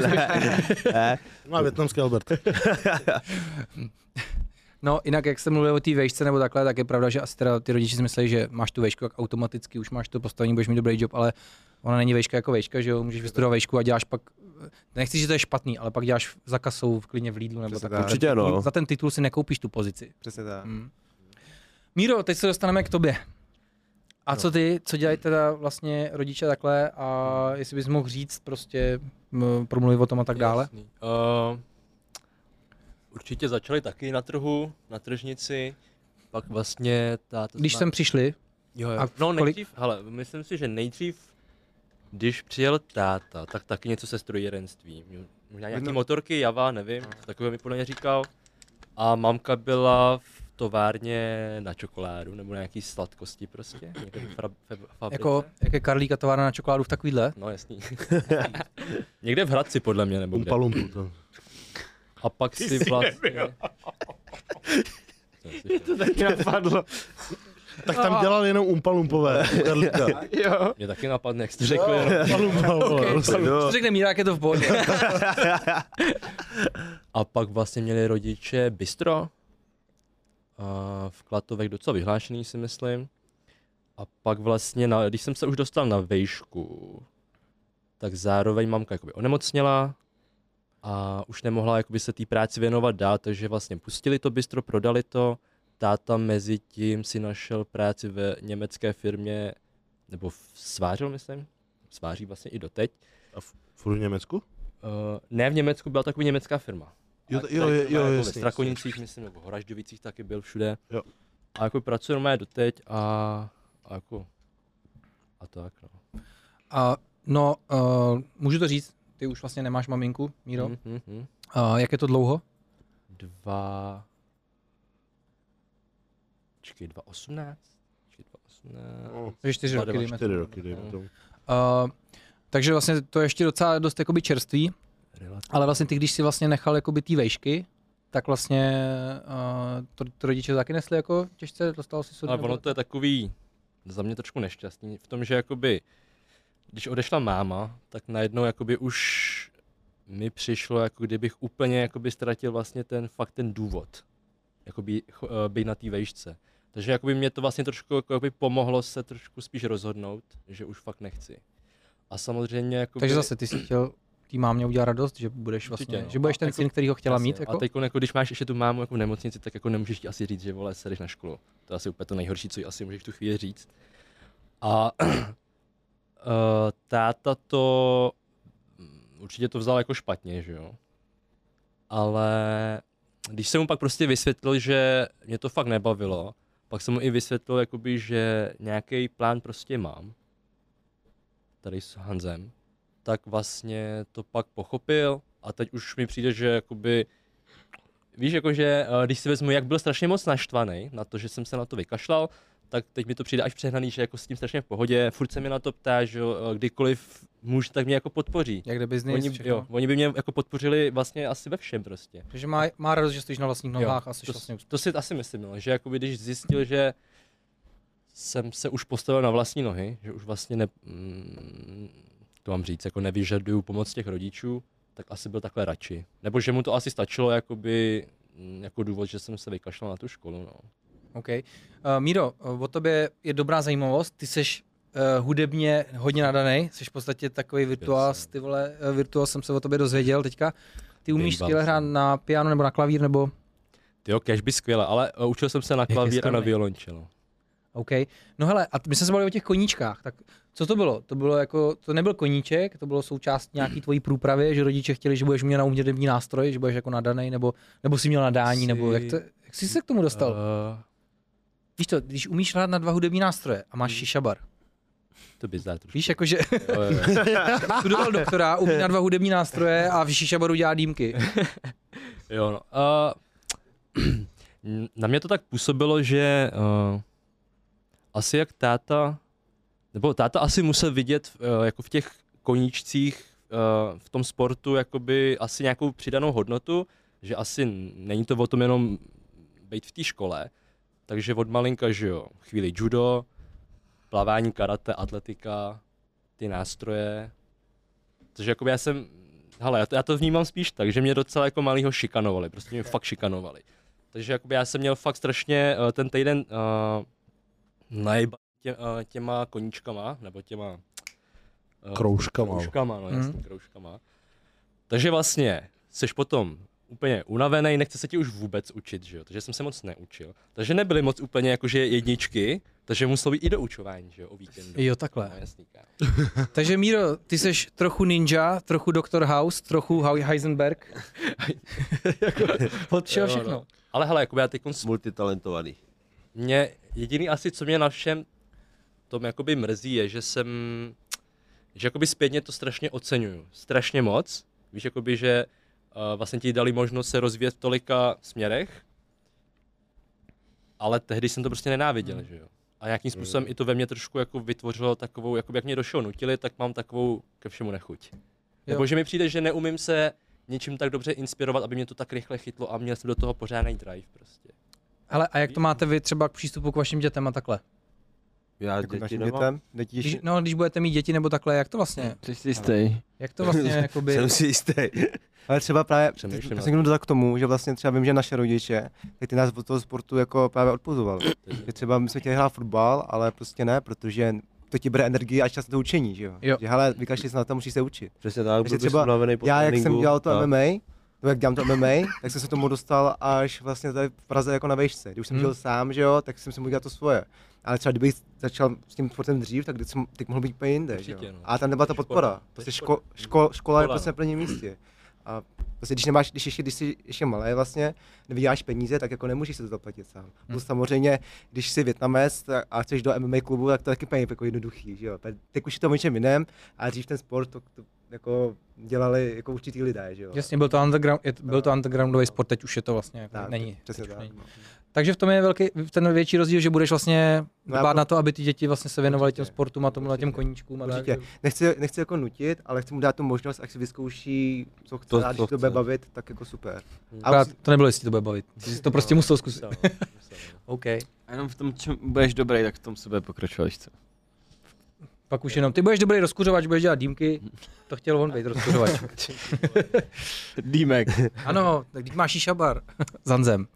Speaker 3: ne.
Speaker 4: No Má větnamský Albert.
Speaker 1: No, jinak, jak jste mluvil o té vejšce nebo takhle, tak je pravda, že asi teda ty rodiče si mysleli, že máš tu vejšku, tak automaticky už máš to postavení, budeš mít dobrý job, ale ona není vejška jako vejška, že jo? Můžeš vystudovat vejšku a děláš pak, nechci, že to je špatný, ale pak děláš za kasou v klidně v Lidlu nebo
Speaker 5: Přesně
Speaker 1: tak.
Speaker 5: tak.
Speaker 3: Určitě ano.
Speaker 1: Za ten titul si nekoupíš tu pozici.
Speaker 5: Přesně tak.
Speaker 1: Mm. Míro, teď se dostaneme k tobě. A co ty, co dělají teda vlastně rodiče takhle a jestli bys mohl říct prostě, m, promluvit o tom a tak dále?
Speaker 6: Jasný. Uh, určitě začali taky na trhu, na tržnici, pak vlastně ta... ta
Speaker 1: Když
Speaker 6: zna-
Speaker 1: sem přišli,
Speaker 6: jo, jo.
Speaker 1: a
Speaker 6: A no
Speaker 1: kolik-
Speaker 6: nejdřív, hele, myslím si, že nejdřív, když přijel táta, tak taky něco se strojírenství. Měl- Možná nějaký
Speaker 5: No.
Speaker 6: motorky, java, nevím,
Speaker 1: No.
Speaker 6: takové mi podle mě říkal. A mamka byla v továrně na čokoládu, nebo na nějaký sladkosti prostě, někde v fra- fe- fabrice.
Speaker 1: jako, jak je Karlíka továrna na čokoládu v takovýhle,
Speaker 6: No jasný. někde v Hradci podle mě, nebo kde.
Speaker 4: Umpa lumpu, to.
Speaker 6: A pak si vlastně... Co jsi chtěl?
Speaker 4: Tak tam dělal jenom umpa lumpové. Karlíka.
Speaker 6: Mě taky napadne, jak
Speaker 1: No.
Speaker 6: jste řekl. jenom.
Speaker 4: Umpa lumpa, vole,
Speaker 1: Okay.
Speaker 4: prostě.
Speaker 1: Co řekne Míra, jak je to v pohodě.
Speaker 6: A pak vlastně měli rodiče bistro. A v Klatovech docela vyhlášený, si myslím. A pak vlastně, na, když jsem se už dostal na vejšku, tak zároveň mamka jakoby onemocněla a už nemohla jakoby se té práci věnovat dál, takže vlastně pustili to bistro, prodali to. Táta mezi tím si našel práci ve německé firmě, nebo v- svářil, myslím, sváří vlastně i doteď.
Speaker 4: A f- furt v Německu?
Speaker 6: Uh, ne v Německu, byla taková německá firma.
Speaker 4: Jo,
Speaker 6: A
Speaker 4: t- jo,
Speaker 6: tady
Speaker 4: jo,
Speaker 6: to má
Speaker 4: jo,
Speaker 6: jako
Speaker 4: jasně,
Speaker 6: Ve
Speaker 4: jasně.
Speaker 6: Strakonicích, myslím, nebo v Horažďovicích taky byl všude.
Speaker 4: Jo.
Speaker 6: A jako pracuje normálně doteď a, a jako a tak no.
Speaker 1: A, no, uh, můžu to říct, ty už vlastně nemáš maminku, Míro. Mm.
Speaker 6: Mhm, mhm.
Speaker 1: Uh, jak je to dlouho?
Speaker 6: Dva... Čekej, dva osmnáct? Čekej, dva osmnáct...
Speaker 4: No,
Speaker 1: Takže čtyři
Speaker 6: Dva,
Speaker 1: roky,
Speaker 6: dva,
Speaker 1: dejme
Speaker 4: Čtyři roky, dejme tomu.
Speaker 1: Uh, takže vlastně to je ještě docela dost jakoby čerství,
Speaker 6: Relativně.
Speaker 1: ale vlastně ty, když si vlastně nechal jakoby ty vejšky, tak vlastně uh, to, to, rodiče taky nesli jako těžce, dostal si sodu.
Speaker 6: Ale ono to je takový za mě trošku nešťastný v tom, že jakoby, když odešla máma, tak najednou jakoby už mi přišlo, jako kdybych úplně jakoby ztratil vlastně ten fakt ten důvod, jakoby cho- eh, být na té vejšce. Takže jakoby mě to vlastně trošku jakoby pomohlo se trošku spíš rozhodnout, že už fakt nechci. A samozřejmě jakoby...
Speaker 1: Takže zase ty jsi chtěl tý mámě udělat radost, že budeš vlastně,
Speaker 6: Určitě, no.
Speaker 1: že budeš
Speaker 6: A
Speaker 1: ten
Speaker 6: jako-
Speaker 1: syn, který ho chtěla
Speaker 6: Jasně,
Speaker 1: mít.
Speaker 6: no.
Speaker 1: Jako?
Speaker 6: A teď, jako, když máš ještě tu mámu jako v nemocnici, tak jako nemůžeš jí asi říct, že vole, sedeš na školu. To je asi úplně to nejhorší, co jí asi můžeš v tu chvíli říct. A uh, táta to mm, určitě to vzal jako špatně, že jo. Ale když jsem mu pak prostě vysvětlil, že mě to fakt nebavilo, pak jsem mu i vysvětlil, jakoby, že nějaký plán prostě mám, tady s Hanzem, tak vlastně to pak pochopil a teď už mi přijde, že jakoby, víš, jakože eh, když si vezmu, jak byl strašně moc naštvaný na to, že jsem se na to vykašlal, tak teď mi to přijde až přehnaný, že jako s tím strašně v pohodě, furt se mi na to ptá, že jo, eh, kdykoliv muž, tak mě jako podpoří.
Speaker 1: Jak jde biznis,
Speaker 6: Oni,
Speaker 1: všechno.
Speaker 6: jo, oni by mě jako podpořili vlastně asi ve všem prostě.
Speaker 1: Takže má, má radost, že stojíš na vlastních nohách a jsi
Speaker 6: to,
Speaker 1: vlastně
Speaker 6: to si asi myslím, no, že jakoby když zjistil, že jsem se už postavil na vlastní nohy, že už vlastně ne, mm, to mám říct, jako nevyžaduju pomoc těch rodičů, tak asi byl takhle radši. Nebo že mu to asi stačilo jakoby, mm, jako důvod, že jsem se vykašlal na tu školu. No.
Speaker 1: OK. Uh, Míro, uh, o tobě je dobrá zajímavost. Ty jsi uh, hudebně hodně nadaný, jsi v podstatě takový virtuáz,
Speaker 6: jsem.
Speaker 1: ty vole, uh, virtuáz jsem se o tobě dozvěděl teďka. Ty umíš
Speaker 6: Bimbal
Speaker 1: skvěle
Speaker 6: jsem.
Speaker 1: hrát na piano nebo na klavír nebo
Speaker 6: Ty jo, cash by skvěle, ale uh, učil jsem se na
Speaker 1: je
Speaker 6: klavír a na
Speaker 1: skromný.
Speaker 6: violončelo.
Speaker 1: OK. No hele, a t- my jsme se bavili o těch koníčkách, tak co to bylo? To bylo jako, to nebyl koníček, to bylo součást nějaký tvojí průpravy, že rodiče chtěli, že budeš mít na umělební nástroj, že budeš jako nadaný, nebo, nebo jsi měl nadání,
Speaker 6: Jsi-
Speaker 1: nebo jak, to, jak jsi se k tomu dostal? Uh...
Speaker 6: Uh,
Speaker 1: Víš to, když umíš hrát na dva hudební nástroje a máš šišabar,
Speaker 6: to by zdá trošku.
Speaker 1: víš, jakože
Speaker 6: Jo, jo, jo.
Speaker 1: studoval doktora, umí na dva hudební nástroje a v šišabaru dělá dýmky.
Speaker 6: Jo, no. A, na mě to tak působilo, že uh, asi jak táta, nebo táta asi musel vidět uh, jako v těch koníčcích uh, v tom sportu jakoby asi nějakou přidanou hodnotu, že asi n- není to o tom jenom být v té škole, takže od malinka, že jo, chvíli judo, plavání, karate, atletika, ty nástroje, takže jakoby já jsem, hele, já to, já to vnímám spíš tak, že mě docela jako malýho šikanovali, prostě mě fakt šikanovali. Takže jakoby já jsem měl fakt strašně eh, ten týden uh, najba tě, eh, těma koníčkama, nebo těma eh,
Speaker 4: Kroužkama.
Speaker 6: kroužkama, no
Speaker 1: Mhm.
Speaker 6: jasně, kroužkama. Takže vlastně seš potom úplně unavený, nechce se ti už vůbec učit, že jo? Takže jsem se moc neučil. Takže nebyly moc úplně jakože jedničky, takže muselo být i doučování, že jo, o víkendu.
Speaker 1: Jo,
Speaker 6: No,
Speaker 1: takhle.
Speaker 6: jasný, kámo.
Speaker 1: Takže Míro, ty seš trochu ninja, trochu Dr. House, trochu Hau- Heisenberg. Jako, Od všeho
Speaker 6: Jo, no.
Speaker 1: všechno.
Speaker 6: Ale hele, jakoby já teď
Speaker 3: Multitalentovaný.
Speaker 6: Mě jediný asi, co mě na všem tom jakoby mrzí, je, že jsem, že jakoby zpětně to strašně oceňuju. Strašně moc. Víš, jakoby, že uh, vlastně ti dali možnost se rozvíjet v tolika směrech, ale tehdy jsem to prostě nenáviděl, že jo. A nějakým způsobem i to ve mně trošku jako vytvořilo takovou, jakoby jak mě do všeho nutili, tak mám takovou ke všemu nechuť. Jo. Nebo že mi přijde, že neumím se něčím tak dobře inspirovat, aby mě to tak rychle chytlo a měl jsem do toho pořádný drive prostě.
Speaker 1: Hele, a jak to máte vy třeba k přístupu k vašim dětem a takhle?
Speaker 3: Já
Speaker 5: Jako
Speaker 3: děti
Speaker 5: našim
Speaker 3: nemám.
Speaker 5: dětem, děti
Speaker 1: Když,
Speaker 5: ještě,
Speaker 1: no, když budete mít děti nebo takhle, jak to vlastně,
Speaker 2: Ty jsi jistý.
Speaker 1: jak to vlastně, jakoby,
Speaker 3: Jsem si jistý.
Speaker 5: Ale třeba právě,
Speaker 6: Přemýšlím
Speaker 5: já
Speaker 6: nad
Speaker 5: jsem jenom dodal k tomu, že vlastně třeba vím, že naše rodiče, tak ty nás od toho sportu jako právě odpozovali. že třeba my jsme chtěli hrát fotbal, ale prostě ne, protože to ti bere energii a čas na to učení, že jo?
Speaker 1: Jo.
Speaker 5: Že hele, vykašli se na to, musíš se učit.
Speaker 3: Přesně tak,
Speaker 5: Takže
Speaker 3: byl
Speaker 5: třeba
Speaker 3: třeba unavený po
Speaker 5: Já, jak jsem
Speaker 3: tréninku,
Speaker 5: dělal to
Speaker 3: tak.
Speaker 5: MMA, nebo jak dělám to MMA, tak jsem se tomu dostal až vlastně tady v Praze jako na vejšce. Když už jsem
Speaker 1: Hmm.
Speaker 5: žil sám, že jo, tak jsem si mohl dělat to svoje. Ale třeba kdybych začal s tím sportem dřív, tak jsem tak mohl být úplně jinde. Že jo?
Speaker 6: Určitě, no.
Speaker 5: A tam nebyla ta
Speaker 6: To je
Speaker 5: podpora.
Speaker 6: škoda, to je
Speaker 5: Prostě ško,
Speaker 6: škoda.
Speaker 5: ško, škola je
Speaker 6: Škola,
Speaker 5: prostě
Speaker 6: no.
Speaker 5: na prvním místě. A prostě, když nemáš, když ještě, když jsi ještě malý vlastně, nevyděláš peníze, tak jako nemůžeš si to zaplatit sám. Plus samozřejmě, když jsi Větnamec tak- a chceš do MMA klubu, tak to taky není jako jednoduchý, že jo. Pe- Teď už je to o něčem jiném, a dřív ten sport to, to jako dělali jako určitý lidé, že jo.
Speaker 1: jasně, byl to, underground, je- byl to undergroundový sport, teď už je to vlastně, jako,
Speaker 5: tak,
Speaker 1: není.
Speaker 5: Přesně
Speaker 1: teď už
Speaker 5: tak.
Speaker 1: není.
Speaker 5: no.
Speaker 1: Takže v tom je velký, ten větší rozdíl, že budeš vlastně
Speaker 5: No já
Speaker 1: dbát
Speaker 5: pro-
Speaker 1: na to, aby ty děti vlastně se věnovaly těm
Speaker 5: Určitě.
Speaker 1: sportům a tomu na těm
Speaker 5: Určitě.
Speaker 1: koníčkům. A tak.
Speaker 5: Určitě. Nechci, nechci jako nutit, ale chci mu dát tu možnost, ať si vyzkouší, co chce,
Speaker 3: To,
Speaker 5: a
Speaker 3: co
Speaker 5: když to bude
Speaker 3: chce.
Speaker 5: bavit, tak jako super. A
Speaker 1: Akorát
Speaker 5: musí-
Speaker 1: to nebylo, jestli to bude bavit. Ty jsi to prostě musel zkusit.
Speaker 6: No, Musel, musel, no.
Speaker 1: OK.
Speaker 2: A jenom v tom, čem budeš dobrý, tak v tom se bude pokračovat. víš co?
Speaker 1: Pak už jenom, ty budeš dobrý rozkuřovač, budeš dělat dýmky, to chtěl on být rozkuřovač.
Speaker 2: Dýmek.
Speaker 1: Ano, tak teď máš šíša bar. Zanzem.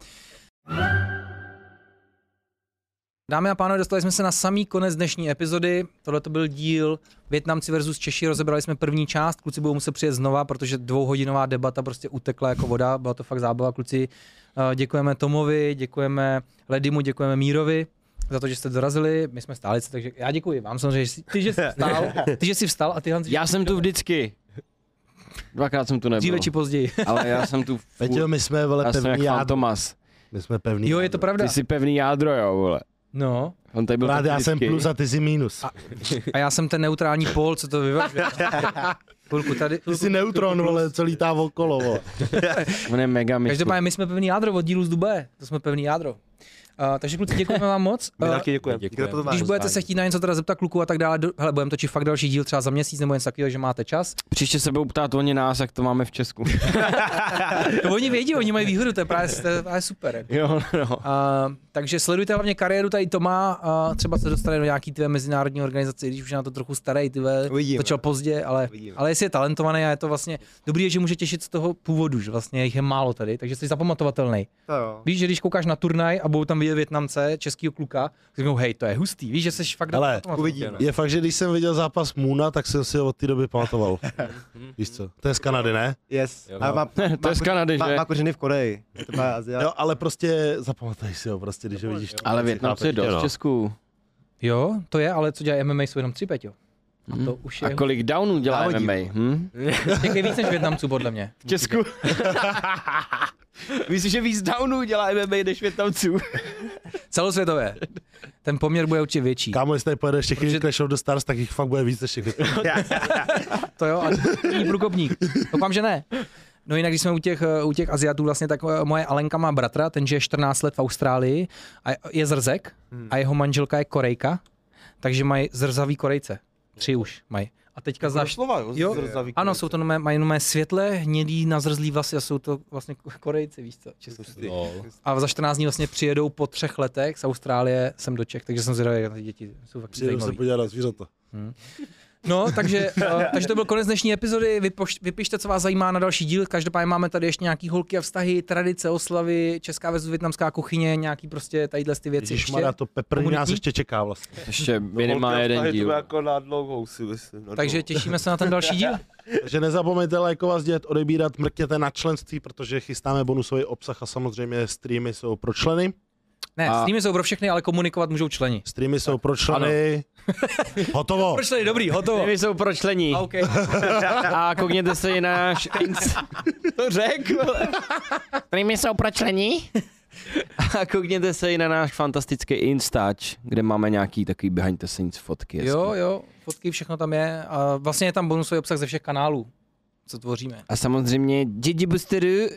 Speaker 1: Dámy a pánové, dostali jsme se na samý konec dnešní epizody. Tohle to byl díl Větnamci versus Češi. Rozebrali jsme první část. Kluci budou muset přijet znova, protože dvouhodinová debata prostě utekla jako voda. Byla to fakt zábava, kluci. Eh, Děkujeme Tomovi, děkujeme Ledimu, děkujeme Mírovi za to, že jste dorazili. My jsme stáli, se, takže já děkuji vám samozřejmě, že jsi, ty, že jsi vstal, ty, že jsi vstal a ty Hanzi,
Speaker 2: Já jsem tu vždycky. Dvakrát jsem tu nebyl.
Speaker 1: dříve či později.
Speaker 2: Ale já jsem tu
Speaker 4: Peťo,
Speaker 2: furt.
Speaker 4: my jsme vele
Speaker 2: Já jsem jak
Speaker 4: pevný
Speaker 2: Fan
Speaker 4: jádro.
Speaker 2: Tomas.
Speaker 4: My jsme pevný
Speaker 1: Jo, je to
Speaker 4: jádro.
Speaker 1: pravda.
Speaker 2: no. Ty jsi pevný jádro, jo, vole.
Speaker 1: No.
Speaker 2: On tady byl
Speaker 4: Rád
Speaker 2: taky
Speaker 4: já jsem
Speaker 2: vždycky.
Speaker 4: plus a ty jsi minus.
Speaker 1: A já jsem ten neutrální pól, co to vyvažuje. Půlku tady.
Speaker 4: Ty jsi neutron, vole, co lítá okolo, vole.
Speaker 2: On je mega mistr.
Speaker 1: Každopádně my jsme pevný jádro od dílu z Dubaje, to jsme pevný jádro. Uh, takže kluci, děkujeme vám moc.
Speaker 5: My
Speaker 1: Eh,
Speaker 5: taky děkujeme. Díky za
Speaker 6: Děkujeme.
Speaker 5: pozvání.
Speaker 1: když budete se chtít na něco teda zeptat kluku a tak dále, do, hele, budeme točit fakt další díl třeba za měsíc nebo něco takového, že máte čas.
Speaker 2: Příště se budou ptát oni nás, jak to máme v Česku.
Speaker 1: No, oni vědí, oni mají výhodu, to je právě, to je právě super. Jako.
Speaker 2: jo, no.
Speaker 1: Uh, takže sledujte hlavně kariéru tady Toma, uh, třeba se dostane do nějaký tyvé mezinárodní organizace, i když už je na to trochu starý, tyvé,
Speaker 5: Uvidíme.
Speaker 1: začal pozdě, ale,
Speaker 5: Uvidíme.
Speaker 1: ale jestli je talentovaný a je to vlastně dobrý, je, že může těšit z toho původu, že vlastně jich je málo tady, takže jsi zapamatovatelný.
Speaker 5: To jo.
Speaker 1: Víš, že když koukáš na turnaj a budou tam vidět Větnamce, českýho kluka, tak řeknou, hej, to je hustý, víš, že jsi fakt
Speaker 4: Hele,
Speaker 1: zapamatovatelný.
Speaker 5: Uvidíme.
Speaker 4: Je fakt, že když jsem viděl zápas Muna, tak jsem si ho od té doby pamatoval. Víš co? To je z Kanady, ne?
Speaker 5: Yes.
Speaker 6: Jo.
Speaker 5: A má,
Speaker 2: To je
Speaker 5: má
Speaker 2: z Kanady,
Speaker 5: má,
Speaker 2: že?
Speaker 5: má kořeny v Koreji. Je To má Azia.
Speaker 4: Jo, ale prostě zapamatuješ si ho, prostě, když ho vidíš.
Speaker 2: Ale Větnamci je
Speaker 4: Chápeš,
Speaker 2: dost
Speaker 4: no.
Speaker 2: v Česku.
Speaker 1: Jo, to je, ale co dělají MMA, jsou jenom tři, Peťo. A to už
Speaker 2: Mm. A
Speaker 1: je
Speaker 2: kolik downů dělá
Speaker 5: Závodí.
Speaker 2: MMA? Hm?
Speaker 1: těch je víc než Větnamců, podle mě.
Speaker 2: V Česku? Myslíš, že víc downů dělá MMA než Větnamců?
Speaker 1: Celosvětově. Ten poměr bude určitě větší.
Speaker 4: Kámo, jestli tady pojedeš všechny
Speaker 1: Protože-
Speaker 4: Protože... Clash of the Stars, tak jich fakt bude víc než všechny.
Speaker 1: To jo, a není průkopník. Doufám, že ne. No jinak, když jsme u těch, eh, u těch Aziatů, vlastně tak eh, moje Alenka má bratra, ten je 14 let v Austrálii a je zrzek a jeho manželka je Korejka, takže mají zrzavý Korejce. Tři už mají. A teďka znáš...
Speaker 3: slova, jo?
Speaker 1: Jo.
Speaker 3: zrzavý
Speaker 1: Ano,
Speaker 3: konec.
Speaker 1: jsou to nové, mají nové světle, hnědý, nazrzlý vlasy a jsou to vlastně Korejci, víš co? Český.
Speaker 6: Lol.
Speaker 1: A za 14 dní vlastně přijedou po třech letech z Austrálie sem do Čech, takže jsem zvědavý, jak na ty děti jsou fakt
Speaker 4: Přijdu se
Speaker 1: zajímavý.
Speaker 4: podívat na zvířata.
Speaker 1: No, takže, uh, takže to byl konec dnešní epizody. Vypoš, vypište, co vás zajímá na další díl. Každopádně máme tady ještě nějaký holky a vztahy, tradice, oslavy, česká versus větnamská kuchyně, nějaký prostě tadyhle ty věci.
Speaker 4: Ježíš,
Speaker 1: ještě.
Speaker 4: Mara, to peprní nás
Speaker 1: Komunitní?
Speaker 4: ještě čeká vlastně.
Speaker 2: Ještě minimálně jeden díl.
Speaker 3: jako na dlouhou si myslím. na
Speaker 1: Takže těšíme se na ten další díl.
Speaker 4: Takže nezapomeňte lajkovat, sdělat, odebírat, mrkněte na členství, protože chystáme bonusový obsah a samozřejmě streamy jsou pro členy.
Speaker 1: Ne, a...
Speaker 2: A-
Speaker 1: s nimi jsou pro všechny, ale komunikovat můžou členi.
Speaker 4: Streamy jsou pro členy. Hotovo.
Speaker 1: Pro členy, dobrý, hotovo.
Speaker 2: Ty jsou pro člení.
Speaker 1: A, OK.
Speaker 2: A koukněte se i na náš... to řek, Streamy jsou pro člení. A koukněte se i na náš fantastický Instač, kde máme nějaký takový behind the scenes fotky. hezký.
Speaker 1: Jo, jo, fotky, všechno tam je. A vlastně je tam bonusový obsah ze všech kanálů, co tvoříme.
Speaker 2: A samozřejmě Gigi Boosteru,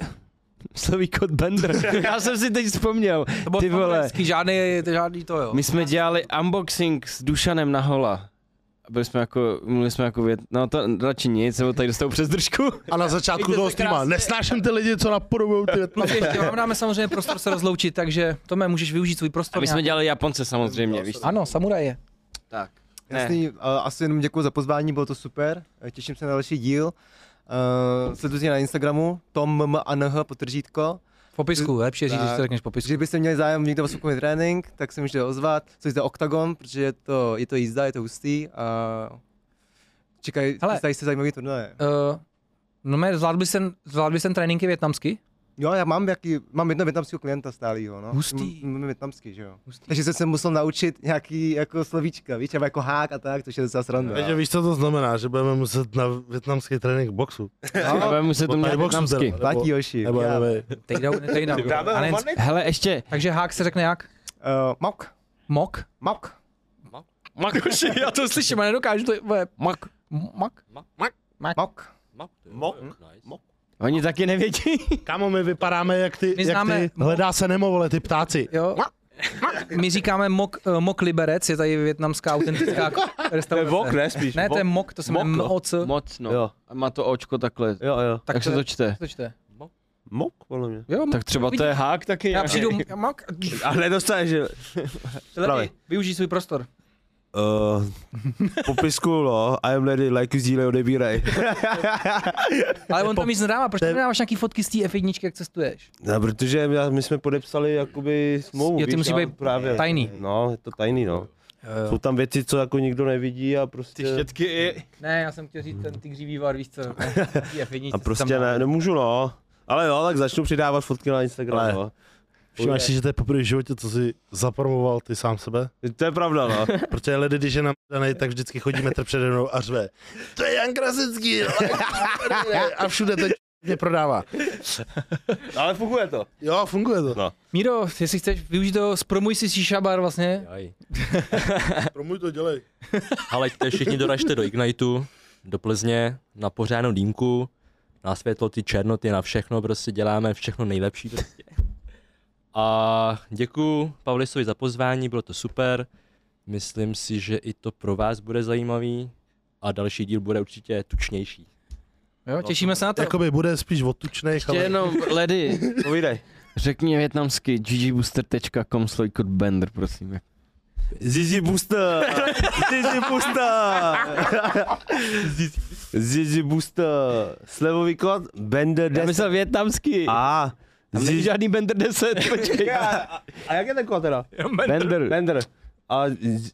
Speaker 2: sloví kod Bender. Já jsem si teď vzpomněl.
Speaker 1: To bylo
Speaker 2: Ty vole.
Speaker 1: fantastický, žádný, žádný to jo.
Speaker 2: My jsme dělali unboxing s Dušanem na hola. A byli jsme jako, mluvili jsme jako vět, no to radši nic, nebo tady dostal přes držku.
Speaker 4: A na začátku
Speaker 2: Mějte
Speaker 4: toho
Speaker 2: se
Speaker 4: streama.
Speaker 2: krásně.
Speaker 4: Nesnáším ty lidi, co napodobují ty větnamce.
Speaker 1: Ještě vám dáme samozřejmě prostor se rozloučit, takže Tome, můžeš využít svůj
Speaker 2: A
Speaker 1: prostor.
Speaker 2: my jsme
Speaker 1: nějak.
Speaker 2: dělali Japonce samozřejmě, víš.
Speaker 1: Ano, samuraje.
Speaker 2: Tak.
Speaker 5: Jasný, uh, asi jenom děkuji za pozvání, bylo to super. Eh, Těším se na další díl. Uh, sledujte mě na Instagramu tommanh potržítko.
Speaker 1: V popisku, lepší je říct,
Speaker 5: Tak.
Speaker 1: když to řekneš v popisku.
Speaker 5: Když byste měli zájem někdo o soukromý trénink, tak se můžete ozvat. Co je to OKTAGON, protože je to, je to jízda, je to hustý a čekají,
Speaker 1: Hele.
Speaker 5: chystají se zajímavý turnaje.
Speaker 1: Uh, no mé, zvládl bys ten, zvládl bys ten tréninky větnamsky?
Speaker 5: Jo, já mám, jaký, mám jedno větnamského klienta stálýho, no.
Speaker 1: Hustý.
Speaker 5: M- m- větnamský, že jo.
Speaker 1: Hustý.
Speaker 5: Takže jsem se musel naučit nějaký jako slovíčka, víš, třeba jako hák a tak, což je docela sranda.
Speaker 4: Takže víš, co to znamená, že budeme muset na větnamský trénink boxu.
Speaker 2: A budeme muset to
Speaker 4: Nebo
Speaker 2: mít
Speaker 4: tady boxu teda,
Speaker 2: větnamsky.
Speaker 4: nebo-
Speaker 5: No, Platí Joši.
Speaker 4: Nebo,
Speaker 5: já.
Speaker 4: nebo,
Speaker 5: Uh,
Speaker 1: Takedown, takedown.
Speaker 3: Dáme
Speaker 1: Anec.
Speaker 3: Romanek?
Speaker 2: Hele, ještě.
Speaker 1: Takže hák se řekne jak?
Speaker 5: eh, mok,
Speaker 1: Mok?
Speaker 5: mok.
Speaker 2: Mak,
Speaker 1: Já to slyším a nedokážu to...
Speaker 2: mak.
Speaker 1: Mok?
Speaker 5: Mok.
Speaker 3: Mok? Mok?
Speaker 2: Oni taky nevědí.
Speaker 4: Kámo, my vypadáme jak ty,
Speaker 1: My
Speaker 4: jak
Speaker 1: známe-
Speaker 4: ty hledá se nemo, vole, ty ptáci.
Speaker 1: Jo. My říkáme mok, eh, mok liberec, je tady větnamská autentická restaurace.
Speaker 3: Vok, ne spíš.
Speaker 1: Ne, to je mok, to se
Speaker 3: Mok,
Speaker 1: jmenuje
Speaker 3: no.
Speaker 1: MOC.
Speaker 2: Moc, no.
Speaker 3: Jo.
Speaker 2: A má to očko takhle.
Speaker 3: Jo, jo.
Speaker 1: Tak
Speaker 2: Jak se to čte?
Speaker 1: to čte.
Speaker 3: Mok, podle mě.
Speaker 1: Jo, mok.
Speaker 2: Tak třeba to je hák taky.
Speaker 1: Já
Speaker 2: nějaký.
Speaker 1: přijdu, mok,
Speaker 3: A nedostaneš, že...
Speaker 1: Levy, využij svůj prostor.
Speaker 3: Uh, popisku, no, I am ready, like, sdílej, odebíraj.
Speaker 1: Ale on tam nic nedává, proč tam nedáváš nějaký fotky z té F1, jak cestuješ?
Speaker 3: No, protože my- my jsme podepsali jakoby smlouvu,
Speaker 1: Jo, ty
Speaker 3: víš,
Speaker 1: musí
Speaker 3: a
Speaker 1: být tajný.
Speaker 3: No, je to tajný, no. Jsou tam věci, co jako nikdo nevidí a prostě...
Speaker 2: štětky.
Speaker 1: Eh, Ne, já jsem chtěl říct ten tygří vývar, víš co? F1,
Speaker 3: a prostě ne, nemůžu, no. Ale jo, tak začnu přidávat fotky na Instagram,
Speaker 4: Ale-
Speaker 3: no.
Speaker 4: Všimáš si, že to je poprvé v životě, co jsi zapromoval ty sám sebe?
Speaker 3: To je pravda, no.
Speaker 4: Protože ledy, když je namadanej, tak vždycky chodí metr přede mnou a řve. To je Jan Krasický! ale- a všude to mě prodává.
Speaker 3: Ale funguje to.
Speaker 4: Jo, funguje to.
Speaker 1: Míro, jestli chceš využít to, zpromuj si Shisha bar vlastně.
Speaker 6: Jaj.
Speaker 4: Pro můj to dělej.
Speaker 6: Ale všichni doražte do Igniteu, do Plzně, na pořádnou dýmku, na světlo, ty černoty, na všechno, prostě děláme všechno nejlepší prostě. A děkuju Pavlisovi za pozvání, bylo to super. Myslím si, že i to pro vás bude zajímavý a další díl bude určitě tučnější.
Speaker 3: No.
Speaker 1: Jo, těšíme se na to.
Speaker 4: Jakoby bude spíš o tučnej,
Speaker 2: Ještě
Speaker 4: ale...
Speaker 2: jenom ledy.
Speaker 3: Povídej.
Speaker 2: Řekni větnamsky ggbooster.com slojkot bender, prosím.
Speaker 3: Zizi Busta! Zizi Busta! Zizi Busta! Slevový kód Bender 10.
Speaker 2: větnamsky. A
Speaker 3: A Zizi...
Speaker 2: žádný bender 10, počkej.
Speaker 3: A jak je ten kód teda?
Speaker 2: Bender.
Speaker 3: Bender. A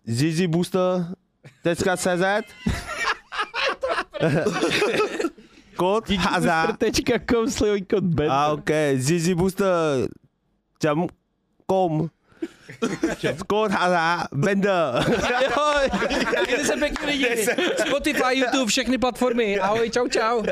Speaker 3: Zizi Busta. Tečka CZ. Kód Hazard.
Speaker 2: Booster.com slojkot bender.
Speaker 3: A ok, Zizi Booster chấm com Kód Hazard Bender.
Speaker 1: Mějte se pěkně lidi. Spotify, YouTube, všechny platformy. Ahoj, čau, čau.